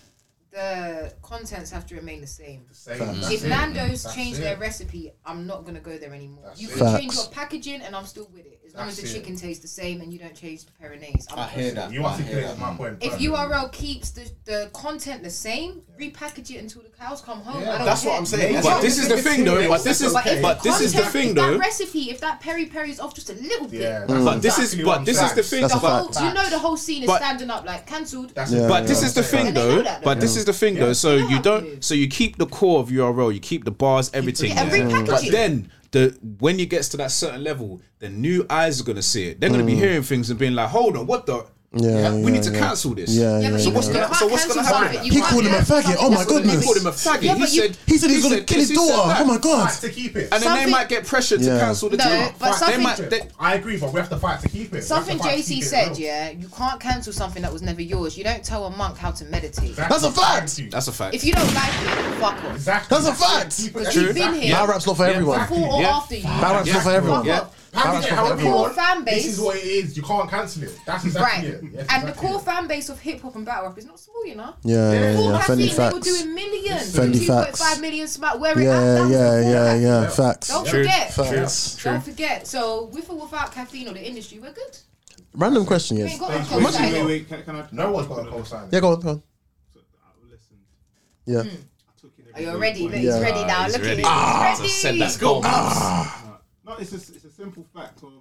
the contents have to remain the same. If Facts. That's it. Nando's That's change it. their recipe, I'm not gonna go there anymore. you it. can change your Facts. packaging, and I'm still with it as long as That's the it. chicken tastes the same and you don't change the peronaise. I'm I not hear with it. that. You I hear articulated that. my point. If perfectly. URL keeps the, the content the same, repackage it until the cows come home. I don't That's care. what I'm saying. But this is the thing, though. But this is if but the this is the content- thing, if though. That recipe, if that peri peri is off just a little bit, Yeah, Mm. But this is exactly what but I'm this is saying. the thing. That's a But fact. Do you know the whole scene is But- standing up like cancelled? Yeah, but yeah, this is the yeah. thing And they though. know that, though. But this is the thing though. So you to. don't. So you keep the core of URL. You keep the bars, everything. and there. repackage But it. then the when it gets to that certain level, the new eyes are gonna see it. They're gonna be hearing things and being like, "Hold on, what the? Mm. Yeah, we yeah, need to yeah. cancel this. Yeah, yeah, so what's yeah. gonna so what's gonna cancel happen? something, you He can't called him a cancel faggot. Oh my something. goodness. He called him a faggot. Yeah, he, but you- said, He said he was gonna said kill this, his he said daughter. that. Oh my god. Fight to keep it. And then they Something- might get pressured to Yeah. cancel the No, deal. but Right, they something- might. They, I agree, but we have to fight to keep it. We have Something to fight to keep JC it said, real. yeah, you can't cancel something that was never yours. You don't tell a monk how to meditate. That's a fact. Thank you. that's a fact. If you don't like it, fuck off. Exactly. That's a fact. Keep it- True. You've been here. Battle rap's not for everyone. Before or Yeah. after you. Battle rap's not for everyone. Yeah. Battle rap's Package it not for however you everyone. Core want. fan base. This is what it is. You can't cancel it. Right. That's exactly it. And Yes, the exactly core it. fan base of hip hop and battle rap is not small, you know? Yeah, yeah, Before yeah. Caffeine, Fendi they were facts. doing millions. Fendi 2.5 facts. million smart. Where it at, that Yeah, was yeah, before yeah, that. yeah. Facts. Don't True. forget. Facts. Don't forget. So, with or without caffeine or the industry, we're good. Random question, We yes. ain't got a Wait, wait, wait, co-sign. wait, can, can I? No one's got a call sign. Yeah, go on, go on. Listen, Yeah. Hmm. I took it Are you ready? Look, Yeah. He's ready now. Look at ready. him. Ah, so he's said ready. that's go. No, it's a, it's a simple fact of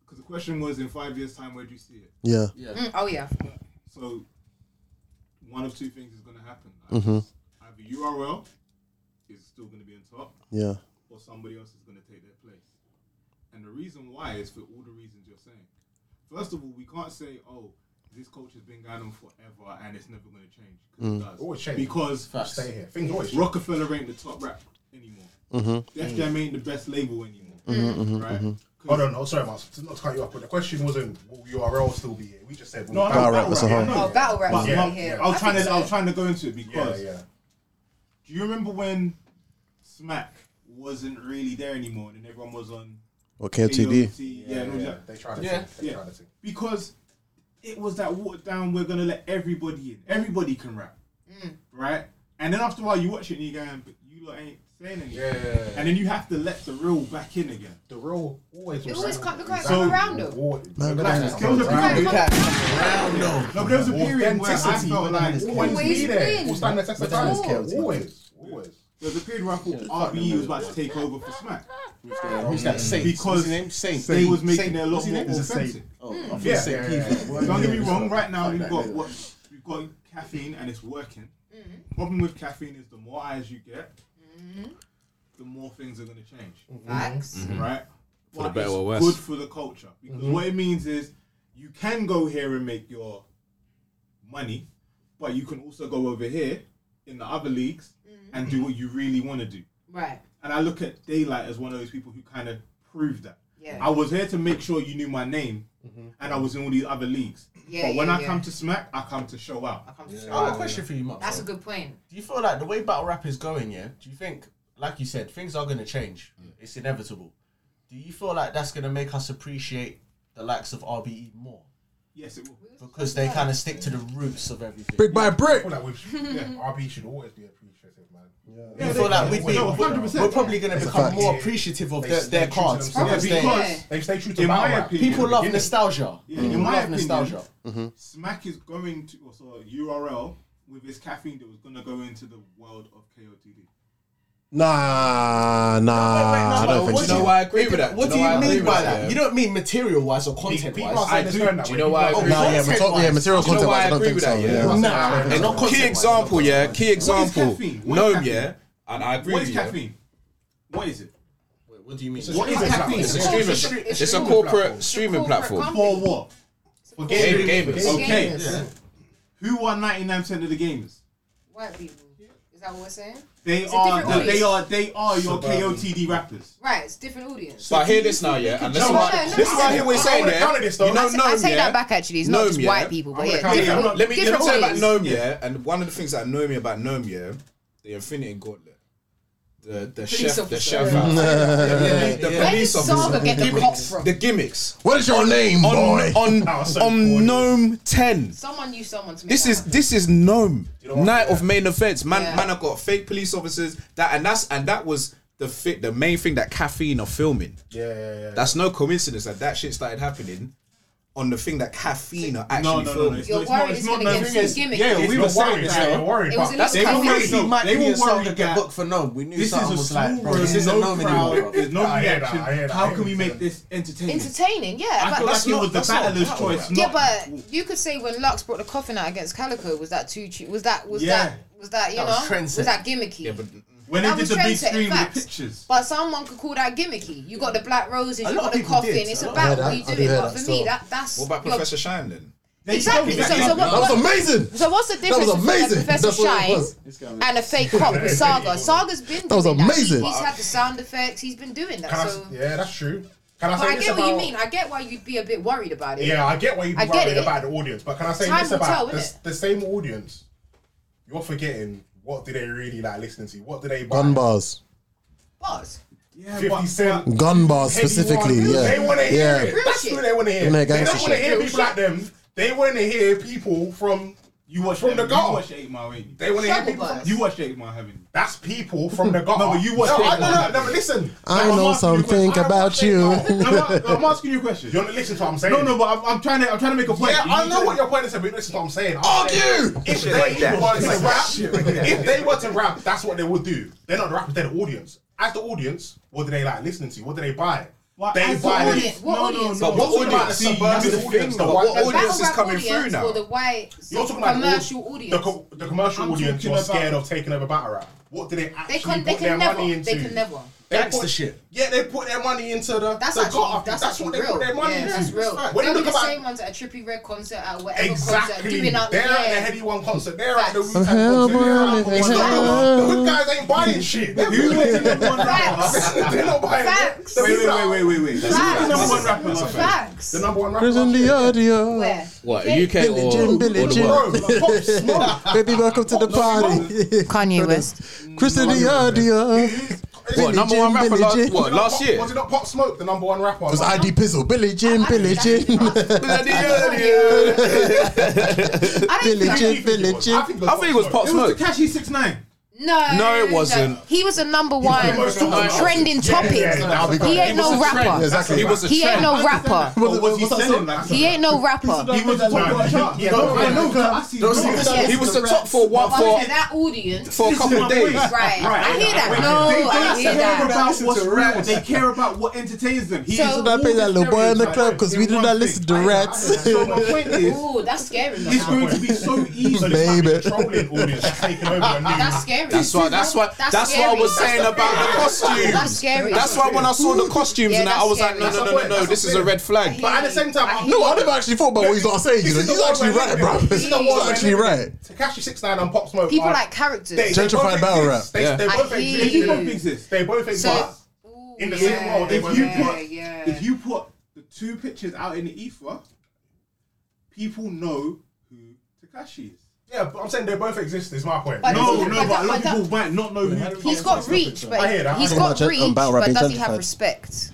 because the question was in five years' time, where do you see it? Yeah. Mm, oh, yeah. So one of two things is going to happen. Like, Either URL is still going to be on top, Yeah. or somebody else is going to take their place. And the reason why is for all the reasons you're saying. First of all, we can't say, oh, this culture's been going on forever and it's never going to change. 'Cause it does. Always change. Because Stay here. Things always change. Rockefeller ain't the top rap anymore. Def Jam ain't the best label anymore. Right? Hold on, no, sorry, man. Not to cut you off, but the question wasn't will URL still be here? We just said will No, no, Battle battle rap as a rap, whole. I know. Oh, battle rap's But yeah. my- here. I was trying think to, I was so. trying to go into it Yeah, because yeah. do you remember when Smack wasn't really there anymore and then everyone was on Or KOTB. AOT, yeah, Yeah, and all yeah. that? They tried to Yeah, sing. They yeah. tried to sing. because it was that watered down. We're gonna let everybody in. Everybody can rap, Mm. right? And then after a while, you watch it and you're going, but you lot ain't saying anything. Yeah, yeah, yeah. And then you have to let the real back in again. The real always It was always like- can't- look how it Exactly. come around, though. War- Black Man, man, is man. killed It can't around. come back. No, but there was a period where I Authenticity, felt like always always. be there. win. Will stand the test of But time. it's Always, always, always. There was a period where I thought RBE was about to take over for Smack. Who's that? Saint. What's Because his name? Saint. they was making Saint. it a lot What's his more name? Is it Saint? offensive. Oh, I thought Yeah. Saint Yeah. Keith. Don't get me wrong. Right now, we've got what we've got caffeine, and it's working. Problem with caffeine is the more eyes you get, the more things are going to change, Facts. right? For the better or worse. Good for the culture because what it means is you can go here and make your money, but you can also go over here in the other leagues Mm-hmm. and do what you really want to do. Right. And I look at Daylight as one of those people who kind of proved that. Yeah. I was here to make sure you knew my name, and I was in all these other leagues. Yeah, but when yeah, I come yeah. to Smack, I come to show I out. come to I have a question for you, Mark. That's a good point. Do you feel like the way battle rap is going, yeah? Do you think, like you said, things are going to change? It's inevitable. Do you feel like that's going to make us appreciate the likes of RBE more Yes, it will. because they kind of stick to the roots of everything? Brick by I brick. feel like we should, RB should always be appreciative, man. You feel like we'd be, No, we're, 100%. we're probably going to become fact. more appreciative of They their, stay their true to cards themselves. because Yeah, they- because They stay true to In battle my rap. opinion- people love Beginning. Mm-hmm. nostalgia. Yeah, in my love opinion, nostalgia. Smack is going to also URL with his caffeine that was gonna go into the world of KOTD. Nah, nah. I don't think what so. do know you- What do why I you agree mean with by that? that? Yeah. You don't mean material wise or content wise. I do. Do you know why? I agree Nah, with yeah, that? mater- yeah, material Do you know why content wise, I don't agree think with so, that, yeah. Nah, I Yeah. don't think so. And Key example, yeah. Key example. caffeine? What is No, caffeine? yeah. And I agree What with is you. caffeine? What is it? What do you mean? What is caffeine? It's a streaming. It's a corporate streaming platform. For what? For Game- gamers. gamers. Okay. Gamers. Yeah. Who are ninety nine percent of the gamers? White people. Is that what we're saying? They It's a are. different The, they audience. are. They are your Suburban. KOTD rappers. Right, it's a different audience. But hear this now, yeah. And this is No, what no, this is what I hear we're no, saying I wanna there. counter this, though. You know, I t- Gnome, I take yeah? that back, actually. It's not Gnome, just yeah? white people, but I wanna yeah, counter- different- I'm not- Let me let me different tell you about audience. Gnome, yeah. And one of the things that annoy me about Gnome, yeah, the Infinity Gauntlet. The, the Police chef, the officer. chef, Yeah. the, the Yeah. Where police did Saga officer, get the gimmicks, cop from? the gimmicks. What is your On- name, on, boy? On, on Gnome ten, Someone knew someone to make This that is happen. this is gnome night of main events. Man, Yeah. man, I got fake police officers. That and that's and that was the fit. The main thing that caffeine are filming. Yeah, yeah, yeah. That's no coincidence that that shit started happening on the thing that caffeine are No, actually no, no, no. filming. It's, not- it's not, it's not, no, the thing is- Yeah, we were saying this, though. It was That's they were caffeine. worried, though. They were worried get that booked for no. We knew this is a something was like, small bro, room, this isn't no no anymore. crowd, there's no bro. I hear reaction. that, How can we make this entertaining? entertaining. Yeah, I but feel like it was the that's not- battler's that's choice. Yeah, not- but you could say when Lux brought the coffin out against Calico, was that too? cheap? was that was Yeah. that was that you That was know trendset. was that gimmicky? Yeah, but when they That did was the big trendset, in screen with fact. pictures, But someone could call that gimmicky. You got the black roses, A you lot got of the people coffin. did. It's A lot. about Yeah, what that- I you do do it. hear But that for me, still. that that's What about you're- Professor Shine then? Exactly. So, so what, That was what- amazing. So what's the That was difference between amazing. a Professor That's what it was. This Shine and a fake cop with Saga? Saga's been That was doing amazing. That. He- He's had the sound effects. He's been doing that. Can I- so yeah, that's true. Can I but say I this get what you about- mean. I get why you'd be a bit worried about it. Yeah, I get what you're I get worried it. about the audience, but can I say Time this will about tell, the, innit? the same audience? You're forgetting what do they really like listening to? What do they buy? Gun bars. Bars. Yeah, 50 Cent. Gun bars Heavy specifically, one. yeah. They want to hear Yeah. it. That's what they want to hear. Isn't They that don't gangster want to shit? hear people like them. They want to hear people from you watch from the you gutter. watch Eight Mile, ain't you? They want to hear Trouble people. Bus. You watch Eight Mile, haven't you? That's people from the gutter. No, but you watch No, Eight I- no, Mile. no, no, but listen. I know something about you. I'm asking you a question. You're not listening to what I'm saying. No, no, but I'm, I'm trying to. I'm trying to make a point. Yeah, You I need know to- what your point is, but listen to what I'm saying. I'm saying If Shit they like that. were Shit to like rap, that. if they were to rap, that's what they would do. They're not the rappers, they're the audience. As the audience, what do they like listening to? What do they buy? they as the buy audience- what No, no, audience? no. But what audience? See, About that's the the suburban audience, thing, the though. white- What audience Battle rap audience Or the white You're talking about commercial the, au- audience. The, co- the commercial I'm audience talking was scared about- of taking over battle rap. What do they actually they can. They put their can never. money into? They can never. They Gangsta put- shit. Yeah, they put their money into the. That's the actually gutter. that's, what actually they real. put their money yeah, into. That's real. When you They'll be look the about same ones at a Trippy Red concert at whatever concert Exactly. doing out They're yeah. at the heady one concert. They're at the Wu-Tang Facts. concert. They're at- Hell, It's not hell. the good guys ain't buying shit. They're bootlegging number one rapper. They're not buying it. The Wait, people that- wait, wait, wait, wait, wait. The number one rapper. Facts. Facts. The number one rapper. Prison the audio. Where? What Okay. UK Billie or, Jean, or Billie the Jean. world? Baby, welcome to the party. Kanye West. Kristen the audio. What number one rapper? Last, what last year? Was it not Pop Smoke, the number one rapper? It was ID Pizzle, Billy Jim, Billy Jim. Billy Jim, Billy Jim. I think it was Pop It was Smoke. Takashi Six Nine. No, No, it wasn't. He was a number one was the most- trending Yeah, topic. yeah, yeah. He ain't He was no a trend. rapper. Exactly. He, He was a ain't trend. no I rapper. Or was he selling like He ain't no rapper. He was the top of the chart. Yeah, No, I know, no, I see that. He was the top for one But for for that audience, for a couple of days. Right. I hear that. Wait, No, they I don't hear care that. about Listen what's to real. rap. They care about what entertains them. He So- is Should I play all that little boy in the club because we in did one not listen to thing. rats. So my point is, Ooh, that's scary. though. it's going to be so easy. Baby. Trolling audience that's taking over your news. That's scary. That's why. That's why. That's, scary. what I was saying about the costumes. That's scary. That's why when I saw the costumes Yeah, and that, I that's was like, scary. no, That's no, a no, point. no, no. That's This a is a point. red flag. But at the same time, I No, I never actually thought about what he's not saying. You know, This is he's the actually world right, we're bro. living in. This is the He's world actually we're right. living in. Takashi Six Nine and Pop Smoke. People are- like characters. They- they Gentrified both battle exist. rap. They, Yeah. they I both hear exist. you. They both exist. They both exist. So- but in the yeah, same world, they If both you exist. put, yeah. if you put the two pictures out in the ether, people know who Takashi is. Yeah, but I'm saying they both exist. Is my point. But No, But no, that- but a lot but of that- people might not know who. He's got reach, I but hear that. he's I got hear that. reach, I'm um, battle but rapping does he have gentrified. respect?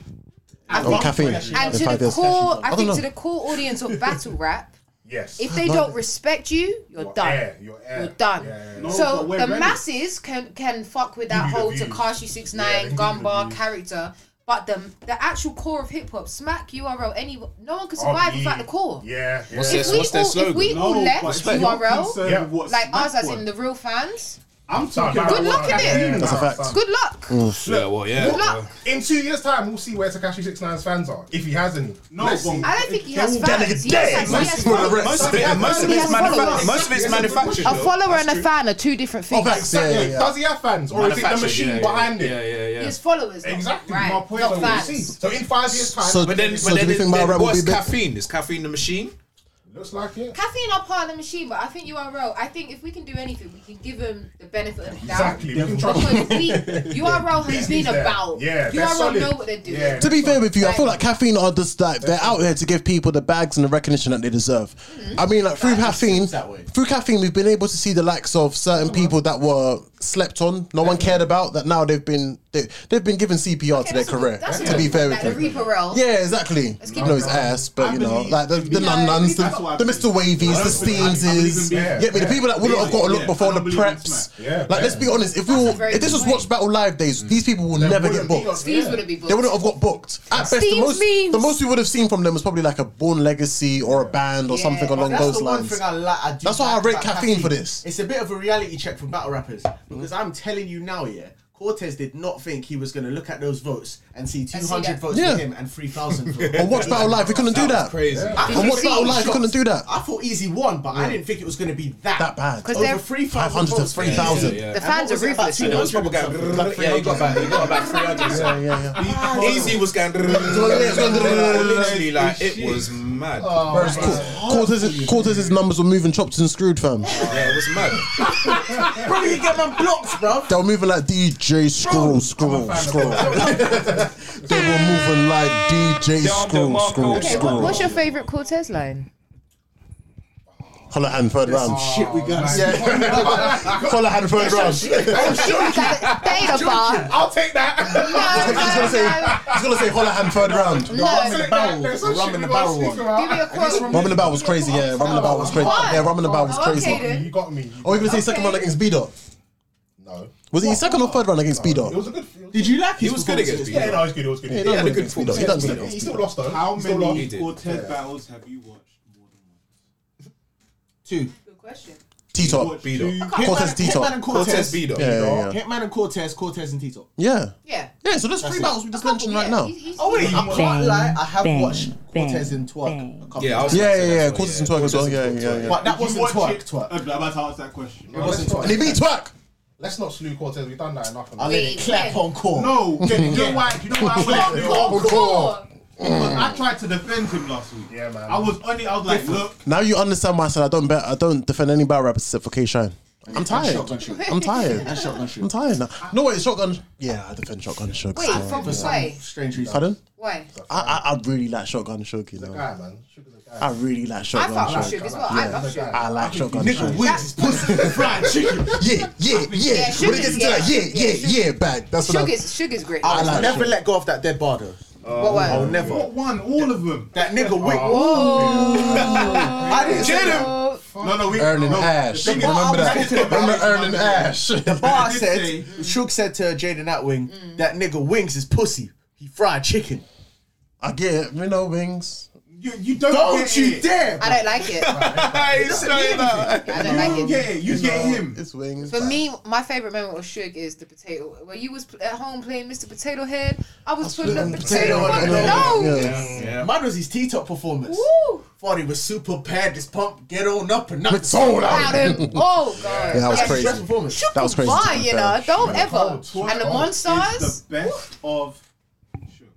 On caffeine. And in to five the years. core, I don't think to know. the core audience of battle rap, Yes. if they don't respect you, you're, Your done. air, your air. You're done. Yeah, yeah, yeah. No, so but we're the ready. masses can can fuck with that Give you the whole views. Takashi 69 Yeah, they give you the Gumbar views. character, But the the actual core of hip hop, Smack, URL, any no one could Oh, survive yeah. without the core. Yeah, yeah. If What's their- we what's their all, If slogan? we all No, left but it's like- URL, Yeah. what like Smack us as was. in the real fans. I'm talking Good about luck what in it. happened. That's a fact. Good luck. Yeah, well, yeah. Oh, Good luck. In two years' time, we'll see where Takashi 69's fans are. If he has any. No, Let's see. I don't think he has fans. He has- he has followers. Most of it- most of He it's has manufa- followers. most of it's manufactured, A though. follower That's and a true. Oh, fan are two different things. Exactly. Does he have fans, or is it the Manufactured, machine yeah, yeah. behind it? Yeah, yeah, He yeah. has followers. though. Exactly. Right. My point. Not So we'll fans. see. So in five years' time, but then, but then, then, what's caffeine? Is caffeine the machine? Looks like it. Caffeine are part of the machine, but I think URL. I think if we can do anything, we can give them the benefit of the doubt. Exactly, we can trust Because we, URL has been there. about. Yeah, they're URL know solid. what they're doing. Yeah, To be fair with you, I feel like caffeine are just like they're out here to give people the bags and the recognition that they deserve. Mm. I mean, like through caffeine, through caffeine, we've been able to see the likes of certain Uh-huh. people that were slept on, no one cared about, that now they've been they, they've been given CPR to their career. that's To be good. fair Like with the you, Reaper Rel. yeah, exactly. keep You know it his going. ass, but you know, like the, the nun nuns, the, the Mr. Wavies, the Steamses, Yeah, yeah, but the yeah. people that wouldn't have got a look Yeah, before I the don't believe in preps. smack. Yeah, like let's yeah. be honest, if we That's a were, very if this good was point. Watch Battle Live days, these people will never get booked. Steve's wouldn't be booked. They wouldn't have got booked. At best, the Steve's most, the most we would have seen from them was probably like a Born Legacy or a band or something But along that's those the lines. One thing I like, I do That's why I like rate about caffeine for this. Mm. It's a bit of a reality check for battle rappers because I'm telling you now, yeah, Cortez did not think he was going to look at those votes and see see 200 that. votes Yeah. for him and 3,000 for On Watch Battle Live, we couldn't do that. Crazy. On Watch Battle Live, we couldn't do that. I thought Easy won, but I didn't think it was going to be that That bad. 'Cause Over they're- 3,000 500 to votes for Easy. 3,000. The fans are ruthless. And there was people going, yeah, you got about, you got about 300. so- Easy was going, literally, like, it was mad. Bro, it's cool. Cortez's, Cortez's numbers were moving chopped and screwed, fam. Yeah, it was mad. Bro, you get my blocks, bro. They were moving like DJ Scroll, Scroll, Scroll. they were moving like DJ Scroll, Scroll, Okay, what, Oh. Scroll. what's your favorite Cortez line? Holohan third round. Shit, we got Holohan third round. Data bar. I'll take that. He's gonna say, he's gonna say Holohan third round. No. Rum in the barrel. Rum in the barrel one. Give me a quote. Rum in the Bout was crazy, yeah. Rum in the Bout was crazy. What? Yeah, Rum in the Bout was Oh, okay crazy. then. You got me. You Oh, you gonna say second round against B Dot? No. Was it his second or third round against B Dot? It was a good. it was Did you like He his was good performance? against Yeah, me. no, it's good. It was good. Yeah, It he was had a good good. performance. He done Yeah, good. He still lost though. How He still lost. many did. Cortez battles have you watched? Two. Good question. T Top. B dot. Hitman- Cortez, T-Top. Hitman and Cortez Cortez. B dot. Yeah, yeah, yeah. Hitman and Cortez, Cortez and Tito. Yeah. Yeah. Yeah, so there's three battles we just mentioned right now. Oh wait, I can't Bang, lie. I have bang, watched Cortez bang, and Twerk. a couple Yeah, I of was times. Yeah, yeah, yeah. Cortez and Twerk as well. Yeah, yeah, yeah. but that wasn't Twerk. Twerk. I'm about to ask that question. It wasn't Let's Twerk. And he beat Twerk. Let's not slew Cortez. We've done that enough. I let it Wait, clap yeah. on core. No, you know why? You know why I went there? Core. Because I tried to defend him last week. Yeah, man. I was on it. I was like, look, Now you understand why I said I don't bet I don't defend any battle rappers except for K Shine. I'm tired. shotgun shoot. I'm tired. And shotgun I'm shoot. tired now. No wait, shotgun. Yeah, I defend shotgun shook. Wait, still. from why? Strange reason. Pardon? Why? I, I I really like shotgun shook. You know, Guy, man. Sugar's a guy. I really like I shotgun fuck with shook. Suge as well. I love Suge. I like shotgun Nigga, shook. wings, pussy, fried chicken. Yeah, yeah, yeah. Yeah, When it Sugar's- gets into that, yeah, yeah, yeah, yeah, bag. That's what Sugar's, I. Sugar's great. I'll like never Suge. let go of that dead bar though. what one? oh, I'll never. what one? All of them. That nigga wink. I didn't say that. No, no, we. Erlen no, Ash. the thing is- Remember that. talking about- Remember Erlen Ash. Bar did said, say- Shug said to Jaden Atwing, that nigga wings is pussy. He fried chicken. I get it. You know wings. You, you don't. Don't get you it. dare! I don't like it. I don't You like it. get it. You get him. It's wings. For me, my favorite moment of Suge is the potato. When you was at home playing Mr. Potato Head, I was putting a potato on the nose. Yeah. Mine was his T top performance. Woo! Thought he was super pad, just pump, get on up and knock It's all Wow, out. them- Oh god. Yeah, that was That's crazy. his best performance. Shook That was crazy, to goodbye, be you fair. know. Don't Oh, ever. Cold. And the Cold. It's monsters. the best of. Shook.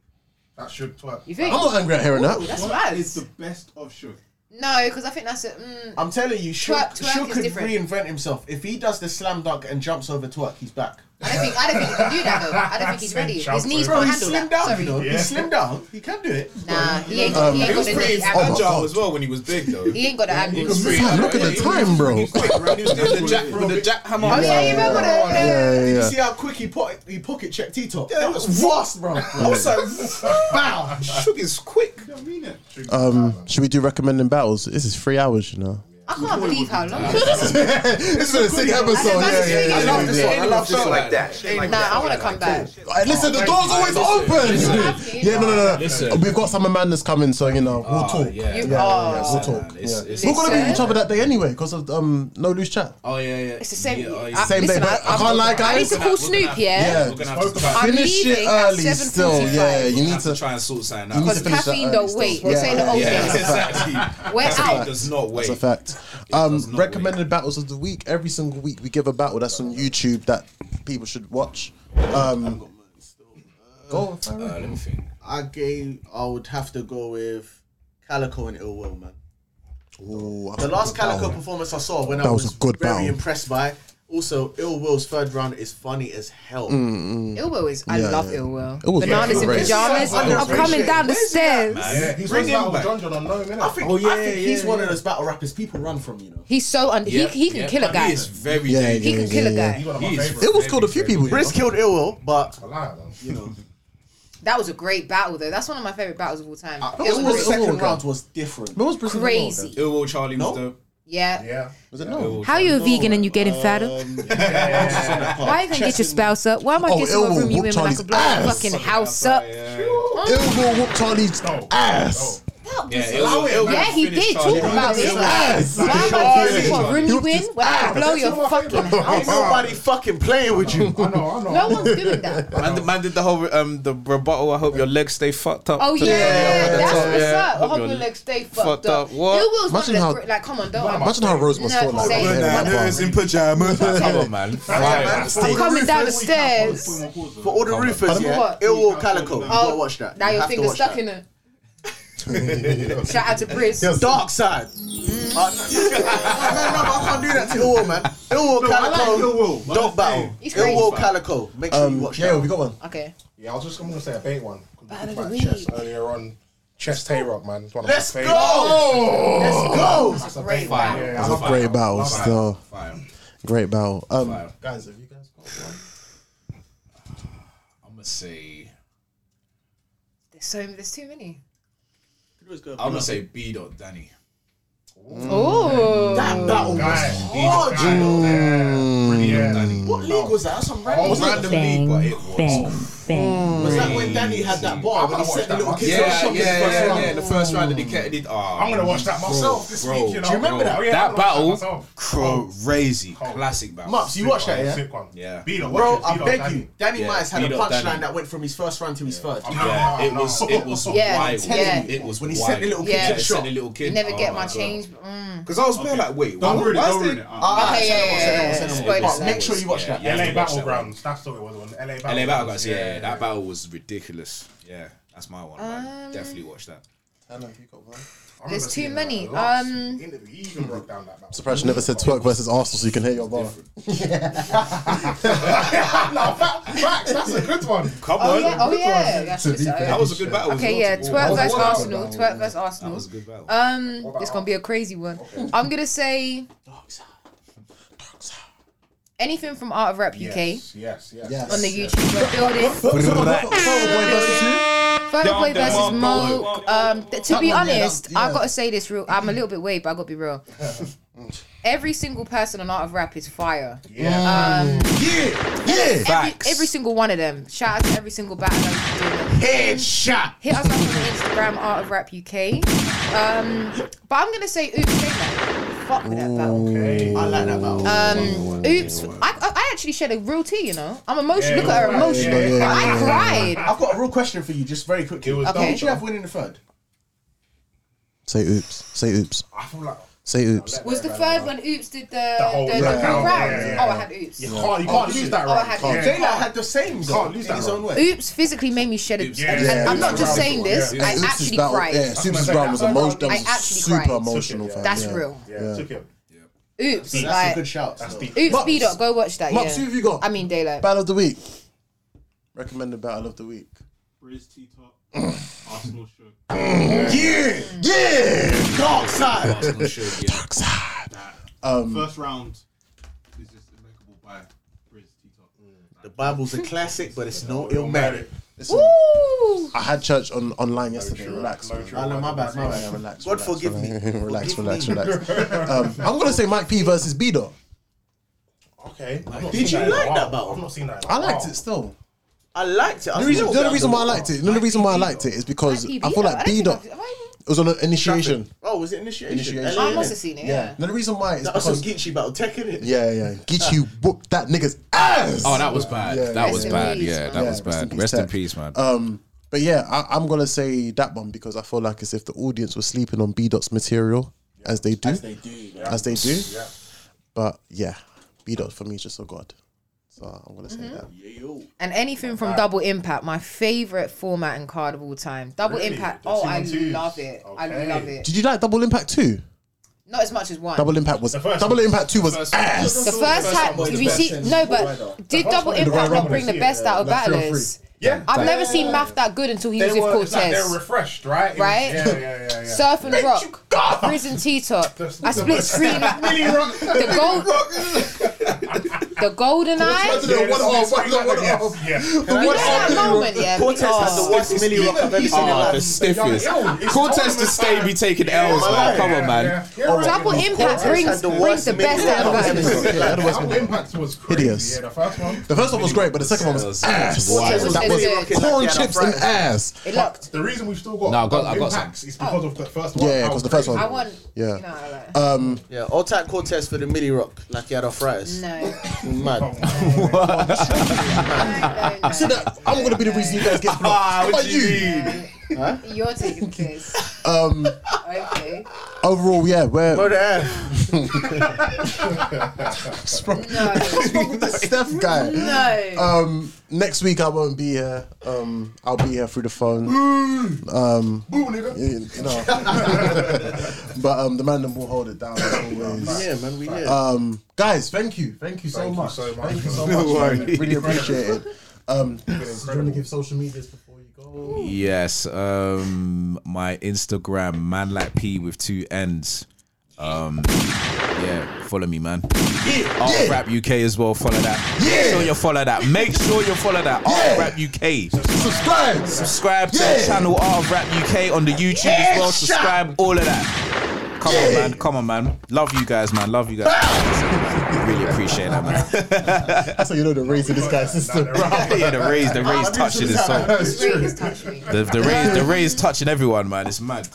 That should twerk. You think? I'm not angry at hearing that. That's What mad. is the best of Shook? No, because I think that's it. Mm, I'm telling you, Shook, Twerk- twerk Shook is could different. reinvent himself. If he does the slam dunk and jumps over twerk, he's back. I don't think. I don't think he can do that though. I don't think he's ready. His knees Bro, can't he handle slimmed that. down, Sorry. you know. He Yeah. slimmed down. He can do it. Nah, he Um, ain't, he He ain't got was the pretty knee angles. agile as well when he was big, though. He ain't got the angles. was Man, look at the Yeah, he time, was bro. really quick, right? He was doing the jack- with the jackhammer. Oh yeah, you remember that? Yeah, Did you yeah. see how quick he, po- he pocket checked T top? that was fast, bro. I was like, bow. Shook is quick. I mean it. Um, should we do recommending battles? This is three hours, you know. I I can't believe how long. This has been a sick episode. Yeah, yeah, yeah, I love this yeah. one. I love Shit this like one. that. Shit like that. Nah, I want to come back. Hey, listen, the door's always open. yeah, no, no, no. We've got summer madness coming, so you know we'll talk. yeah. yeah, You- yeah, oh. yeah, we'll talk. It's- yeah. it's- We're gonna be with Listen. each other that day anyway because of um no loose chat. Oh yeah, yeah. It's the same. yeah. Same listen, day, but I can't lie, I need guys. to call Snoop, yeah? Eh? I'm Finish leaving it at early still. 7:45. Yeah, you need have to to. try and sort something You out. need to Because finish that caffeine early don't still. wait. We're saying the old yeah, days. exactly. We're That's a out. fact. Does not wait. That's a fact. Um, recommended battles of the week. Every single week we give a battle that's on YouTube that people should watch. Um, go on, Farrell. let me Uh, think. I gave. I would have to go with Calico and Ill Will, man. the last Calico performance I saw when I That was, was a good very battle. impressed by. Also, Ill Will's third round is funny as hell. Mm, mm. Ill Will is- I Yeah, love yeah. Ill Will. Ill Will's Bananas in great. pajamas. I'm coming down the stairs. Yeah, he's Bring first him battle back. with I think, Oh, I think yeah, he's yeah, one yeah. of those battle rappers people run from, you know. He's so un- Yeah, he he can yeah. kill a guy. He is very Yeah, dangerous. He can yeah, kill a yeah, guy. yeah. It was killed a few people. Briz killed Ill Will, but you know. That was a great battle though. That's one of my favorite battles of all time. It Ill was Will's great. second round was different. What was Briz's Crazy. Ill Will Charlie was dope. Yeah. Yeah. Um, Was it no? How you a vegan and you getting fatter? Why you can't get your spouse up? Why am I Oh, getting to a Elwood room you in when whooped I Charlie's could blow your ass. fucking house up? Ill Will whooped Charlie's ass. Yeah, Ill Will- Ill Will Yeah, Yeah, he finished did. Talk Charlie. about it. Ass. Why am I getting to what room you in when I could blow your fucking Ain't house up? nobody fucking playing with you. I know, I know. No one's doing that. Man, did- man did the whole um the rebuttal. I hope your legs stay fucked up. Oh to the- yeah, at the that's top, what's yeah. up. I hope your legs stay fucked up. What? Ill Will's Imagine one how- of the great, like, come on, don't. Imagine how Rose must feel like. Say- Bananas in pajamas. Come on, man. I'm coming down the stairs. For all the roofers, Pardon? yeah. What? Ill Will Calico. You gotta Oh, watch that. Now You your have to finger's watch stuck that. in it. Shout out to Briz. Dark side. Uh, no, no, no, I can't do that to Ill Will, man. Ill Will No, I like Calico. Ill Will. What Don't I'm battle. saying. He's Ill Will crazy. Calico. Make sure you watch that. Yeah, Um, we got one. Okay. Yeah, I was just I'm gonna say a bait one. Battle of the Like week. chess earlier on. Chess Tay Rock, man. It's one of Let's my go! favorites. Let's go! That's a great one. Yeah, That's I a love great that. battle Love that. still. Great battle. Um, Guys, have you guys got one? I'm gonna say. There's so there's too many. I'm gonna say B dot Danny. Mm. Oh, That battle was Guys, hard, guys, you know. uh, Danny. What league was that? That's some random was league. random league, but it Bang, bang. Was that when Danny had that bar when he set the little kids Yeah, yeah, on shop in the yeah, first yeah, round? In the first round, that he kept. Did, uh, I'm gonna watch that myself this week, you know. Do you remember that? Yeah, that I'm gonna watch that battle, crazy, classic battle. Mups, you watched that, yeah? Sick one. Yeah. Beto, watch Bro, it, I Beto, beg Danny. you. Danny Yeah, Myers had a beat up punchline Danny. that went from his first round to his third. Yeah, it was it was Yeah, wild. yeah. It was When he wild. sent the little kid Yeah. yeah, to the sent shop. the little kid. Never Oh get my my God. change. Mm. Because I was playing like, wait, Don't why- ruin it, why don't is ruin it- it. Ah, Okay, send yeah, it on, yeah, send it on, yeah, send it yeah. on. Spoiler But alert. Yeah, LA yeah, watch that one. Battlegrounds. That's what it was on LA Battlegrounds. LA Battlegrounds, yeah, yeah, that battle was ridiculous. Yeah, that's my one. man. Um, Definitely watch that. I remember There's too seeing that many. last Um, interview. He even broke down that battle. Surprised you never said Twerk versus Arsenal, so you can hear your bar. no, fact, facts, that's a good one. Come Oh yeah, oh yeah. That's To what be it's- fair. That was a good battle. Okay, yeah, twerk versus Arsenal. Twerk versus Arsenal. was a good battle. Uh, Um, it's gonna be a crazy one. I'm gonna say anything from Art of Rap UK Yes, yes, yes. yes. on the YouTube. We're building. Photo Down Boy the versus Mambo. Mo. Um, th- to That be one, yeah, honest, that- yeah. I gotta say this real. I'm a little bit weighed, but I gotta be real. Every single person on Art of Rap is fire. Yeah. Um, Yeah. Every, every single one of them. Shout out to every single battle. Headshot. Hit us up on Instagram, Art of Rap UK. Um, but I'm gonna say oops. Say that. Fuck with that battle. I like that battle. Um, oops. I, I I actually shed a real tear. You know, I'm emotional. Look at her emotion. yeah, yeah, I cried. I've got a real question for you, just very quickly. was Okay. dumb, Did you have winning the third? Say oops. Say oops. I feel like Say oops. Was the third one Oops did the The whole the, the round. three Yeah, rounds? yeah, yeah. Oh, I had Oops. You can't, you can't lose that Oh, I round. had Can't. Oops. Jayla had the same though, Can't lose in that his round. own way. Oops physically made me shed a. Yeah, and- and yeah, I'm not Oops just is saying powerful, this. yeah. I Oops' actually battle- cried. Yeah, Supes' round was, emo- that was I actually super cried. emotional. fam, That's yeah. real. Yeah. Took it. Oops, That's like a good shout. though. Oops, Mops. B dot. Go watch that. Mops, yeah. who have you got? I mean, daylight. Battle of the week. Recommended battle of the week. Briz T Top, Arsenal shook. Yeah, yeah. Dark side. Arsenal shook, yeah. Dark side. Um, First round is just impeccable by Briz T Top. The Bible's a classic, but it's no ill merit. Listen, I had church on online yesterday. relax, man. Oh, no, my bad, my bad. Relax, God forgive me. relax, relax, Forgive me. relax. Um, I'm gonna say Mike P versus B though. Okay. Did you like that battle? I've not seen that. I liked it still. I liked it. I The reason, still the only don't reason why I know. liked it, the only reason why I liked it is because I feel like B dot. It was on an initiation. Oh, was it initiation? Initiation. LA, I must have innit? seen it, Yeah. No, the reason why is That was Ah. some because Geechee battle tech in it. yeah, yeah, Geechee whooped that nigga's ass. Oh, that was bad. Yeah. That was Rest in bad. peace, Yeah, that man. Yeah, was rest in bad. peace, Rest in Tech. peace, man. Um, but yeah, I, I'm gonna say that one because I feel like as if the audience was sleeping on B Dot's material as they do, As they do, yeah. as they do. Yeah. But yeah, B Dot for me is just a god. So I'm gonna say Mm-hmm. Mhm. that. And anything from Double Impact, my favorite format and card of all time. Double Really? Impact. The oh, two I and twos. love it. I love it. Did you like Double Impact too? Not as much as one. Double Impact was Double Impact two was ass. The first time, did we see? No, but did Double one- The Royal Impact not Rumble, bring the yeah. best out of Like, feel battlers? free. Yeah. I've Like- never seen Math that good until he was with Cortez. they're refreshed, right? It was- Right? yeah, yeah, yeah, yeah. Surf and rock, prison T top. I split screen. Really rock. the gold, the golden eye. Yeah, One off, it's- one it's- off, yes, one yes. You know that moment, yeah? Cortez has Oh. the worst mini rock I've ever seen in my Ah, life. the stiffest. Cortez to stay be taking L's, man. Come on, man. Double impact brings, brings the best out of us. Impact was crazy. Hideous. Yeah, the first one. The first one was great, but the second one was ass. wild. That was corn chips and ass. It locked. The reason we've still got, No, I got- I got impacts is because of the first one. Yeah, because the first one. I want- Yeah. Uh, Um, yeah, all type Cortez for the mini rock, like he had arthritis. No. Mad. So that I'm gonna be the reason you guys get blocked. Ah, Ah, How about you? You're taking piss. Um, Okay. overall, yeah, we're. Murder What's wrong what's wrong with the Steph guy? No. Um, next week I won't be here. Um, I'll be here through the phone. Um, Boo, nigga. you- you know. but um, the man them will hold it down as always. Yeah, man, we here. Um, guys, thank you, thank you so Thank you much, so much. thank you so No much. man. worries. Really appreciate it. Um, do you want to incredible. give social medias before you go? Yes. Um, my Instagram, man like P with two N's. Um, yeah, follow me, man. Yeah, Oh, Art Rap UK as well. Follow that. Yeah. Make sure you follow that. Make sure you follow that. Art Rap UK. Subscribe. Subscribe to Yeah. the channel Art Rap UK on the YouTube as well. Yeah. Subscribe. All of that. Come on, Yeah. man. Come on, man. Love you guys, man. Love you guys. really appreciate that, man. That's how you know the raise of this guy's system. yeah, the rays, the rays touching his soul. The, the rays, the rays touching everyone, man. It's mad.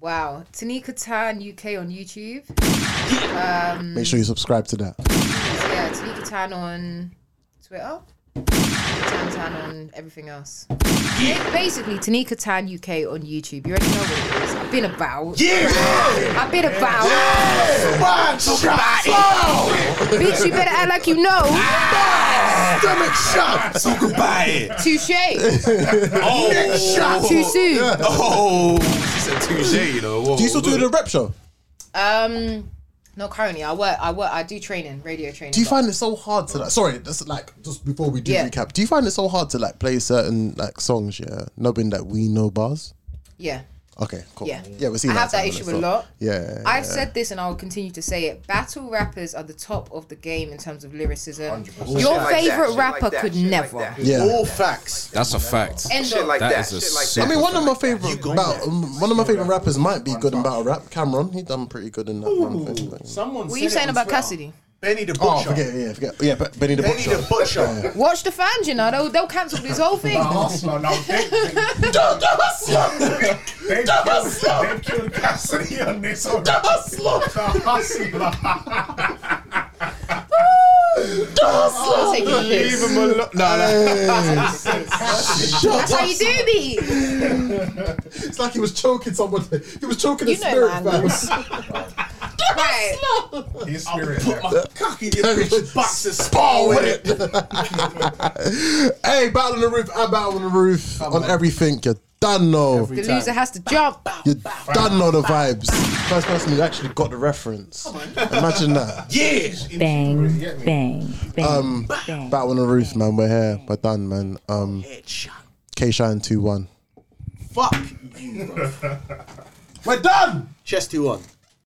Wow. Tanika Tan UK on YouTube. Um, Make sure you subscribe to that. yeah, Tanika Tan on Twitter. Tan Tan on everything else. Basically, Tanika Tan UK on YouTube. You already know what it is. I've been about. Yeah. I've been about. Bitch, you better act like you know. Ah. Stomach shot. So goodbye. Touche. Oh. Next shot. Too soon. Oh, she said touche. You know. Whoa, Do you still do whoa. the rep show? Um, not currently. I work. I work. I do training, radio training. Do you but- find it so hard to like? Sorry, that's like just before we do Yeah. recap. Do you find it so hard to like play certain like songs? Yeah, knowing that we know bars. Yeah. Okay, cool. Yeah. yeah, we see. I have that issue a lot. Yeah, yeah, I've yeah. said this and I will continue to say it. Battle rappers are the top of the game in terms of lyricism. 100%. Your Shit like that, favorite shit like rapper that, could shit like never. that. Yeah. All facts. That's a fact. End Shit of. like That that, is a shit like that. super I mean, one of my favorite about, um, one of my favorite rappers might be good in battle rap. Cameron, he done pretty good in that. one thing. Someone What are you said it saying on about Twitter. Cassidy? Benny the Oh, Butcher. forget, yeah, forget, yeah, but Benny the Benny Butcher. the Butcher. Yeah. Watch the fans, you know. They'll, they'll cancel this whole thing. Don't give us love. Don't give us love. Cassidy on this one. The hustler. The hustler. The hustler. Take your piss. Leave him alone. No, no. That's how you do me. It's like he was choking someone. He was choking You his know spirit. my fam. Right. His spirit. Cock in your bitch box and spar with it. hey, battle on the roof. I battle on the roof on, everything. You done know. The loser has to jump. You done know the vibes. First person who actually got the reference. Imagine that. Yeah. Bang, bang, bang, Um, bang. battle on the roof, man. We're here. We're done, man. Um, K Shine two one. Fuck you, bro. We're done. Chest 2 1.